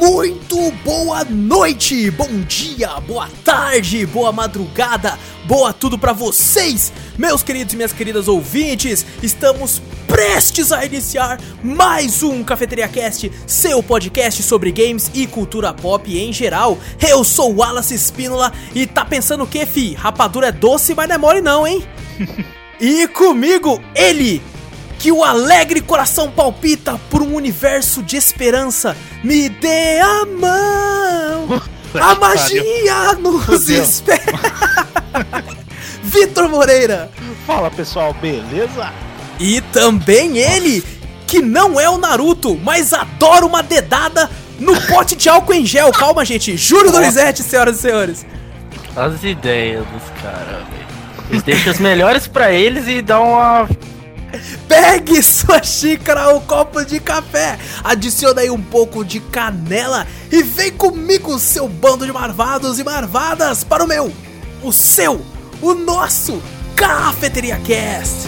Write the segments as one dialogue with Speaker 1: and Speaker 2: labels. Speaker 1: Muito boa noite, bom dia, boa tarde, boa madrugada, boa tudo pra vocês, meus queridos e minhas queridas ouvintes. Estamos prestes a iniciar mais um Cafeteria Cast, seu podcast sobre games e cultura pop em geral. Eu sou o Wallace Espínola e tá pensando o que, fi? Rapadura é doce, mas não é mole não, hein? E comigo, ele, que o alegre coração palpita por um universo de esperança. Me dê a mão, a
Speaker 2: Ah,
Speaker 3: que pariu.
Speaker 1: magia nos
Speaker 3: Fudeu.
Speaker 1: espera. Vitor Moreira.
Speaker 3: Fala pessoal, beleza?
Speaker 1: E também ele, que não é o Naruto, mas adora uma dedada no pote de álcool em gel. Calma, gente. Júlio Donizete, senhoras e senhores.
Speaker 2: As ideias dos caras, velho. Eles deixam os melhores pra eles e dão uma.
Speaker 1: Pegue sua xícara ou copo de café, adiciona aí um pouco de canela e vem comigo, seu bando de marvados e marvadas, para o meu, o seu, o nosso Cafeteria Cast.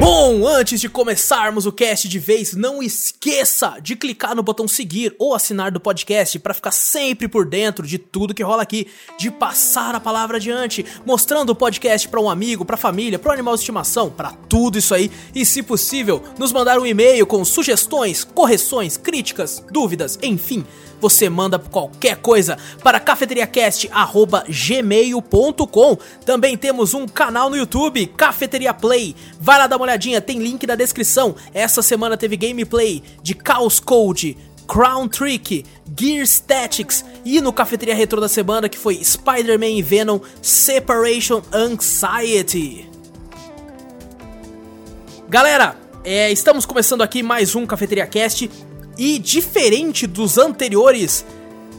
Speaker 1: Bom, antes de começarmos o cast de vez, não esqueça de clicar no botão seguir ou assinar do podcast para ficar sempre por dentro de tudo que rola aqui, de passar a palavra adiante, mostrando o podcast para um amigo, para família, para animal de estimação, para tudo isso aí, e se possível, nos mandar um e-mail com sugestões, correções, críticas, dúvidas, enfim, você manda qualquer coisa para cafeteriacast@gmail.com. Também temos um canal no YouTube, Cafeteria Play. Vai lá dar uma olhadinha, tem link na descrição. Essa semana teve gameplay de Chaos Code, Crown Trick, Gear Statics e no Cafeteria Retro da semana que foi Spider-Man e Venom Separation Anxiety. Galera, é, estamos começando aqui mais um Cafeteria Cast e diferente dos anteriores,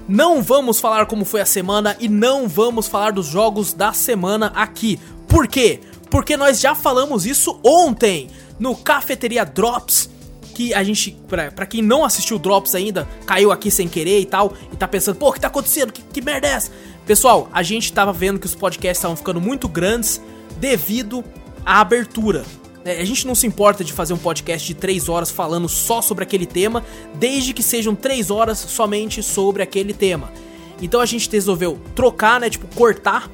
Speaker 1: não vamos falar como foi a semana e não vamos falar dos jogos da semana aqui. Por quê? Porque nós já falamos isso ontem no Cafeteria Drops que a gente, pra, pra quem não assistiu Drops ainda, caiu aqui sem querer e tal, e tá pensando, pô, o que tá acontecendo? Que, que merda é essa? Pessoal, a gente tava vendo que os podcasts estavam ficando muito grandes devido à abertura. né? A gente não se importa de fazer um podcast de 3 horas falando só sobre aquele tema, desde que sejam 3 horas somente sobre aquele tema. Então a gente resolveu trocar, né? Tipo, cortar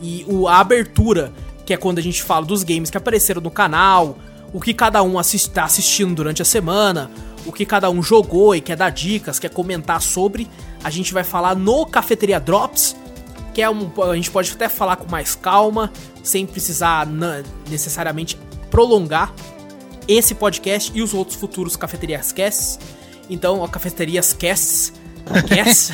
Speaker 1: e o, a abertura, que é quando a gente fala dos games que apareceram no canal, o que cada um assis- tá assistindo durante a semana, o que cada um jogou e quer dar dicas, quer comentar sobre, a gente vai falar no Cafeteria Drops, que é um. A gente pode até falar com mais calma, sem precisar na- necessariamente prolongar esse podcast e os outros futuros Cafeterias Casts. Então, ó, Cafeterias Casts. Casts.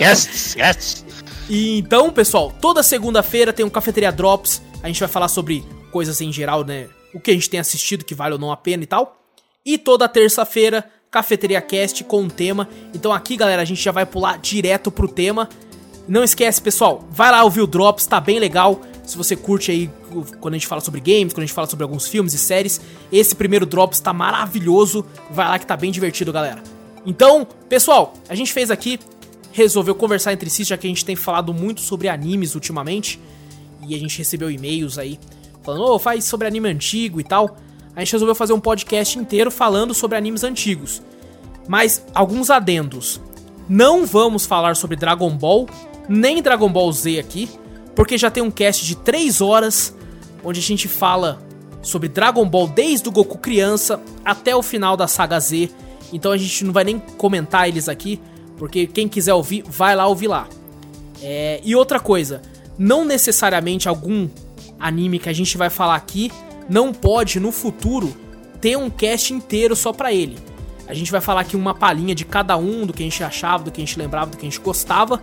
Speaker 3: Yes, yes.
Speaker 1: E então, pessoal, toda segunda-feira tem um Cafeteria Drops. A gente vai falar sobre coisas em geral, né? O que a gente tem assistido, que vale ou não a pena e tal. E toda terça-feira, Cafeteria Cast com o tema. Então aqui, galera, a gente já vai pular direto pro tema. Não esquece, pessoal, vai lá ouvir o Drops, tá bem legal. Se você curte aí o- quando a gente fala sobre games, quando a gente fala sobre alguns filmes e séries, esse primeiro Drops tá maravilhoso. Vai lá que tá bem divertido, galera. Então, pessoal, a gente fez aqui, resolveu conversar entre si, já que a gente tem falado muito sobre animes ultimamente. E a gente recebeu e-mails aí falando, ô, faz sobre anime antigo e tal. A gente resolveu fazer um podcast inteiro falando sobre animes antigos. Mas alguns adendos. Não vamos falar sobre Dragon Ball, nem Dragon Ball Z aqui, porque já tem um cast de 3 horas onde a gente fala sobre Dragon Ball desde o Goku criança até o final da saga Z. Então a gente não vai nem comentar eles aqui, porque quem quiser ouvir, vai lá ouvir lá. É, e outra coisa, não necessariamente algum anime que a gente vai falar aqui não pode no futuro ter um cast inteiro só pra ele. A gente vai falar aqui uma palhinha de cada um, do que a gente achava, do que a gente lembrava, do que a gente gostava,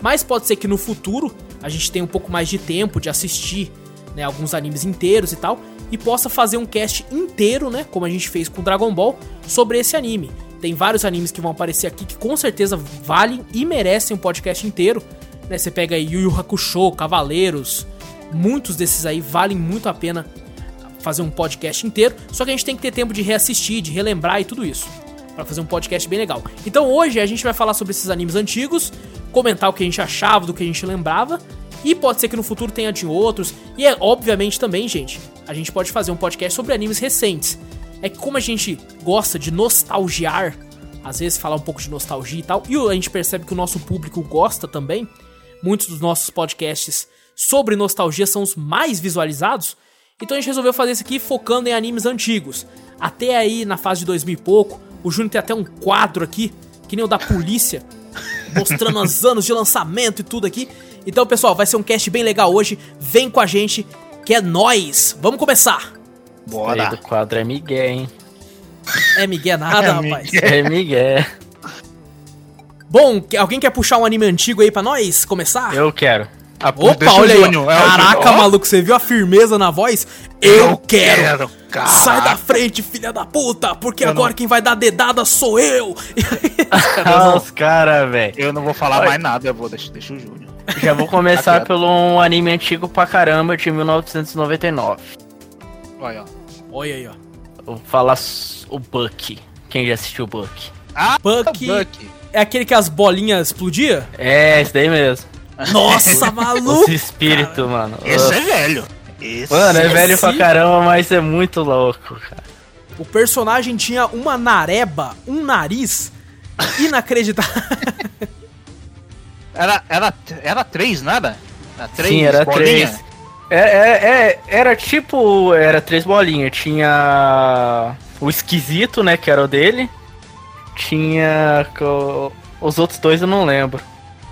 Speaker 1: mas pode ser que no futuro a gente tenha um pouco mais de tempo de assistir né, alguns animes inteiros e tal, e possa fazer um cast inteiro, né, como a gente fez com Dragon Ball, sobre esse anime. Tem vários animes que vão aparecer aqui que com certeza valem e merecem um podcast inteiro. Né? Você pega aí Yu Yu Hakusho, Cavaleiros, muitos desses aí valem muito a pena fazer um podcast inteiro, só que a gente tem que ter tempo de reassistir, de relembrar e tudo isso. Pra fazer um podcast bem legal. Então hoje a gente vai falar sobre esses animes antigos, comentar o que a gente achava, do que a gente lembrava E pode ser que no futuro tenha de outros. E é obviamente também, gente, a gente pode fazer um podcast sobre animes recentes. É que como a gente gosta de nostalgiar, às vezes falar um pouco de nostalgia e tal, e a gente percebe que o nosso público gosta também. Muitos dos nossos podcasts sobre nostalgia são os mais visualizados. Então a gente resolveu fazer isso aqui focando em animes antigos. Até aí, na fase de 2000 e pouco, o Júnior tem até um quadro aqui, que nem o da polícia, mostrando os anos de lançamento e tudo aqui. Então, pessoal, vai ser um cast bem legal hoje. Vem com a gente, que é nós. Vamos começar.
Speaker 2: Aí do
Speaker 3: Bora.
Speaker 2: quadro é Miguel, hein?
Speaker 1: É Miguel nada,
Speaker 3: É
Speaker 1: rapaz.
Speaker 3: Miguel.
Speaker 2: É Miguel.
Speaker 1: Bom, que- alguém quer puxar um anime antigo aí pra nós começar?
Speaker 2: Eu quero.
Speaker 3: Ah, pô,
Speaker 1: Opa,
Speaker 3: deixa o
Speaker 1: olha aí. ó.
Speaker 3: Júnior, é o
Speaker 1: Caraca,
Speaker 3: Júnior.
Speaker 1: maluco, você viu a firmeza na voz? Eu, quero.
Speaker 3: Caraca.
Speaker 1: Sai da frente, filha da puta, porque
Speaker 3: Eu
Speaker 1: agora
Speaker 3: não-
Speaker 1: quem vai dar dedada sou eu.
Speaker 2: Ah, os caras, velho.
Speaker 3: Eu não vou falar
Speaker 2: Vai.
Speaker 3: mais nada, eu vou deixar, deixa o Júnior.
Speaker 2: Já vou começar
Speaker 3: Tá
Speaker 2: pelo um anime antigo pra caramba de 1999.
Speaker 3: Olha, ó.
Speaker 1: Olha aí, ó.
Speaker 2: Vou falar s- o Buck. Quem já assistiu o Buck?
Speaker 3: Ah,
Speaker 1: Bucky.
Speaker 3: Bucky.
Speaker 1: É aquele que as bolinhas explodia?
Speaker 2: É, esse daí mesmo.
Speaker 1: Nossa,
Speaker 2: Os
Speaker 1: maluco!
Speaker 2: espírito, mano.
Speaker 3: Esse é velho. Esse
Speaker 2: Mano, é velho pra
Speaker 1: sim.
Speaker 2: caramba, mas é muito louco, cara.
Speaker 1: O personagem tinha uma nareba, um nariz inacreditável.
Speaker 3: Era, era, era três, nada? Era três
Speaker 2: Sim, era
Speaker 3: bolinha?
Speaker 2: três. É, é, é, era tipo. Era três bolinhas. Tinha. O esquisito, né? Que era o dele. Tinha. co- Os outros dois eu não lembro.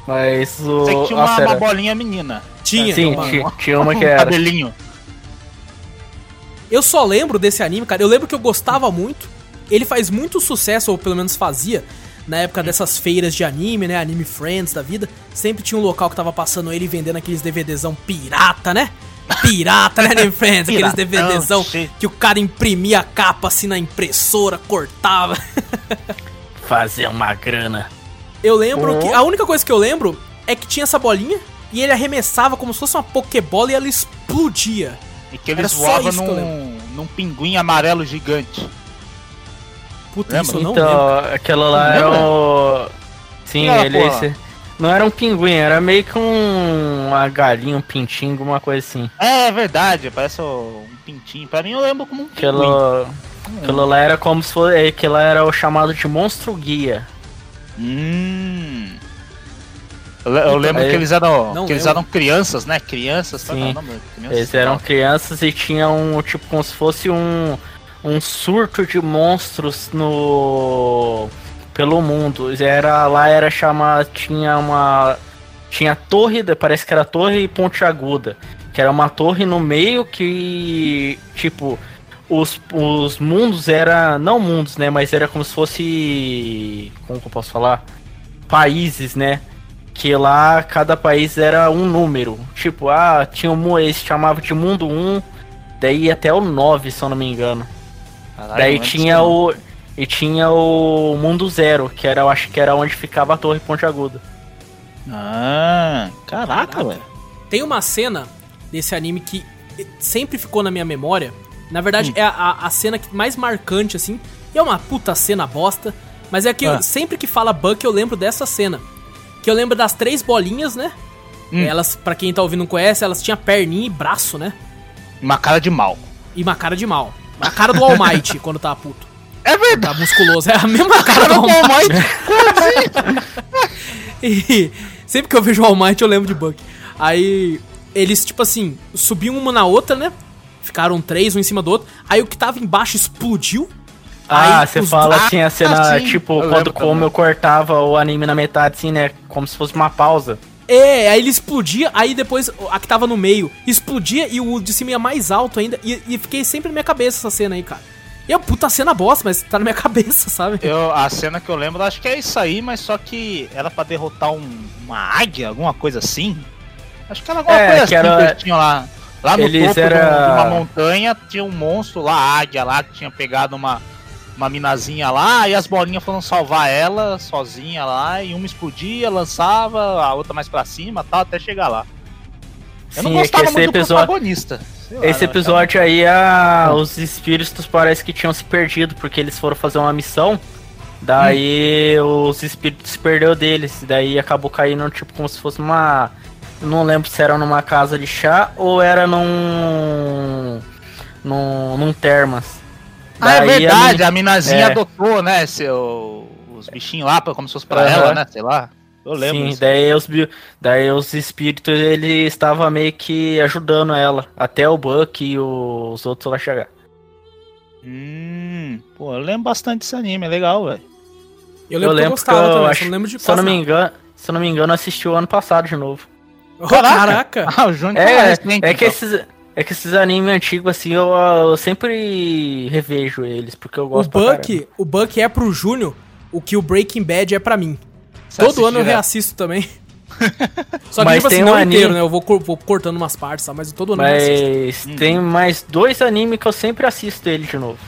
Speaker 2: Mas o.
Speaker 3: Sei que tinha uma,
Speaker 2: nossa,
Speaker 3: uma
Speaker 2: era-
Speaker 3: bolinha menina.
Speaker 1: Tinha. então,
Speaker 2: Sim,
Speaker 1: mano.
Speaker 2: tinha, tinha uma que
Speaker 3: Um
Speaker 2: era.
Speaker 3: cabelinho.
Speaker 1: Eu só lembro desse anime, cara. Eu lembro que eu gostava muito. Ele faz muito sucesso, ou pelo menos fazia, na época dessas feiras de anime, né? Anime Friends da vida. Sempre tinha um local que tava passando ele vendendo aqueles DVDzão pirata, né? Pirata, né, Anime Friends? Aqueles
Speaker 3: Piratão,
Speaker 1: DVDzão
Speaker 3: sim.
Speaker 1: que o cara imprimia a capa assim na impressora, cortava.
Speaker 2: Fazer uma grana.
Speaker 1: Eu lembro
Speaker 3: Uhum.
Speaker 1: que. A única coisa que eu lembro é que tinha essa bolinha e ele arremessava como se fosse uma Pokébola e ela explodia.
Speaker 3: E que
Speaker 1: Era
Speaker 3: eles
Speaker 1: só
Speaker 3: voavam
Speaker 1: isso que eu
Speaker 3: num, num pinguim amarelo gigante.
Speaker 1: Puta,
Speaker 3: Lembra?
Speaker 1: isso eu não lembro.
Speaker 2: então, aquela lá era o. Sim,
Speaker 3: Não era,
Speaker 2: ele.
Speaker 3: porra.
Speaker 2: esse- Não era um pinguim, era meio que um. Uma galinha, um pintinho, alguma coisa assim.
Speaker 3: É verdade, parece o- um pintinho. Pra mim eu lembro como um pinguim.
Speaker 2: Aquilo, aquilo lá era como se fosse. é, Aquilo lá era o chamado de monstro guia.
Speaker 3: Hum. Eu, le- eu lembro
Speaker 2: aí-
Speaker 3: que eles eram.
Speaker 1: Não
Speaker 3: que eles
Speaker 1: lembro.
Speaker 3: eram crianças, né? Crianças,
Speaker 2: Sim.
Speaker 3: qual é o nome? Crianças,
Speaker 2: Eles eram
Speaker 3: tá.
Speaker 2: crianças e tinham um tipo como se fosse um, um surto de monstros no pelo mundo. Era lá era chamada tinha uma tinha torre, da- parece que era torre e ponte aguda, que era uma torre no meio que tipo os, os mundos era não mundos, né, mas era como se fosse como que eu posso falar? Países, né? que lá cada país era um número. Tipo, ah, tinha um mu- eles chamavam de mundo 1, daí ia até o 9, se eu não me engano.
Speaker 3: Caralho, eu
Speaker 2: daí
Speaker 3: lembro
Speaker 2: tinha
Speaker 3: disso,
Speaker 2: o e tinha o mundo 0, que era eu acho que era onde ficava a torre Ponte Aguda.
Speaker 3: não. Ah, caraca,
Speaker 1: Caraca.
Speaker 3: velho.
Speaker 1: Tem uma cena desse anime que sempre ficou na minha memória. Na
Speaker 3: Hum.
Speaker 1: verdade, é a- a, a cena que- mais marcante, assim. E é uma puta cena bosta. Mas é que eu-
Speaker 3: Ah.
Speaker 1: sempre que fala Buck, eu lembro dessa cena. Que eu lembro das três bolinhas, né?
Speaker 3: Hum.
Speaker 1: Elas, pra quem tá ouvindo não conhece, elas tinham perninha e braço, né?
Speaker 3: Uma cara de mal.
Speaker 1: E uma cara de mal. A cara do All Might quando tá puto.
Speaker 3: É verdade.
Speaker 1: Tá musculoso. É a mesma cara do All Might. E sempre que eu vejo o All Might, eu lembro de Buck. Aí eles, tipo assim, subiam uma na outra, né? Ficaram três, um em cima do outro. Aí o que tava embaixo explodiu.
Speaker 2: Ah,
Speaker 1: Aí
Speaker 2: você
Speaker 1: os
Speaker 2: fala
Speaker 1: do-
Speaker 2: assim a cena,
Speaker 3: sim.
Speaker 2: tipo,
Speaker 3: Eu
Speaker 2: quando
Speaker 3: lembro
Speaker 2: como
Speaker 3: também.
Speaker 2: eu cortava o anime na metade assim, né, como se fosse uma pausa.
Speaker 1: É, aí ele explodia, aí depois a que tava no meio explodia e o de cima ia mais alto ainda. E, e fiquei sempre na minha cabeça essa cena aí, cara. E é uma puta cena bosta, mas tá na minha cabeça, sabe?
Speaker 3: Eu, a cena que eu lembro, acho que é isso aí, mas só que era pra derrotar um- uma águia, alguma coisa assim. Acho que era alguma
Speaker 2: É,
Speaker 3: coisa
Speaker 2: que
Speaker 3: assim
Speaker 2: era-
Speaker 3: que eles tinham lá. Lá no
Speaker 2: Eles
Speaker 3: topo de um-
Speaker 2: era-
Speaker 3: de uma montanha tinha um monstro lá, a águia lá, que tinha pegado uma, uma minazinha lá, e as bolinhas foram salvar ela sozinha lá, e uma explodia, lançava, a outra mais pra cima tal, até chegar lá. Eu não
Speaker 2: Sim, é que
Speaker 3: gostava
Speaker 2: esse
Speaker 3: muito do
Speaker 2: episódio,
Speaker 3: protagonista. Sei lá,
Speaker 2: esse
Speaker 3: né, cara?
Speaker 2: episódio aí, ah, os espíritos parece que tinham se perdido, porque eles foram fazer uma missão. Daí os espíritos se perdeu deles. Daí acabou caindo, tipo, como se fosse uma Não lembro se era numa casa de chá ou era num. num, num termas.
Speaker 3: Ah, é
Speaker 2: Daí a
Speaker 3: verdade,
Speaker 2: meni-
Speaker 3: a minazinha
Speaker 2: é.
Speaker 3: adotou, né, seu, os bichinhos lá, pra- como se fosse pra
Speaker 2: Aham.
Speaker 3: ela, né, sei lá. Eu lembro.
Speaker 2: Sim,
Speaker 3: disso.
Speaker 2: daí os, bi- daí os espíritos ele estava meio que ajudando ela. Até o Buck e os outros lá chegar.
Speaker 3: Hum, pô, eu lembro bastante desse anime, é legal, velho.
Speaker 1: Eu lembro,
Speaker 2: Eu
Speaker 1: que eu
Speaker 2: lembro
Speaker 1: gostava
Speaker 2: que eu
Speaker 1: também, só
Speaker 2: acho-
Speaker 1: não lembro de
Speaker 2: Se eu não me
Speaker 1: quase
Speaker 2: engano, se eu não me engano, assistiu ano passado de novo.
Speaker 1: nada. Caraca!
Speaker 3: Ah, o Júnior tá
Speaker 2: É,
Speaker 3: recente,
Speaker 2: é que
Speaker 3: então.
Speaker 2: esses. É que esses animes antigos, assim, eu, eu sempre revejo eles, porque eu
Speaker 1: o
Speaker 2: gosto pra caramba.
Speaker 1: Buck, o Buck é pro Júnior o que o Breaking Bad é pra mim.
Speaker 3: Você
Speaker 1: Todo
Speaker 3: assiste
Speaker 1: ano eu
Speaker 3: direto.
Speaker 1: reassisto também. Só que,
Speaker 2: Mas
Speaker 1: tipo assim,
Speaker 2: tem um
Speaker 1: não
Speaker 2: anime-
Speaker 1: inteiro, né? Eu vou, cor- vou cortando umas partes, tá? mas todo ano eu reassisto.
Speaker 3: é
Speaker 2: Mas
Speaker 3: Uhum.
Speaker 2: tem mais dois animes que eu sempre assisto ele de novo.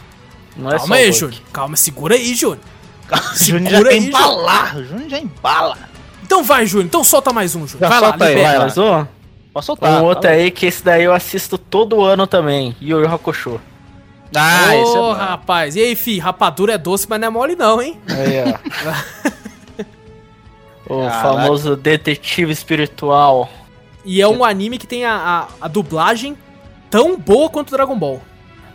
Speaker 2: Não é só
Speaker 1: Calma
Speaker 2: o
Speaker 1: aí,
Speaker 2: Buck.
Speaker 1: Júnior. Calma, segura aí, Júnior.
Speaker 3: O né? Júnior já
Speaker 1: Segura
Speaker 3: quer
Speaker 1: aí,
Speaker 3: embalar, o Júnior já embala.
Speaker 1: Então vai, Júnior. Então solta mais um, Júnior.
Speaker 3: Já
Speaker 1: Vai lá,
Speaker 3: solta aí,
Speaker 1: libera.
Speaker 3: vai lá.
Speaker 2: Mas, ó,
Speaker 3: Posso
Speaker 2: um
Speaker 3: soltar.
Speaker 2: outro
Speaker 3: tá
Speaker 2: aí que esse daí eu assisto todo ano também, Yu Yu Hakusho.
Speaker 3: bom. Ah, esse é
Speaker 1: Ô,
Speaker 3: bom.
Speaker 1: rapaz. E aí, fi, rapadura é doce, mas não é mole não, hein?
Speaker 2: Aí, ó. o
Speaker 3: Caraca.
Speaker 2: famoso detetive espiritual.
Speaker 1: E é um anime que tem a, a, a dublagem tão boa quanto Dragon Ball.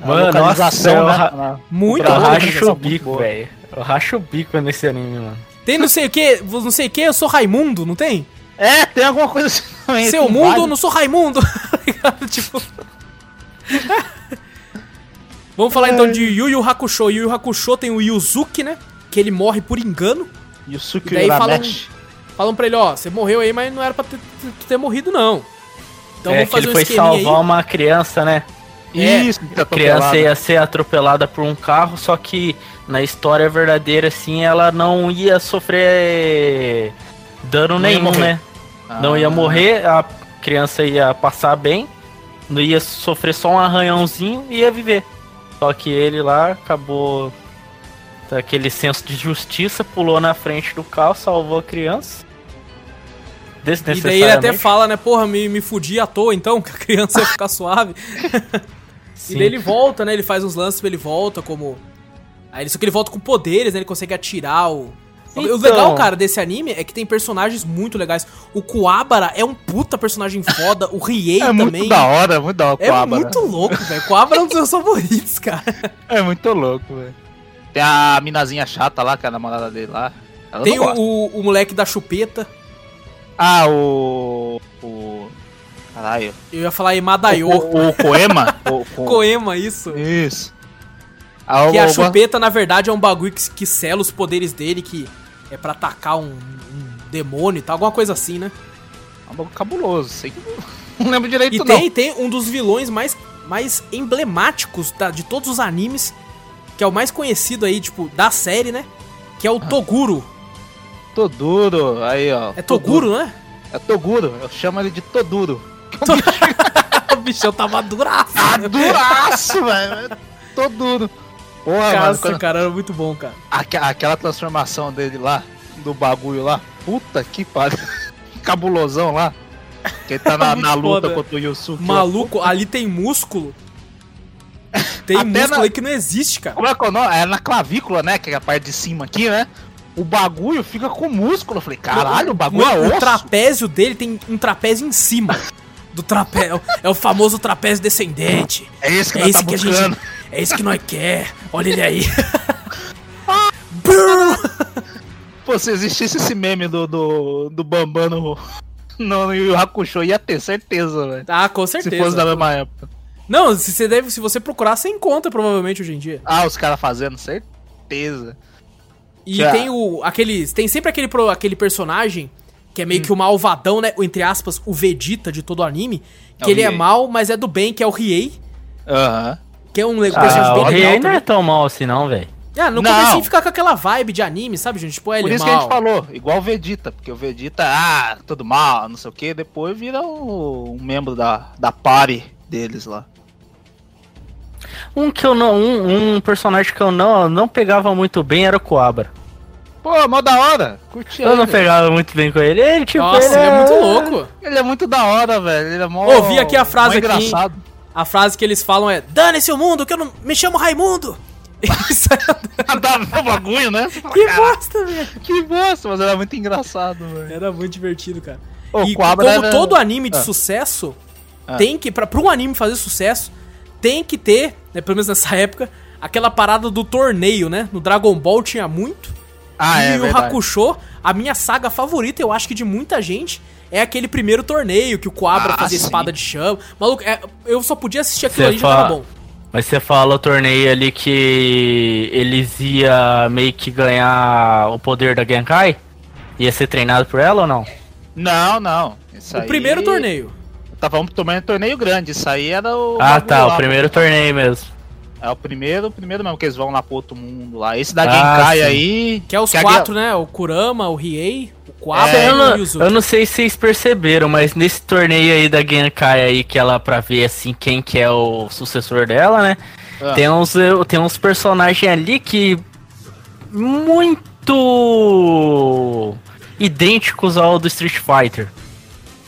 Speaker 3: A
Speaker 2: Mano,
Speaker 3: localização,
Speaker 2: nossa,
Speaker 3: né? na-
Speaker 1: Muito
Speaker 2: eu
Speaker 3: Pra
Speaker 1: é boa.
Speaker 3: Dragon Ball,
Speaker 2: racho
Speaker 3: localização
Speaker 2: o bico,
Speaker 3: boa.
Speaker 2: velho. Eu racho o bico nesse anime, mano.
Speaker 1: Tem não sei o que, não sei o que, eu sou Raimundo, não tem?
Speaker 3: É, tem alguma coisa assim
Speaker 2: É,
Speaker 3: também.
Speaker 1: Seu
Speaker 3: tem
Speaker 1: mundo, eu
Speaker 3: vários.
Speaker 1: não sou Raimundo. Tá ligado? tipo... Vamos falar então de Yu Yu Hakusho. Yu Yu Hakusho tem o Yuzuki, né? Que ele morre por engano.
Speaker 3: Yusuke
Speaker 1: E daí
Speaker 2: um-
Speaker 1: falam-
Speaker 3: Uramesh.
Speaker 1: Falam pra ele, ó, você morreu aí, mas não era pra ter, ter- ter morrido, não. Então
Speaker 2: é
Speaker 1: vamos
Speaker 2: que ele
Speaker 1: fazer um
Speaker 2: foi
Speaker 1: esqueminha
Speaker 2: salvar
Speaker 1: aí.
Speaker 2: uma criança, né?
Speaker 1: É,
Speaker 3: Isso, que tá
Speaker 2: A criança
Speaker 3: atropelado.
Speaker 2: ia ser atropelada por um carro, só que na história verdadeira, assim, ela não ia sofrer dano
Speaker 3: Não ia
Speaker 2: nenhum,
Speaker 3: morrer.
Speaker 2: né? Não
Speaker 1: Ah.
Speaker 3: Ah.
Speaker 2: ia morrer, a criança ia passar bem, não ia sofrer só um arranhãozinho e ia viver. Só que ele lá acabou daquele senso de justiça, pulou na frente do carro, salvou a criança. um
Speaker 1: E daí ele até
Speaker 2: Desnecessariamente.
Speaker 1: fala, né, porra, me, me fudi à toa então, que a criança ia ficar suave. E
Speaker 2: Sim.
Speaker 1: daí ele volta, né? Ele faz uns lances, ele volta como. Aí, ele- só que ele volta com poderes, né? Ele consegue atirar o. O
Speaker 2: Então.
Speaker 1: legal, cara, desse anime é que tem personagens muito legais. O Kuabara é um puta personagem foda, o Riei
Speaker 3: É muito
Speaker 1: também.
Speaker 3: da hora, muito da hora.
Speaker 1: é
Speaker 3: Kuwabara.
Speaker 1: muito louco, velho. Kuabara é um dos meus favoritos, cara.
Speaker 3: É muito louco, velho. Tem a minazinha chata lá, que é a namorada dele lá. Ela
Speaker 1: tem
Speaker 3: não
Speaker 1: o,
Speaker 3: gosta.
Speaker 1: o- o moleque da chupeta.
Speaker 3: Ah, o. O. Caralho.
Speaker 1: Eu ia falar Emadayo.
Speaker 3: O, o, o Coema? o, co-
Speaker 1: Coema, isso.
Speaker 3: Isso. Ah,
Speaker 1: Que é a
Speaker 3: eu-
Speaker 1: chupeta, na verdade, é um bagulho que, que sela os poderes dele, que é pra atacar um, um demônio e tal, alguma coisa assim, né?
Speaker 3: É um bagulho cabuloso, sei que não- não lembro direito
Speaker 1: E
Speaker 3: não.
Speaker 1: tem, tem um dos vilões mais, mais emblemáticos da- de todos os animes, que é o mais conhecido aí, tipo, da série, né? Que é
Speaker 3: Ah.
Speaker 1: o Toguro.
Speaker 3: Toduro, aí ó.
Speaker 1: É Toguro, né?
Speaker 3: É Toguro, eu chamo ele de Toduro.
Speaker 1: o bichão tava duraço.
Speaker 3: Ah, duraço, velho. é Toduro. Porra, mano,
Speaker 1: Nossa,
Speaker 3: quando-
Speaker 1: cara, era muito bom, cara.
Speaker 3: aque- aquela transformação dele lá, do bagulho lá. Puta que pariu. Cabulosão lá. Que ele tá na, na
Speaker 1: Muito
Speaker 3: luta
Speaker 1: foda.
Speaker 3: contra o Yusuke. lá.
Speaker 1: Maluco, ali tem músculo. Tem
Speaker 3: Até
Speaker 1: músculo
Speaker 3: na-
Speaker 1: aí que não existe, cara.
Speaker 3: Como é que é o nome? É na clavícula, né? Que é a parte de cima aqui, né? O bagulho fica com músculo. Eu falei, caralho, o bagulho é
Speaker 1: o,
Speaker 3: osso.
Speaker 1: o Um, trapézio dele tem um trapézio em cima do trapézio. É o famoso trapézio descendente.
Speaker 3: É esse que
Speaker 1: É
Speaker 3: nós tá
Speaker 1: isso que a
Speaker 3: buscando.
Speaker 1: gente. É isso que nós quer. Olha ele aí. Brrr.
Speaker 3: Pô, se existisse esse meme do, do, do Bambam no, no, no Yu Hakusho, ia ter certeza, velho.
Speaker 1: ah, com
Speaker 3: Se fosse da
Speaker 1: certeza.
Speaker 3: mesma época.
Speaker 1: Não, se você deve, se você procurar, você encontra provavelmente hoje em dia.
Speaker 3: Ah, os caras fazendo, certeza.
Speaker 1: E
Speaker 3: Já.
Speaker 1: tem o aquele, tem sempre aquele pro- aquele personagem que é meio
Speaker 3: Hum.
Speaker 1: que o malvadão, né, entre aspas, o Vegeta de todo o anime,
Speaker 3: É
Speaker 1: que
Speaker 3: o
Speaker 1: ele é
Speaker 3: Riei.
Speaker 1: mal, mas é do bem, que é o Riei,
Speaker 3: Aham.
Speaker 1: que é um le-
Speaker 2: Ah,
Speaker 1: personagem
Speaker 2: o
Speaker 1: bem legal.
Speaker 2: Rei não
Speaker 1: também.
Speaker 2: é tão mal assim, não, velho.
Speaker 1: Ah, no
Speaker 3: né? Não.
Speaker 1: começo fica com aquela vibe de anime, sabe, gente? Tipo, é
Speaker 3: Por
Speaker 1: ele
Speaker 3: isso que a gente
Speaker 1: mal.
Speaker 3: falou, igual o Vegeta, porque o Vegeta, ah, tudo mal, não sei o que, depois vira um, um membro da, da party deles lá.
Speaker 2: Um que eu não. Um, um personagem que eu não, não pegava muito bem era o Coabra.
Speaker 3: Pô, mó da hora. Curti
Speaker 2: Eu
Speaker 3: aí,
Speaker 2: não
Speaker 3: velho.
Speaker 2: pegava muito bem com ele. Ele, tipo,
Speaker 1: Uhum. Nossa, ele é muito louco.
Speaker 3: Ele é muito da hora, velho. Ele é mó.
Speaker 1: Ouvi aqui a frase
Speaker 3: mó
Speaker 1: aqui, hein?
Speaker 3: engraçado.
Speaker 1: A frase que eles falam é: Dane-se o mundo, que eu não. Me chamo Raimundo! Isso é-
Speaker 3: Dá no bagulho, né? Fala,
Speaker 1: que
Speaker 3: "Cara,
Speaker 1: bosta, velho!
Speaker 3: que bosta, mas era muito é engraçado, velho.
Speaker 1: Era muito divertido, cara.
Speaker 3: O
Speaker 1: e
Speaker 3: Quabra
Speaker 1: como
Speaker 3: era-
Speaker 1: todo anime de
Speaker 3: Ah.
Speaker 1: sucesso,
Speaker 3: Ah.
Speaker 1: tem que, pra, pra um anime fazer sucesso, tem que ter, né, pelo menos nessa época, aquela parada do torneio, né? No Dragon Ball tinha muito.
Speaker 3: Ah,
Speaker 1: e
Speaker 3: é
Speaker 1: o
Speaker 3: verdade.
Speaker 1: Hakusho, a minha saga favorita, eu acho que de muita gente, é aquele primeiro torneio que o Quabra
Speaker 3: Ah,
Speaker 1: fazia
Speaker 3: sim.
Speaker 1: espada de chama. Maluco, é- eu só podia assistir aquilo
Speaker 2: Você
Speaker 1: ali e já tava
Speaker 2: fala-
Speaker 1: bom.
Speaker 2: Mas você fala o torneio ali que eles ia meio que ganhar o poder da Genkai? Ia ser treinado por ela ou não?
Speaker 3: Não, não. Isso
Speaker 1: O primeiro
Speaker 3: "Tá aí-
Speaker 1: torneio.
Speaker 3: Tava um torneio, torneio grande, isso aí era o.
Speaker 2: ah
Speaker 3: bagulho
Speaker 2: tá,
Speaker 3: lá,
Speaker 2: o primeiro torneio mesmo.
Speaker 3: É o primeiro, o primeiro mesmo que eles vão lá pro outro mundo lá. Esse da
Speaker 2: Ah,
Speaker 3: Genkai
Speaker 2: sim.
Speaker 3: aí.
Speaker 1: Que é os
Speaker 3: a
Speaker 1: quatro, né? O Kurama, o Riei, o Quabra
Speaker 3: É,
Speaker 1: e
Speaker 2: eu,
Speaker 1: o
Speaker 2: não,
Speaker 1: Yuzuki.
Speaker 2: eu não sei se vocês perceberam, mas nesse torneio aí da Genkai aí, que ela pra ver assim quem que é o sucessor dela, né?
Speaker 3: Ah.
Speaker 2: Tem, uns, eu- tem uns personagens ali que. muito idênticos ao do Street Fighter.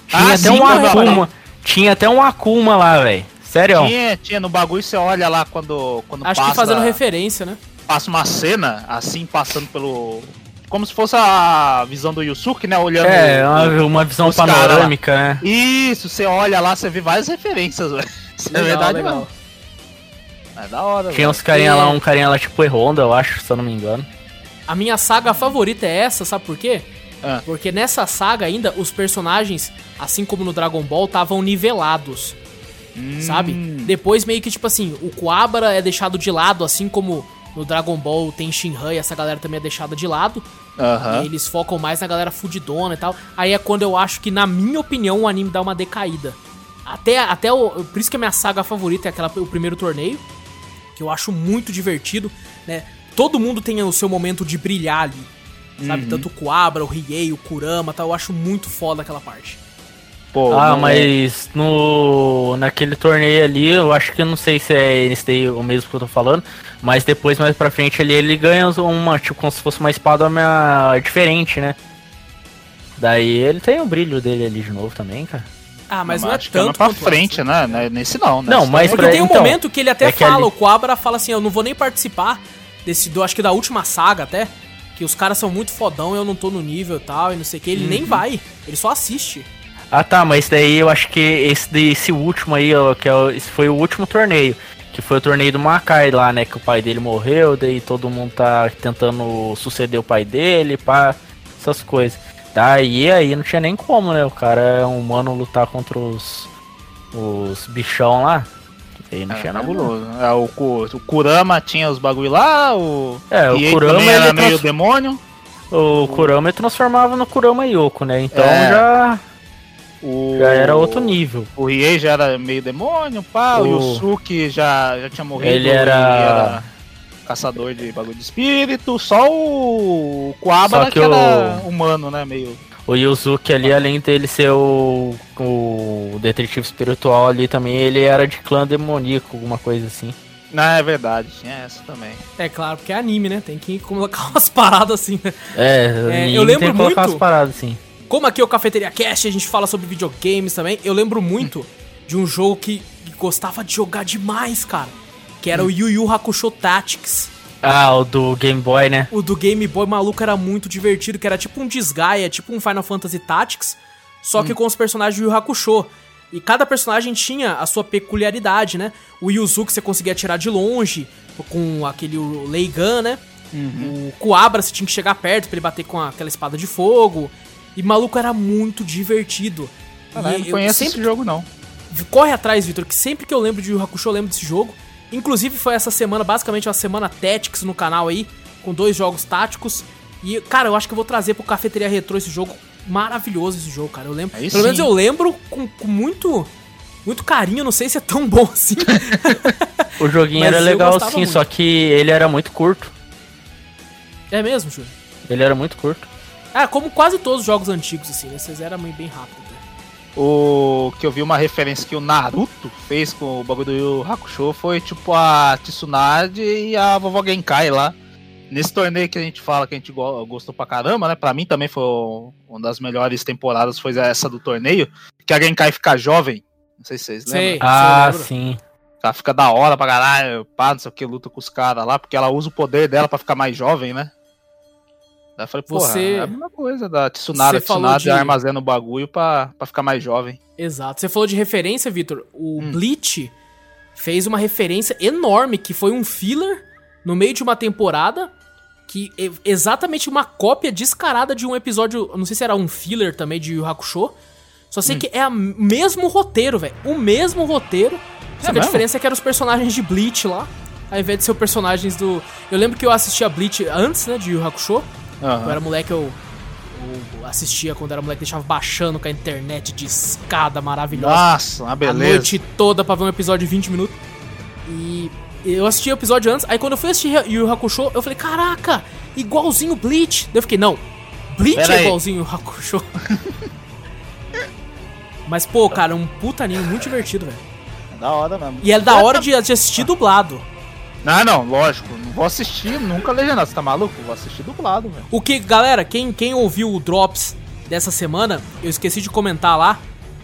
Speaker 2: Tinha
Speaker 3: Ah,
Speaker 2: até
Speaker 3: sim,
Speaker 2: um
Speaker 3: mano.
Speaker 2: Akuma. Tinha até um Akuma lá, velho. Sério?
Speaker 3: Tinha, tinha no bagulho, você olha lá quando, quando
Speaker 1: Acho
Speaker 3: passa,
Speaker 1: que fazendo referência, né?
Speaker 3: passa uma cena, assim, passando pelo. Como se fosse a visão do Yusuke, né? Olhando.
Speaker 2: É, uma, uma visão
Speaker 3: Os cara lá.
Speaker 2: panorâmica, né?
Speaker 3: Isso, você olha lá, você vê várias referências, velho. Isso é verdade, mano. É da hora,
Speaker 2: Tinha
Speaker 3: velho.
Speaker 2: uns carinha lá,
Speaker 1: É.
Speaker 2: um carinha lá tipo Honda, eu acho, se eu não me engano.
Speaker 1: A minha saga favorita é essa, sabe por quê?
Speaker 3: Ah.
Speaker 1: Porque nessa saga ainda os personagens, assim como no Dragon Ball, estavam nivelados,
Speaker 3: Hum.
Speaker 1: sabe? Depois meio que tipo assim, o Kuabara é deixado de lado, assim como no Dragon Ball tem Shinhan e essa galera também é deixada de lado.
Speaker 3: Aham.
Speaker 1: E eles focam mais na galera fudidona e tal. Aí é quando eu acho que, na minha opinião, o anime dá uma decaída. Até, até o, por isso que a minha saga favorita é aquela, o primeiro torneio, que eu acho muito divertido, né? Todo mundo tem o seu momento de brilhar ali. Sabe? Tanto o Kuabra, o Riei, o Kurama e tal. Eu acho muito foda aquela parte.
Speaker 3: Pô,
Speaker 2: ah,
Speaker 3: não-
Speaker 2: mas no naquele torneio ali, eu acho que eu não sei se é esse daí o mesmo que eu tô falando, mas depois mais pra frente ali ele ganha uma, tipo, como se fosse uma espada uma- diferente, né? Daí ele tem o brilho dele ali de novo também, cara.
Speaker 1: Ah, mas não, é
Speaker 3: acho que
Speaker 1: tanto
Speaker 3: pra
Speaker 1: quanto
Speaker 3: frente, né? Não é Nesse não, né?
Speaker 2: Não,
Speaker 3: Esse
Speaker 2: mas
Speaker 3: daí-
Speaker 1: Porque
Speaker 2: pra-
Speaker 1: tem um
Speaker 2: então,
Speaker 1: momento que ele até
Speaker 2: é que
Speaker 1: fala,
Speaker 2: ali-
Speaker 1: o Quabra fala assim, eu não vou nem participar desse, do, acho que da última saga até, que os caras são muito fodão, eu não tô no nível e tal, e não sei o que, ele nem vai, ele só assiste.
Speaker 2: Ah tá, mas daí eu acho que esse, daí- esse último aí, ó, que é, o- esse foi o último torneio. Que foi o torneio do Makai lá, né? Que o pai dele morreu, daí todo mundo tá tentando suceder o pai dele, pá, essas coisas. Daí aí não tinha nem como, né? O cara é um humano lutar contra os. os bichão lá. Aí não
Speaker 3: É,
Speaker 2: tinha nada. não.
Speaker 3: cabuloso. É, o, Ku- o Kurama tinha os bagulho lá, o.
Speaker 2: É, o
Speaker 3: Hiei
Speaker 2: Kurama
Speaker 3: também
Speaker 2: ele
Speaker 3: era
Speaker 2: trans...
Speaker 3: meio demônio.
Speaker 2: O Kurama ele transformava no Kurama Yoko, né? Então
Speaker 3: É.
Speaker 2: já,
Speaker 3: O...
Speaker 2: já era outro nível.
Speaker 3: O Riei já era meio demônio, pá. O,
Speaker 2: O-
Speaker 3: Yusuke já, já tinha morrido.
Speaker 2: Ele
Speaker 3: e
Speaker 2: era-
Speaker 3: caçador de bagulho de espírito. Só o, o Kuabara
Speaker 2: Só
Speaker 3: que,
Speaker 2: que
Speaker 3: era humano, né? Meio.
Speaker 2: O Yuzuki ali, além dele ser o, o detetive espiritual ali também, ele era de clã demoníaco, alguma coisa assim.
Speaker 3: Não, é verdade, tinha essa também.
Speaker 1: É claro, porque é anime, né? Tem que colocar umas paradas assim, né?
Speaker 2: É,
Speaker 1: eu lembro
Speaker 2: tem que colocar
Speaker 1: muito-
Speaker 2: as paradas assim.
Speaker 1: Como aqui é o Cafeteria Cast, a gente fala sobre videogames também, eu lembro muito de um jogo que que gostava de jogar demais, cara, que era o Yu Yu Hakusho Tactics.
Speaker 2: Ah, o do Game Boy, né?
Speaker 1: O do Game Boy maluco era muito divertido, que era tipo um Disgaea, tipo um Final Fantasy Tactics, só
Speaker 3: Hum.
Speaker 1: que com os personagens do Yu Hakusho. E cada personagem tinha a sua peculiaridade, né? O Yuzuki você conseguia atirar de longe, com aquele Leigan, né?
Speaker 3: Uhum.
Speaker 1: O Kuabra você tinha que chegar perto pra ele bater com a- aquela espada de fogo. E maluco era muito divertido.
Speaker 3: Caralho, não
Speaker 1: eu
Speaker 3: conheço
Speaker 1: sempre
Speaker 3: esse jogo, não.
Speaker 1: corre atrás, Vitor, que sempre que eu lembro de Yu Hakusho, eu lembro desse jogo. Inclusive foi essa semana, basicamente uma semana Tactics no canal aí, com dois jogos táticos. E, cara, eu acho que eu vou trazer pro Cafeteria Retrô esse jogo. Maravilhoso esse jogo, cara. Eu lembro.
Speaker 3: Aí
Speaker 1: pelo menos
Speaker 3: sim.
Speaker 1: eu lembro com, com muito. Muito carinho, não sei se é tão bom assim.
Speaker 2: O joguinho
Speaker 1: Mas
Speaker 2: era
Speaker 1: eu
Speaker 2: legal
Speaker 1: gostava
Speaker 2: sim,
Speaker 1: muito.
Speaker 2: só que ele era muito curto.
Speaker 1: é mesmo, Júlio?
Speaker 2: Ele era muito curto.
Speaker 1: Ah, como quase todos os jogos antigos, assim, né? Vocês eram bem rápido. né?
Speaker 3: O que eu vi uma referência que o Naruto fez com o bagulho do Yu Hakusho foi tipo a Tsunade e a vovó Genkai lá. Nesse torneio que a gente fala que a gente go- gostou pra caramba, né? Pra mim também foi o- uma das melhores temporadas, foi essa do torneio, que a Genkai fica jovem. Não sei se vocês lembram.
Speaker 1: Sei,
Speaker 2: Ah,
Speaker 1: sei, eu lembro.
Speaker 2: sim.
Speaker 3: Ela fica da hora pra caralho, pá, não sei o que, luta com os caras lá, porque ela usa o poder dela pra ficar mais jovem, né? Daí eu falei,
Speaker 1: Você-
Speaker 3: porra, é a mesma coisa da Tsunade.
Speaker 1: Você
Speaker 3: A
Speaker 1: falou
Speaker 3: Tsunade
Speaker 1: de-
Speaker 3: armazena o bagulho pra, pra ficar mais jovem.
Speaker 1: Exato. Você falou de referência, Vitor. O
Speaker 3: Hum.
Speaker 1: Bleach fez uma referência enorme, que foi um filler no meio de uma temporada, que é exatamente uma cópia descarada de um episódio, eu não sei se era um filler também de Yu Yu Hakusho. Só
Speaker 3: Hum.
Speaker 1: sei que é a- o mesmo roteiro, velho. O mesmo roteiro. Só que
Speaker 3: É
Speaker 1: a
Speaker 3: mesmo?
Speaker 1: diferença é que eram os personagens de Bleach lá, ao invés de ser os personagens do... Eu lembro que eu assistia Bleach antes, né, de Yu Yu Hakusho. Eu
Speaker 3: Aham.
Speaker 1: era moleque, eu, eu assistia quando era moleque, deixava baixando com a internet de escada maravilhosa.
Speaker 3: Nossa, uma
Speaker 1: A
Speaker 3: Ah, beleza.
Speaker 1: noite toda pra ver um episódio de 20 minutos. E eu assisti o episódio antes, aí quando eu fui assistir Yu Yu Hakusho, eu falei, caraca, igualzinho o Bleach. Daí eu fiquei, não, Bleach
Speaker 3: Pera
Speaker 1: é
Speaker 3: aí.
Speaker 1: igualzinho o Hakusho. Mas, pô, cara, é um puta anime muito divertido, velho.
Speaker 3: Da hora mesmo.
Speaker 1: E é da hora de, de assistir dublado.
Speaker 3: Não, Ah, não, lógico. Não vou assistir, nunca legendado. Você tá maluco? Vou assistir dublado, velho.
Speaker 1: O que, galera, quem, quem ouviu o Drops dessa semana, eu esqueci de comentar lá.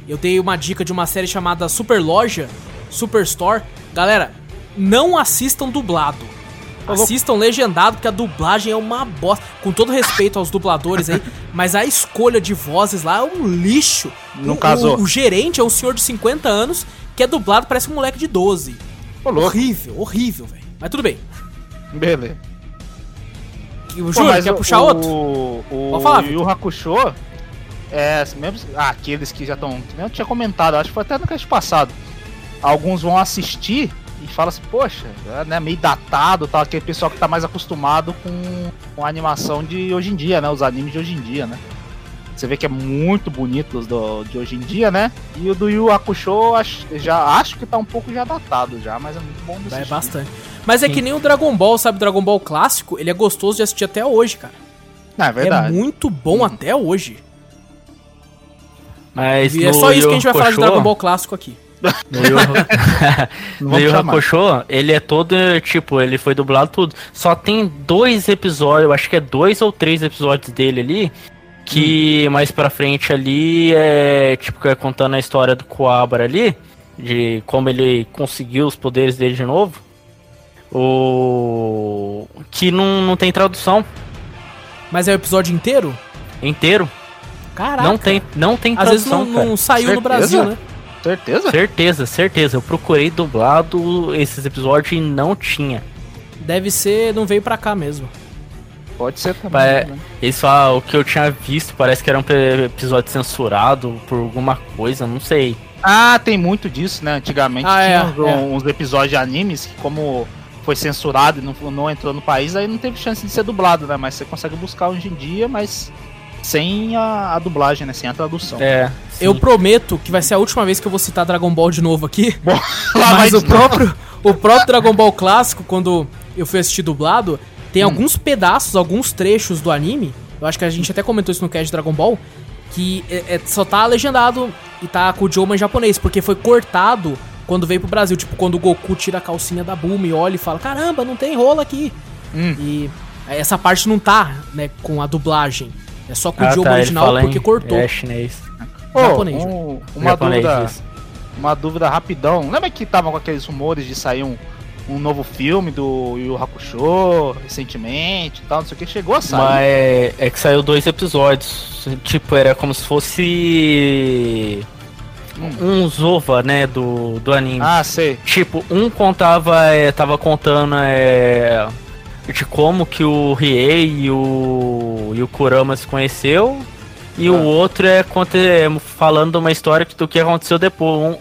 Speaker 1: Eu dei uma dica de uma série chamada Super Loja, Superstore. Galera, não assistam dublado.
Speaker 3: Tá louco.
Speaker 1: Assistam legendado, porque a dublagem é uma bosta. Com todo respeito aos dubladores aí, mas a escolha de vozes lá é um lixo.
Speaker 3: Não
Speaker 1: O-
Speaker 3: casou.
Speaker 1: O, o gerente é um senhor de 50 anos que é dublado, parece um moleque de 12.
Speaker 3: Ô, louco.
Speaker 1: Horrível, horrível, velho. Mas tudo bem.
Speaker 3: Beleza.
Speaker 1: O
Speaker 3: Pô,
Speaker 1: Júlio,
Speaker 3: mas
Speaker 1: quer
Speaker 3: o-
Speaker 1: puxar
Speaker 3: o-
Speaker 1: outro?
Speaker 3: O,
Speaker 1: Pode falar,
Speaker 3: Yu Yu Hakusho, é, assim, mesmo, ah, aqueles que já estão. Eu tinha comentado, acho que foi até no cast passado. Alguns vão assistir e falam assim, poxa, é, né, meio datado, tal, aquele pessoal que tá mais acostumado com, com a animação de hoje em dia, né? Os animes de hoje em dia, né? Você vê que é muito bonito os do, de hoje em dia, né? E o do Yu Hakusho, acho, já, acho que tá um pouco já datado já, mas é muito bom de
Speaker 1: Vai
Speaker 3: assistir.
Speaker 1: bastante. Mas é que nem o Dragon Ball, sabe? Dragon Ball clássico, ele é gostoso de assistir até hoje, cara.
Speaker 3: Não, é verdade.
Speaker 1: É muito bom
Speaker 3: Uhum.
Speaker 1: até hoje.
Speaker 2: Mas
Speaker 1: E é
Speaker 2: no
Speaker 1: só isso
Speaker 2: Yu
Speaker 1: que a gente vai falar de
Speaker 2: Hakusho-
Speaker 1: Dragon Ball clássico aqui.
Speaker 2: No Yu,
Speaker 3: Não
Speaker 2: no Yu
Speaker 3: chamar.
Speaker 2: Hakusho, ele é todo, tipo, ele foi dublado tudo. Só tem dois episódios, eu acho que é dois ou três episódios dele ali, que
Speaker 1: Hum.
Speaker 2: mais pra frente ali é, tipo, que é contando a história do Coabra ali, de como ele conseguiu os poderes dele de novo. O... Que não, não tem tradução
Speaker 1: Mas é o episódio inteiro?
Speaker 2: inteiro.
Speaker 1: Caraca.
Speaker 2: Não tem, não tem
Speaker 1: Às vezes
Speaker 2: tradução,
Speaker 1: não,
Speaker 2: cara.
Speaker 1: não saiu no
Speaker 3: Certeza?
Speaker 1: Brasil, né?
Speaker 3: Certeza?
Speaker 2: Certeza, certeza. Eu procurei dublado esses episódios e não tinha.
Speaker 1: Deve ser, não veio pra cá mesmo.
Speaker 3: Pode ser também.
Speaker 2: Mas-
Speaker 3: né?
Speaker 2: Isso, ah, o que eu tinha visto, parece que era um pe- episódio censurado por alguma coisa, não sei.
Speaker 3: Ah, tem muito disso, né? Antigamente
Speaker 1: Ah,
Speaker 3: tinha
Speaker 1: é,
Speaker 3: uns,
Speaker 1: é.
Speaker 3: uns episódios de animes que, como foi censurado e não, não entrou no país, aí não teve chance de ser dublado, né? Mas você consegue buscar hoje em dia, mas sem a, a dublagem, né? Sem a tradução.
Speaker 2: É.
Speaker 1: Eu prometo que vai ser a última vez que eu vou citar Dragon Ball de novo aqui.
Speaker 3: Lá vai
Speaker 1: mas o
Speaker 3: de novo.
Speaker 1: próprio, o próprio Dragon Ball clássico, quando eu fui assistir dublado, tem
Speaker 3: Hum.
Speaker 1: alguns pedaços, alguns trechos do anime. Eu acho que a gente até comentou isso no cast de Dragon Ball. Que é- é- só tá legendado e tá com o idioma em japonês, porque foi cortado quando veio pro Brasil. Tipo, quando o Goku tira a calcinha da Bulma e olha e fala: Caramba, não tem rola aqui.
Speaker 3: Hum.
Speaker 1: E essa parte não tá, né, com a dublagem. É só com o
Speaker 2: Ah,
Speaker 1: idioma
Speaker 2: tá, ele
Speaker 1: original,
Speaker 2: fala em-
Speaker 1: porque cortou.
Speaker 2: É chinês. é
Speaker 3: Pô,
Speaker 1: japonês, né?
Speaker 3: um- uma,
Speaker 2: Japonês,
Speaker 3: dúvida,
Speaker 2: isso.
Speaker 3: uma dúvida rapidão. Lembra que estavam com aqueles rumores de sair um, um novo filme do Yu Yu Hakusho recentemente e tal, não sei o que. Chegou a sair.
Speaker 2: Mas é- é que saiu dois episódios. Tipo, era como se fosse.
Speaker 1: Hum.
Speaker 2: Um Zova, né? Do, do anime.
Speaker 3: Ah, sei.
Speaker 2: Tipo, um contava, é, tava contando é, de como que o Riei e o, e o Kurama se conheceu, e
Speaker 3: Ah.
Speaker 2: o outro é, conte- é falando uma história do que aconteceu depois. Um,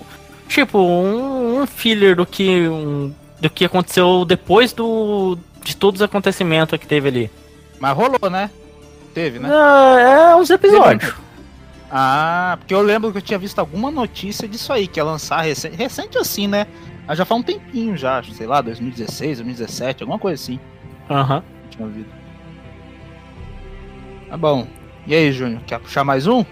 Speaker 2: tipo, um, um filler do que, um- do que aconteceu depois do, de todos os acontecimentos que teve ali.
Speaker 3: Mas rolou, né? Teve, né? Uhum.
Speaker 2: É, é uns episódios.
Speaker 3: Ah, porque eu lembro que eu tinha visto alguma notícia disso aí, que ia lançar recente, recente assim, né? Ah, já faz um tempinho já, acho, sei lá, 2016, 2017, alguma coisa assim.
Speaker 2: Aham.
Speaker 3: Eu tinha ouvido. Tá bom. E aí, Júnior, quer puxar mais um?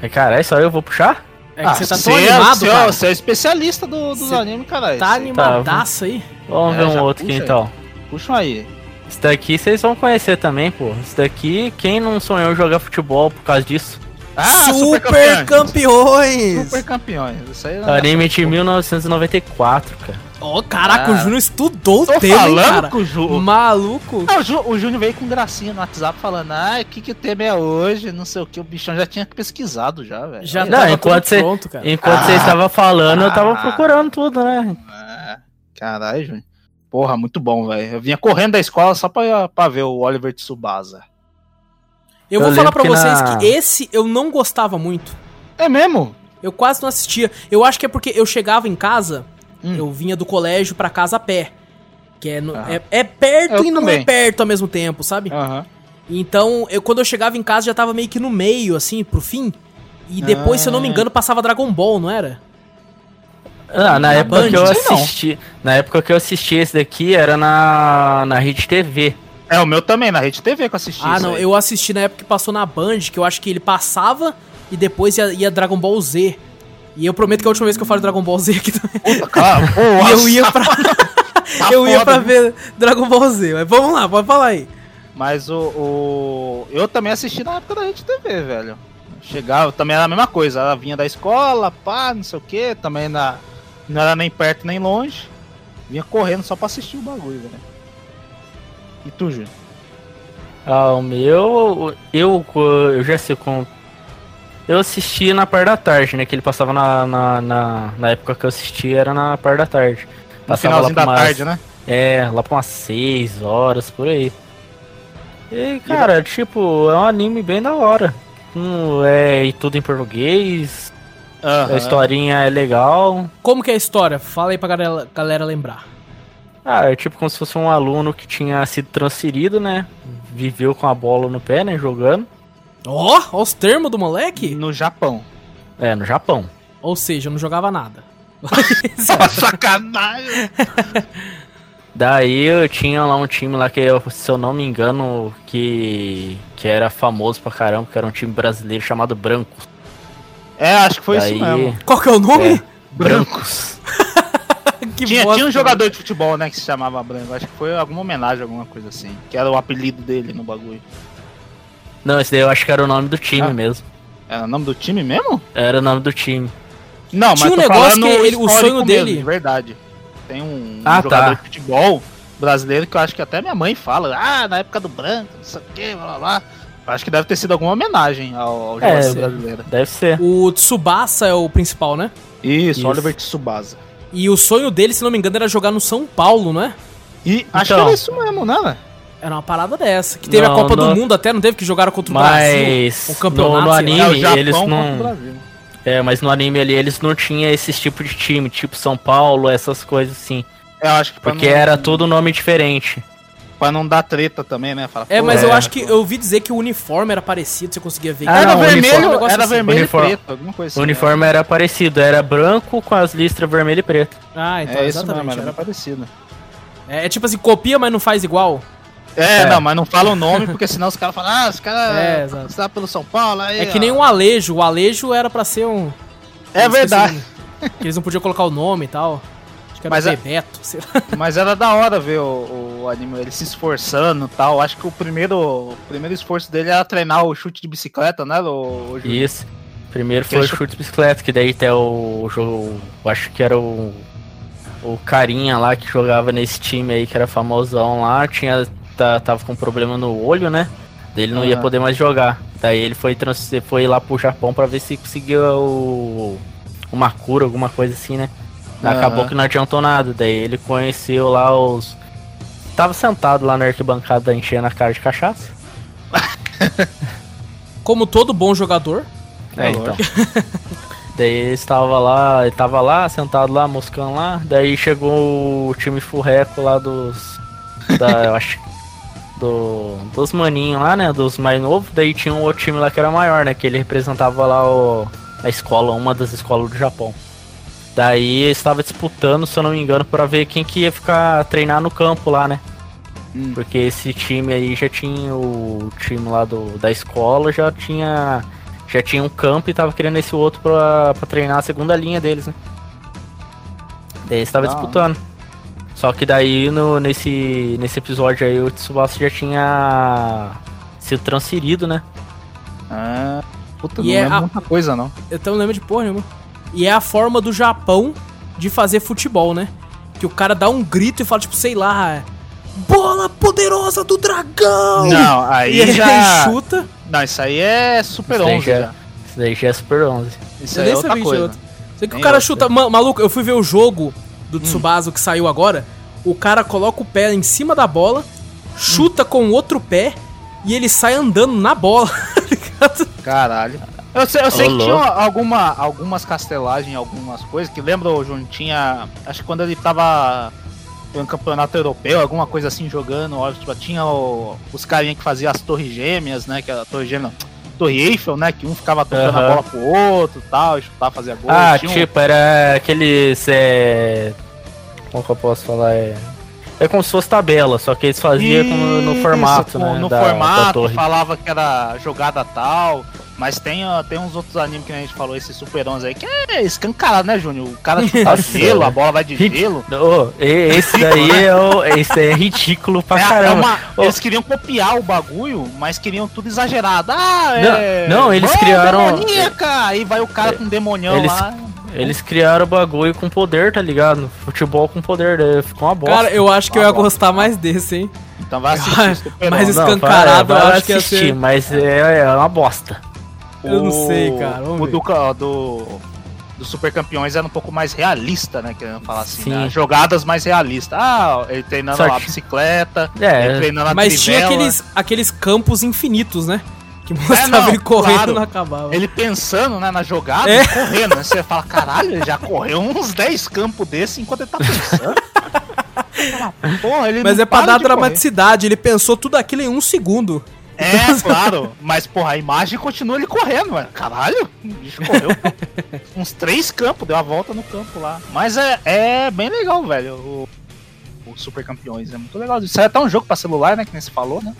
Speaker 2: É, Caralho, só eu vou puxar?
Speaker 1: É que você tá tão
Speaker 3: é-
Speaker 1: animado,
Speaker 3: você é-
Speaker 1: cara.
Speaker 3: Você é especialista do- dos
Speaker 1: Você
Speaker 3: animes, caralho.
Speaker 1: Tá
Speaker 3: Você-
Speaker 1: animadaço aí.
Speaker 2: Vamos
Speaker 3: É, já
Speaker 2: ver um outro aqui
Speaker 3: puxa aí.
Speaker 2: então.
Speaker 3: Puxa um aí.
Speaker 2: Isso daqui vocês vão conhecer também, pô. Isso daqui, quem não sonhou jogar futebol por causa disso?
Speaker 1: Ah, super campeões!
Speaker 3: Super campeões. Ah, Isso aí é não-
Speaker 2: Anime de 1994, cara.
Speaker 1: Ó, caraca, o
Speaker 3: Ah.
Speaker 1: Júnior estudou Totei,
Speaker 3: falando
Speaker 1: cara.
Speaker 3: com o Ju.
Speaker 1: Maluco.
Speaker 3: Ah, o, Ju, o Júnior veio com gracinha no WhatsApp falando, ah, o que que o tema é hoje, não sei o que, o bichão já tinha pesquisado já, velho.
Speaker 1: Já tá.
Speaker 2: Não,
Speaker 1: tava tudo
Speaker 2: enquanto você-
Speaker 1: pronto, cara.
Speaker 2: Enquanto
Speaker 3: Ah.
Speaker 2: você estava falando, eu tava
Speaker 3: Ah.
Speaker 2: procurando tudo, né?
Speaker 3: Ah, Caralho, Júnior. Porra, muito bom, velho. Eu vinha correndo da escola só pra, pra ver o Oliver Tsubasa.
Speaker 1: Eu
Speaker 2: Eu
Speaker 1: vou falar
Speaker 2: lembro
Speaker 1: pra
Speaker 2: que
Speaker 1: vocês
Speaker 2: na-
Speaker 1: que esse eu não gostava muito.
Speaker 3: É mesmo?
Speaker 1: Eu quase não assistia. Eu acho que é porque eu chegava em casa,
Speaker 3: Hum.
Speaker 1: eu vinha do colégio pra casa a pé. Que é, no-
Speaker 3: Ah.
Speaker 1: é, é perto
Speaker 3: Eu
Speaker 1: e não é
Speaker 3: também. Ah.
Speaker 1: perto ao mesmo tempo, sabe?
Speaker 3: Aham.
Speaker 1: Então, eu, quando eu chegava em casa, já tava meio que no meio, assim, pro fim. E depois, se eu não me
Speaker 3: Ah.
Speaker 1: engano, passava Dragon Ball, não era?
Speaker 2: Ah, na
Speaker 1: Na
Speaker 2: época
Speaker 1: Band,
Speaker 2: que eu
Speaker 3: sei não.
Speaker 2: assisti. Na época que eu assisti esse daqui era na, na Rede TV.
Speaker 3: É, o meu também, na Rede TV que eu assisti.
Speaker 1: ah,
Speaker 3: isso
Speaker 1: não.
Speaker 3: aí.
Speaker 1: Eu assisti na época que passou na Band, que eu acho que ele passava e depois ia, ia Dragon Ball Z. E eu prometo que é a última vez que eu falo Dragon Ball Z aqui também.
Speaker 3: Puta, cara, boa.
Speaker 1: E eu ia pra.
Speaker 3: Tá
Speaker 1: eu ia
Speaker 3: foda,
Speaker 1: pra
Speaker 3: viu?
Speaker 1: ver Dragon Ball Z. Mas vamos lá, pode falar aí.
Speaker 3: Mas o, o- Eu também assisti na época da Rede TV, velho. Chegava, também era a mesma coisa. Ela vinha da escola, pá, não sei o que, também na, não era nem perto nem longe. Vinha correndo só pra assistir o bagulho, velho. E tu, Júnior?
Speaker 2: Ah, o meu. Eu, eu já sei como. Eu assisti na parte da tarde, né? Que ele passava na. Na, na, na época que eu assisti era na parte da tarde.
Speaker 3: No
Speaker 2: Passava
Speaker 3: finalzinho
Speaker 2: pra
Speaker 3: da
Speaker 2: umas-
Speaker 3: tarde, né?
Speaker 2: É, lá pra umas 6 horas, por aí. E, cara, tipo, é um anime bem da hora. Hum, é, e tudo em português, a historinha é legal.
Speaker 1: Como que é a história? Fala aí pra galera, galera lembrar.
Speaker 2: Ah, é tipo como se fosse um aluno que tinha sido transferido, né? Viveu com a bola no pé, né? Jogando.
Speaker 1: Ó, ó os termos do moleque.
Speaker 3: No Japão.
Speaker 2: É, no Japão.
Speaker 1: Ou seja, eu não jogava nada.
Speaker 3: Sacanagem!
Speaker 2: Daí eu tinha lá um time lá que, eu- se eu não me engano, que, que era famoso pra caramba, que era um time brasileiro chamado Brancos.
Speaker 3: É, acho que foi
Speaker 2: Daí,
Speaker 3: isso mesmo.
Speaker 1: Qual que é o nome?
Speaker 2: Brancos.
Speaker 1: que
Speaker 3: Tinha,
Speaker 1: bosta,
Speaker 3: tinha um
Speaker 1: né?
Speaker 3: jogador de futebol, né, que se chamava Branco. Acho que foi alguma homenagem, alguma coisa assim. Que era o apelido dele no bagulho.
Speaker 2: Não, esse daí eu acho que era o nome do time
Speaker 3: Ah.
Speaker 2: mesmo.
Speaker 3: Era o nome do time mesmo?
Speaker 2: Era o nome do time.
Speaker 3: Não,
Speaker 1: Tinha um
Speaker 3: mas tô
Speaker 1: negócio
Speaker 3: falando
Speaker 1: que ele- o
Speaker 3: histórico
Speaker 1: sonho
Speaker 3: mesmo,
Speaker 1: dele-
Speaker 3: de verdade. Tem um, um
Speaker 2: Ah,
Speaker 3: jogador
Speaker 2: tá.
Speaker 3: de futebol brasileiro que eu acho que até minha mãe fala. Ah, na época do branco, não sei o que, blá blá blá. Eu Acho que deve ter sido alguma homenagem ao, ao
Speaker 2: É,
Speaker 3: jogador brasileiro.
Speaker 2: Deve ser.
Speaker 1: O Tsubasa é o principal, né?
Speaker 3: Isso,
Speaker 2: Isso.
Speaker 3: Oliver Tsubasa.
Speaker 1: E o sonho dele, se não me engano, era jogar no São Paulo, né?
Speaker 3: E acho que
Speaker 2: Então.
Speaker 3: era isso mesmo, né? né?
Speaker 1: Era uma parada dessa. Que teve
Speaker 2: Não,
Speaker 1: a Copa
Speaker 2: não.
Speaker 1: do Mundo até, não teve que jogaram contra o Brasil.
Speaker 2: Mas
Speaker 1: o campeonato,
Speaker 2: no, no
Speaker 1: sei lá.
Speaker 2: anime
Speaker 1: É,
Speaker 2: eles
Speaker 3: contra o
Speaker 2: não.
Speaker 3: Brasil.
Speaker 2: É, mas no anime ali eles não tinham esses tipos de time, tipo São Paulo, essas coisas assim.
Speaker 3: É, Eu acho que pra
Speaker 2: Porque
Speaker 3: não,
Speaker 2: era tudo nome diferente.
Speaker 3: pra não dar treta também, né? Fala,
Speaker 1: É, mas
Speaker 3: pô,
Speaker 1: eu
Speaker 2: É.
Speaker 1: acho que eu ouvi dizer que o uniforme era parecido, você conseguia ver.
Speaker 2: Ah,
Speaker 3: era
Speaker 2: não, o
Speaker 3: vermelho,
Speaker 2: uniforme-
Speaker 1: um negócio
Speaker 3: era
Speaker 1: assim.
Speaker 3: vermelho
Speaker 2: Uniforme-
Speaker 3: e preto, alguma coisa assim, né?
Speaker 2: O uniforme era parecido, era branco com as listras vermelho e preto.
Speaker 1: Ah,
Speaker 3: né?
Speaker 1: então,
Speaker 3: É isso
Speaker 1: exatamente.
Speaker 3: mesmo, era
Speaker 1: era-
Speaker 3: parecido.
Speaker 1: É, é tipo assim, copia, mas não faz igual.
Speaker 3: É,
Speaker 2: É.
Speaker 3: não, mas não fala o nome, porque senão os caras falam, ah, os caras
Speaker 1: É,
Speaker 3: é,
Speaker 1: exato.
Speaker 3: pelo São Paulo, aí.
Speaker 1: É que
Speaker 3: ó.
Speaker 1: nem o Alejo. O Alejo era pra ser um.
Speaker 3: É
Speaker 1: Eu esqueci o
Speaker 3: verdade.
Speaker 1: nome. Que eles não podiam colocar o nome e tal. Acho que era
Speaker 3: Mas é- a-
Speaker 1: Bebeto. sei lá.
Speaker 3: Mas era da hora ver o, o anime, ele se esforçando e tal. Acho que o primeiro, o primeiro esforço dele era treinar o chute de bicicleta, né? O, o Júlio?
Speaker 2: Isso. Primeiro
Speaker 3: Que
Speaker 2: foi o
Speaker 3: acho-
Speaker 2: chute de bicicleta, que daí até o jogo. eu Acho que era o. O carinha lá que jogava nesse time aí, que era famosão lá, tinha. tá- tava com problema no olho, né? Daí ele não ia
Speaker 3: Aham.
Speaker 2: poder mais jogar. Daí ele foi, trans, foi lá pro Japão pra ver se conseguia o. uma cura, alguma coisa assim, né? Daí
Speaker 3: Aham.
Speaker 2: Acabou que não adiantou nada. Daí ele conheceu lá os. Tava sentado lá na arquibancada enchendo a cara de cachaça.
Speaker 1: Como todo bom jogador.
Speaker 2: É,
Speaker 3: É,
Speaker 2: então. daí ele estava lá, ele tava lá, sentado lá, moscando lá. Daí chegou o time furreco lá dos. Da, eu acho. Do, dos maninhos lá, né? Dos mais novos. Daí tinha um outro time lá que era maior, né? Que ele representava lá o, a escola, uma das escolas do Japão. Daí eles estava disputando, se eu não me engano, pra ver quem que ia ficar treinar no campo lá, né?
Speaker 3: Hum.
Speaker 2: Porque esse time aí já tinha o time lá do, da escola, já tinha já tinha um campo e tava querendo esse outro pra, pra treinar a segunda linha deles, né? Daí eles tava
Speaker 3: Da hora.
Speaker 2: disputando. Só que daí no, nesse, nesse episódio aí o Tsubasa já tinha sido transferido, né?
Speaker 3: Ah, puta,
Speaker 1: E
Speaker 3: não
Speaker 1: é
Speaker 3: lembro
Speaker 1: a-
Speaker 3: muita coisa, não.
Speaker 1: Eu também não lembro de porra nenhuma. E é a forma do Japão de fazer futebol, né? Que o cara dá um grito e fala, tipo, sei lá. Bola poderosa do dragão!
Speaker 3: Não,
Speaker 1: E é
Speaker 3: aí
Speaker 1: ele
Speaker 3: já.
Speaker 1: chuta.
Speaker 3: Não, isso aí é Super
Speaker 2: Isso daí
Speaker 3: 11
Speaker 2: já-
Speaker 3: já.
Speaker 2: Isso daí já é Super 11.
Speaker 3: Isso
Speaker 1: Eu
Speaker 3: aí
Speaker 1: nem
Speaker 3: é
Speaker 1: sabia
Speaker 3: outra
Speaker 1: que tinha
Speaker 3: coisa.
Speaker 1: outro. Sei que o
Speaker 3: Tem
Speaker 1: cara
Speaker 3: outra.
Speaker 1: chuta. ma- maluco, eu fui ver o jogo
Speaker 3: Hum.
Speaker 1: do Tsubasa que saiu agora. O cara coloca o pé em cima da bola,
Speaker 3: Hum.
Speaker 1: chuta com o outro pé e ele sai andando na bola. ligado?
Speaker 3: Caralho. Eu sei, eu sei
Speaker 2: Ô,
Speaker 3: que
Speaker 2: louco.
Speaker 3: tinha alguma, algumas castelagens, algumas coisas, que lembra o Juntinha, acho que quando ele tava em um campeonato europeu, alguma coisa assim, jogando, ó, tipo, tinha o- os carinha que fazia as torres gêmeas, né, que a torre gêmea, torre Eiffel, né, que um ficava tocando a
Speaker 2: Aham.
Speaker 3: bola pro outro e tal, e chutava, fazia gol.
Speaker 2: ah,
Speaker 3: tinha um-
Speaker 2: tipo, era aqueles. É... Como que eu posso falar? É... é como se fosse tabela, só que eles faziam como no
Speaker 3: Isso, com-
Speaker 2: formato, né?
Speaker 3: No
Speaker 2: da- da
Speaker 3: formato,
Speaker 2: torre.
Speaker 3: falava que era jogada tal. Mas tem, ó, tem uns outros animes que a gente falou, esse Super 11 aí, que é escancarado, né, Júnior? O cara chuta
Speaker 2: Nossa,
Speaker 3: gelo, a bola vai de
Speaker 2: Rid-
Speaker 3: gelo.
Speaker 2: Ô, e- esse daí é, o- esse é ridículo pra
Speaker 3: né? É, é
Speaker 2: caramba.
Speaker 3: uma-
Speaker 2: Ô.
Speaker 3: Eles queriam copiar o bagulho, mas queriam tudo exagerado. Ah, é.
Speaker 2: Não, não, eles criaram- É,
Speaker 3: Demoníaca! Aí vai o cara com um demonião
Speaker 2: Eles-
Speaker 3: lá.
Speaker 2: Eles criaram o bagulho com poder, tá ligado? Futebol com poder, daí ficou uma bosta.
Speaker 1: Cara, eu acho que eu ia
Speaker 3: Tá bom.
Speaker 1: gostar mais desse, hein?
Speaker 3: Então vai assistir Super
Speaker 1: Mas
Speaker 3: 11.
Speaker 1: esse- escancarado, eu acho que ia
Speaker 2: assistir,
Speaker 1: ser-
Speaker 2: mas é, é uma bosta.
Speaker 1: eu não sei, cara, vamos
Speaker 3: O
Speaker 1: ver.
Speaker 3: do, ca- do, do Super Campeões era um pouco mais realista, né? Querendo falar assim,
Speaker 2: Sim.
Speaker 3: né? Jogadas mais realistas. Ah, ele treinando
Speaker 2: Só
Speaker 3: a
Speaker 2: que-
Speaker 3: bicicleta, ele
Speaker 2: É,
Speaker 3: treinando a
Speaker 1: Mas tinha
Speaker 3: trivela. É,
Speaker 1: aqueles, aqueles campos infinitos, né? Que mostrava
Speaker 3: não,
Speaker 1: ele correndo
Speaker 3: claro.
Speaker 1: não acabava.
Speaker 3: Ele pensando né, na jogada
Speaker 1: É.
Speaker 3: e correndo. Né? Você fala, caralho, ele já correu uns 10 campos desse enquanto ele tá pensando. Fala, Porra, ele
Speaker 1: Mas
Speaker 3: não
Speaker 1: é pra
Speaker 3: para
Speaker 1: dar
Speaker 3: de correr.
Speaker 1: dramaticidade, ele pensou tudo aquilo em um segundo.
Speaker 3: É, claro. Mas, porra, a imagem continua ele correndo, mano. Caralho, o bicho correu uns três campos, deu a volta no campo lá. Mas é, é bem legal, velho, o, o Super Campeões. É muito legal. Isso é até um jogo pra celular, né, que nem você falou, né?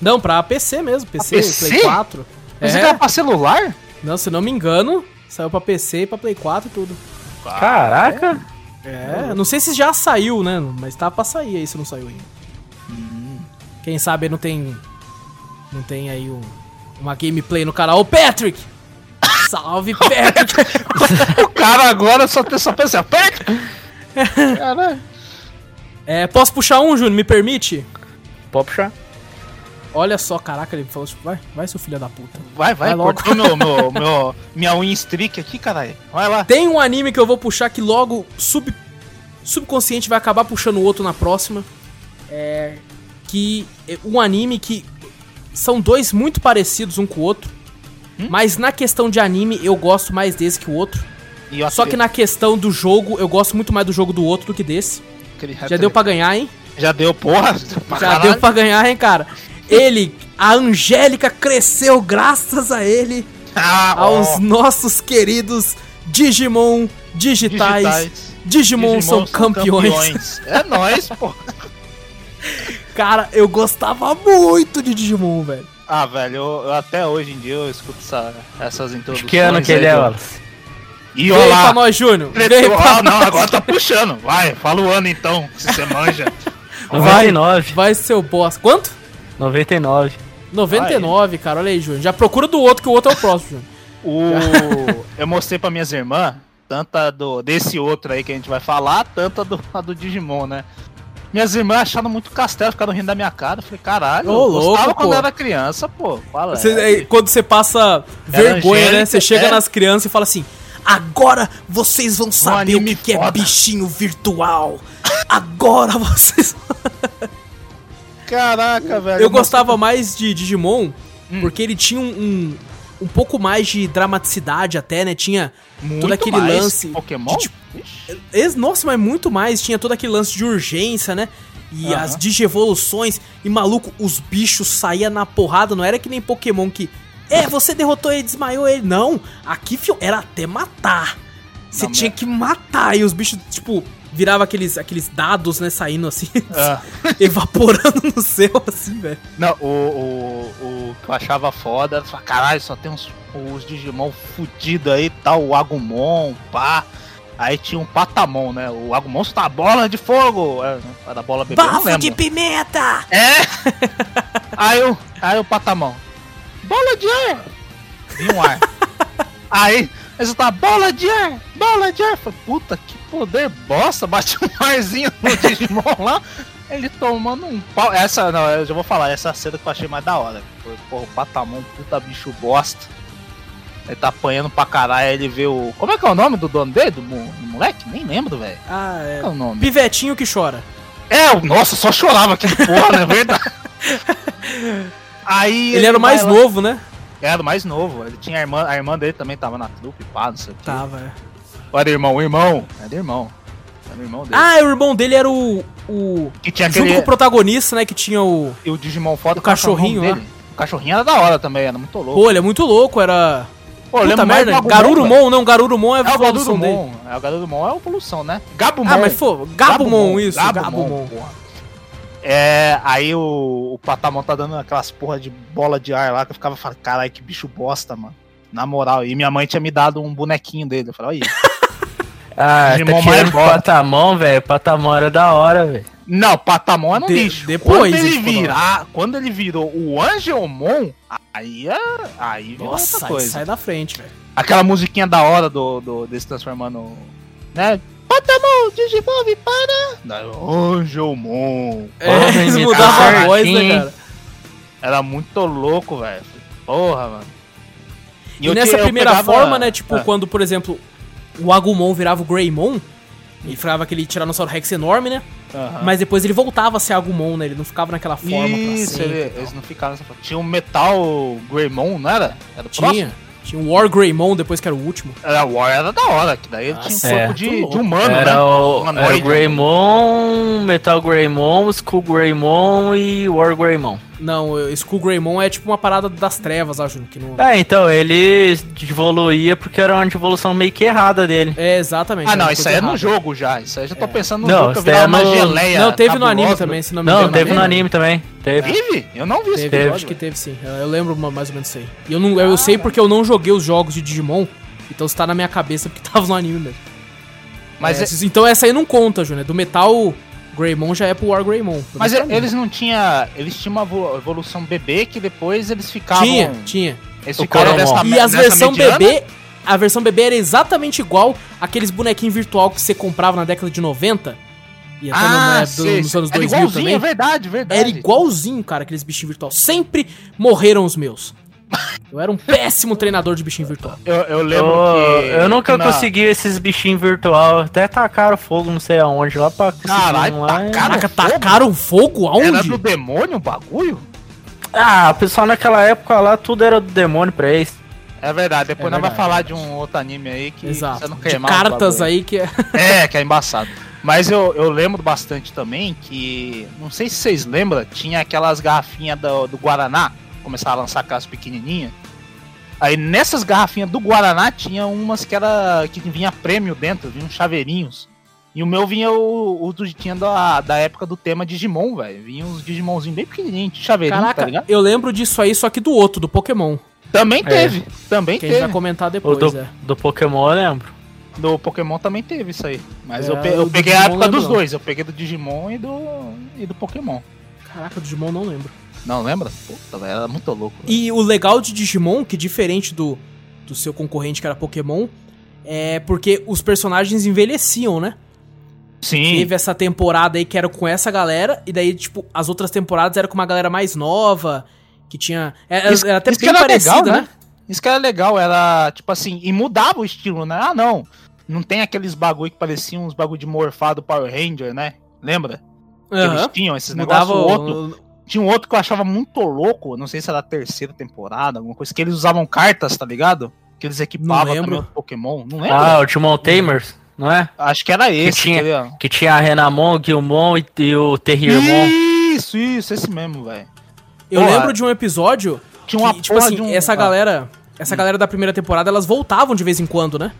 Speaker 1: Não, pra PC mesmo, PC,
Speaker 3: PC?
Speaker 1: Play 4.
Speaker 3: Mas
Speaker 1: É.
Speaker 3: é. que era pra celular?
Speaker 1: Não, se não me engano, saiu pra PC e pra Play 4 e tudo.
Speaker 2: caraca.
Speaker 1: É, não sei se já saiu, né? Mas tá pra sair aí se não saiu ainda. Quem sabe não tem. Não tem aí um, uma gameplay no canal. Ô Patrick! Salve, Patrick!
Speaker 3: O cara agora só, tem- só pensa, "Pac!" Caralho.
Speaker 1: É, posso puxar um, Júnior? Me permite?
Speaker 2: Pode puxar.
Speaker 1: Olha só, caraca, ele falou, tipo, vai, vai, seu filho da puta.
Speaker 3: Vai, vai,
Speaker 1: Vai logo.
Speaker 3: cortou meu, meu, meu, minha win streak aqui, caralho. Vai lá.
Speaker 1: Tem um anime que eu vou puxar que logo sub, subconsciente vai acabar puxando o outro na próxima. É. Que. é Um anime que. São dois muito parecidos um com o outro.
Speaker 3: Hum?
Speaker 1: Mas na questão de anime, eu gosto mais desse que o outro.
Speaker 3: E eu
Speaker 1: Só que na questão do jogo, eu gosto muito mais do jogo do outro do que desse.
Speaker 3: aquele-
Speaker 1: Já deu pra ganhar, hein?
Speaker 3: Já deu, porra. É,
Speaker 1: Já
Speaker 3: pra caralho.
Speaker 1: deu pra ganhar, hein, cara? Ele, a Angélica cresceu graças a ele,
Speaker 3: Ah, ó.
Speaker 1: aos nossos queridos Digimon digitais.
Speaker 3: Digitais.
Speaker 1: Digimon, são, campeões.
Speaker 3: É nóis, pô.
Speaker 1: Cara, eu gostava muito de Digimon, velho.
Speaker 3: Ah, velho, eu, eu até hoje em dia eu escuto essa- essas
Speaker 2: De
Speaker 3: introduções.
Speaker 2: que ano que
Speaker 3: aí
Speaker 2: ele é,
Speaker 3: do-
Speaker 2: Wallace?
Speaker 3: E
Speaker 1: Vem pra
Speaker 3: olá.
Speaker 1: nós, Júnior. Vem pra...
Speaker 3: Ah, não, agora tá puxando. Vai, fala o ano então, se você manja.
Speaker 1: Vai.
Speaker 2: 99.
Speaker 1: Vai, seu boss. Quanto?
Speaker 2: 99.
Speaker 1: 99, cara. Olha aí, Júnior. Já procura do outro, que o outro é o próximo, Júnior.
Speaker 3: O... Eu mostrei pra minhas irmãs, tanta do, desse outro aí que a gente vai falar, tanta do, a do Digimon, né? Minhas irmãs acharam muito castelo, ficaram rindo da minha cara. Eu falei, caralho,
Speaker 1: Ô,
Speaker 3: eu gostava
Speaker 1: louco,
Speaker 3: quando
Speaker 1: pô.
Speaker 3: era criança, pô. Fala.
Speaker 1: Você-
Speaker 3: é.
Speaker 1: é, quando você passa vergonha, né?
Speaker 3: Angélica,
Speaker 1: Você chega
Speaker 3: é. Um
Speaker 1: nas crianças e fala assim: Agora vocês vão saber o
Speaker 3: anime
Speaker 1: que, que é
Speaker 3: foda."
Speaker 1: bichinho virtual. Agora vocês. é-
Speaker 3: Caraca, velho.
Speaker 1: Eu
Speaker 3: mostrei-
Speaker 1: gostava mais de Digimon
Speaker 3: Hum.
Speaker 1: porque ele tinha um, um, um pouco mais de dramaticidade, até, né? Tinha
Speaker 3: Muito
Speaker 1: todo aquele
Speaker 3: mais.
Speaker 1: lance.
Speaker 3: Pokémon?
Speaker 1: de, tipo,
Speaker 3: Ixi.
Speaker 1: Ex- Nossa, mas muito mais. Tinha todo aquele lance de urgência, né? E
Speaker 3: Aham.
Speaker 1: as digievoluções. E maluco, os bichos saíam na porrada. Não era que nem Pokémon que. É, você derrotou ele, desmaiou ele. Não. Aqui, fio, era até matar. Você
Speaker 3: Não,
Speaker 1: tinha
Speaker 3: mas-
Speaker 1: que matar. E os bichos, tipo, virava aqueles, aqueles dados, né? Saindo assim,
Speaker 3: Ah,
Speaker 1: evaporando no céu, assim, velho.
Speaker 3: não, o, o, o que eu achava foda, eu falava, caralho, só tem uns, os Digimon fudidos aí, tal, o Agumon, pá. Aí tinha um Patamon, né? O Agumon solta a bola de fogo. É, era a bola bebê, eu não
Speaker 1: Bafo
Speaker 3: lembro.
Speaker 1: de pimenta!
Speaker 3: É! aí, o, aí o Patamon. Bola de ar! E um ar. aí, Aí você tá, bola de ar, bola de ar. Eu falei, puta, que poder bosta, bate um arzinho no Digimon lá. Ele tomando um pau. Essa, não, eu já vou falar, essa cena que eu achei mais da hora. Foi, Porra, o Patamon, puta bicho bosta. Ele tá apanhando pra caralho, aí ele vê o. Como é que é o nome do dono dele? Do, mo- do moleque? Nem lembro, velho.
Speaker 1: Ah, é.
Speaker 3: Qual é o nome?
Speaker 1: Pivetinho que chora.
Speaker 3: É, o- nossa, só chorava aquele porra, não é verdade? Aí.
Speaker 1: né? Ele era o mais
Speaker 3: vai lá-
Speaker 1: novo, né?
Speaker 3: Era o mais novo. Ele tinha a irmã, a irmã dele também tava na trupe, pá, não sei o quê.
Speaker 1: Tava. é.
Speaker 3: Era irmão, irmão. Era irmão. Era irmão dele.
Speaker 1: Ah, o irmão dele era o. o
Speaker 3: que tinha
Speaker 1: junto
Speaker 3: aquele.
Speaker 1: com o protagonista, né? Que tinha o.
Speaker 3: E o Digimon foda
Speaker 1: o cachorrinho
Speaker 3: dele. O cachorrinho era da hora também, era muito louco.
Speaker 1: Pô, ele é muito louco, era.
Speaker 3: Pô, eu lembro
Speaker 1: Puta
Speaker 3: mais do
Speaker 1: merda,
Speaker 3: Agumon, velho.
Speaker 1: Garurumon, não, Garurumon é a
Speaker 3: É o
Speaker 1: evolução dele.
Speaker 3: Garurumon. É o Garurumon, é a evolução, né? Gabumon.
Speaker 1: Ah, mas pô, Gabumon, isso,
Speaker 3: Gabumon.
Speaker 1: Gabumon.
Speaker 3: porra. É, aí o, o Patamon tá dando aquelas porra de bola de ar lá que eu ficava falando, caralho, que bicho bosta, mano. Na moral, e minha mãe tinha me dado um bonequinho dele. Eu falei, olha aí.
Speaker 2: Ah,
Speaker 3: Digimon
Speaker 2: tá tirando
Speaker 3: mais bosta.
Speaker 2: Patamon, velho. Patamon era da hora, velho.
Speaker 3: Não, Patamon era um
Speaker 1: De-
Speaker 3: lixo.
Speaker 1: depois
Speaker 3: quando
Speaker 1: ele
Speaker 3: ele
Speaker 1: ficou
Speaker 3: virar, quando ele virou o Angelmon, aí é, aí virou
Speaker 1: Nossa, é
Speaker 3: outra
Speaker 1: aí
Speaker 3: é coisa.
Speaker 1: sai da frente, velho.
Speaker 3: Aquela musiquinha da hora do, do desse transformando, né? Patamon, Digimove para Não, Angelmon.
Speaker 1: É,
Speaker 2: Podem
Speaker 1: eles
Speaker 2: me
Speaker 1: mudavam
Speaker 2: dar
Speaker 1: a voz, né,
Speaker 2: assim.
Speaker 1: cara?
Speaker 3: Era muito louco, velho. Porra, mano.
Speaker 1: E,
Speaker 3: eu
Speaker 1: nessa
Speaker 3: tinha- eu
Speaker 1: primeira
Speaker 3: pegava-
Speaker 1: forma, né? Tipo,
Speaker 3: Ah,
Speaker 1: quando, por exemplo, o Agumon virava o Greymon e ficava aquele Tiranossauro Rex enorme, né?
Speaker 3: aham.
Speaker 1: Mas depois ele voltava a ser Agumon, né? Ele não ficava naquela forma
Speaker 3: Isso,
Speaker 1: pra sempre.
Speaker 3: ele- eles não ficaram nessa forma. Tinha um Metal Greymon, não era? Era o próximo?
Speaker 1: Tinha. Tinha o War Greymon depois que era o último.
Speaker 3: Era War, era da hora, que daí ele tinha um
Speaker 1: Nossa,
Speaker 3: corpo
Speaker 2: é.
Speaker 1: Ah, Muito
Speaker 3: de, de
Speaker 1: louco.
Speaker 3: humano,
Speaker 2: era,
Speaker 3: né?
Speaker 2: o, era o
Speaker 3: Humanoide.
Speaker 2: Greymon, Metal Greymon, Skull Greymon e War Greymon.
Speaker 1: Não, o Skull Greymon é tipo uma parada das trevas, acho que não.
Speaker 2: É, então, ele evoluía porque era uma evolução meio que errada dele.
Speaker 1: É, exatamente.
Speaker 3: Ah,
Speaker 1: era
Speaker 3: não,
Speaker 1: uma
Speaker 3: isso
Speaker 1: coisa
Speaker 3: aí é no
Speaker 1: errada.
Speaker 3: jogo já. Isso aí eu já tô pensando no
Speaker 2: Não,
Speaker 3: jogo que eu
Speaker 2: isso daí é
Speaker 3: virava uma
Speaker 2: no-
Speaker 3: geleia.
Speaker 1: Não, teve no anime
Speaker 3: cabulosa.
Speaker 1: também, se não me engano.
Speaker 2: Não, teve no anime também. Teve.
Speaker 3: Teve? Eu não vi esse
Speaker 1: Teve,
Speaker 2: Teve.
Speaker 1: eu acho que teve sim. Eu- Eu lembro ma- mais ou menos isso aí. E eu, não, eu sei porque eu não joguei os jogos de Digimon. Então está na minha cabeça porque tava no anime mesmo.
Speaker 3: Mas,
Speaker 1: É,
Speaker 3: é-
Speaker 1: esses- Então essa aí não conta, Júnior. Do Metal Greymon já é pro War Greymon. Pelo
Speaker 3: mas é,
Speaker 1: menos pra mim.
Speaker 3: eles não tinham. Eles tinham uma vo- evolução bebê que depois eles ficavam.
Speaker 1: Tinha, tinha.
Speaker 3: Eles
Speaker 2: O
Speaker 3: ficaram
Speaker 2: Coromon.
Speaker 3: dessa,
Speaker 1: E as
Speaker 3: nessa
Speaker 1: versão
Speaker 3: mediana.
Speaker 1: bebê, a versão bebê era exatamente igual aqueles bonequinhos virtual que você comprava na década de 90 e até
Speaker 3: Ah,
Speaker 1: na- do-
Speaker 3: sei,
Speaker 1: nos
Speaker 3: sei.
Speaker 1: anos
Speaker 3: Era
Speaker 1: 2000
Speaker 3: igualzinho, é
Speaker 1: também.
Speaker 3: verdade, verdade.
Speaker 1: Era igualzinho, cara, aqueles bichinhos virtual. Sempre morreram os meus. Eu era um péssimo treinador de bichinho virtual.
Speaker 3: Eu, eu lembro
Speaker 2: Eu,
Speaker 3: que.
Speaker 2: eu nunca
Speaker 3: que na-
Speaker 2: consegui esses bichinhos virtual. Até tacaram fogo não sei aonde lá pra conseguir
Speaker 3: Caralho,
Speaker 2: um lá.
Speaker 3: tacaram?
Speaker 1: Caraca, tacaram fogo
Speaker 3: Era do
Speaker 1: aonde?
Speaker 3: demônio o bagulho?
Speaker 2: Ah, o pessoal naquela época lá tudo era do demônio pra eles.
Speaker 3: É verdade, depois
Speaker 1: É
Speaker 3: nós vamos
Speaker 1: verdade.
Speaker 3: falar de um outro anime aí que
Speaker 1: Exato.
Speaker 3: não
Speaker 1: De
Speaker 3: queimar os
Speaker 1: cartas
Speaker 3: bagulho.
Speaker 1: aí que é.
Speaker 3: É, que é embaçado. Mas eu, eu lembro bastante também que, não sei se vocês lembram, tinha aquelas garrafinhas do, do Guaraná, começaram a lançar aquelas pequenininhas. Aí nessas garrafinhas do Guaraná tinha umas que era que vinha prêmio dentro, vinha uns chaveirinhos. E o meu vinha o, o do, tinha da, da época do tema Digimon, velho. Vinha uns Digimonzinhos bem pequenininhos, de chaveirinho, tá
Speaker 1: Caraca,
Speaker 3: ligado?
Speaker 1: eu lembro disso aí, só que do outro, do Pokémon.
Speaker 3: Também
Speaker 2: É.
Speaker 3: teve, também
Speaker 1: Que a gente
Speaker 3: teve.
Speaker 1: vai comentar
Speaker 2: O
Speaker 1: depois,
Speaker 2: do,
Speaker 1: é.
Speaker 2: do Pokémon eu lembro.
Speaker 3: Do Pokémon também teve isso aí. Mas
Speaker 1: É,
Speaker 3: eu, pe-
Speaker 1: o
Speaker 3: eu
Speaker 1: do
Speaker 3: peguei a
Speaker 1: Digimon
Speaker 3: época
Speaker 1: lembro
Speaker 3: dos
Speaker 1: não.
Speaker 3: dois. Eu peguei do Digimon e do, e do Pokémon.
Speaker 1: Caraca, do Digimon não lembro.
Speaker 3: Não, lembra? Puta, velho, era muito louco. velho.
Speaker 1: E o legal de Digimon, que diferente do, do seu concorrente que era Pokémon, é porque os personagens envelheciam, né?
Speaker 3: Sim,
Speaker 1: Teve essa temporada aí que era com essa galera, e daí, tipo, as outras temporadas era com uma galera mais nova, que tinha. Era,
Speaker 3: Isso-
Speaker 1: era até
Speaker 3: isso que
Speaker 1: bem
Speaker 3: era
Speaker 1: parecida,
Speaker 3: legal,
Speaker 1: né?
Speaker 3: né? isso que era legal, era tipo assim, e mudava o estilo, né? Ah, não. Não tem aqueles bagulho que pareciam uns bagulho de morfado Power Ranger, né? Lembra? Que
Speaker 1: Aham.
Speaker 3: eles tinham esses negócios.
Speaker 1: Mudava
Speaker 3: O
Speaker 1: o-
Speaker 3: outro, tinha um outro que eu achava muito louco, não sei se era a terceira temporada, alguma coisa, que eles usavam cartas, tá ligado? Que eles equipavam
Speaker 1: lembro.
Speaker 3: também o Pokémon. Não lembra?
Speaker 2: Ah, o Digimon Tamers, não é?
Speaker 3: Acho que era esse,
Speaker 2: tinha-
Speaker 3: que ele-
Speaker 2: Que tinha a Renamon, Gilmon e, e o Terriermon.
Speaker 3: Isso, isso, esse mesmo, velho.
Speaker 1: Eu
Speaker 3: Pô,
Speaker 1: lembro de um episódio
Speaker 3: Tinha uma
Speaker 1: que,
Speaker 3: porra
Speaker 1: tipo assim,
Speaker 3: de um...
Speaker 1: essa
Speaker 3: Ah,
Speaker 1: galera. Essa galera da primeira temporada, elas voltavam de vez em quando, né?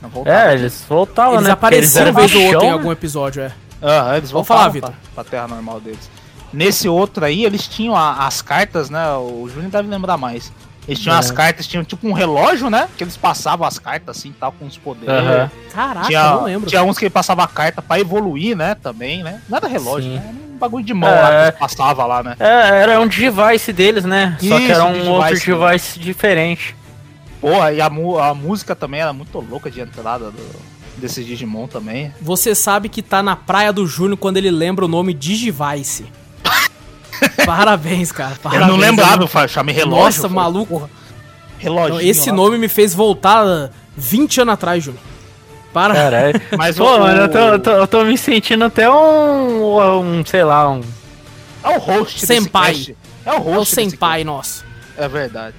Speaker 3: não, voltava.
Speaker 2: É, eles voltavam,
Speaker 1: Eles
Speaker 2: né? Porque eles
Speaker 1: apareceram
Speaker 2: eram
Speaker 1: uma vez ou
Speaker 2: bichão,
Speaker 1: outra em
Speaker 2: né?
Speaker 1: algum episódio, é.
Speaker 3: Aham,
Speaker 1: Vamos
Speaker 3: eles vão
Speaker 1: falar,
Speaker 3: falar,
Speaker 1: Vitor.
Speaker 3: Pra, pra terra normal deles. Nesse outro aí, eles tinham a- as cartas, né? O Júnior deve lembrar mais. Eles tinham
Speaker 2: É.
Speaker 3: as cartas, tinham tipo um relógio, né? Que eles passavam as cartas assim, tal, com os poderes.
Speaker 2: Aham.
Speaker 1: Caraca,
Speaker 3: Tinha,
Speaker 1: eu não lembro.
Speaker 3: tinha uns que ele passava a carta pra evoluir, né? Também, né? Não era relógio,
Speaker 2: Sim.
Speaker 3: né? Era um bagulho de mão
Speaker 2: É.
Speaker 3: lá que eles passava lá, né?
Speaker 2: É, era um device deles, né? Só que
Speaker 3: Isso,
Speaker 2: era um
Speaker 3: de
Speaker 2: outro
Speaker 3: device, né?
Speaker 2: device diferente.
Speaker 3: Porra, e a, mu- a música também era muito louca de entrada do- desse Digimon também.
Speaker 1: Você sabe que tá na praia do Júnior quando ele lembra o nome Digivice. Parabéns, cara.
Speaker 3: eu
Speaker 1: Parabéns.
Speaker 3: não lembrava, eu fa- chamei relógio.
Speaker 1: Nossa,
Speaker 3: foi.
Speaker 1: maluco.
Speaker 3: Reloginho
Speaker 1: Não, Então, esse
Speaker 3: lá.
Speaker 1: nome me fez voltar ah, 20 anos atrás, Júnior. Para.
Speaker 2: Caralho.
Speaker 3: Mas
Speaker 2: Pô,
Speaker 3: o-
Speaker 2: mano, eu tô, eu tô- eu tô me sentindo até um, um. Sei lá, um.
Speaker 3: É o host desse
Speaker 1: Senpai.
Speaker 3: cast. É o host
Speaker 1: é o
Speaker 3: desse
Speaker 1: senpai nosso.
Speaker 3: É verdade.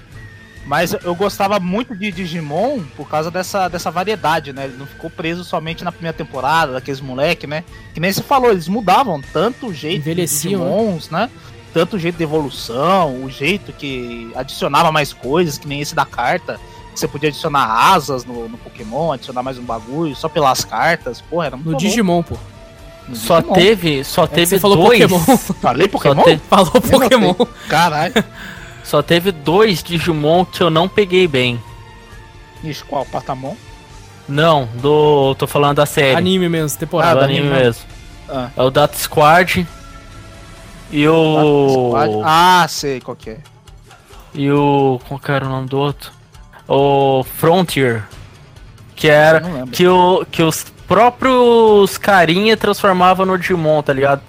Speaker 3: Mas eu gostava muito de Digimon por causa dessa, dessa variedade, né? Ele não ficou preso somente na primeira temporada, daqueles moleque, né? Que nem você falou, eles mudavam tanto o jeito
Speaker 1: Envelheciam,
Speaker 3: de Digimons, né? Tanto o jeito de evolução, o jeito que adicionava mais coisas, que nem esse da carta. Que você podia adicionar asas no, no Pokémon, adicionar mais um bagulho, só pelas cartas. Porra, era muito
Speaker 1: No
Speaker 3: bom.
Speaker 1: Digimon, pô.
Speaker 3: No
Speaker 2: Só
Speaker 3: Digimon.
Speaker 2: teve. Só
Speaker 1: Um É que
Speaker 2: teve
Speaker 1: Tá É você falou
Speaker 2: dois.
Speaker 1: Pokémon.
Speaker 3: Falei Pokémon?
Speaker 2: teve-
Speaker 1: Falou Pokémon.
Speaker 3: Caralho.
Speaker 2: Só teve dois Digimon que eu não peguei bem.
Speaker 3: Ixi, qual? Patamon?
Speaker 2: Não, do. tô falando da série.
Speaker 1: Anime mesmo,
Speaker 2: Ah,
Speaker 1: temporada.
Speaker 2: do
Speaker 3: do
Speaker 2: anime
Speaker 3: anime.
Speaker 2: mesmo.
Speaker 3: Ah.
Speaker 2: É o Data Squad. E o.
Speaker 3: Ah, sei qual que é.
Speaker 2: E o. Qual que era o nome do outro? O Frontier. Que era.
Speaker 3: Não lembro.
Speaker 2: Que, o, que os próprios carinha transformava no Digimon, tá ligado?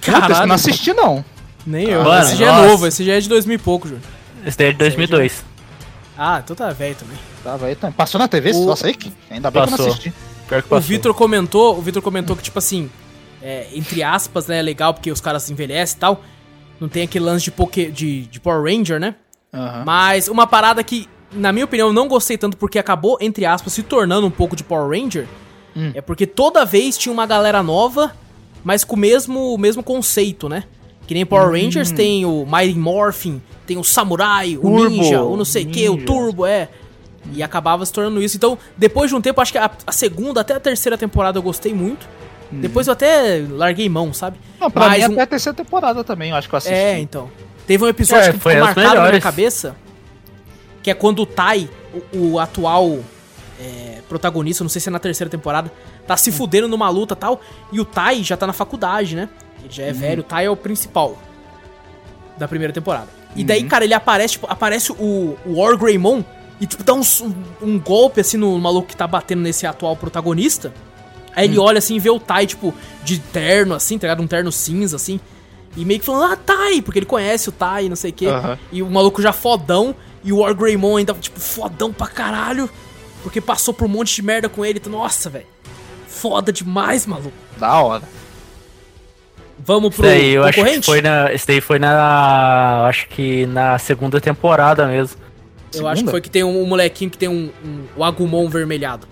Speaker 3: Puta,
Speaker 1: Caralho.
Speaker 3: eu não assisti, não.
Speaker 1: Nem eu.
Speaker 2: Mano,
Speaker 1: esse já é
Speaker 2: nossa.
Speaker 1: novo, esse já é de 2000 e pouco, Júnior.
Speaker 2: Esse daí é de 2002.
Speaker 1: Ah, então tá velho também.
Speaker 3: Tava aí também. Passou na TV?
Speaker 1: O-
Speaker 3: Nossa, aí que- ainda bem que eu
Speaker 2: Passou.
Speaker 3: não assisti.
Speaker 2: Pior que
Speaker 1: O
Speaker 2: passou.
Speaker 1: Vitor comentou, o Vitor comentou que, tipo assim, é, entre aspas, né, é legal porque os caras envelhecem e tal. Não tem aquele lance de, Poké, de, de Power Ranger, né?
Speaker 3: Aham.
Speaker 1: Mas uma parada que, na minha opinião, eu não gostei tanto porque acabou, entre aspas, se tornando um pouco de Power Ranger.
Speaker 3: Hum.
Speaker 1: É porque toda vez tinha uma galera nova, mas com o mesmo, o mesmo conceito, né? Que nem
Speaker 3: Hum.
Speaker 1: Power Rangers tem o Mighty Morphin, tem o Samurai, o
Speaker 3: Turbo,
Speaker 1: Ninja, o não sei o que, o
Speaker 3: Ninja.
Speaker 1: Turbo, é. E acabava se tornando isso. Então, depois de um tempo, acho que a, a segunda até a terceira temporada eu gostei muito. Depois eu até larguei mão, sabe?
Speaker 3: Hum. Não, pra
Speaker 1: Mas
Speaker 3: mim
Speaker 1: um-
Speaker 3: até a terceira temporada também, eu acho que eu assisti.
Speaker 1: é, então. Teve um episódio
Speaker 2: É,
Speaker 1: que
Speaker 2: foi
Speaker 1: ficou
Speaker 2: as
Speaker 1: marcado na minha
Speaker 2: melhores.
Speaker 1: cabeça. Que é quando o Tai, o, o atual é, protagonista, não sei se é na terceira temporada, tá se fudendo numa luta e tal. E o Tai já tá na faculdade, né? Ele já é velho, o Tai é o principal da primeira temporada. E
Speaker 2: Uhum.
Speaker 1: daí, cara, ele aparece, tipo, aparece o, o War Greymon e, tipo, dá uns- um, um golpe, assim, no maluco que tá batendo nesse atual protagonista. Aí
Speaker 2: Hum.
Speaker 1: ele olha, assim, e vê o Tai, tipo, de terno, assim, tá ligado? Um terno cinza, assim. E meio que falando, ah, Tai, porque ele conhece o Tai, não sei o quê.
Speaker 3: Aham.
Speaker 1: E o maluco já fodão, e o War Greymon ainda, tipo, fodão pra caralho, porque passou por um monte de merda com ele. Então, nossa, velho, foda demais, maluco.
Speaker 3: Da hora.
Speaker 1: Vamos
Speaker 2: Esse
Speaker 1: pro
Speaker 2: daí eu acho que
Speaker 1: concorrente?
Speaker 2: foi na. Esse daí foi na. Acho que na segunda temporada mesmo.
Speaker 1: Eu acho que
Speaker 3: Segunda?
Speaker 1: foi que tem um, um molequinho que tem um, um- o Agumon vermelhado.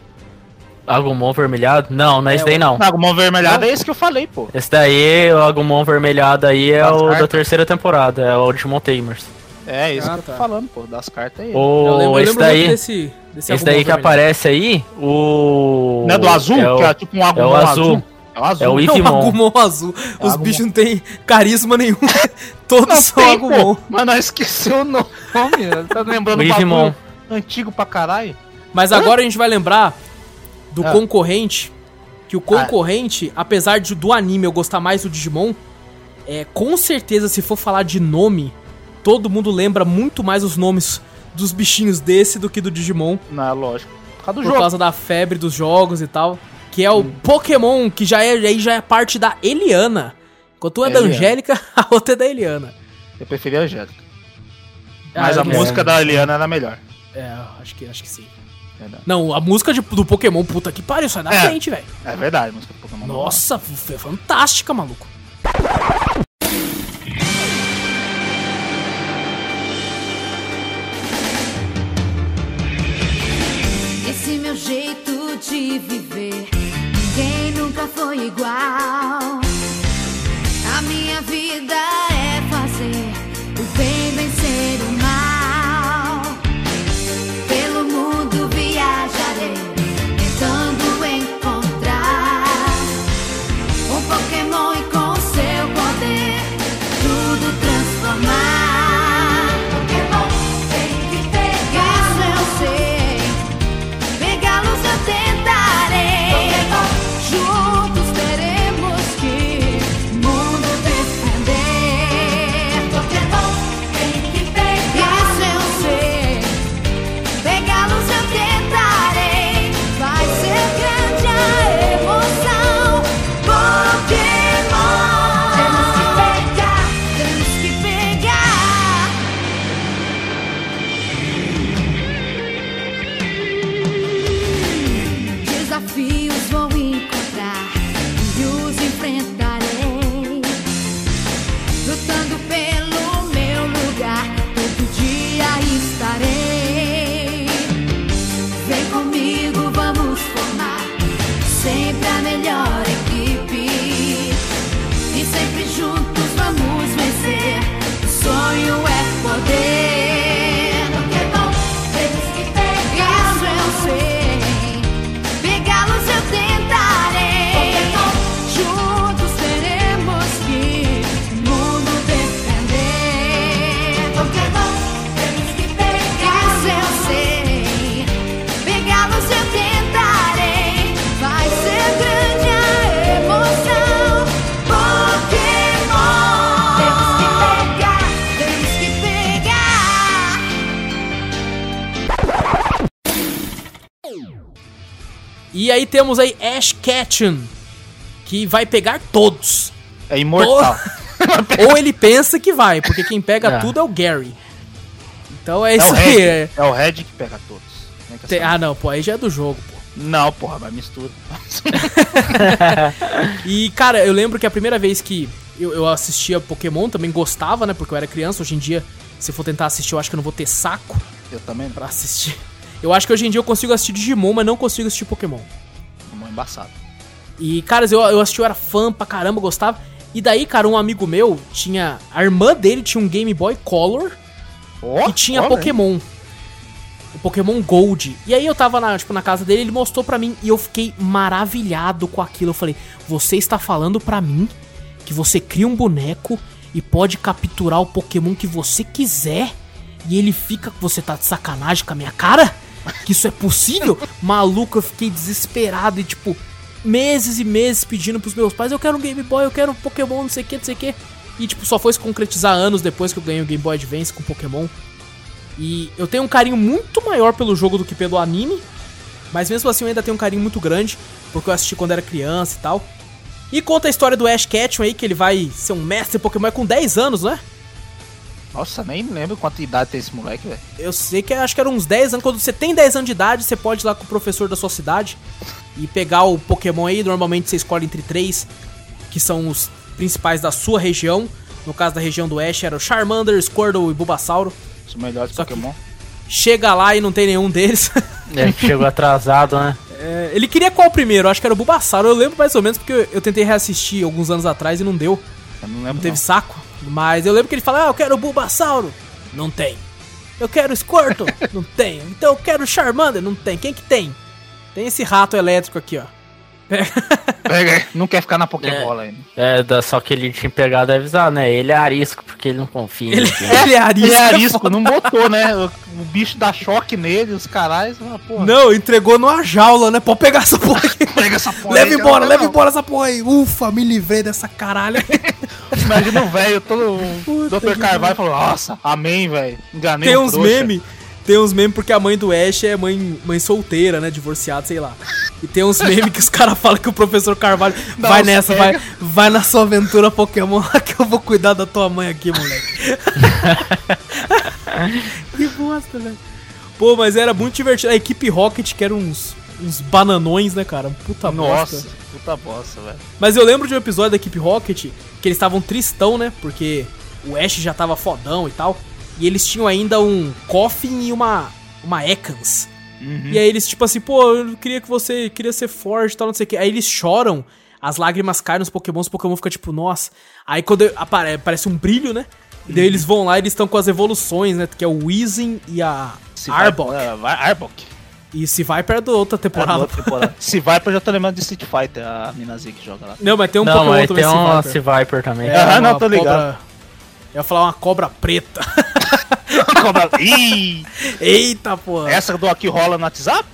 Speaker 2: Agumon vermelhado? Não, não é esse
Speaker 1: É,
Speaker 2: daí
Speaker 1: o-
Speaker 2: não.
Speaker 3: Não, Gumon Vermelhado é esse que eu falei, pô.
Speaker 2: Esse daí, o Agumon vermelhado aí é
Speaker 3: Das
Speaker 2: o da
Speaker 3: cartas.
Speaker 2: terceira temporada, é o Digimon Tamers.
Speaker 3: É, isso
Speaker 1: Ah,
Speaker 3: que eu
Speaker 1: tá.
Speaker 3: tô falando, pô. Das cartas aí.
Speaker 1: eu lembro,
Speaker 2: Ou
Speaker 1: eu
Speaker 2: esse
Speaker 1: lembro muito
Speaker 2: daí.
Speaker 1: desse, desse
Speaker 2: Esse daí que
Speaker 1: Agumon vermelhado.
Speaker 2: aparece aí, o.
Speaker 3: Não é do azul?
Speaker 2: É o,
Speaker 3: que é tipo um
Speaker 2: é o
Speaker 3: agumon
Speaker 2: azul.
Speaker 3: É o azul.
Speaker 2: É o
Speaker 1: É um
Speaker 2: Ivimon.
Speaker 1: Agumon azul.
Speaker 3: É
Speaker 1: Os
Speaker 3: Agumon.
Speaker 1: bichos não têm carisma nenhum. Todos
Speaker 3: Não
Speaker 1: são
Speaker 3: tem,
Speaker 1: Agumon.
Speaker 3: pô. Mas nós esqueceu o nome. Tá lembrando
Speaker 2: O
Speaker 3: um
Speaker 2: Ivimon.
Speaker 3: bagulho antigo pra caralho?
Speaker 1: Mas agora a gente vai lembrar do
Speaker 3: Ah.
Speaker 1: concorrente. Que o concorrente, apesar de, do anime eu gostar mais do Digimon, é, com certeza, se for falar de nome, todo mundo lembra muito mais os nomes dos bichinhos desse do que do Digimon.
Speaker 3: Não, é lógico. Por causa do
Speaker 1: por
Speaker 3: jogo.
Speaker 1: causa da febre dos jogos e tal. Que é o Pokémon, que já é, aí já é parte da Eliana. Enquanto um é da
Speaker 3: Eliana.
Speaker 1: Angélica, a outra é da Eliana.
Speaker 3: Eu preferi a Angélica. é.
Speaker 1: Ah,
Speaker 3: Mas
Speaker 1: eu
Speaker 3: a
Speaker 1: não sei.
Speaker 3: música da Eliana era melhor.
Speaker 1: É, acho que, acho que sim.
Speaker 3: Verdade.
Speaker 1: Não, a música de- do Pokémon, puta que pariu, sai da
Speaker 3: É.
Speaker 1: frente, velho.
Speaker 3: É verdade, a música do Pokémon.
Speaker 1: Nossa, f- é fantástica, maluco.
Speaker 4: Esse meu jeito de viver, ninguém nunca foi igual. A minha vida é fazer o bem vencer o mal. Pelo mundo viajarei, tentando encontrar um Pokémon e com seu poder tudo transformar. Pokémon tem que pegar, eu sei. Pegá-los eu tentarei. Juntos teremos que o mundo é defender. Pokémon tem que pegar. Isso eu sei. Pegá-los é
Speaker 5: é
Speaker 1: E aí temos aí Ash Ketchum, que vai pegar todos.
Speaker 3: É imortal.
Speaker 1: Ou ele pensa que vai, porque quem pega
Speaker 2: É.
Speaker 1: tudo é o Gary. Então é
Speaker 3: É o
Speaker 1: isso aí.
Speaker 3: Red.
Speaker 1: é.
Speaker 3: É o Red que pega todos. Como é que é
Speaker 1: Tem-
Speaker 3: essa-
Speaker 1: Ah, não, pô, aí já é do jogo, pô.
Speaker 3: Não, porra, mas mistura.
Speaker 1: E, cara, eu lembro que a primeira vez que eu, eu assistia Pokémon, também gostava, né? Porque eu era criança. Hoje em dia, se eu for tentar assistir, eu acho que eu não vou ter saco
Speaker 3: Eu também não.
Speaker 1: pra assistir. Eu acho que hoje em dia eu consigo assistir Digimon, mas não consigo assistir Pokémon.
Speaker 3: Mão embaçada.
Speaker 1: E, cara, eu, eu assisti, eu era fã pra caramba, gostava. E daí, cara, um amigo meu tinha. A irmã dele tinha um Game Boy Color
Speaker 3: Ó,
Speaker 1: e tinha
Speaker 3: ó, né?
Speaker 1: Pokémon. O Pokémon Gold. E aí eu tava na, tipo, na casa dele, ele mostrou pra mim e eu fiquei maravilhado com aquilo. Eu falei: "Você está falando pra mim que você cria um boneco e pode capturar o Pokémon que você quiser e ele fica, você tá de sacanagem com a minha cara? Que isso é possível?" Maluco, eu fiquei desesperado e tipo meses e meses pedindo pros meus pais: "Eu quero um Game Boy, eu quero um Pokémon, não sei o que, não sei o que". E tipo, só foi se concretizar anos depois que eu ganhei o Game Boy Advance com Pokémon. E eu tenho um carinho muito maior pelo jogo do que pelo anime. Mas mesmo assim eu ainda tenho um carinho muito grande, porque eu assisti quando era criança e tal. E conta a história do Ash Ketchum aí, que ele vai ser um mestre Pokémon com 10 anos, né?
Speaker 3: velho. Nossa, nem lembro quanta idade tem esse moleque, velho.
Speaker 1: Eu sei que acho que era uns 10 anos. Quando você tem 10 anos de idade, você pode ir lá com o professor da sua cidade e pegar o Pokémon aí. Normalmente você escolhe entre três, que são os principais da sua região. No caso da região do Ash, era o Charmander, Squirtle e Bulbasauro.
Speaker 3: Os melhores
Speaker 1: Só que-
Speaker 3: Pokémon.
Speaker 1: Chega lá e não tem nenhum deles.
Speaker 2: É, que chegou atrasado, né?
Speaker 1: É, ele queria qual primeiro? Acho que era o Bulbasauro. Eu lembro mais ou menos porque eu, eu tentei reassistir alguns anos atrás e não deu.
Speaker 3: Eu não
Speaker 1: Não
Speaker 3: lembro.
Speaker 1: teve saco. Mas eu lembro que ele fala: Ah, eu quero o Bulbasauro. Não tem. Eu quero o Squirtle. não tem. Então eu quero o Charmander. Não tem. Quem que tem? Tem esse rato elétrico aqui, ó.
Speaker 3: Não. Pega aí. não quer ficar na Pokébola ainda.
Speaker 2: É, da- só que ele tinha pegado a avisar, né? Ele é arisco, porque ele não confia. em
Speaker 1: Ele,
Speaker 2: ninguém.
Speaker 1: ele é arisco.
Speaker 3: Ele é arisco, não botou, né? O, o bicho dá choque nele, os caras. Ah, porra,
Speaker 1: Não, entregou numa jaula, né? Pode pegar essa porra aqui.
Speaker 3: pega essa porra.
Speaker 1: Leva
Speaker 3: aí,
Speaker 1: embora,
Speaker 3: não, é
Speaker 1: leva
Speaker 3: não.
Speaker 1: embora essa porra aí. Ufa, me livrei dessa caralho.
Speaker 3: Imagina o velho, todo. O
Speaker 1: Puta
Speaker 3: Dr.
Speaker 1: que
Speaker 3: Carvalho falou: Nossa, amém, velho. Enganei
Speaker 1: tem
Speaker 3: um
Speaker 1: uns
Speaker 3: trouxa."
Speaker 1: memes. Tem uns memes porque a mãe do Ash é mãe, mãe solteira, né? Divorciada, sei lá. E tem uns memes que os caras falam que o professor Carvalho
Speaker 3: Dá
Speaker 1: vai
Speaker 3: uns
Speaker 1: nessa,
Speaker 3: pega."
Speaker 1: vai, vai na sua aventura Pokémon lá que eu vou cuidar da tua mãe aqui, moleque. que bosta, velho. Pô, mas era muito divertido. A equipe Rocket, que era uns, uns bananões, né, cara? Puta bosta.
Speaker 3: Nossa, puta bosta, velho.
Speaker 1: Mas eu lembro de um episódio da equipe Rocket que eles estavam tristão, né? Porque o Ash já tava fodão e tal. E eles tinham ainda um Coffin e uma. uma Ekans.
Speaker 2: Uhum.
Speaker 1: E aí eles, tipo assim, pô, eu queria que você queria ser forte e tal, não sei o que. Aí eles choram, as lágrimas caem nos Pokémon, os Pokémon ficam tipo, nossa. Aí quando eu- apare- aparece um brilho, né? E
Speaker 2: Uhum.
Speaker 1: daí eles vão lá e eles estão com as evoluções, né? Que é o Weezing e a
Speaker 3: Se vai-
Speaker 1: Arbok.
Speaker 3: é, vai- Arbok.
Speaker 1: E se vai perto da outra temporada.
Speaker 3: Se vai, eu já tô lembrando de Street Fighter, a minazinha que joga lá.
Speaker 1: Não, mas tem um
Speaker 2: não, mas tem
Speaker 1: também, se
Speaker 2: um
Speaker 1: Viper.
Speaker 2: Viper também.
Speaker 1: É,
Speaker 3: Aham,
Speaker 1: uma
Speaker 3: não, tô ligado.
Speaker 1: cobra- Eu ia falar uma cobra preta.
Speaker 3: Cobra- Ih,
Speaker 1: Eita, porra.
Speaker 3: essa do aqui rola no WhatsApp?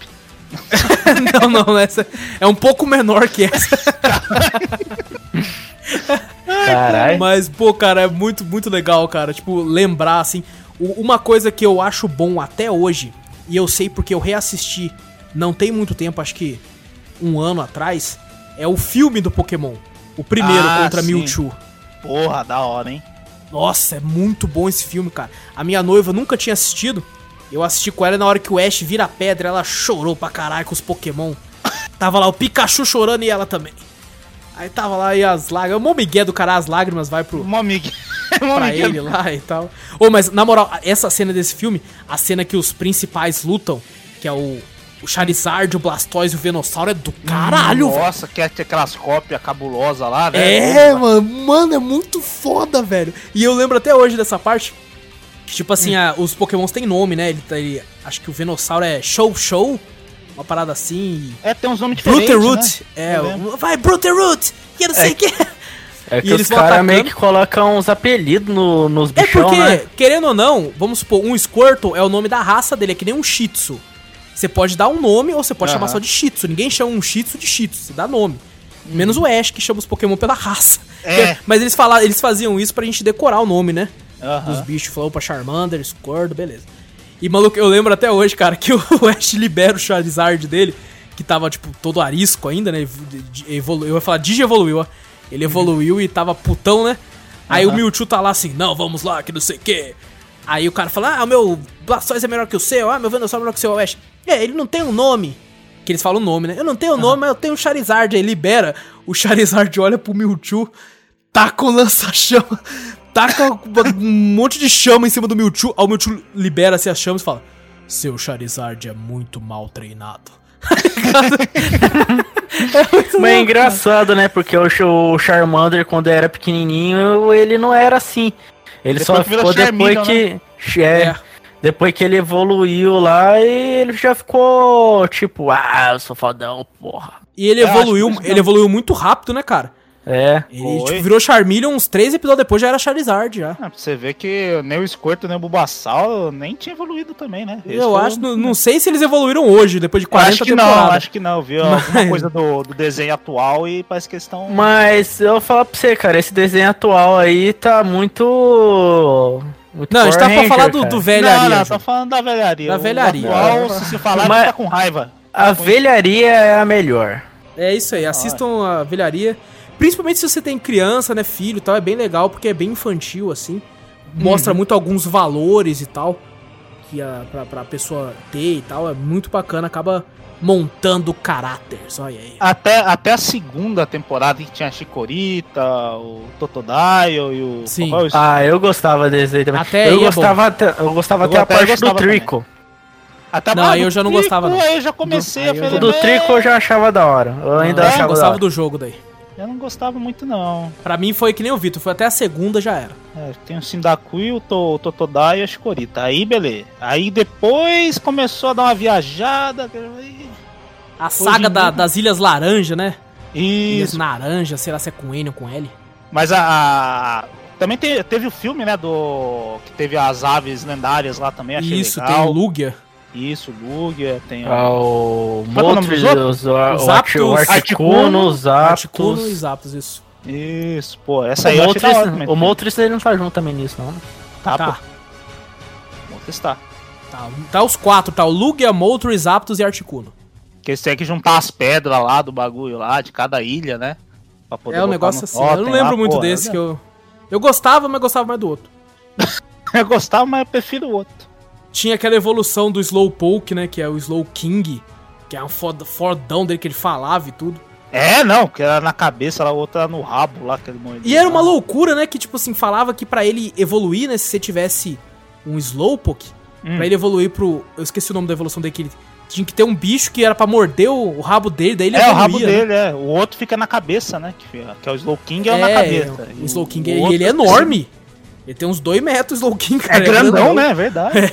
Speaker 1: não, não, essa é um pouco menor que essa. É,
Speaker 2: Caralho.
Speaker 1: Mas, pô, cara, é muito, muito legal, cara. Tipo, lembrar, assim. u- Uma coisa que eu acho bom até hoje, e eu sei porque eu reassisti não tem muito tempo, acho que um ano atrás, é o filme do Pokémon. O primeiro
Speaker 3: Ah,
Speaker 1: contra
Speaker 3: sim.
Speaker 1: Mewtwo.
Speaker 3: Porra, da hora, hein?
Speaker 1: Nossa, é muito bom esse filme, cara. A minha noiva nunca tinha assistido. Eu assisti com ela e na hora que o Ash vira pedra, ela chorou pra caralho com os Pokémon. Tava lá o Pikachu chorando e ela também. Aí tava lá e as lágrimas. É O mó migué do cara, as lágrimas vai pro,
Speaker 3: Uma amiga. Uma
Speaker 1: pra
Speaker 3: amiga.
Speaker 1: ele lá e tal. Ô, mas na moral, essa cena desse filme, a cena que os principais lutam, que é o, o Charizard, o Blastoise e o Venossauro, é do caralho, velho.
Speaker 3: Nossa, quer ter aquelas cópias cabulosas lá, né?
Speaker 1: É, mano, mano, é muito foda, velho. E eu lembro até hoje dessa parte. que, Tipo assim, a- os pokémons têm nome, né? Ele, tá- ele- acho que o Venossauro é Show Show, uma parada assim.
Speaker 3: É, tem uns nomes diferentes.
Speaker 1: Bruteroot,
Speaker 3: né?
Speaker 1: é,
Speaker 3: Eu lembro.
Speaker 1: o- vai Bruteroot, que não sei o que.
Speaker 2: É que
Speaker 1: E eles
Speaker 2: os
Speaker 1: vão
Speaker 2: caras
Speaker 1: atacando.
Speaker 2: meio que colocam uns apelidos no- nos
Speaker 1: É
Speaker 2: bichão,
Speaker 1: porque,
Speaker 2: né?
Speaker 1: querendo ou não, vamos supor, um Squirtle é o nome da raça dele, é que nem um Shih Tzu. Você pode dar um nome ou você pode chamar
Speaker 3: Aham.
Speaker 1: só de Shih Tzu. Ninguém chama um Shih Tzu de Shih Tzu, você dá nome. Menos o Ash, que chama os Pokémon pela raça.
Speaker 3: É.
Speaker 1: Mas eles, fala, eles faziam isso pra gente decorar o nome, né?
Speaker 3: Aham.
Speaker 1: Dos bichos. Falou pra Charmander, Squirtle, beleza. E, maluco, eu lembro até hoje, cara, que o Ash libera o Charizard dele. que tava, tipo, todo arisco ainda, né? Evolu... Eu ia falar digievoluiu, ó. Ele evoluiu e tava putão, né? Aí o Mewtwo tá lá assim, não, vamos lá, que não sei o quê. Aí o cara fala, ah, o meu Blastoise é melhor que o seu, ah, meu Venusaur é melhor que o seu, Ash. É, ele não tem um nome. Que eles falam o nome, né? Eu não tenho o nome, mas eu tenho o Charizard. Aí libera, o Charizard olha pro Mewtwo, taca o Tá lança-chama, taca um monte de chama em cima do Mewtwo. Aí o Mewtwo libera-se as chamas e fala, seu Charizard é muito mal treinado.
Speaker 2: É muito Mas é engraçado, né? Porque o Ch- o Charmander, quando era pequenininho, ele não era assim. Ele
Speaker 3: Depois
Speaker 2: só
Speaker 3: que virou
Speaker 2: ficou depois
Speaker 3: Charmeleon,
Speaker 2: que. É,
Speaker 1: É.
Speaker 2: Depois que ele evoluiu lá e ele já ficou tipo, ah, eu sou fodão, porra.
Speaker 1: E ele
Speaker 3: Eu acho
Speaker 1: evoluiu,
Speaker 3: que isso
Speaker 1: ele evoluiu muito rápido, né, cara?
Speaker 2: É.
Speaker 1: Ele
Speaker 3: Foi.
Speaker 1: tipo, virou Charmeleon uns três episódios depois, já era Charizard, já.
Speaker 3: Ah, pra você ver que nem o Squirtle, nem o Bulbasaur nem tinha evoluído também, né? Eles
Speaker 1: eu
Speaker 3: foram-
Speaker 1: acho, não, não sei se eles evoluíram hoje, depois de
Speaker 3: Eu
Speaker 1: 40
Speaker 3: acho que
Speaker 1: temporadas.
Speaker 3: não, acho que não. Viu
Speaker 1: Mas-
Speaker 3: alguma coisa do, do desenho atual e parece que eles estão...
Speaker 2: Mas eu vou falar pra você, cara, esse desenho atual aí tá muito. muito
Speaker 1: Não, a gente
Speaker 2: Power
Speaker 1: tá pra
Speaker 2: Ranger,
Speaker 1: falar do,
Speaker 2: cara.
Speaker 1: do velharia.
Speaker 3: não, tá não,
Speaker 1: Ju.
Speaker 3: tô falando da velharia.
Speaker 1: Da
Speaker 3: O
Speaker 1: velharia.
Speaker 3: atual, se se falar,
Speaker 2: Mas-
Speaker 3: tá com raiva.
Speaker 2: A velharia é a melhor.
Speaker 1: É isso
Speaker 3: Ah,
Speaker 1: aí, assistam a velharia. Principalmente se você tem criança, né, filho e tal, é bem legal, porque é bem infantil, assim. Mostra
Speaker 3: Uhum.
Speaker 1: muito alguns valores e tal, que a, pra, pra pessoa ter e tal, é muito bacana, acaba montando caráter, só aí.
Speaker 3: Até, até a segunda temporada que tinha a Chicorita, o Totodile e o.
Speaker 1: Sim.
Speaker 3: qual é o-
Speaker 2: Ah, eu gostava desse daí também.
Speaker 1: Até
Speaker 2: eu,
Speaker 1: aí é
Speaker 2: gostava até, eu gostava
Speaker 3: Eu
Speaker 2: até a
Speaker 3: até
Speaker 2: parte
Speaker 3: gostava
Speaker 2: do Trico.
Speaker 3: Até
Speaker 1: Não,
Speaker 3: ah,
Speaker 1: aí
Speaker 3: do
Speaker 1: eu já não
Speaker 3: Trico,
Speaker 1: gostava, não.
Speaker 3: aí Eu já comecei
Speaker 1: Do-
Speaker 3: a
Speaker 1: aí eu já-
Speaker 3: falar,
Speaker 2: O do
Speaker 3: "Não,
Speaker 2: Trico eu já achava da hora. Eu ainda
Speaker 3: Ah,
Speaker 1: eu
Speaker 2: achava da
Speaker 1: Ah, gostava
Speaker 2: hora.
Speaker 1: do jogo daí.
Speaker 3: Eu não gostava muito, não.
Speaker 1: Pra mim foi que nem o Vitor, foi até a segunda já era.
Speaker 3: É, tem o Sindacui, o, to, o Totodile e a Chicorita. Aí, beleza. Aí depois começou a dar uma viajada.
Speaker 1: A saga
Speaker 3: em
Speaker 1: da-
Speaker 3: dia-
Speaker 1: das Ilhas Laranja, né? Ilhas
Speaker 3: Isso.
Speaker 1: Naranja, sei lá se é com N ou com L.
Speaker 3: Mas a. a- Também te- teve o filme, né? Do. Que teve as aves lendárias lá também. Achei
Speaker 1: Isso, tem o
Speaker 3: legal.
Speaker 1: Lugia.
Speaker 3: Isso, Lugia. Tem o-
Speaker 2: Ah, o
Speaker 3: Qual é o nome dos
Speaker 2: Moltres,
Speaker 3: outros?
Speaker 2: os a-
Speaker 1: Os
Speaker 2: o Ati- o
Speaker 1: Aptos,
Speaker 2: Articuno, os
Speaker 1: Articuno e
Speaker 2: Aptos.
Speaker 1: Zapdos, isso.
Speaker 3: Isso, pô. Essa aí
Speaker 2: O
Speaker 3: eu achei da
Speaker 2: Moltres,
Speaker 3: hora também.
Speaker 2: o Moltres ele não tá junto também nisso, não.
Speaker 3: Tá,
Speaker 1: Tá.
Speaker 3: pô. Vamos testar.
Speaker 1: Tá, tá os quatro, tá o Lugia, Moltres, Aptos e Articuno.
Speaker 3: Porque eles têm que juntar as pedras lá do bagulho lá, de cada ilha, né? Pra poder
Speaker 1: é um
Speaker 3: botar
Speaker 1: negócio
Speaker 3: no
Speaker 1: assim,
Speaker 3: totem
Speaker 1: eu não lembro
Speaker 3: lá,
Speaker 1: muito
Speaker 3: pô,
Speaker 1: desse
Speaker 3: né?
Speaker 1: que eu... Eu gostava, mas gostava mais do outro.
Speaker 3: Eu gostava, mas eu prefiro o outro.
Speaker 1: Tinha aquela evolução do Slowpoke, né, que é o Slow King, que é um foda- fodão dele que ele falava e tudo.
Speaker 3: É, não, que era na cabeça, lá, o outro era no rabo lá, aquele moedinho.
Speaker 1: E era uma
Speaker 3: lá.
Speaker 1: loucura, né? Que, tipo assim, falava que pra ele evoluir, né? Se você tivesse um Slowpoke,
Speaker 3: Hum.
Speaker 1: pra ele evoluir pro. Eu esqueci o nome da evolução dele, que ele tinha que ter um bicho que era pra morder o, o rabo dele, daí ele
Speaker 3: É, o rabo
Speaker 1: evoluía, né?
Speaker 3: dele, é. O outro fica na cabeça, né? Que, fica- que é o Slow King, é, o na cabeça.
Speaker 1: O Slow King,
Speaker 3: o
Speaker 1: ele,
Speaker 3: outro-
Speaker 1: ele é enorme. Ele tem uns 2 metros, o Slow King,
Speaker 3: É
Speaker 1: cara.
Speaker 3: grandão, né? É verdade.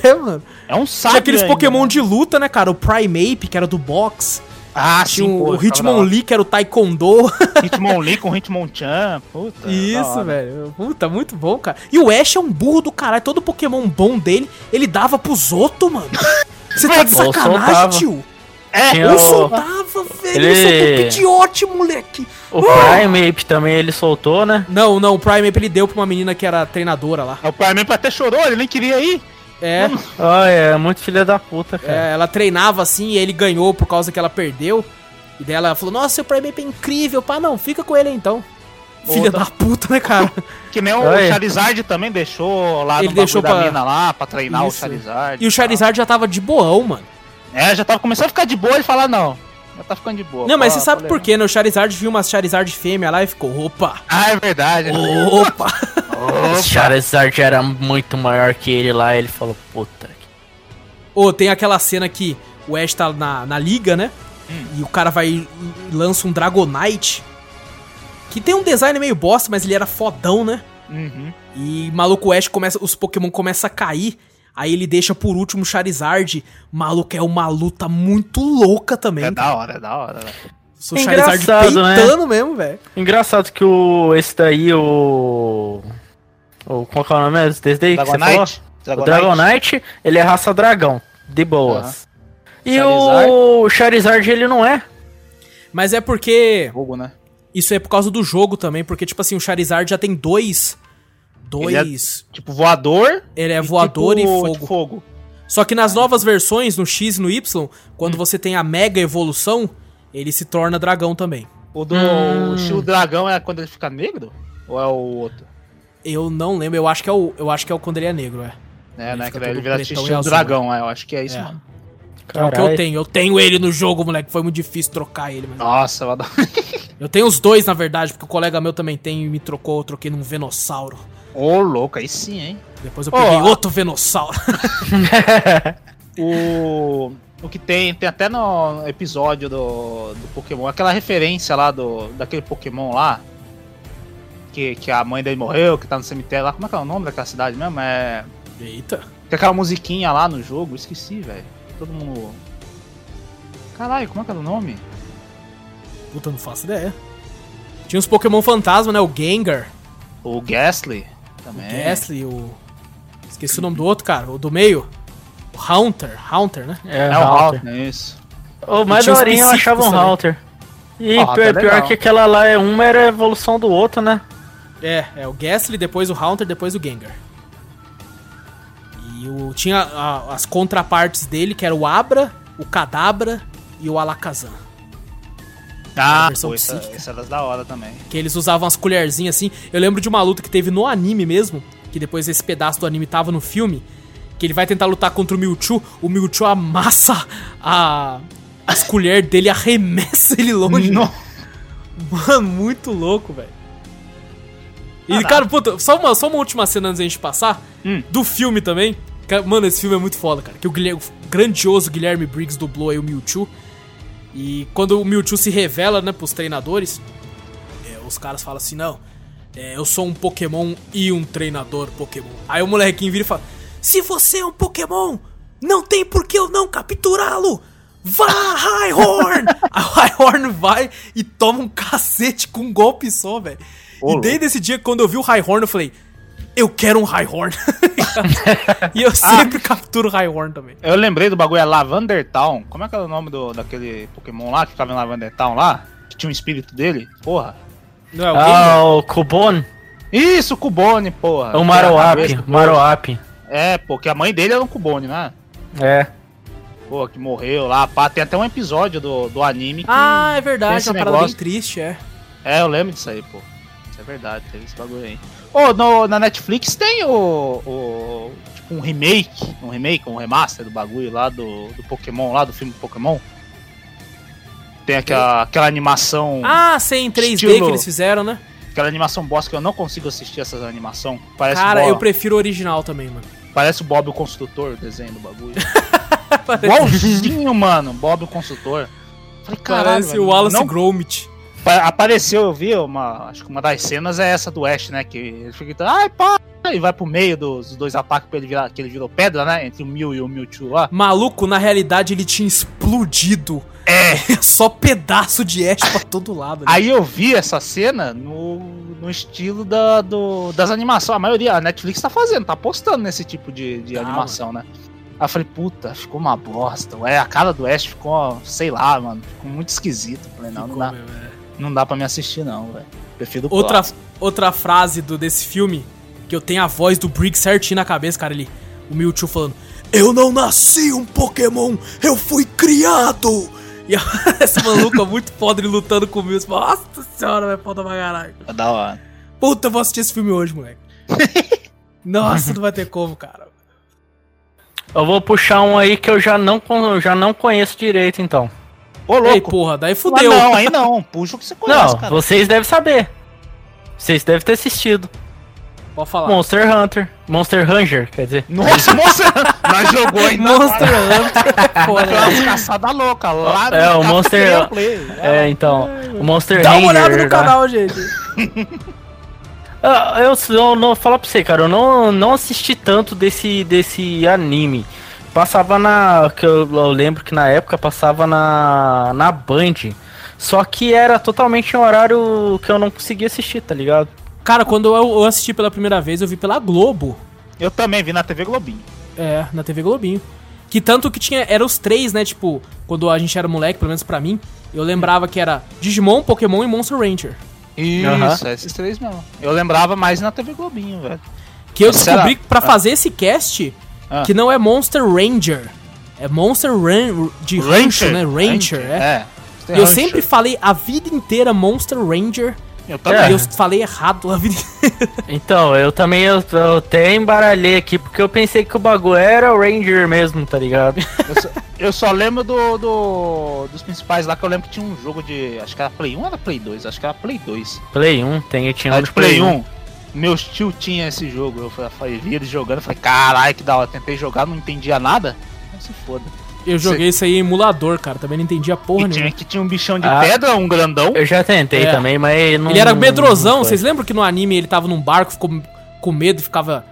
Speaker 1: É, mano.
Speaker 3: É um saco.
Speaker 1: Tinha aqueles Pokémon de luta, né, cara? O Primeape, que era do box.
Speaker 3: Ah,
Speaker 1: Tinha
Speaker 3: sim,
Speaker 1: o,
Speaker 3: pô,
Speaker 1: o
Speaker 3: ficava da hora.
Speaker 1: Hitmonlee, que era o Taekwondo.
Speaker 3: Hitmonlee com Hitmonchan. Puta. é da
Speaker 1: Isso,
Speaker 3: É, hora.
Speaker 1: velho. Puta, muito bom, cara. E o Ash é um burro do caralho. Todo Pokémon bom dele, ele dava pros outros, mano. Você tá de
Speaker 2: Ou
Speaker 1: sacanagem,
Speaker 2: soltava.
Speaker 1: tio?
Speaker 2: Tinha
Speaker 3: é
Speaker 1: Eu
Speaker 2: o-
Speaker 1: soltava, velho.
Speaker 2: Ele-
Speaker 1: Ele soltou pidiote, moleque.
Speaker 2: O
Speaker 3: Uh!
Speaker 2: Primeape também ele soltou, né?
Speaker 1: Não, não, o Primeape ele deu pra uma menina que era treinadora lá.
Speaker 3: É, O Primeape até chorou, ele nem queria ir.
Speaker 1: É,
Speaker 2: Olha, é muito filha da puta, cara.
Speaker 1: é, ela treinava assim e ele ganhou por causa que ela perdeu. E daí ela falou, nossa, seu Primeape é incrível. Pá, não, fica com ele então. Filha
Speaker 3: Outra.
Speaker 1: da puta, né, cara?
Speaker 3: Que nem o
Speaker 2: Olha.
Speaker 3: Charizard também deixou lá
Speaker 1: Ele
Speaker 3: no
Speaker 1: deixou
Speaker 3: bagulho
Speaker 1: pra-
Speaker 3: da mina lá, pra treinar
Speaker 1: Isso.
Speaker 3: o Charizard.
Speaker 1: E o Charizard já tava de boão, mano.
Speaker 3: tal. É, já tava começando a ficar de boa e falar, não, já tá ficando de boa.
Speaker 1: Não, mas
Speaker 3: Fala,
Speaker 1: você sabe
Speaker 3: fala
Speaker 1: por quê, né? O Charizard viu umas Charizard fêmea lá e ficou, opa,
Speaker 3: aí. Ah, é verdade.
Speaker 1: opa.
Speaker 2: O Charizard era muito maior que ele lá, ele falou, puta. que-
Speaker 1: Ô, tem aquela cena que o Ash tá na, na liga, né? E o cara vai e lança um Dragonite. Que tem um design meio bosta, mas ele era fodão, né?
Speaker 3: Uhum.
Speaker 1: E maluco o Ash começa. Os Pokémon começam a cair. Aí ele deixa por último o Charizard. Maluco, é uma luta muito louca também.
Speaker 3: É da hora, é da hora. velho.
Speaker 1: o Charizard
Speaker 2: Engraçado, né?
Speaker 1: peitando mesmo, velho.
Speaker 2: Engraçado que o. Esse daí, o. o qual que é o nome mesmo desse daí? que você falou?
Speaker 3: Dragonite.
Speaker 2: O Dragonite, ele é raça dragão, de boas. E
Speaker 3: Charizard.
Speaker 2: o Charizard, ele não é.
Speaker 1: Mas é porque.
Speaker 3: Fogo, né?
Speaker 1: Isso é por causa do jogo também. Porque, tipo assim, o Charizard já tem dois. Dois.
Speaker 3: Tipo voador
Speaker 1: Ele é
Speaker 3: e
Speaker 1: voador
Speaker 3: tipo
Speaker 1: e fogo.
Speaker 3: fogo.
Speaker 1: Só que nas novas versões, no X e no Y,
Speaker 3: Hum.
Speaker 1: quando você tem a mega evolução, ele se torna dragão também.
Speaker 3: O do
Speaker 2: Hum.
Speaker 3: o Shio dragão é quando ele fica negro? Ou é o outro?
Speaker 1: Eu não lembro, eu acho que é o, eu acho que é o quando ele é negro, é.
Speaker 3: É,
Speaker 1: Ele
Speaker 3: né?
Speaker 1: fica
Speaker 3: Que daí
Speaker 1: todo
Speaker 3: ele vira
Speaker 1: pretão e
Speaker 3: Shio
Speaker 1: azul,
Speaker 3: dragão, é, eu acho que é isso,
Speaker 1: É.
Speaker 3: mano.
Speaker 1: É o que eu tenho. Eu tenho ele no jogo, moleque. Foi muito difícil trocar ele, mano.
Speaker 3: Nossa, eu adoro.
Speaker 1: Eu tenho os dois, na verdade, porque o colega meu também tem e me trocou, eu troquei num Venossauro.
Speaker 3: Ô, louco, aí sim, hein?
Speaker 1: Depois eu
Speaker 3: Ô,
Speaker 1: peguei
Speaker 3: a-
Speaker 1: outro Venossauro.
Speaker 3: O, o que tem, tem até no episódio do, do Pokémon, aquela referência lá do, daquele Pokémon lá, que, que a mãe dele morreu, que tá no cemitério lá, como é que é o nome daquela cidade mesmo? É,
Speaker 1: Eita.
Speaker 3: tem aquela musiquinha lá no jogo, esqueci, velho. Todo mundo... Caralho, como é que era o nome?
Speaker 1: Puta, não faço ideia. Tinha uns Pokémon fantasma, né? O Gengar,
Speaker 3: O Ghastly
Speaker 1: o
Speaker 3: também.
Speaker 1: Gastly, o. Esqueci o nome do outro, cara. O do meio. O Haunter. Haunter, né?
Speaker 2: É,
Speaker 3: É o Halter, é isso.
Speaker 2: O mais
Speaker 1: tinha os
Speaker 2: daorinha eu
Speaker 1: psíquicos
Speaker 2: achava um
Speaker 1: também.
Speaker 2: Halter. E
Speaker 3: Ah, tá
Speaker 2: pior,
Speaker 3: legal.
Speaker 2: pior que aquela lá é uma era a evolução do outro, né?
Speaker 1: É, é o Gastly, depois o Haunter, depois o Gengar. E o, tinha a- as contrapartes dele, que era o Abra, o Kadabra e o Alakazam.
Speaker 3: Ah,
Speaker 1: É versão
Speaker 3: pô, essa,
Speaker 1: psíquica.
Speaker 3: essa era da hora também.
Speaker 1: Que eles usavam as colherzinhas assim. Eu lembro de uma luta que teve no anime mesmo, que depois esse pedaço do anime tava no filme, que ele vai tentar lutar contra o Mewtwo, o Mewtwo amassa a as colheres dele, e arremessa ele longe.
Speaker 3: No-
Speaker 1: Mano, muito louco, velho. E,
Speaker 3: Caraca.
Speaker 1: cara, puta, só uma, só uma última cena antes da gente passar.
Speaker 3: Hum.
Speaker 1: Do filme também. Ca- Mano, esse filme é muito foda, cara. Que o, Guilher- o grandioso Guilherme Briggs dublou aí o Mewtwo. E quando o Mewtwo se revela, né, pros treinadores, é, os caras falam assim, não, é, eu sou um Pokémon e um treinador Pokémon. Aí o molequinho vira e fala, se você é um Pokémon, não tem por que eu não capturá-lo! Vá, Highhorn! A Highhorn vai e toma um cacete com um golpe só, velho. E desde esse dia, quando eu vi o Highhorn, eu falei, eu quero um Highhorn. e
Speaker 3: Ah.
Speaker 1: eu sempre capturo Highhorn também.
Speaker 3: Eu lembrei do bagulho, é Lavander Town. Como é que era o nome do, daquele Pokémon lá que ficava em Lavander Town lá? Que tinha um espírito dele? Porra.
Speaker 1: Não é o Gengar?
Speaker 2: Ah, o Kubon.
Speaker 3: Isso, Cubone, porra.
Speaker 2: O
Speaker 3: Que
Speaker 2: Maroap.
Speaker 3: era a cabeça-
Speaker 2: Maroap.
Speaker 3: É, porque a mãe dele era um Cubone, né?
Speaker 2: É.
Speaker 3: Pô, que morreu lá, pá. Tem até um episódio do, do anime que.
Speaker 1: Ah, é verdade,
Speaker 3: Esse
Speaker 1: é uma parada bem
Speaker 3: negócio-
Speaker 1: triste, é.
Speaker 3: É, eu lembro disso aí, pô. Isso é verdade, teve esse bagulho aí. Ô, no- na Netflix tem o, o- Tipo, um remake. Um remake, um remaster do bagulho lá do, do Pokémon, lá do filme do Pokémon. Tem aquela, aquela animação.
Speaker 1: Ah, sem 3D
Speaker 3: um Estilo-
Speaker 1: que eles fizeram, né?
Speaker 3: Aquela animação boss que eu não consigo assistir essas animação. Parece,
Speaker 1: Cara,
Speaker 3: o Bob,
Speaker 1: eu prefiro o original também, mano.
Speaker 3: parece o Bob o Construtor, o desenho do bagulho. Igualzinho, mano. Bob o Construtor. Falei, caralho,
Speaker 1: Parece
Speaker 3: velho,
Speaker 1: o Wallace
Speaker 3: não-
Speaker 1: Gromit.
Speaker 3: pa- Apareceu, eu vi, uma, acho que uma das cenas é essa do Ash, né? Que ele fica gritando, ai, pá! E vai pro meio dos dois ataques pra ele virar, que ele virou pedra, né? Entre o Mew e o Mewtwo lá.
Speaker 1: Maluco, na realidade, ele tinha explodido. É. Só pedaço de Ash pra todo lado. né?
Speaker 3: Aí eu vi essa cena no, no estilo da, do- das animações. A maioria, a Netflix tá fazendo, tá apostando nesse tipo de, de
Speaker 1: Tá,
Speaker 3: animação, né? Aí eu falei, puta, ficou uma bosta. Ué, a cara do Ash ficou, sei lá, mano, ficou muito esquisito. Eu Falei, não, não
Speaker 1: Ficou,
Speaker 3: dá,
Speaker 1: meu, é.
Speaker 3: não dá pra me assistir, não, velho. Prefiro o
Speaker 1: outra,
Speaker 3: clássico.
Speaker 1: outra frase do, desse filme, que eu tenho a voz do Briggs certinho na cabeça, cara, ele. O Mewtwo falando: Eu não nasci um Pokémon, eu fui criado! E essa maluca muito foda ele lutando com o Mewtwo. Nossa senhora, vai foda pra caralho.
Speaker 3: É da hora.
Speaker 1: Puta, eu vou assistir esse filme hoje, moleque. Nossa, não vai ter como, cara.
Speaker 2: Eu vou puxar um aí que eu já não, con- eu já não conheço direito, então.
Speaker 3: Ô,
Speaker 1: Ei,
Speaker 3: louco.
Speaker 1: porra, daí
Speaker 3: Ah,
Speaker 1: fudeu.
Speaker 3: não, aí não. Puxa o que você conhece,
Speaker 2: não,
Speaker 3: cara.
Speaker 2: vocês devem saber. Vocês devem ter assistido.
Speaker 1: Pode falar.
Speaker 2: Monster Hunter. Monster Ranger, quer dizer.
Speaker 3: Nossa, moça! Nós jogou ainda.
Speaker 1: Monster Hunter é foda.
Speaker 3: Foi
Speaker 1: né?
Speaker 3: umas caçadas loucas lá
Speaker 2: É, o
Speaker 3: Café
Speaker 2: Monster-
Speaker 3: Play.
Speaker 2: É, então. O Monster
Speaker 1: Dá
Speaker 2: Ranger.
Speaker 1: uma olhada no
Speaker 2: né?
Speaker 1: canal, gente.
Speaker 2: Ah, Eu, eu não falar pra você, cara, eu não, não assisti tanto desse, desse anime. Passava na. que eu, eu lembro que na época passava na. na Band. Só que era totalmente um horário que eu não conseguia assistir, tá ligado?
Speaker 1: Cara, quando eu eu assisti pela primeira vez, eu vi pela Globo.
Speaker 3: Eu também vi na TV Globinho.
Speaker 1: É, na TV Globinho. Que tanto que tinha. Era os três, né? Tipo, quando a gente era moleque, pelo menos pra mim, eu lembrava que era Digimon, Pokémon e Monster Ranger.
Speaker 3: Isso,
Speaker 2: Aham.
Speaker 3: esses três mesmo. Eu lembrava mais na TV Globinho, velho.
Speaker 1: Que eu
Speaker 3: Será?
Speaker 1: descobri que pra fazer esse cast,
Speaker 3: Ah.
Speaker 1: que não é Monster Ranger. É Monster Ran de rancho, né? Ranger, é.
Speaker 3: é.
Speaker 1: E eu sempre falei a vida inteira Monster Ranger.
Speaker 3: Eu também.
Speaker 1: E eu falei errado a vida inteira.
Speaker 2: Então, eu também eu, eu até embaralhei aqui, porque eu pensei que o bagulho era o Ranger mesmo, tá ligado?
Speaker 3: Eu só, eu só lembro do, do- dos principais lá que eu lembro que tinha um jogo de. Acho que era Play 1 ou era Play 2? Acho que era Play 2.
Speaker 2: Play 1, tem, eu tinha
Speaker 3: Era
Speaker 2: um
Speaker 3: Ah, de Play 1. Meu tio tinha esse jogo. Eu fa- fa- via ele jogando. Falei, caralho, que da hora. Tentei jogar, não entendia nada. Mas se foda.
Speaker 1: Eu joguei isso aí em emulador, cara. Também não entendia porra
Speaker 3: Que tinha,
Speaker 1: nenhuma.
Speaker 3: que tinha um bichão de
Speaker 2: Ah.
Speaker 3: pedra, um grandão.
Speaker 2: Eu já tentei
Speaker 1: É.
Speaker 2: também, mas não.
Speaker 1: Ele era medrosão.
Speaker 2: não foi.
Speaker 1: Vocês lembram que no anime ele tava num barco, ficou com medo e ficava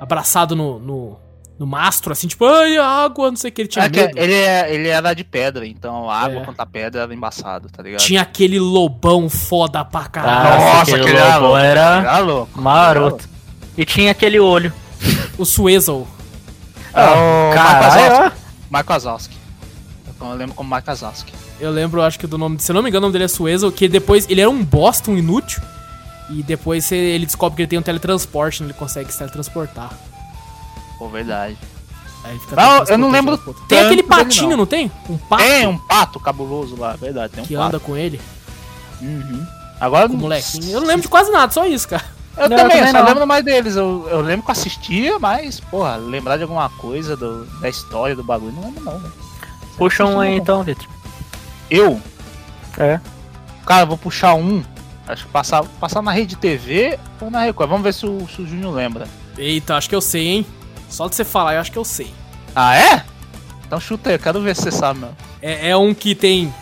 Speaker 1: abraçado no, no, no mastro, assim, tipo, ai, água, não sei o que. Ele tinha
Speaker 3: É que
Speaker 1: medo.
Speaker 3: ele, é- ele era de pedra, então a água
Speaker 1: É.
Speaker 3: contra a pedra era embaçado, tá ligado?
Speaker 1: Tinha aquele lobão foda pra caralho.
Speaker 2: Nossa,
Speaker 3: Nossa,
Speaker 2: aquele,
Speaker 3: aquele
Speaker 2: lobo
Speaker 3: era louco.
Speaker 2: era
Speaker 3: Era louco.
Speaker 2: maroto. E tinha aquele olho.
Speaker 1: O Suezel.
Speaker 3: Ah, o
Speaker 2: Caralho,
Speaker 3: Marco
Speaker 2: ó.
Speaker 3: Marco Azowski. Eu lembro como Marco Azowski.
Speaker 1: Eu lembro, acho que do nome. Se eu não me engano, o nome dele é Suezel, que depois. Ele era um bosta, um inútil. E depois ele- ele descobre que ele tem um teletransporte, né? ele consegue se teletransportar.
Speaker 3: Pô, verdade.
Speaker 1: Aí ele fica
Speaker 3: Não,
Speaker 1: teletransportando
Speaker 3: Ah, eu não lembro
Speaker 1: de um ponto pro outro. Tem
Speaker 3: tanto
Speaker 1: aquele
Speaker 3: dele,
Speaker 1: patinho, não.
Speaker 3: não.
Speaker 1: tem? Um pato
Speaker 3: Tem um pato cabuloso lá, verdade, tem um
Speaker 1: que
Speaker 3: pato.
Speaker 1: anda com ele,
Speaker 3: Uhum. Agora
Speaker 1: com o
Speaker 3: não-
Speaker 1: molequinho. Eu não lembro de quase nada, só isso, cara.
Speaker 3: Eu
Speaker 2: Não, eu
Speaker 3: também, eu
Speaker 2: também
Speaker 3: só
Speaker 2: não.
Speaker 3: lembro mais deles. Eu, eu lembro que eu assistia, mas, porra, lembrar de alguma coisa do- da história do bagulho, não lembro não, velho.
Speaker 2: Puxa um aí então, Vitor.
Speaker 3: Eu,
Speaker 2: É.
Speaker 3: cara, eu vou puxar um. Acho que passar, passar na rede TV ou na Record. Vamos ver se o, se o Júnior lembra.
Speaker 1: Eita, acho que eu sei, hein? Só de você falar, eu acho que eu sei.
Speaker 3: Ah, é? Então chuta aí, eu quero ver se você sabe, meu.
Speaker 1: É, é um que tem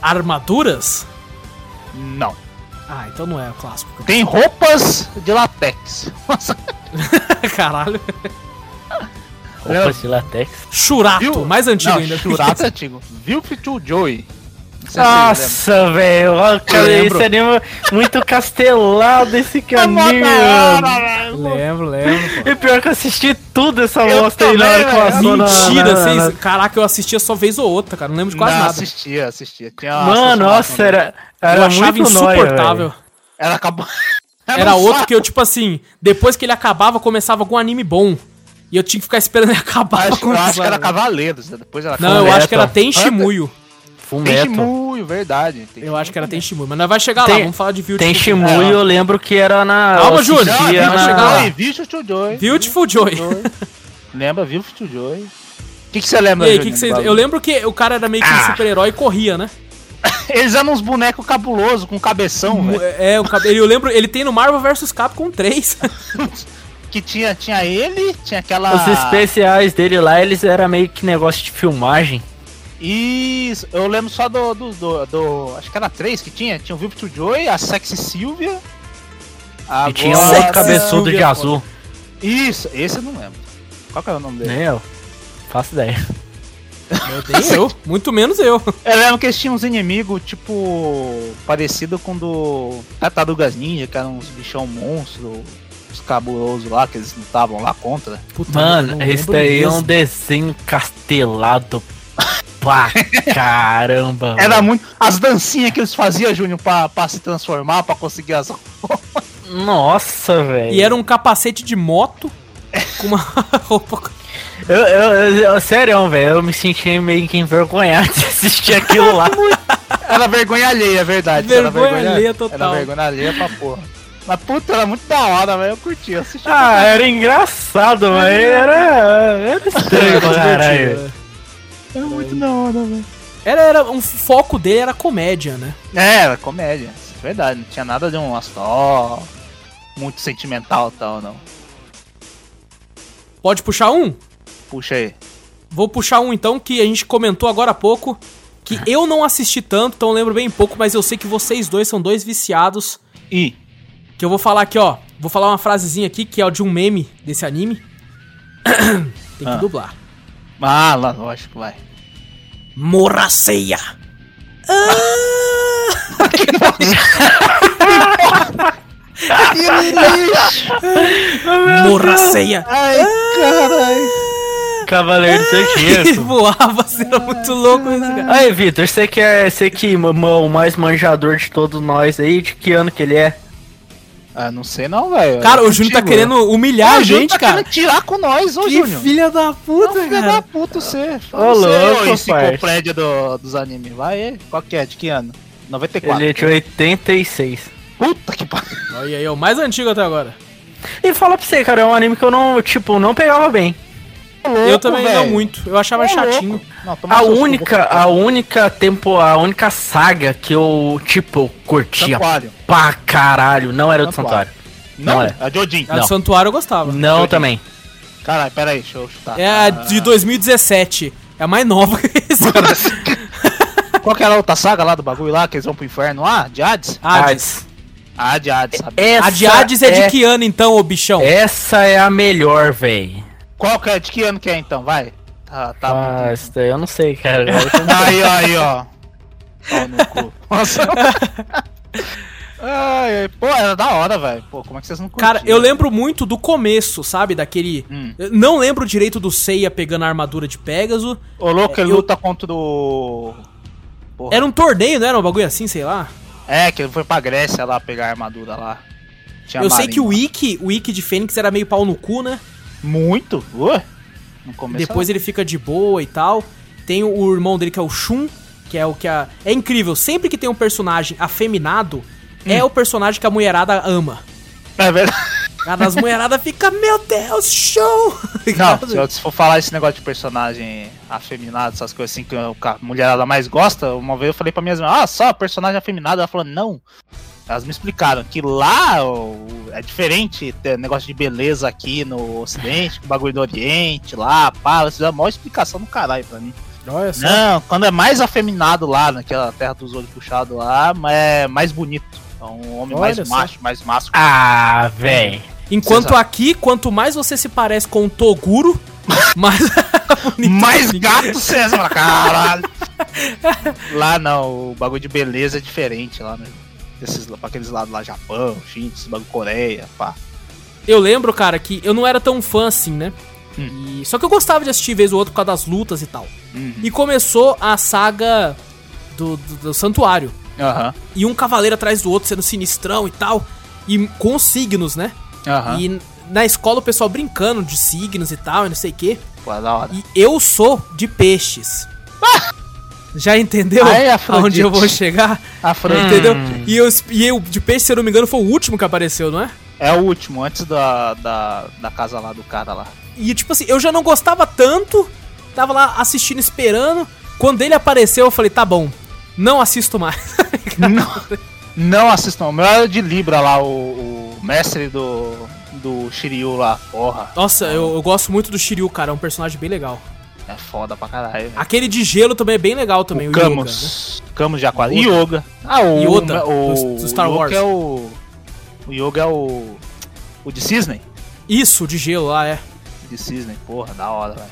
Speaker 1: armaduras?
Speaker 3: Não.
Speaker 1: Ah, então não é o clássico.
Speaker 3: Tem roupas de latex. Nossa,
Speaker 1: Caralho.
Speaker 2: Opa, esse latex.
Speaker 1: Churato,
Speaker 3: Viu?
Speaker 1: mais antigo
Speaker 3: não,
Speaker 1: ainda.
Speaker 3: Churato é antigo. Vilp to Joy. Não sei se vocês lembram.
Speaker 2: Nossa, velho. olha, cara,
Speaker 1: lembro.
Speaker 2: Esse anime é muito castelado esse
Speaker 3: É
Speaker 2: caminho.
Speaker 1: Lembro, lembro.
Speaker 2: E pior que eu assisti tudo essa
Speaker 3: Eu
Speaker 2: bosta aí na
Speaker 3: também,
Speaker 2: hora que
Speaker 3: velho.
Speaker 2: passou na-
Speaker 1: É Mentira,
Speaker 2: na- na- na-
Speaker 1: vocês. Caraca, eu assistia só vez ou outra, cara. Não lembro de quase
Speaker 3: Não,
Speaker 1: nada.
Speaker 3: assistia, assistia. Tinha uma
Speaker 2: Mano,
Speaker 3: transformação
Speaker 2: nossa,
Speaker 3: dele.
Speaker 2: era,
Speaker 1: eu
Speaker 2: era
Speaker 1: achava
Speaker 2: muito nóia,
Speaker 1: insuportável.
Speaker 2: velho.
Speaker 3: Era acabou.
Speaker 1: Era
Speaker 3: um
Speaker 1: outro
Speaker 3: saco.
Speaker 1: que eu, tipo assim, depois que ele acabava, começava algum anime bom. E eu tinha que ficar esperando ele acabar. pra
Speaker 3: Acho, eu acho
Speaker 1: começar.
Speaker 3: que era Cavaleiros, né? depois era
Speaker 1: Não, eu
Speaker 2: Fullmetal.
Speaker 1: acho que era Tenshimuyo.
Speaker 3: Tem
Speaker 2: Fumeto.
Speaker 3: Shimuyo, verdade. Tem
Speaker 1: Eu acho que era Tenshimuyo. Mas nós vai chegar lá,
Speaker 2: Tem-
Speaker 1: vamos falar de Beautiful
Speaker 2: Tem Shimu
Speaker 1: Joy.
Speaker 2: eu lembro que era na.
Speaker 1: Calma,
Speaker 2: eu
Speaker 1: Júnior,
Speaker 2: assistia
Speaker 1: vai
Speaker 2: na-
Speaker 1: chegar lá.
Speaker 3: Joy, Beautiful to Joy.
Speaker 1: Beautiful Joy.
Speaker 3: Lembra, Beautiful to Joy. O que que você lembra,
Speaker 1: E aí, o que
Speaker 3: Juninho,
Speaker 1: que
Speaker 3: do
Speaker 1: vocês.
Speaker 3: bagulho?
Speaker 1: Eu lembro que o cara era meio que um
Speaker 3: Ah.
Speaker 1: super-herói e corria, né?
Speaker 3: Eles eram uns bonecos cabulosos, com cabeção, velho.
Speaker 1: É, o cabelo. Eu lembro, ele tem no Marvel vs Capcom 3.
Speaker 3: Que tinha, tinha ele, tinha aquela...
Speaker 2: Os especiais dele lá, eles eram meio que negócio de filmagem.
Speaker 3: Isso, eu lembro só do, do, do, do- Acho que era três que tinha. Tinha o Vip to Joy, a Sexy Sylvia.
Speaker 2: E tinha um
Speaker 1: Sexy
Speaker 2: outro cabeçudo de
Speaker 1: Silvia,
Speaker 2: azul.
Speaker 3: Isso, esse eu não lembro. Qual que era o nome dele?
Speaker 2: Nem eu. Faço ideia.
Speaker 1: Nem eu, muito menos eu.
Speaker 3: Eu lembro que eles tinham uns inimigos, tipo. parecido com o do. Tartarugas Ninja, que eram uns bichão monstro, os cabulosos lá, que eles lutavam lá contra.
Speaker 1: Puta, eu
Speaker 2: Mano,
Speaker 1: não
Speaker 2: esse
Speaker 1: lembro
Speaker 2: daí é um
Speaker 1: mesmo.
Speaker 2: desenho castelado pra caramba.
Speaker 3: Era
Speaker 2: mano.
Speaker 3: muito. As dancinhas que eles faziam, Júnior, pra, pra se transformar, pra conseguir as.
Speaker 2: Nossa, velho.
Speaker 1: E era um capacete de moto com uma roupa. um-
Speaker 2: Eu, eu, eu, eu- sério, velho, eu me sentia meio que envergonhado de assistir aquilo lá.
Speaker 3: Era vergonha alheia, é verdade.
Speaker 1: Vergonha
Speaker 3: era
Speaker 1: alheia total.
Speaker 3: Era vergonha alheia pra porra. Mas puta, era muito da hora, velho. Eu curti, eu assisti.
Speaker 2: ah, era engraçado, mas era, era estranho pra caralho. velho.
Speaker 3: era muito da hora, velho.
Speaker 1: Era, era um foco dele era comédia, né?
Speaker 3: É, era comédia. isso é Verdade, não tinha nada de um astó muito sentimental tal, não.
Speaker 1: Pode puxar um?
Speaker 3: Puxa aí.
Speaker 1: Vou puxar um então que a gente comentou agora há pouco, que eu não assisti tanto, então eu lembro bem pouco, mas eu sei que vocês dois são dois viciados,
Speaker 3: E
Speaker 1: que eu vou falar aqui, ó. Vou falar uma frasezinha aqui que é de um meme desse anime. Tem que
Speaker 3: Ah.
Speaker 1: dublar.
Speaker 3: Ah, lá, lógico, vai.
Speaker 1: Morraceia. Morraceia.
Speaker 3: Ai, caralho.
Speaker 2: Cavaleiro do
Speaker 1: E
Speaker 2: Zodíaco.
Speaker 1: voava, você era muito louco esse cara.
Speaker 2: Aí, Vitor, você que é você que é o mais manjador de todos nós aí, de que ano que ele é?
Speaker 3: Ah, não sei não, velho.
Speaker 1: Cara, o Júnior tá
Speaker 3: Contigo, né?
Speaker 1: querendo humilhar
Speaker 3: Ah,
Speaker 1: a
Speaker 3: o Júnior
Speaker 1: gente,
Speaker 3: tá
Speaker 1: cara.
Speaker 3: querendo tirar com nós, ô
Speaker 1: Que
Speaker 3: Júnior.
Speaker 1: filha da
Speaker 3: Não,
Speaker 1: puta,
Speaker 3: filha
Speaker 1: cara.
Speaker 3: da puta você.
Speaker 2: Ô,
Speaker 3: Você,
Speaker 2: louco,
Speaker 3: ô, enciclopédia do, dos animes. Vai, aí. qual que é? De que ano? 94.
Speaker 2: Ele é de 86.
Speaker 3: Puta que pariu.
Speaker 1: Olha aí, é o mais antigo até agora.
Speaker 2: E fala pra você, cara, é um anime que eu não, tipo, não pegava bem.
Speaker 1: eu também não muito. Eu achava chatinho.
Speaker 3: Não, toma
Speaker 2: A
Speaker 3: no seu cu,
Speaker 2: única,
Speaker 3: boca.
Speaker 2: a única tempo, a única saga que eu, tipo, eu curtia
Speaker 3: Santuário.
Speaker 2: pra caralho, não era do
Speaker 3: Santuário.
Speaker 2: Santuário.
Speaker 3: Não,
Speaker 2: Não
Speaker 3: é.
Speaker 2: é.
Speaker 3: A de Odin.
Speaker 1: A do
Speaker 2: Não.
Speaker 1: Santuário eu gostava.
Speaker 2: Não também.
Speaker 3: Caralho, pera aí, deixa eu chutar.
Speaker 1: É a de 2017. É a mais nova que esse ano.
Speaker 3: Ah. Qual que era a outra saga lá do bagulho lá, que eles vão pro inferno lá? De Hades?
Speaker 1: Hades.
Speaker 3: Ah, de Hades, sabe?
Speaker 2: Essa
Speaker 1: A de Hades é de que ano então, ô bichão?
Speaker 2: Essa é a melhor, véi.
Speaker 3: Qual que é? De que ano que é então? Vai. Tá, tá.
Speaker 2: Ah,
Speaker 3: muito-
Speaker 2: essa daí eu não sei, cara.
Speaker 3: Aí, ó, aí, ó. Pau no cu. Nossa. Ai, ai. pô, era da hora, velho. Pô, como é que vocês não curtiram?
Speaker 1: Cara, eu lembro muito do começo, sabe? Daquele.
Speaker 3: Hum.
Speaker 1: Eu Não lembro direito do Seiya pegando a armadura de Pégaso.
Speaker 3: O louco, ele
Speaker 1: eu-
Speaker 3: luta contra o... Porra.
Speaker 1: Era um torneio, não era um bagulho assim, sei lá.
Speaker 3: É, que ele foi pra Grécia lá pegar a armadura lá. Tinha
Speaker 1: eu sei
Speaker 3: marinha.
Speaker 1: que o Ikki, o Ikki de Fênix era meio pau no cu, né?
Speaker 3: Muito? Uh, no começo...
Speaker 1: Depois ele fica de boa e tal. Tem o irmão dele que é o Shun, que é o que a. É incrível, sempre que tem um personagem afeminado,
Speaker 3: Hum.
Speaker 1: é o personagem que a mulherada ama.
Speaker 3: É verdade.
Speaker 1: Cara, as mulheradas ficam, meu Deus, show!
Speaker 3: Não, se, eu- se for falar esse negócio de personagem afeminado, essas coisas assim que o ca- a mulherada mais gosta, uma vez eu falei pra minha irmã, ah, só personagem afeminado. Ela falou, não. Elas me explicaram que lá o- é diferente ter negócio de beleza aqui no Ocidente, com o bagulho do Oriente, lá, pá. Isso dá a maior explicação do caralho pra mim.
Speaker 1: Olha só.
Speaker 3: Não, quando é mais afeminado lá, naquela terra dos olhos puxados lá, mas é mais bonito. É um homem
Speaker 1: Olha
Speaker 3: mais
Speaker 1: só.
Speaker 3: macho, mais másculo.
Speaker 2: ah, véi.
Speaker 1: Enquanto
Speaker 3: Exato.
Speaker 1: aqui, quanto mais você se parece com o Toguro, mais. bonito
Speaker 3: Mais
Speaker 1: fica.
Speaker 3: gato César, fala, caralho. lá não, o bagulho de beleza é diferente lá, né? Desses, pra aqueles lados lá, Japão, China, esses bagulho Coreia, pá.
Speaker 1: Eu lembro, cara, que eu não era tão fã assim, né? E- Só que eu gostava de assistir vez ou outra por causa das lutas e tal.
Speaker 3: Hum. Uhum.
Speaker 1: E começou a saga do, do, do santuário.
Speaker 3: Aham,
Speaker 1: E um cavaleiro atrás do outro sendo sinistrão e tal. E com os signos, né?
Speaker 3: aham.
Speaker 1: E n- na escola o pessoal brincando de signos e tal, e não sei o quê.
Speaker 3: Pô, é da hora.
Speaker 1: E eu sou de peixes. Já entendeu
Speaker 3: Ah! Aí, é Afrodite.
Speaker 1: aonde eu vou chegar?
Speaker 3: Afrodite.
Speaker 1: Ah, Entendeu? E eu, e eu de peixe, se eu não me engano, foi o último que apareceu, não é?
Speaker 3: É o último, antes da, da, da casa lá do cara lá.
Speaker 1: E tipo assim, eu já não gostava tanto, tava lá assistindo, esperando. Quando ele apareceu, eu falei, tá bom, não assisto mais.
Speaker 3: não, não assistam, é o meu era de Libra lá, o, o mestre do, do Shiryu lá, porra.
Speaker 1: Nossa, eu, eu gosto muito do Shiryu, cara, é um personagem bem legal.
Speaker 3: É foda pra caralho. velho.
Speaker 1: Aquele de gelo também é bem legal também,
Speaker 3: o
Speaker 1: Yoga, né?
Speaker 3: Camus. Camus de Aquário. Yoga. Ah, o
Speaker 1: Yoda,
Speaker 3: o,
Speaker 1: do- do Star
Speaker 3: o Yoga
Speaker 1: Wars.
Speaker 3: É o, o Yoga é o. O de Cisne?
Speaker 1: Isso, o de gelo lá, é.
Speaker 3: De Cisne, porra, da hora, velho.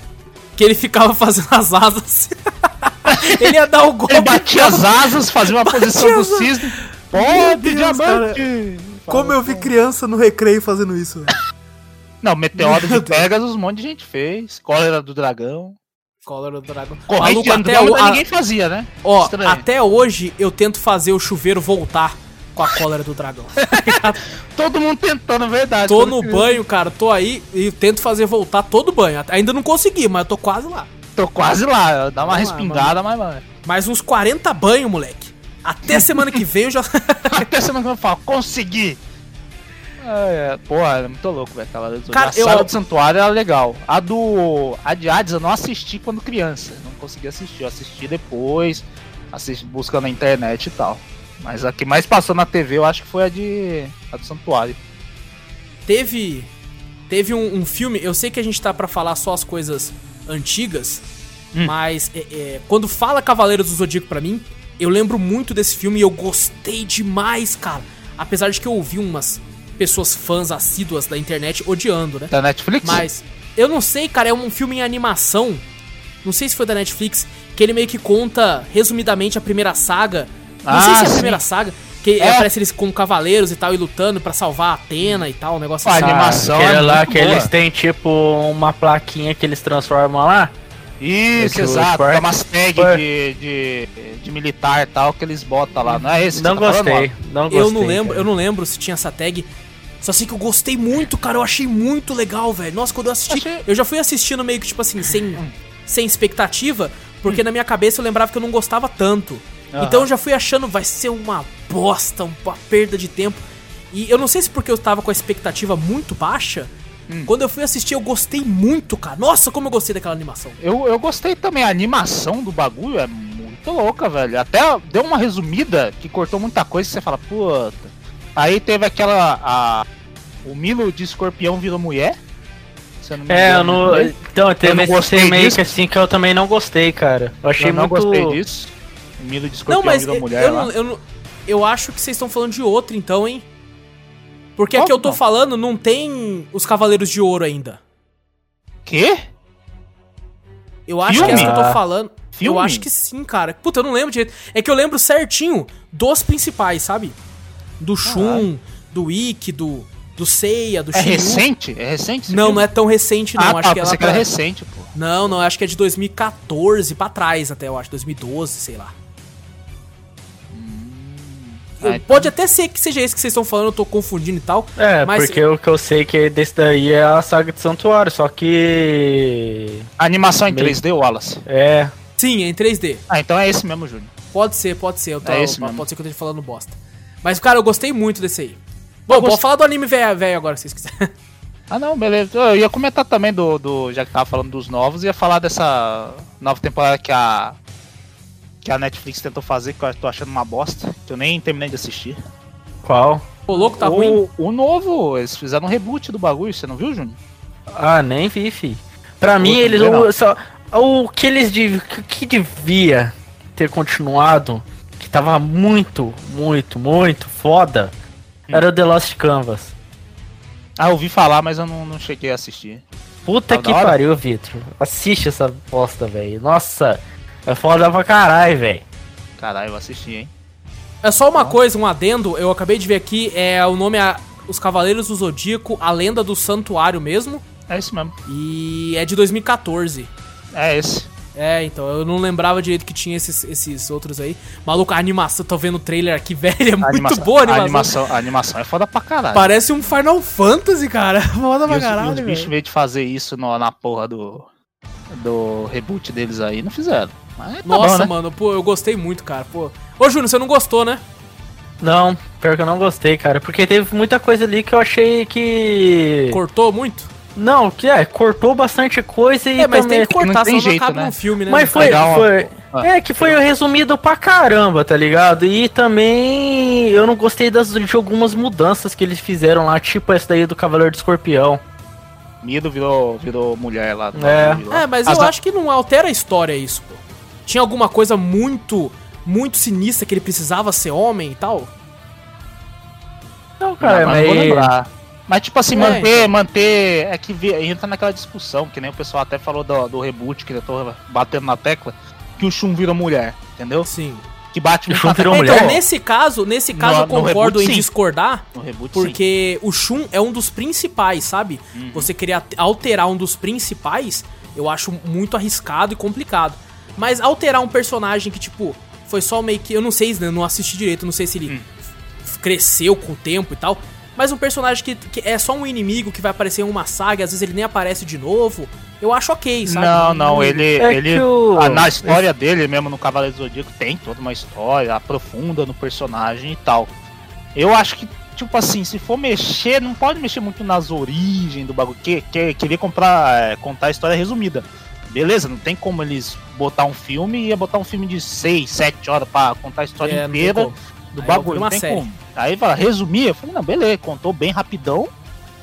Speaker 1: Que ele ficava fazendo as asas. ele ia dar o golpe.
Speaker 3: Ele batia as asas, fazia uma posição do
Speaker 1: É as asas.
Speaker 3: Cisne.
Speaker 1: Meu
Speaker 3: Pô,
Speaker 1: Deus,
Speaker 3: diamante!
Speaker 1: Como eu vi criança no recreio fazendo isso, velho.
Speaker 3: Não, Meteoro
Speaker 1: Meu
Speaker 3: de
Speaker 1: Deus.
Speaker 3: Pegasus, um monte de gente fez. Cólera do Dragão.
Speaker 1: Color do dragão.
Speaker 3: Corrente
Speaker 1: Maluco,
Speaker 3: de
Speaker 1: até,
Speaker 3: Andrômeda
Speaker 1: o, a-
Speaker 3: ninguém fazia, né?
Speaker 1: Ó,
Speaker 3: Estranho.
Speaker 1: até hoje eu tento fazer o chuveiro voltar com a cólera do dragão.
Speaker 3: Todo mundo tentando, é verdade.
Speaker 1: tô
Speaker 3: Quando
Speaker 1: no
Speaker 3: criança.
Speaker 1: banho, cara, tô aí e tento fazer voltar todo o banho. Ainda não consegui, mas eu tô quase lá.
Speaker 3: Tô quase lá, dá
Speaker 1: Vamos
Speaker 3: uma
Speaker 1: lá,
Speaker 3: respingada, mas mano.
Speaker 1: Mais uns 40 banhos, moleque. Até semana que vem eu já.
Speaker 3: Até semana que eu falo, consegui! É, é, porra, é muito louco, velho. Cavaleiro do
Speaker 1: Cara,
Speaker 3: Zodíaco.
Speaker 1: eu-
Speaker 3: A saga do Santuário era legal. A do. A de Hades eu não assisti quando criança. Não consegui assistir. Eu assisti depois, assisti, buscando na internet e tal. Mas a que mais passou na TV eu acho que foi a de. A do Santuário.
Speaker 1: teve. Teve um, um filme. Eu sei que a gente tá pra falar só as coisas antigas,
Speaker 3: Hum.
Speaker 1: mas é, é, quando fala Cavaleiros do Zodíaco pra mim, eu lembro muito desse filme e eu gostei demais, cara. Apesar de que eu ouvi umas pessoas fãs assíduas da internet odiando, né?
Speaker 3: Da Netflix?
Speaker 1: Mas eu não sei, cara, é um filme em animação. Não sei se foi da Netflix, que ele meio que conta resumidamente a primeira saga. Não
Speaker 3: Ah,
Speaker 1: sei se é a
Speaker 3: sim.
Speaker 1: primeira saga, que
Speaker 3: É.
Speaker 1: aparece eles com cavaleiros e tal e lutando pra salvar a Atena e tal, um negócio
Speaker 3: Ah,
Speaker 1: assim.
Speaker 3: anima- animação
Speaker 2: Aquele
Speaker 3: é
Speaker 2: lá
Speaker 3: muito
Speaker 2: que
Speaker 3: boa.
Speaker 2: eles têm, tipo, uma plaquinha que eles transformam lá.
Speaker 3: Isso,
Speaker 2: Esse
Speaker 3: exato.
Speaker 2: Sport-
Speaker 3: Tem umas tags
Speaker 2: Sport-
Speaker 3: de, de, de militar e tal que eles botam lá. Não é esse? que
Speaker 2: Não
Speaker 3: você tá falando,
Speaker 2: gostei, não gostei.
Speaker 1: eu não lembro,
Speaker 2: cara.
Speaker 1: eu não lembro se tinha essa tag, Só sei que eu gostei muito, cara. Eu achei muito legal, velho. Nossa, quando eu assisti.
Speaker 3: Achei-
Speaker 1: Eu já fui assistindo meio que, tipo assim, sem, sem expectativa. Porque na minha cabeça eu lembrava que eu não gostava tanto.
Speaker 3: Aham.
Speaker 1: Então eu já fui achando, vai ser uma bosta, uma perda de tempo. E eu não sei se porque eu tava com a expectativa muito baixa.
Speaker 2: Hum.
Speaker 1: Quando eu fui assistir, eu gostei muito, cara. Nossa, como eu gostei daquela animação.
Speaker 3: Eu, eu gostei também, a animação do bagulho é muito louca, velho. Até deu uma resumida que cortou muita coisa e você fala, puta. Aí teve aquela. A, o Milo de escorpião virou mulher. Se eu não me
Speaker 2: É, eu
Speaker 3: engano,
Speaker 2: não.
Speaker 3: né?
Speaker 2: Então, teve
Speaker 3: não
Speaker 2: esse
Speaker 3: gostei
Speaker 2: remake
Speaker 3: disso.
Speaker 2: assim que eu também não gostei, cara. Eu achei
Speaker 3: eu não
Speaker 2: muito.
Speaker 3: gostei disso. O Milo de escorpião
Speaker 1: não, mas
Speaker 3: virou
Speaker 1: eu,
Speaker 3: mulher.
Speaker 1: eu
Speaker 3: lá.
Speaker 1: não, eu não- eu acho que vocês estão falando de outro, então, hein? Porque a
Speaker 3: Qual
Speaker 1: que eu
Speaker 3: que
Speaker 1: tô
Speaker 3: não?
Speaker 1: falando não tem os Cavaleiros de Ouro ainda.
Speaker 3: Quê?
Speaker 1: Eu acho
Speaker 3: Filme?
Speaker 1: que essa que eu tô
Speaker 2: Ah.
Speaker 1: falando. Eu
Speaker 3: Filme?
Speaker 1: acho que sim, cara. Puta, eu não lembro direito. É que eu lembro certinho dos principais, sabe? Do Shun, do Ikki, do, do Seiya, do
Speaker 3: É
Speaker 1: Shiryu.
Speaker 3: recente? É recente? esse
Speaker 1: Não,
Speaker 3: filme?
Speaker 1: não é tão recente, não.
Speaker 3: Ah,
Speaker 1: acho
Speaker 3: tá,
Speaker 1: que é
Speaker 3: pensei
Speaker 1: lá
Speaker 3: que era
Speaker 1: pra-
Speaker 3: recente, pô.
Speaker 1: Não, não, acho que é de 2014 pra trás até, eu acho. 2012, sei lá. Eu-
Speaker 3: Hum. Ah, então-
Speaker 1: Pode até ser que seja esse que vocês estão falando, eu tô confundindo e tal.
Speaker 2: É,
Speaker 1: mas
Speaker 2: porque o que eu sei que desse daí é a saga de Santuário, só que.
Speaker 3: A animação em
Speaker 2: Meio-
Speaker 3: 3D, Wallace.
Speaker 2: É.
Speaker 1: Sim, é em 3D.
Speaker 3: Ah, então é esse mesmo, Júnior.
Speaker 1: Pode ser, pode ser. Eu tô-
Speaker 3: É esse
Speaker 1: pode
Speaker 3: mesmo.
Speaker 1: ser que eu esteja falando bosta. Mas, cara, eu gostei muito desse aí. Bom, vou
Speaker 3: gost-
Speaker 1: falar do anime velho velho agora, se vocês quiserem.
Speaker 3: Ah não, beleza. Eu ia comentar também do, do. Já que tava falando dos novos, ia falar dessa nova temporada que a. Que a Netflix tentou fazer, que eu tô achando uma bosta. Que eu nem terminei de assistir.
Speaker 2: Qual?
Speaker 1: Pô, louco, tá
Speaker 3: o,
Speaker 1: ruim.
Speaker 3: o novo, eles fizeram um reboot do bagulho, você não viu, Júnior?
Speaker 2: Ah, nem vi, fi. Pra mim,
Speaker 3: Puta,
Speaker 2: eles.
Speaker 3: não.
Speaker 2: O, só, o que eles. dev- que- que devia ter continuado, que tava muito, muito, muito foda,
Speaker 3: Hum.
Speaker 2: era o The Lost Canvas.
Speaker 3: Ah, eu ouvi falar, mas eu não, não cheguei a assistir.
Speaker 2: Puta
Speaker 3: Tá
Speaker 2: que
Speaker 3: da hora?
Speaker 2: pariu, Vitor. Assiste essa bosta, velho. Nossa, é foda pra caralho, velho.
Speaker 3: Caralho, eu assisti, hein?
Speaker 1: É só uma coisa, um adendo, eu acabei de ver aqui, é o nome é Os Cavaleiros do Zodíaco, a lenda do santuário mesmo.
Speaker 3: É esse mesmo.
Speaker 1: E é de 2014.
Speaker 3: É esse.
Speaker 1: É, então, eu não lembrava direito que tinha esses, esses outros aí. Maluco, a animação, tô vendo o trailer aqui, velho, é muito boa a animação.
Speaker 3: a animação. A animação é foda pra caralho.
Speaker 1: Parece um Final Fantasy, cara. Foda
Speaker 3: E
Speaker 1: pra
Speaker 3: os, e os
Speaker 1: caralho,
Speaker 3: bichos,
Speaker 1: velho.
Speaker 3: em vez de fazer isso no- na porra do, do reboot deles aí, não fizeram. Mas tá
Speaker 1: Nossa,
Speaker 3: bom, né?
Speaker 1: mano, pô, eu gostei muito, cara, pô. Ô, Júnior, você não gostou, né?
Speaker 2: Não, pior que eu não gostei, cara. Porque teve muita coisa ali que eu achei que.
Speaker 1: Cortou muito?
Speaker 2: Não, que é, cortou bastante coisa e.
Speaker 1: é, mas tem
Speaker 2: também-
Speaker 1: que cortar,
Speaker 3: não tem
Speaker 1: senão não
Speaker 3: jeito,
Speaker 1: acaba
Speaker 3: né?
Speaker 1: num filme, né?
Speaker 2: Mas foi.
Speaker 3: Legal,
Speaker 2: foi-
Speaker 3: ó. Ah,
Speaker 2: É, que foi resumido pra caramba, tá ligado? E também eu não gostei das, de algumas mudanças que eles fizeram lá, tipo essa daí do Cavaleiro do Escorpião.
Speaker 3: Mido virou, virou mulher lá. do
Speaker 2: É.
Speaker 3: bagulho lá.
Speaker 1: É, mas
Speaker 3: As
Speaker 1: eu
Speaker 3: da-
Speaker 1: acho que não altera a história isso, pô. Tinha alguma coisa muito, muito sinistra que ele precisava ser homem e tal?
Speaker 2: Não, cara,
Speaker 3: Cara, mas,
Speaker 2: é, mas.
Speaker 3: não vou lembrar. Mas, tipo assim,
Speaker 1: É,
Speaker 3: manter, manter. É que vi- entra naquela discussão, que nem o pessoal até falou do, do reboot, que eu tô batendo na tecla, que o Shun virou mulher, entendeu?
Speaker 1: Sim.
Speaker 3: Que bate
Speaker 2: O
Speaker 3: muito
Speaker 2: Shun
Speaker 3: na
Speaker 2: virou
Speaker 3: tecla.
Speaker 1: Então,
Speaker 2: mulher?
Speaker 1: nesse caso, nesse caso
Speaker 3: No-
Speaker 1: eu
Speaker 3: no
Speaker 1: concordo
Speaker 3: reboot,
Speaker 1: em
Speaker 3: sim.
Speaker 1: discordar,
Speaker 3: No reboot, sim.
Speaker 1: porque o Shun é um dos principais, sabe?
Speaker 3: Uhum.
Speaker 1: Você querer at- alterar um dos principais, eu acho muito arriscado e complicado. Mas alterar um personagem que, tipo, foi só meio que. Eu não sei, né? Eu não assisti direito, não sei se ele f- cresceu com o tempo e tal. Mas um personagem que, que é só um inimigo que vai aparecer em uma saga, às vezes ele nem aparece de novo, eu acho ok, sabe?
Speaker 3: Não, não, ele.
Speaker 2: É
Speaker 3: ele
Speaker 2: que o-
Speaker 3: ah, na história dele mesmo, no Cavaleiro do Zodíaco, tem toda uma história, aprofunda no personagem e tal. Eu acho que, tipo assim, se for mexer, não pode mexer muito nas origens do bagulho. Que, que, queria comprar, é, contar a história resumida. Beleza, não tem como eles botar um filme e ia botar um filme de 6, 7 horas pra contar a história
Speaker 1: É, não tem
Speaker 3: inteira
Speaker 1: como.
Speaker 3: do
Speaker 1: Aí
Speaker 3: bagulho.
Speaker 1: vira
Speaker 3: Não
Speaker 1: uma
Speaker 3: tem
Speaker 1: série.
Speaker 3: como. Aí fala, resumir, eu falei, não, beleza, contou bem rapidão,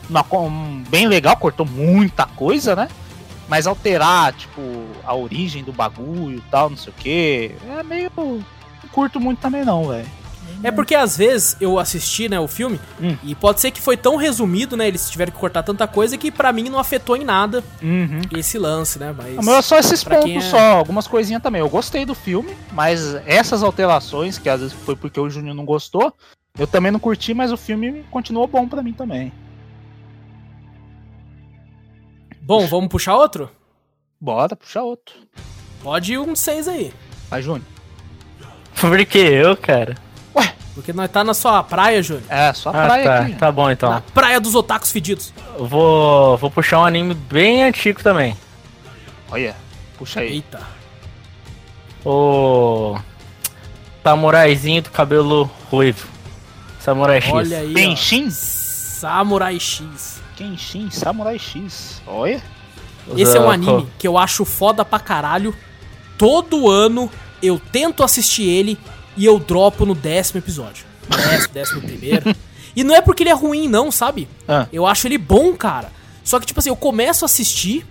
Speaker 3: uma co- um- bem legal, cortou muita coisa, né? Mas alterar, tipo, a origem do bagulho e tal, não sei o que, é meio. Não curto muito também não, velho.
Speaker 1: É porque às vezes eu assisti, né, o filme,
Speaker 3: Hum.
Speaker 1: e pode ser que foi tão resumido, né? Eles tiveram que cortar tanta coisa que pra mim não afetou em nada
Speaker 3: Uhum.
Speaker 1: esse lance, né? Mas.
Speaker 3: O meu é só esses
Speaker 1: Pra quem
Speaker 3: pontos
Speaker 1: é-
Speaker 3: só, algumas coisinhas também. Eu gostei do filme, mas essas alterações, que às vezes foi porque o Júnior não gostou, eu também não curti, mas o filme continuou bom pra mim também.
Speaker 1: Bom, vamos puxar outro?
Speaker 3: Bora, puxa outro.
Speaker 1: Pode ir um de seis aí.
Speaker 3: Vai, Júnior.
Speaker 2: Por que eu, cara?
Speaker 1: Porque nós tá na sua praia, Júnior.
Speaker 3: É, só
Speaker 2: Ah,
Speaker 3: praia
Speaker 2: tá.
Speaker 3: aqui.
Speaker 2: Tá bom então.
Speaker 1: Na praia dos otakus fedidos.
Speaker 2: Vou, vou puxar um anime bem antigo também.
Speaker 3: Olha, puxa aí.
Speaker 1: Eita.
Speaker 2: O Samuraizinho do cabelo ruivo. Samurai X.
Speaker 1: Olha aí. ó.
Speaker 3: Kenshin?
Speaker 1: Samurai X.
Speaker 3: Kenshin, Samurai X. Olha.
Speaker 1: Esse é um
Speaker 2: Os-
Speaker 1: anime que eu acho foda pra caralho. Todo ano eu tento assistir ele e eu dropo no décimo episódio. Décimo, décimo primeiro. E não é porque ele é ruim, não, sabe?
Speaker 3: Ah.
Speaker 1: Eu acho ele bom, cara. Só que, tipo assim, eu começo a assistir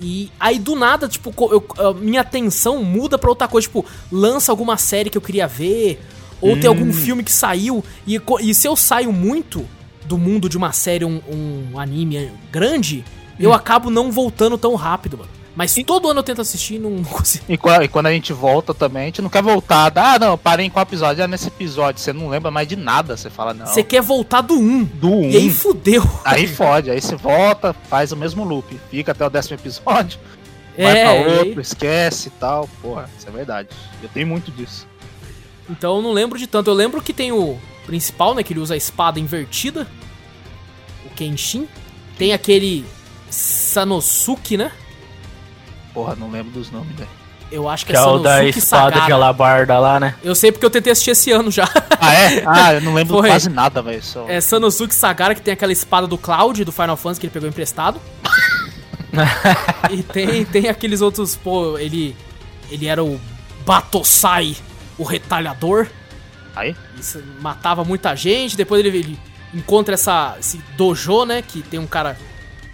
Speaker 1: e aí do nada, tipo, co- eu- a minha atenção muda pra outra coisa. Tipo, lança alguma série que eu queria ver, ou tem algum filme que saiu. E, co- e se eu saio muito do mundo de uma série, um, um anime grande, eu acabo não voltando tão rápido, mano. Mas todo ano eu tento assistir e não não consigo.
Speaker 3: E qua- e quando a gente volta também, a gente não quer voltar. Ah, não, eu parei em qual episódio? Ah, nesse episódio você não lembra mais de nada. Você fala, não.
Speaker 1: Você quer voltar do 1.
Speaker 3: Do um.
Speaker 1: E aí fudeu.
Speaker 3: Aí fode, aí você volta, faz o mesmo loop, fica até o décimo episódio, vai
Speaker 1: é,
Speaker 3: pra
Speaker 1: e aí-
Speaker 3: outro, esquece e tal. Porra, isso é verdade. Eu tenho muito disso.
Speaker 1: Então eu não lembro de tanto. Eu lembro que tem o principal, né? Que ele usa a espada invertida. O Kenshin. Tem aquele Sanosuke, né?
Speaker 3: Porra, não lembro dos nomes, velho.
Speaker 1: Eu acho que,
Speaker 2: Que é o da espada de alabarda lá, né?
Speaker 1: Eu sei porque eu tentei assistir esse ano já.
Speaker 3: Ah, é? Ah, eu não lembro
Speaker 1: Foi.
Speaker 3: quase nada, velho. Só...
Speaker 1: É Sanosuke Sagara que tem aquela espada do Cloud do Final Fantasy que ele pegou emprestado. e tem, tem aqueles outros, pô, ele ele era o Batosai, o retalhador.
Speaker 3: Aí?
Speaker 1: Isso, matava muita gente. Depois ele, ele encontra essa, esse dojo, né? Que tem um cara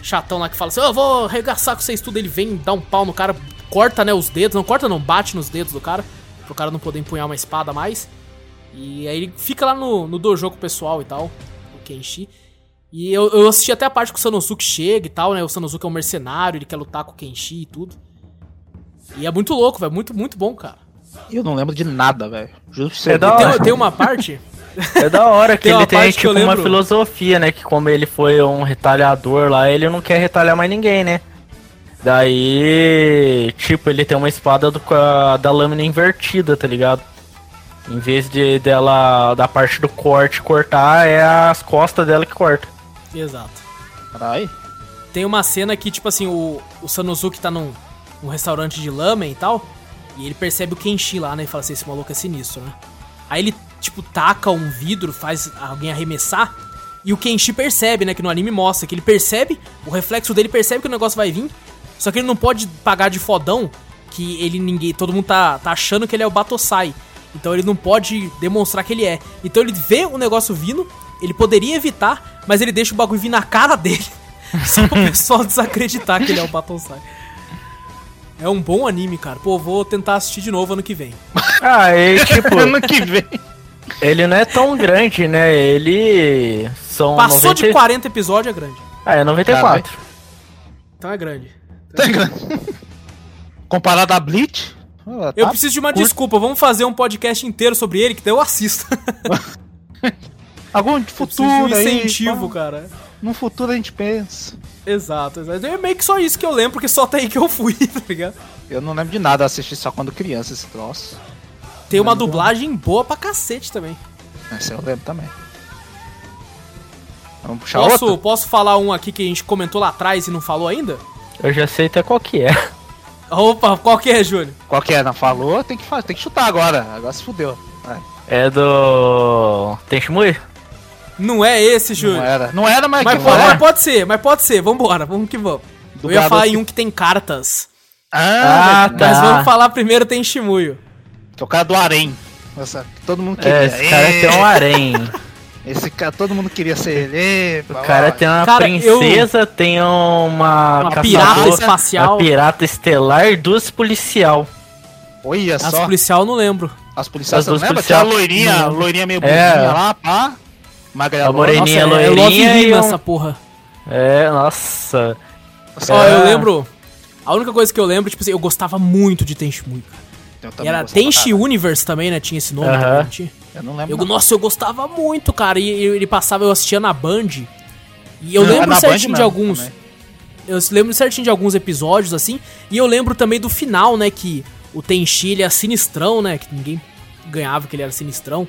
Speaker 1: chatão lá que fala assim: "Ô, Eu vou arregaçar com vocês tudo. Ele vem, dá um pau no cara, corta né, os dedos. Não corta, não, bate nos dedos do cara. Pro cara não poder empunhar uma espada mais. E aí ele fica lá no, no dojo com o pessoal e tal, o Kenshi. E eu, eu assisti até a parte que o Sanosuke chega e tal, né? O Sanosuke é um mercenário, ele quer lutar com o Kenshi e tudo. E é muito louco, velho. Muito, muito bom, cara.
Speaker 3: Eu não lembro de nada, velho. Juro pra você.
Speaker 2: É da
Speaker 3: Eu tenho-
Speaker 1: Tem, tem uma parte
Speaker 2: É da hora que
Speaker 1: Tem uma
Speaker 2: ele tem
Speaker 1: parte que eu
Speaker 2: tipo uma
Speaker 1: lembro.
Speaker 2: filosofia, né? Que como ele foi um retalhador lá, ele não quer retalhar mais ninguém, né? Daí, tipo, ele tem uma espada do, com a- da lâmina invertida, tá ligado? Em vez de dela, da parte do corte cortar, é as costas dela que corta.
Speaker 1: Exato.
Speaker 3: Caralho.
Speaker 1: Tem uma cena que, tipo assim, o, o Sanosuke tá num, num restaurante de lamen e tal. E ele percebe o Kenshi lá, né? E fala assim: esse maluco é sinistro, né? Aí ele, tipo, taca um vidro, faz alguém arremessar. E o Kenshi percebe, né? Que no anime mostra que ele percebe, o reflexo dele percebe que o negócio vai vir. Só que ele não pode pagar de fodão que ele ninguém. Todo mundo tá, tá achando que ele é o Batosai. Então ele não pode demonstrar que ele é. Então ele vê o negócio vindo, ele poderia evitar, mas ele deixa o bagulho vir na cara dele. Só pro pessoal desacreditar que ele é o Batosai. É um bom anime, cara. Pô, vou tentar assistir de novo ano que vem.
Speaker 2: Ah, e tipo,
Speaker 3: ano que vem.
Speaker 2: ele não é tão grande, né? Ele. São.
Speaker 1: Passou de
Speaker 2: 90
Speaker 1: 40 episódios, é grande.
Speaker 2: Ah, é 94.
Speaker 1: Então é grande.
Speaker 3: Comparado a Bleach? ah,
Speaker 1: Eu
Speaker 3: tá
Speaker 1: preciso de uma
Speaker 3: curto.
Speaker 1: desculpa. Vamos fazer um podcast inteiro sobre ele, que daí eu assisto.
Speaker 3: Algum
Speaker 1: Eu preciso de um
Speaker 3: futuro aí.
Speaker 1: incentivo,
Speaker 3: pá.
Speaker 1: cara.
Speaker 3: Num futuro a gente pensa.
Speaker 1: Exato, exato. É meio que só isso que eu lembro, porque só tá aí que eu fui, tá ligado?
Speaker 3: Eu não lembro de nada, eu assisti só quando criança esse troço.
Speaker 1: Tem
Speaker 3: então-
Speaker 1: uma dublagem boa pra cacete também.
Speaker 3: Esse eu lembro também. Vamos puxar
Speaker 1: Posso,
Speaker 3: outro?
Speaker 1: posso falar um aqui que a gente comentou lá atrás e não falou ainda?
Speaker 2: Eu já sei até qual que é.
Speaker 1: Opa, qual que é, Júnior?
Speaker 3: Qual que é? Não falou? Tem que, fa- tem que chutar agora. Agora se fudeu. Vai.
Speaker 2: É do. Tenshimui?
Speaker 1: Não é esse,
Speaker 3: Não
Speaker 1: Júnior.
Speaker 3: era. Não era, mas,
Speaker 1: Mas,
Speaker 3: que
Speaker 1: pode-
Speaker 3: foi.
Speaker 1: mas pode ser, mas pode ser. Vambora, vamos que vamos. eu ia
Speaker 3: Dublador
Speaker 1: falar
Speaker 3: que-
Speaker 1: em um que tem cartas.
Speaker 3: Ah,
Speaker 2: Ah,
Speaker 3: velho,
Speaker 2: tá.
Speaker 1: Mas vamos falar primeiro tem Shimuyo.
Speaker 3: Que é o cara do Arém. Nossa, que todo mundo queria.
Speaker 2: É, esse cara
Speaker 3: Ê,
Speaker 2: tem um harém.
Speaker 3: Esse cara, todo mundo queria ser ele.
Speaker 2: O cara é tem uma
Speaker 1: Cara, eu-
Speaker 2: princesa, tem uma,
Speaker 1: Uma
Speaker 2: caçadora,
Speaker 1: pirata
Speaker 2: uma
Speaker 1: espacial.
Speaker 2: pirata estelar e duas policial.
Speaker 3: Olha
Speaker 1: As
Speaker 3: É só.
Speaker 1: policial eu não lembro.
Speaker 3: As policiais,
Speaker 2: As
Speaker 3: você não
Speaker 2: duas
Speaker 3: lembra? Tinha a
Speaker 2: policiais.
Speaker 3: loirinha, a
Speaker 2: Não.
Speaker 3: loirinha meio
Speaker 2: É.
Speaker 3: bonitinha lá, pá. Magrela.
Speaker 2: A moreninha,
Speaker 1: é, é Love
Speaker 2: loirinha e
Speaker 1: Hina
Speaker 2: um-
Speaker 1: essa porra.
Speaker 2: É, nossa.
Speaker 3: Nossa,
Speaker 1: Ó,
Speaker 2: É.
Speaker 1: eu lembro. A única coisa que eu lembro, tipo assim, eu gostava muito de Tenshimuyo.
Speaker 3: eu
Speaker 1: E
Speaker 3: também
Speaker 1: era
Speaker 3: gostava.
Speaker 1: Tenshi Universe também, né? Tinha esse nome.
Speaker 2: Aham.
Speaker 1: também, não tinha?
Speaker 3: Eu não lembro.
Speaker 1: Eu,
Speaker 3: não.
Speaker 1: nossa, eu gostava muito, cara. E, e ele passava, eu assistia na Band. E eu
Speaker 3: Não, era
Speaker 1: lembro
Speaker 3: na
Speaker 1: certinho
Speaker 3: Band
Speaker 1: de
Speaker 3: mesmo
Speaker 1: alguns.
Speaker 3: também.
Speaker 1: Eu lembro certinho de alguns episódios, assim. E eu lembro também do final, né? Que o Tenchi, ele é sinistrão, né? Que ninguém ganhava que ele era sinistrão.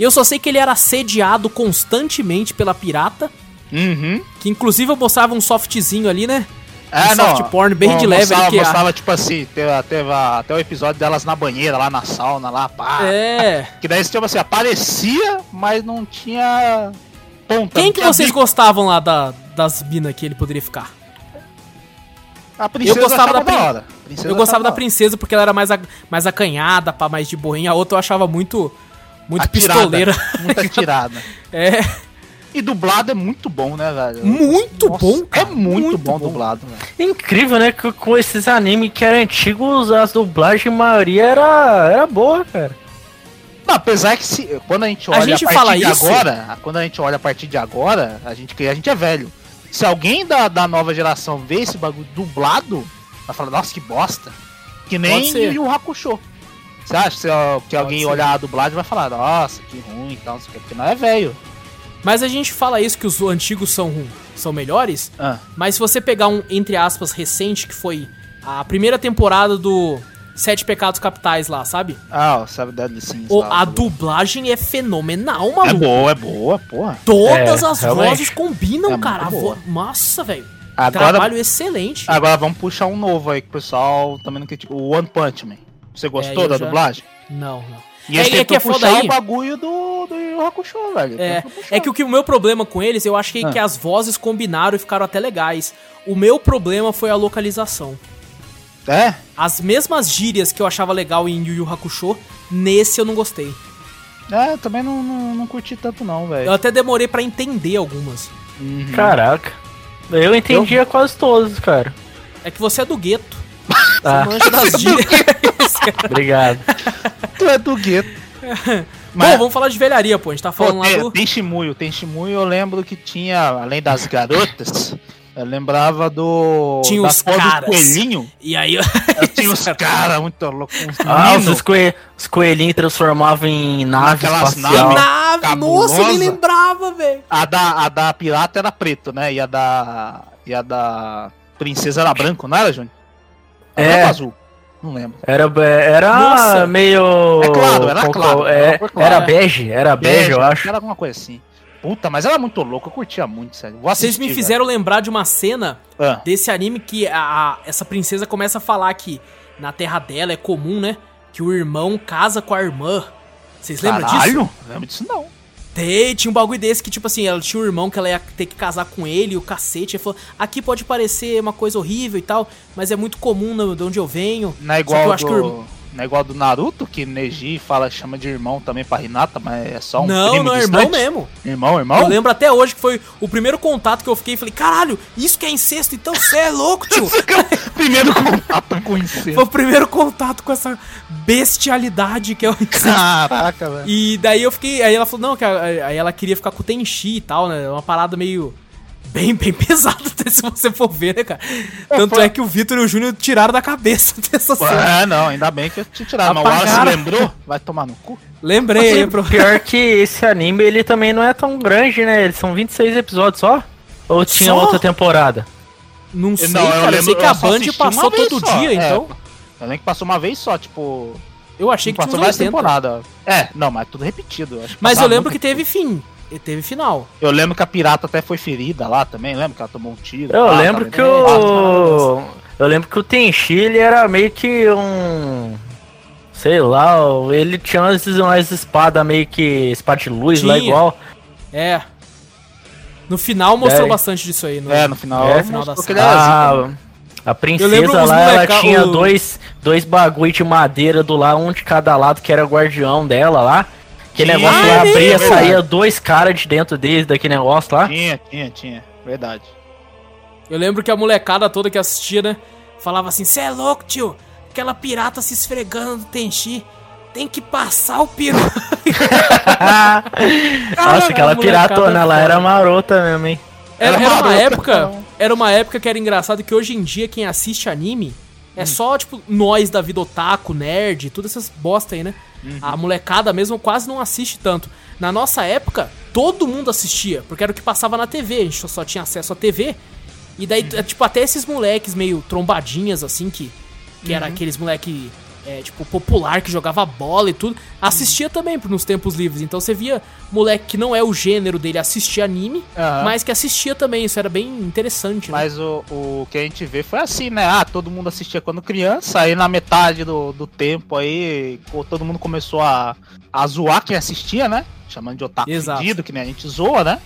Speaker 1: Eu só sei que ele era assediado constantemente pela pirata,
Speaker 3: Uhum.
Speaker 1: que inclusive eu mostrava um softzinho ali, né?
Speaker 3: É,
Speaker 1: Um
Speaker 3: não.
Speaker 1: soft porn bem de leve
Speaker 3: Mostrava,
Speaker 1: ali que é. a-
Speaker 3: mostrava, tipo assim, teve, teve a- até o episódio delas na banheira, lá na sauna, lá, pá.
Speaker 1: É.
Speaker 3: Que daí, tipo assim, aparecia, mas não tinha ponta.
Speaker 1: Quem
Speaker 3: não
Speaker 1: que
Speaker 3: tinha
Speaker 1: vocês
Speaker 3: bico.
Speaker 1: gostavam lá da, das minas que ele poderia ficar?
Speaker 3: A princesa
Speaker 1: Eu gostava da
Speaker 3: achava
Speaker 1: prin-
Speaker 3: hora. A princesa
Speaker 1: eu gostava da
Speaker 3: achava hora.
Speaker 1: princesa porque ela era mais, a- mais acanhada, pá, mais de boinha. A outra eu achava muito, muito
Speaker 3: Atirada.
Speaker 1: pistoleira.
Speaker 3: Muita tirada.
Speaker 1: É,
Speaker 3: E dublado é muito bom, né, velho?
Speaker 1: muito
Speaker 3: Nossa,
Speaker 1: bom, cara.
Speaker 3: É muito, bom, dublado, velho.
Speaker 2: Incrível, né? Que com esses animes que eram antigos, as dublagens, a maioria era, era boa, cara.
Speaker 3: Não, apesar que se, quando a gente
Speaker 1: A
Speaker 3: olha a,
Speaker 1: gente
Speaker 3: partir
Speaker 1: fala
Speaker 3: de
Speaker 1: isso?
Speaker 3: agora, quando a gente olha a partir de agora, a gente, que a gente é velho. Se alguém da, da nova geração vê esse bagulho dublado, vai falar, nossa, que bosta. Que nem
Speaker 1: Pode ser.
Speaker 3: o Hakusho. Você acha que se, ó, que alguém
Speaker 1: ser.
Speaker 3: olhar a dublagem vai falar, nossa, que ruim e tal, não sei o que, porque não é velho.
Speaker 1: Mas a gente fala isso que os antigos são, ru- são melhores,
Speaker 3: Ah.
Speaker 1: mas se você pegar um, entre aspas, recente, que foi a primeira temporada do Sete Pecados Capitais lá, sabe?
Speaker 3: Ah, o Sabe Deadly Sins.
Speaker 1: O,
Speaker 3: lá,
Speaker 1: a
Speaker 3: o-
Speaker 1: dublagem é fenomenal,
Speaker 3: tá É
Speaker 1: maluco.
Speaker 3: boa, é boa, porra.
Speaker 1: Todas
Speaker 2: É,
Speaker 1: as
Speaker 2: realmente.
Speaker 1: vozes combinam,
Speaker 3: É muito
Speaker 1: cara. A vo...
Speaker 3: boa.
Speaker 1: Nossa, velho.
Speaker 3: Agora,
Speaker 1: Trabalho excelente.
Speaker 3: Agora vamos puxar um novo aí que o pessoal também não critica. O One Punch Man. Você gostou
Speaker 1: É, eu
Speaker 3: da
Speaker 1: já-
Speaker 3: dublagem?
Speaker 1: Não, não.
Speaker 3: E
Speaker 1: É-
Speaker 3: eles
Speaker 1: é
Speaker 3: tentam
Speaker 1: que é foda
Speaker 3: puxar
Speaker 1: aí.
Speaker 3: o bagulho do, do Yu Yu Hakusho, velho.
Speaker 1: É,
Speaker 3: Tentam puxar.
Speaker 1: é que o, que o meu problema com eles, eu achei
Speaker 3: Ah.
Speaker 1: que as vozes combinaram e ficaram até legais. O meu problema foi a localização.
Speaker 3: É?
Speaker 1: As mesmas gírias que eu achava legal em Yu Yu Hakusho, nesse eu não gostei.
Speaker 3: É, eu também não, não, não curti tanto não,
Speaker 1: Eu
Speaker 3: velho.
Speaker 1: até demorei pra entender algumas.
Speaker 3: Uhum.
Speaker 2: Caraca. Eu entendia quase todos, cara.
Speaker 1: É que você é do gueto.
Speaker 3: Ah.
Speaker 2: Tá,
Speaker 1: Manja
Speaker 3: é
Speaker 1: das gírias.
Speaker 2: obrigado.
Speaker 3: Tu é do gueto.
Speaker 1: Bom, vamos falar de velharia, pô. A gente tá
Speaker 3: Pô,
Speaker 1: falando lá
Speaker 3: tem,
Speaker 1: do.
Speaker 3: tem Shimuyo, tem Shimuyo, eu lembro que tinha, além das garotas, eu lembrava do...
Speaker 1: Tinha
Speaker 3: das
Speaker 1: os
Speaker 3: fotos do
Speaker 1: caras. é
Speaker 3: coelhinho.
Speaker 1: E aí.
Speaker 3: Eu tinha os caras muito loucos, uns
Speaker 2: Ah,
Speaker 3: meninos.
Speaker 2: os, coe- os coelhinhos transformavam em nave
Speaker 3: Aquelas
Speaker 2: espacial.
Speaker 3: naves.
Speaker 1: Nave, nossa, eu nem
Speaker 3: Cabulosa.
Speaker 1: lembrava, velho.
Speaker 3: A da, a da pirata era preto, né? E a da. E a da princesa era branco, não era, Júnior? Era
Speaker 2: É.
Speaker 3: branco ou azul. Não lembro.
Speaker 2: Era, be- era
Speaker 1: Nossa.
Speaker 2: meio.
Speaker 3: É claro, era
Speaker 2: qual-
Speaker 3: claro,
Speaker 2: qual- é-
Speaker 3: era cor clara.
Speaker 2: era bege, era bege, eu acho.
Speaker 3: Era alguma coisa assim. Puta, mas era muito louco, eu curtia muito, sério. Vou
Speaker 1: Vocês
Speaker 3: assistir,
Speaker 1: me fizeram lembrar de uma cena
Speaker 3: velho. Ah,
Speaker 1: desse anime que a, a- essa princesa começa a falar que na terra dela é comum, né? Que o irmão casa com a irmã. Vocês lembram disso?
Speaker 3: caralho? Lembro disso não.
Speaker 1: Tem, tinha um bagulho desse que, tipo assim, ela tinha um irmão que ela ia ter que casar com ele, o cacete. Ela falou, aqui pode parecer uma coisa horrível e tal, mas é muito comum no- de onde eu venho.
Speaker 3: Não é
Speaker 1: Só que eu
Speaker 3: igual
Speaker 1: acho
Speaker 3: do.
Speaker 1: que o irmão-
Speaker 3: Não é igual do Naruto, que Neji fala, chama de irmão também pra Hinata, mas é só um
Speaker 1: não,
Speaker 3: primo
Speaker 1: não, é
Speaker 3: distante.
Speaker 1: irmão mesmo.
Speaker 3: Irmão, irmão?
Speaker 1: Eu lembro até hoje que foi o primeiro contato que eu fiquei e falei, caralho, isso que é incesto, então você é louco, tio.
Speaker 3: Primeiro contato com o
Speaker 1: Foi
Speaker 3: incesto.
Speaker 1: o primeiro contato com essa bestialidade que é o incesto.
Speaker 3: Caraca, velho.
Speaker 1: E daí eu fiquei. Aí ela falou, não, que a- aí ela queria ficar com o Tenchi e tal, né? Uma parada meio. Bem, bem pesada, até se você for ver, né, cara? Tanto
Speaker 3: foi-
Speaker 1: é que o Vitor e o Júnior tiraram da cabeça dessa cena.
Speaker 3: É, não, ainda bem que eu te tiraram. Mas o Wallace
Speaker 1: Apagaram.
Speaker 3: lembrou? Vai tomar no cu.
Speaker 1: Lembrei aí, pro...
Speaker 2: Assim, Pior que esse anime ele também não é tão grande, né? Eles são 26 episódios só? Ou tinha
Speaker 1: Só?
Speaker 2: outra temporada?
Speaker 1: Não sei,
Speaker 3: Não, eu
Speaker 1: cara. Eu,
Speaker 3: lembro-
Speaker 1: sei que
Speaker 3: eu
Speaker 1: a
Speaker 3: só
Speaker 1: Band
Speaker 3: assisti uma
Speaker 1: passou
Speaker 3: vez
Speaker 1: todo
Speaker 3: só,
Speaker 1: dia,
Speaker 3: é.
Speaker 1: então.
Speaker 3: Eu lembro que passou uma vez só, tipo.
Speaker 1: Eu achei que
Speaker 3: passou
Speaker 1: tinha uns
Speaker 3: várias
Speaker 1: 80.
Speaker 3: temporadas. É, não, mas tudo repetido. acho que
Speaker 1: Mas eu
Speaker 3: passava
Speaker 1: lembro que
Speaker 3: muito.
Speaker 1: teve fim. E teve final.
Speaker 3: Eu lembro que a pirata até foi ferida lá também, lembra que ela tomou um tiro.
Speaker 2: Eu
Speaker 3: pá,
Speaker 2: lembro
Speaker 3: tava-
Speaker 2: que
Speaker 3: Ah, tá,
Speaker 2: o. Eu lembro que o Tenchi ele era meio que um. Sei lá, ele tinha umas, umas espadas meio que. espada de luz lá
Speaker 1: Tinha.
Speaker 2: igual.
Speaker 1: É. No final mostrou
Speaker 2: É.
Speaker 1: bastante disso aí, né?
Speaker 3: É, no final.
Speaker 2: É,
Speaker 3: É,
Speaker 1: no final da
Speaker 3: porque ele era zica, né?
Speaker 2: A, a
Speaker 1: lembro
Speaker 2: princesa
Speaker 1: os
Speaker 2: lá, ela
Speaker 1: moleca-
Speaker 2: tinha
Speaker 1: o-
Speaker 2: dois, dois bagulho de madeira do lá, um de cada lado, que era guardião dela lá. Que
Speaker 3: Tinha,
Speaker 2: negócio lá
Speaker 1: é
Speaker 2: abria,
Speaker 3: mesmo.
Speaker 2: saía dois caras de dentro deles, daquele negócio lá.
Speaker 3: Tinha, tinha, tinha. Verdade.
Speaker 1: Eu lembro que a molecada toda que assistia, né? Falava assim: Cê é louco, tio. Aquela pirata se esfregando no Tenchi. Tem que passar o peru.
Speaker 2: Nossa, aquela
Speaker 1: a molecada
Speaker 2: piratona lá
Speaker 1: foda.
Speaker 2: era marota mesmo, hein?
Speaker 1: Era,
Speaker 3: Era
Speaker 1: era uma
Speaker 3: marota,
Speaker 1: época.
Speaker 3: não.
Speaker 1: Era uma época que era engraçado que hoje em dia quem assiste anime é só, tipo, nós da vida otaku, nerd, todas essas bosta aí, né? A molecada mesmo quase não assiste tanto. Na nossa época, todo mundo assistia, porque era o que passava na TV, a gente só- só tinha acesso à TV. Uhum. Uhum. E daí, t- tipo, até esses moleques meio trombadinhas, assim, que, que era aqueles moleque é, tipo, popular que jogava bola e tudo, assistia também nos tempos livres. Então você via moleque que não é o gênero dele assistir anime,
Speaker 3: Aham.
Speaker 1: mas que assistia também. Isso era bem interessante, né?
Speaker 3: Mas o, o que a gente vê foi assim, né? Ah, todo mundo assistia quando criança, aí na metade do, do tempo aí, co- todo mundo começou a, a zoar quem assistia, né? Chamando de otaku
Speaker 1: Exato.
Speaker 3: fedido, que nem a gente zoa, né?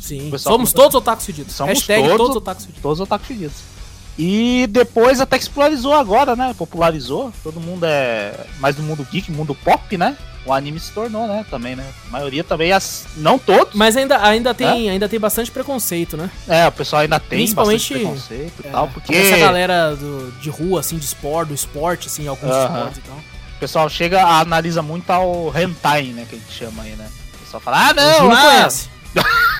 Speaker 1: Sim.
Speaker 3: o pessoal
Speaker 1: Somos
Speaker 3: começou-
Speaker 1: todos otakus fedidos.
Speaker 3: Somos
Speaker 1: Hashtag
Speaker 3: todos-
Speaker 1: todos, otakus fedidos.
Speaker 3: Todos otaku fedidos. E depois até que se popularizou agora, né? Popularizou, todo mundo é mais do mundo geek, mundo pop, né? O anime se tornou, né? Também, né? A maioria também, as... não todos,
Speaker 1: Mas ainda, ainda, tem, ainda tem bastante preconceito, né?
Speaker 3: É, o pessoal ainda tem
Speaker 1: Principalmente-
Speaker 3: bastante preconceito e
Speaker 1: É,
Speaker 3: tal, porque
Speaker 1: Essa galera do- de rua, assim, de esporte, do esporte, assim, alguns
Speaker 3: Aham.
Speaker 1: esportes e tal.
Speaker 3: o pessoal chega, analisa muito ao hentai, né, que a gente chama aí, né? O pessoal fala, ah,
Speaker 1: O
Speaker 3: não,
Speaker 1: Júlio
Speaker 3: ah,
Speaker 1: conhece.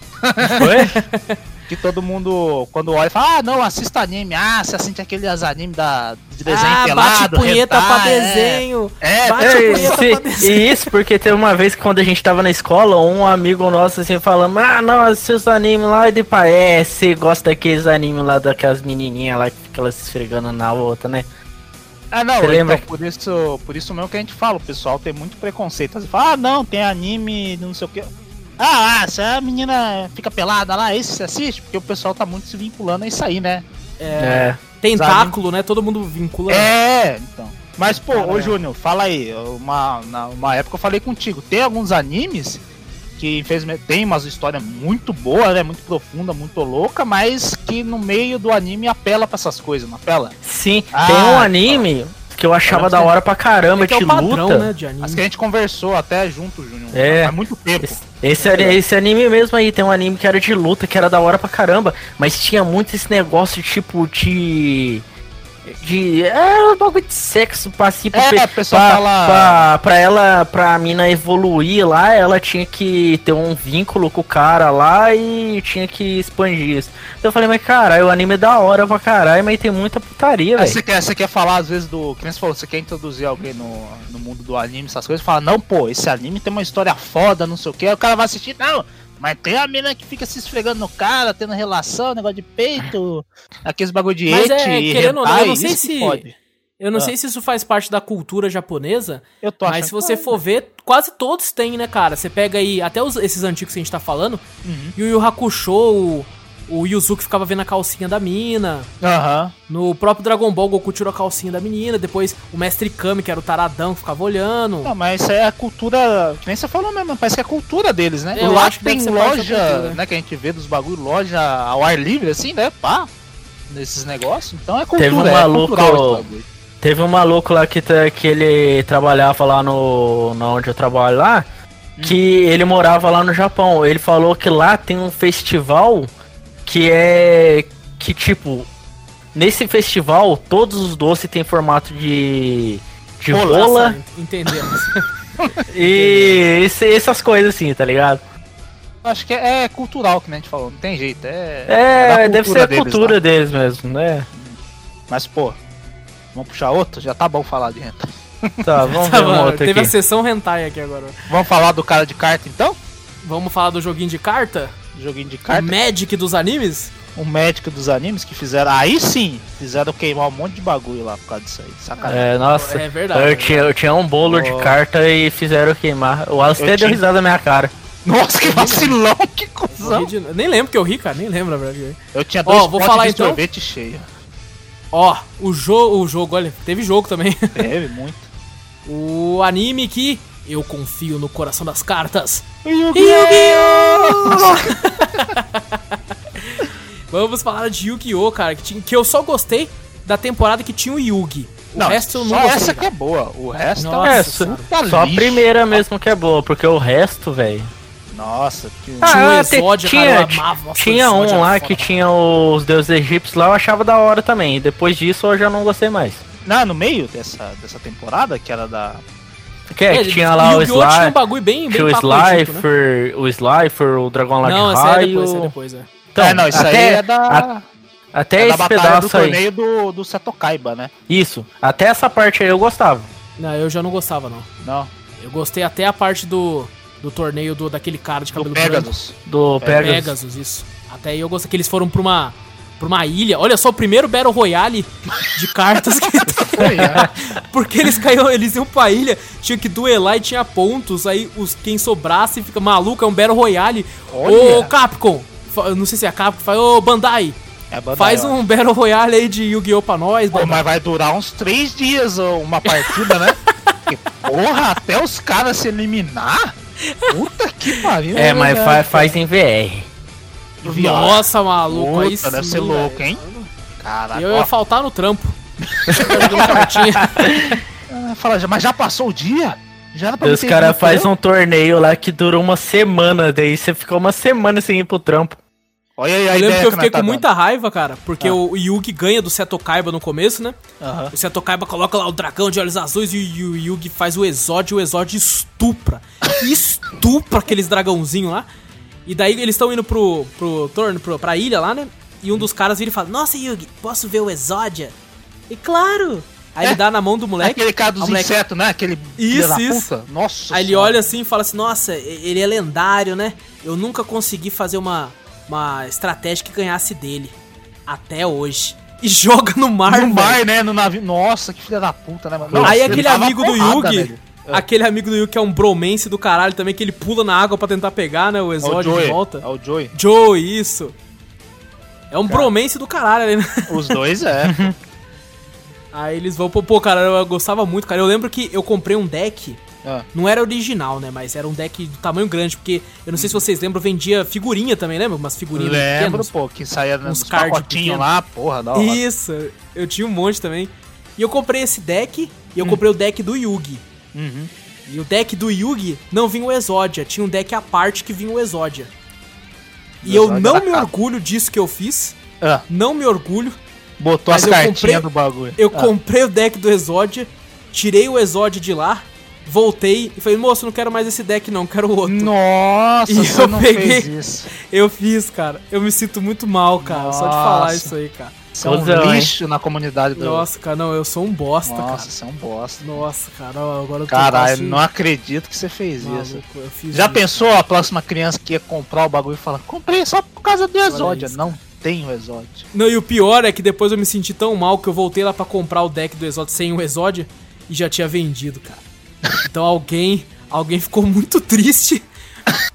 Speaker 2: Foi?
Speaker 3: que todo mundo, quando olha, fala, ah, não, assista anime, ah, você assiste aqueles animes da, de desenho
Speaker 1: Ah, bate
Speaker 3: pelado,
Speaker 1: punheta pra
Speaker 3: hentai, é.
Speaker 1: desenho.
Speaker 3: É,
Speaker 1: Bate
Speaker 2: É,
Speaker 1: punheta
Speaker 2: isso, e isso porque teve uma vez que quando a gente tava na escola, um amigo nosso assim falando, ah não, assiste os animes lá e de pá, é, você gosta daqueles animes lá daquelas menininhas lá que ficam elas se esfregando na outra, né?
Speaker 3: Ah, não,
Speaker 2: Você lembra?
Speaker 3: então por isso, por isso mesmo que a gente fala, o pessoal tem muito preconceito. Às vezes fala, ah, não, tem anime, não sei o que. Ah, ah, se a menina fica pelada lá, esse você assiste, porque o pessoal tá muito se vinculando a isso aí, né?
Speaker 2: É.
Speaker 1: Tentáculo, né? Todo mundo vincula.
Speaker 3: É, então. Mas, pô, ô
Speaker 1: Caralho.
Speaker 3: Júnior, fala aí. Uma, na, uma época eu falei contigo. Tem alguns animes que, infelizmente, tem umas histórias muito boas, né? Muito profunda, muito louca, mas que no meio do anime apela pra essas coisas, não apela?
Speaker 2: Sim,
Speaker 3: Ah,
Speaker 2: tem
Speaker 1: então.
Speaker 2: um anime que eu achava
Speaker 3: Olha pra
Speaker 2: da hora pra caramba,
Speaker 1: É que é
Speaker 2: de
Speaker 1: o padrão,
Speaker 2: luta.
Speaker 1: né, de anime.
Speaker 3: As que a gente conversou até junto, Júnior.
Speaker 2: Hum. É.
Speaker 3: Há muito tempo.
Speaker 2: Esse, esse, ani- esse anime mesmo aí, tem um anime que era de luta, que era da hora pra caramba, mas tinha muito esse negócio tipo de. De. É, um bagulho de sexo pra si pra,
Speaker 3: É,
Speaker 2: pe-
Speaker 3: o pessoal
Speaker 2: pra-
Speaker 3: fala-
Speaker 2: pra- pra ela, pra mina evoluir lá, ela tinha que ter um vínculo com o cara lá e tinha que expandir isso. Então eu falei, mas caralho, o anime é da hora pra caralho, mas tem muita putaria,
Speaker 3: Aí
Speaker 2: velho.
Speaker 3: Você quer, você quer falar, às vezes, do. Que nem você falou, você quer introduzir alguém no, no mundo do anime, essas coisas, fala, não, pô, esse anime tem uma história foda, não sei o que, aí o cara vai assistir, não, mas tem a mina que fica se esfregando no cara, tendo relação, negócio de peito, aqueles bagulho de
Speaker 1: Mas é,
Speaker 3: ete,
Speaker 1: querendo ou não,
Speaker 3: hentai,
Speaker 1: eu não sei
Speaker 3: isso que
Speaker 1: se-
Speaker 3: pode.
Speaker 1: Eu não
Speaker 3: Ah.
Speaker 1: sei se isso faz parte da cultura japonesa,
Speaker 3: Eu tô achando
Speaker 1: mas se você
Speaker 3: que- tá.
Speaker 1: for ver, quase todos têm, né, cara? Você pega aí, até os- esses antigos que a gente tá falando,
Speaker 3: Uhum.
Speaker 1: e o Yu Hakusho, o, o Yuzuki ficava vendo a calcinha da mina.
Speaker 3: Aham.
Speaker 1: No próprio Dragon Ball, o Goku tirou a calcinha da menina. Depois o Mestre Kami, que era o taradão, que ficava olhando.
Speaker 3: Não, mas isso é a cultura. Que nem você falou mesmo, parece que é a cultura deles, né?
Speaker 1: Eu
Speaker 3: Lá
Speaker 1: acho que
Speaker 3: tem
Speaker 1: deve ser parte da
Speaker 3: loja,
Speaker 1: cultura.
Speaker 3: né? Que a gente vê dos bagulhos, loja ao ar livre, assim, né? Pá. Nesses negócios, então é cultura.
Speaker 2: Teve um
Speaker 3: é
Speaker 2: maluco-
Speaker 3: cultural esse bagulho.
Speaker 2: Teve um maluco lá que, tá- que ele trabalhava lá no. Na onde eu trabalho lá. Que ele morava lá no Japão. Ele falou que lá tem um festival que é. Que tipo. Nesse festival, todos os doces têm formato de.
Speaker 1: Nossa,
Speaker 2: De rola
Speaker 1: ent- Entendemos.
Speaker 2: e esse- essas coisas assim, tá ligado?
Speaker 3: Acho que é, é cultural, que nem a gente falou, não tem jeito. É,
Speaker 2: É,
Speaker 3: da
Speaker 2: deve ser a
Speaker 3: deles
Speaker 2: cultura
Speaker 3: lá.
Speaker 2: deles mesmo, né?
Speaker 3: Mas, pô, vamos puxar outro? Já tá bom falar de renta.
Speaker 2: Tá, vamos
Speaker 1: Tá,
Speaker 2: ver uma
Speaker 1: mano,
Speaker 2: outra
Speaker 1: teve
Speaker 2: aqui.
Speaker 1: a sessão hentai aqui agora.
Speaker 3: Vamos falar do cara de carta, então?
Speaker 1: Vamos falar do joguinho de carta?
Speaker 3: Joguinho de
Speaker 1: O
Speaker 3: carta.
Speaker 1: Magic dos animes?
Speaker 3: O médico dos animes que fizeram. Aí sim, fizeram queimar um monte de bagulho lá por causa disso aí. Sacanagem.
Speaker 2: É, nossa.
Speaker 1: É verdade.
Speaker 2: Eu tinha, eu tinha um bolo de
Speaker 3: Boa.
Speaker 2: carta e fizeram eu queimar. O Alice
Speaker 3: Eu
Speaker 2: até deu
Speaker 3: tinha-
Speaker 2: risada na minha cara.
Speaker 3: Nossa, que vacilão, que
Speaker 1: Eu ri
Speaker 3: cuzão.
Speaker 1: de- Nem lembro que eu ri, cara. Nem lembro, na verdade.
Speaker 3: Eu tinha
Speaker 1: Ó,
Speaker 3: dois
Speaker 1: vou
Speaker 3: potes
Speaker 1: falar
Speaker 3: de
Speaker 1: então?
Speaker 3: sorvete cheio.
Speaker 1: Ó, o, jo o jogo, olha, teve jogo também.
Speaker 3: Teve muito.
Speaker 1: o anime que eu confio no coração das cartas. Vamos falar de Yu-Gi-Oh, cara, que, tinha- que eu só gostei da temporada que tinha o Yugi. O
Speaker 3: Não,
Speaker 1: resto eu não
Speaker 3: só
Speaker 1: gostei.
Speaker 3: essa
Speaker 1: cara.
Speaker 3: que é boa. O resto
Speaker 1: Nossa,
Speaker 3: é uma
Speaker 2: é, só,
Speaker 3: puta
Speaker 2: só a
Speaker 3: lixo.
Speaker 2: primeira mesmo que é boa, porque o resto, um velho.
Speaker 1: É.
Speaker 3: Nossa, que... um-
Speaker 1: Tinha o
Speaker 2: te-
Speaker 1: Exódia, cara, eu amava, nossa, o
Speaker 2: tinha
Speaker 1: Exódia
Speaker 2: um
Speaker 1: era
Speaker 2: lá
Speaker 1: foda.
Speaker 2: que tinha os deuses egípcios lá, eu achava da hora também. Depois disso eu já não gostei mais.
Speaker 3: Não, no meio dessa, dessa temporada, que era da.
Speaker 2: Que, é, que
Speaker 1: ele-
Speaker 2: tinha lá o
Speaker 1: Yu-Gi-Oh! tinha um
Speaker 2: Slifer,
Speaker 1: bagulho bem, bem
Speaker 2: tinha o
Speaker 1: pacotinho, né?
Speaker 2: Slifer, o Slifer, o Dragão lá
Speaker 1: Não,
Speaker 2: de
Speaker 1: essa é
Speaker 2: Raio.
Speaker 1: depois, essa é depois, é.
Speaker 2: Então,
Speaker 3: é, não, isso
Speaker 2: até,
Speaker 3: aí é da.
Speaker 2: até
Speaker 3: é da batalha
Speaker 2: esse
Speaker 3: do
Speaker 2: pedaço aí.
Speaker 3: torneio do, do Seto Kaiba, né?
Speaker 2: Isso, até essa parte aí eu gostava.
Speaker 1: Não, eu já não gostava, não.
Speaker 3: Não.
Speaker 1: Eu gostei até a parte do, do torneio do, daquele cara de cabelo
Speaker 3: Do
Speaker 1: branco.
Speaker 3: Pegasus.
Speaker 2: Do
Speaker 3: É,
Speaker 2: Pegasus.
Speaker 1: Pegasus, isso. Até aí eu gostei que eles foram pra uma, pra uma ilha. Olha só, o primeiro Battle Royale de cartas que tem. Porque eles caíram, eles iam pra ilha, tinha que duelar e tinha pontos. Aí os, quem sobrasse fica maluco, é um Battle Royale.
Speaker 3: Olha.
Speaker 1: Ô Capcom, fa- eu não sei se é a Capcom, fala, ô Bandai,
Speaker 3: É Bandai,
Speaker 1: faz
Speaker 3: ó.
Speaker 1: um Battle Royale aí de Yu-Gi-Oh! pra nós,
Speaker 3: Pô,
Speaker 1: Bandai.
Speaker 3: mas vai durar uns três dias ó, uma partida, né? Porque, Porra, até os caras se eliminar? Puta que pariu.
Speaker 2: É, mas
Speaker 3: velho.
Speaker 2: faz, faz em VR.
Speaker 1: Nossa, maluco,
Speaker 3: Puta,
Speaker 1: aí sim,
Speaker 3: deve ser
Speaker 1: velho.
Speaker 3: louco, hein? Caraca,
Speaker 1: Eu ia faltar no trampo. Jogando cartinha.
Speaker 3: ó, fala, mas já passou o dia? Já era pra
Speaker 2: Os
Speaker 3: ter
Speaker 2: caras
Speaker 3: visto,
Speaker 2: fazem
Speaker 3: né?
Speaker 2: um torneio lá que dura uma semana, daí você fica uma semana sem ir pro trampo.
Speaker 3: Olha aí a
Speaker 1: Eu
Speaker 3: ideia
Speaker 1: lembro que eu
Speaker 3: nós
Speaker 1: fiquei
Speaker 3: tá
Speaker 1: com
Speaker 3: dando.
Speaker 1: muita raiva, cara, porque o Yugi ganha do Seto Kaiba no começo, né?
Speaker 3: Aham.
Speaker 1: O Seto Kaiba coloca lá o dragão de olhos azuis e o Yu- Yugi faz o Exódio, o Exódio estupra. Estupra aqueles dragãozinhos lá. E daí eles estão indo pro, pro torno, pro, pra ilha lá, né? E um dos caras vira e fala: Nossa, Yugi, posso ver o Exódia? E claro! Aí ele dá na mão do moleque.
Speaker 3: Aquele cara dos
Speaker 1: a moleque-
Speaker 3: insetos, né? Aquele. filho
Speaker 1: Isso,
Speaker 3: da
Speaker 1: isso.
Speaker 3: puta. Nossa.
Speaker 1: Aí ele
Speaker 3: senhora.
Speaker 1: olha assim e fala assim: Nossa, e- ele é lendário, né? Eu nunca consegui fazer uma, uma estratégia que ganhasse dele. Até hoje. E joga no mar,
Speaker 3: No
Speaker 1: velho.
Speaker 3: mar, né? No navio. Nossa, que filha da puta, né, mano? Nossa,
Speaker 1: Aí
Speaker 3: ele
Speaker 1: aquele
Speaker 3: tava
Speaker 1: amigo do
Speaker 3: porrada,
Speaker 1: Yugi.
Speaker 3: velho.
Speaker 1: Aquele amigo do Yugi que é um bromance do caralho também, que ele pula na água pra tentar pegar, né? O
Speaker 3: É o
Speaker 1: exódio de
Speaker 3: Joey.
Speaker 1: volta.
Speaker 3: É o Joey.
Speaker 1: Joe, isso. É um bromance do caralho, né?
Speaker 3: Os dois é.
Speaker 1: Aí eles vão. Pô, pô, cara, eu gostava muito, cara. Eu lembro que eu comprei um deck.
Speaker 3: Ah.
Speaker 1: Não era original, né? Mas era um deck do tamanho grande, porque eu não sei se vocês lembram, vendia figurinha também, lembra? Umas figurinhas
Speaker 3: Lembro,
Speaker 1: pequenas.
Speaker 3: pô, que saía nos
Speaker 1: Uns card
Speaker 3: pacotinhos
Speaker 1: pequeno.
Speaker 3: lá, porra, da hora.
Speaker 1: Isso, eu tinha um monte também. E eu comprei esse deck, e eu comprei o deck do Yugi.
Speaker 3: Uhum.
Speaker 1: E o deck do Yugi não vinha o Exódia, tinha um deck à parte que vinha o Exódia. E
Speaker 3: O
Speaker 1: eu
Speaker 3: Exódia
Speaker 1: não
Speaker 3: era
Speaker 1: me
Speaker 3: caro.
Speaker 1: orgulho disso que eu fiz,
Speaker 3: Ah,
Speaker 1: não me orgulho.
Speaker 3: botou
Speaker 1: Mas
Speaker 3: as
Speaker 1: eu
Speaker 3: cartinhas
Speaker 1: comprei-
Speaker 3: do bagulho.
Speaker 1: Eu
Speaker 3: Ah,
Speaker 1: comprei o deck do Exódia, tirei o Exódia de lá, voltei e falei, moço, não quero mais esse deck não, quero o outro.
Speaker 3: Nossa,
Speaker 1: E
Speaker 3: você
Speaker 1: eu
Speaker 3: não
Speaker 1: peguei-
Speaker 3: fez isso.
Speaker 1: Eu fiz, cara. Eu me sinto muito mal, cara, só de falar
Speaker 3: Nossa.
Speaker 1: isso aí, cara.
Speaker 3: Você é um
Speaker 2: Cozão, hein?
Speaker 3: lixo na comunidade do.
Speaker 1: Nossa, cara, não, eu sou um bosta,
Speaker 3: Nossa,
Speaker 1: cara.
Speaker 3: você é um bosta.
Speaker 1: Nossa, cara, ó, agora eu tô
Speaker 3: Caralho,
Speaker 1: quase
Speaker 3: não acredito que você fez isso.
Speaker 1: maluco, eu fiz um-
Speaker 3: Já
Speaker 1: isso.
Speaker 3: pensou a próxima criança que ia comprar o bagulho e falar, comprei só por causa do Exódia?
Speaker 1: isso,
Speaker 3: Não tem o Exódia.
Speaker 1: Não, e o pior é que depois eu me senti tão mal que eu voltei lá pra comprar o deck do Exódio sem o Exódio e já tinha vendido, cara. Então alguém, alguém ficou muito triste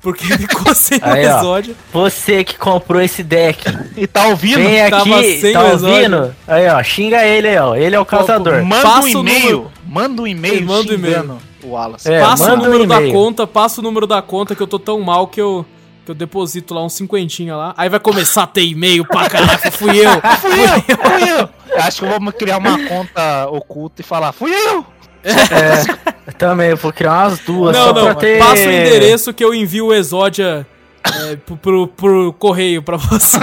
Speaker 1: porque ficou sem o
Speaker 2: Aí, ó.
Speaker 1: Exódio.
Speaker 2: Você que comprou esse deck,
Speaker 3: E tá ouvindo?
Speaker 2: vem
Speaker 1: tava
Speaker 2: aqui,
Speaker 1: sem
Speaker 2: tá
Speaker 1: o exódio.
Speaker 2: ouvindo? Aí, ó, xinga ele aí, ó. Ele é o caçador.
Speaker 3: Manda um
Speaker 1: Passa o
Speaker 3: e-mail.
Speaker 1: número.
Speaker 3: Manda um
Speaker 1: Ele
Speaker 3: e-mail
Speaker 1: manda um e-mail.
Speaker 3: xingando o Wallace.
Speaker 2: É,
Speaker 1: passa o
Speaker 2: manda um
Speaker 1: número da
Speaker 2: e-mail.
Speaker 1: conta, passa o número da conta que eu tô tão mal que eu que eu deposito lá um cinquentinha lá. Aí vai começar a ter e-mail pra caraca, fui eu.
Speaker 3: Fui eu, fui eu. Eu Acho que eu vou criar uma conta oculta e falar, fui eu.
Speaker 2: É, também, eu vou criar umas duas
Speaker 1: não,
Speaker 2: só
Speaker 1: não,
Speaker 2: pra ter...
Speaker 1: passa o endereço que eu envio o Exódia é, pro, pro- pro correio pra você.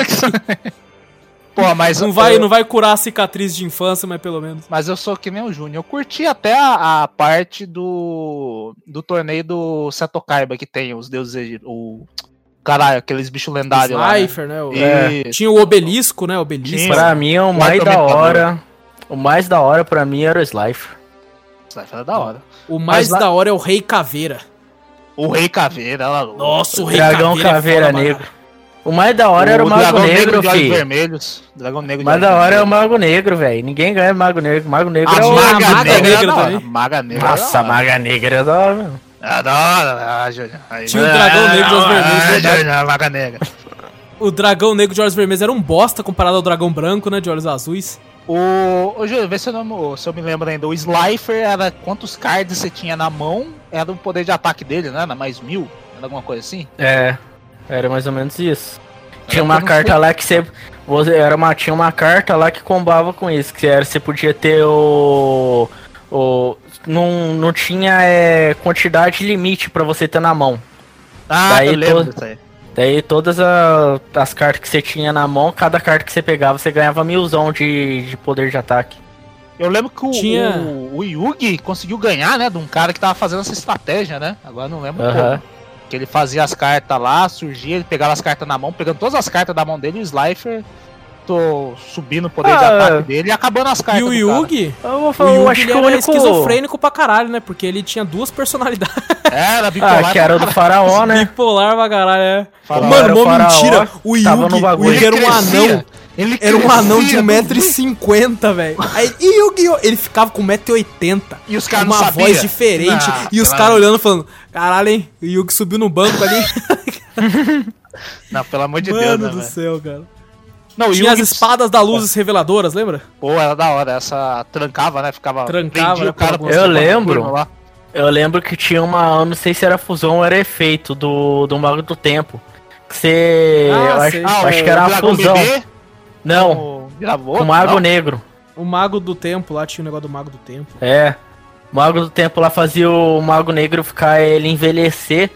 Speaker 3: Pô, mas
Speaker 1: Não
Speaker 3: eu-
Speaker 1: vai, não vai curar a cicatriz de infância, mas pelo menos.
Speaker 3: Mas eu sou que nem o Júnior. Eu curti até a, a parte do, do torneio do Seto Kaiba que tem os deuses egípcios. O, caralho, aqueles bichos lendários lá. Né?
Speaker 1: Slifer, né? O-
Speaker 3: E-
Speaker 1: Tinha o obelisco, né? Obelisco.
Speaker 3: Tinha.
Speaker 2: Pra mim, o mais da
Speaker 3: atormentador.
Speaker 2: hora... O mais da hora pra mim era o Slife.
Speaker 3: Slifer era da hora.
Speaker 1: O mais
Speaker 3: Mas lá-
Speaker 1: da hora é o Rei Caveira.
Speaker 3: O Rei Caveira, ela
Speaker 1: Nossa, o Rei
Speaker 2: Dragão
Speaker 1: Caveira.
Speaker 2: Caveira
Speaker 1: é foda pra
Speaker 2: Negro. O mais da hora era o Mago
Speaker 3: Dragão
Speaker 2: Negro,
Speaker 3: de olhos
Speaker 2: filho.
Speaker 3: vermelhos. Dragão Negro de
Speaker 2: Mas
Speaker 3: olhos
Speaker 2: da hora é o
Speaker 3: vermelhos.
Speaker 2: Mago Negro, velho. Ninguém ganha Mago Negro. Mago Negro é
Speaker 3: A
Speaker 2: o.
Speaker 3: Maga,
Speaker 1: Maga
Speaker 3: Negra,
Speaker 1: Negra
Speaker 2: é
Speaker 3: era da hora.
Speaker 1: também.
Speaker 3: Maga Negra.
Speaker 2: Nossa, a
Speaker 3: era da hora.
Speaker 2: Maga Negra é da hora. mano.
Speaker 3: Era da hora. Ah, Júnior. Aí-
Speaker 1: Tinha o Dragão
Speaker 3: Ah,
Speaker 1: Negro de olhos vermelhos, né?
Speaker 3: ah,
Speaker 1: verdade.
Speaker 3: Júnior, Maga Negra.
Speaker 1: caralho. O Dragão Negro de olhos vermelhos era um bosta comparado ao Dragão Branco, né? De olhos azuis.
Speaker 3: O, ô Júlio, vê se eu, não, se eu me lembro ainda. O Slifer era quantos cards você tinha na mão, era o poder de ataque dele, né? Era mais mil, era alguma coisa assim.
Speaker 2: É. Era mais ou menos isso. Tinha uma
Speaker 3: É, eu não
Speaker 2: carta
Speaker 3: sei.
Speaker 2: lá que você. você era uma, tinha uma carta lá que combava com isso. Que era, você podia ter o. o não, não tinha é, quantidade limite pra você ter na mão.
Speaker 3: Ah,
Speaker 2: Daí
Speaker 3: eu lembro
Speaker 2: todo-
Speaker 3: disso aí.
Speaker 2: Daí todas a- as cartas que você tinha na mão, cada carta que você pegava, você ganhava milzão de, de poder de ataque.
Speaker 3: Eu lembro que o,
Speaker 1: Tinha-
Speaker 3: o, o Yugi conseguiu ganhar, né? De um cara que tava fazendo essa estratégia, né? Agora eu não lembro
Speaker 2: Aham.
Speaker 3: como. Que ele fazia as cartas lá, surgia, ele pegava as cartas na mão, pegando todas as cartas da mão dele, o Slifer tô subindo o poder de
Speaker 2: Ah.
Speaker 3: ataque dele e acabando as
Speaker 2: Tá,
Speaker 3: cartas.
Speaker 1: e o
Speaker 3: do
Speaker 1: Yugi,
Speaker 2: Eu vou
Speaker 1: o
Speaker 2: falar, então, eu
Speaker 1: Yugi
Speaker 2: acho
Speaker 1: ele
Speaker 2: que o
Speaker 1: era
Speaker 2: único.
Speaker 1: esquizofrênico pra caralho, né? Porque ele tinha duas personalidades.
Speaker 3: cara. Era bipolar.
Speaker 2: Ah, que era o do faraó, né?
Speaker 1: Bipolar pra caralho, é.
Speaker 3: Faraó
Speaker 1: Mano,
Speaker 2: era o
Speaker 1: mó
Speaker 2: faraó,
Speaker 1: mentira. O
Speaker 2: tava no
Speaker 1: Yugi, o
Speaker 2: bagulho.
Speaker 1: Yugi era um
Speaker 3: Ele crescia.
Speaker 1: anão.
Speaker 3: Ele
Speaker 1: Era um anão de
Speaker 3: crescia, não
Speaker 1: 1,50m, velho. Aí- E o Guiô, ele ficava com 1,80m.
Speaker 3: E os caras
Speaker 1: Uma
Speaker 3: não sabiam.
Speaker 1: voz diferente.
Speaker 3: Ah,
Speaker 1: e os
Speaker 3: claro.
Speaker 1: caras olhando falando, caralho, hein? O Yugi subiu no banco ali.
Speaker 3: Não, pelo amor de
Speaker 1: Mano
Speaker 3: Deus,
Speaker 1: do
Speaker 3: né, velho?
Speaker 1: céu, cara.
Speaker 3: Não,
Speaker 1: Tinha
Speaker 3: o
Speaker 1: as
Speaker 3: Yugi-
Speaker 1: espadas da luzes reveladoras, lembra?
Speaker 3: Pô, era da hora, essa trancava, né? Ficava.
Speaker 1: Trancava,
Speaker 3: prendia
Speaker 1: né,
Speaker 3: o cara
Speaker 1: por
Speaker 2: alguns- Eu
Speaker 3: por-
Speaker 2: lembro.
Speaker 3: lá.
Speaker 2: Eu lembro que tinha uma, eu não sei se era fusão ou era efeito do, do Mago do Tempo. Que você.
Speaker 1: Ah,
Speaker 2: eu acho,
Speaker 1: sei.
Speaker 2: eu acho que era uma fusão. Não,
Speaker 3: Gravou?
Speaker 2: o Mago Negro.
Speaker 1: O Mago do Tempo lá tinha o negócio do Mago do Tempo.
Speaker 2: É. O Mago do Tempo lá fazia o Mago Negro ficar ele envelhecer.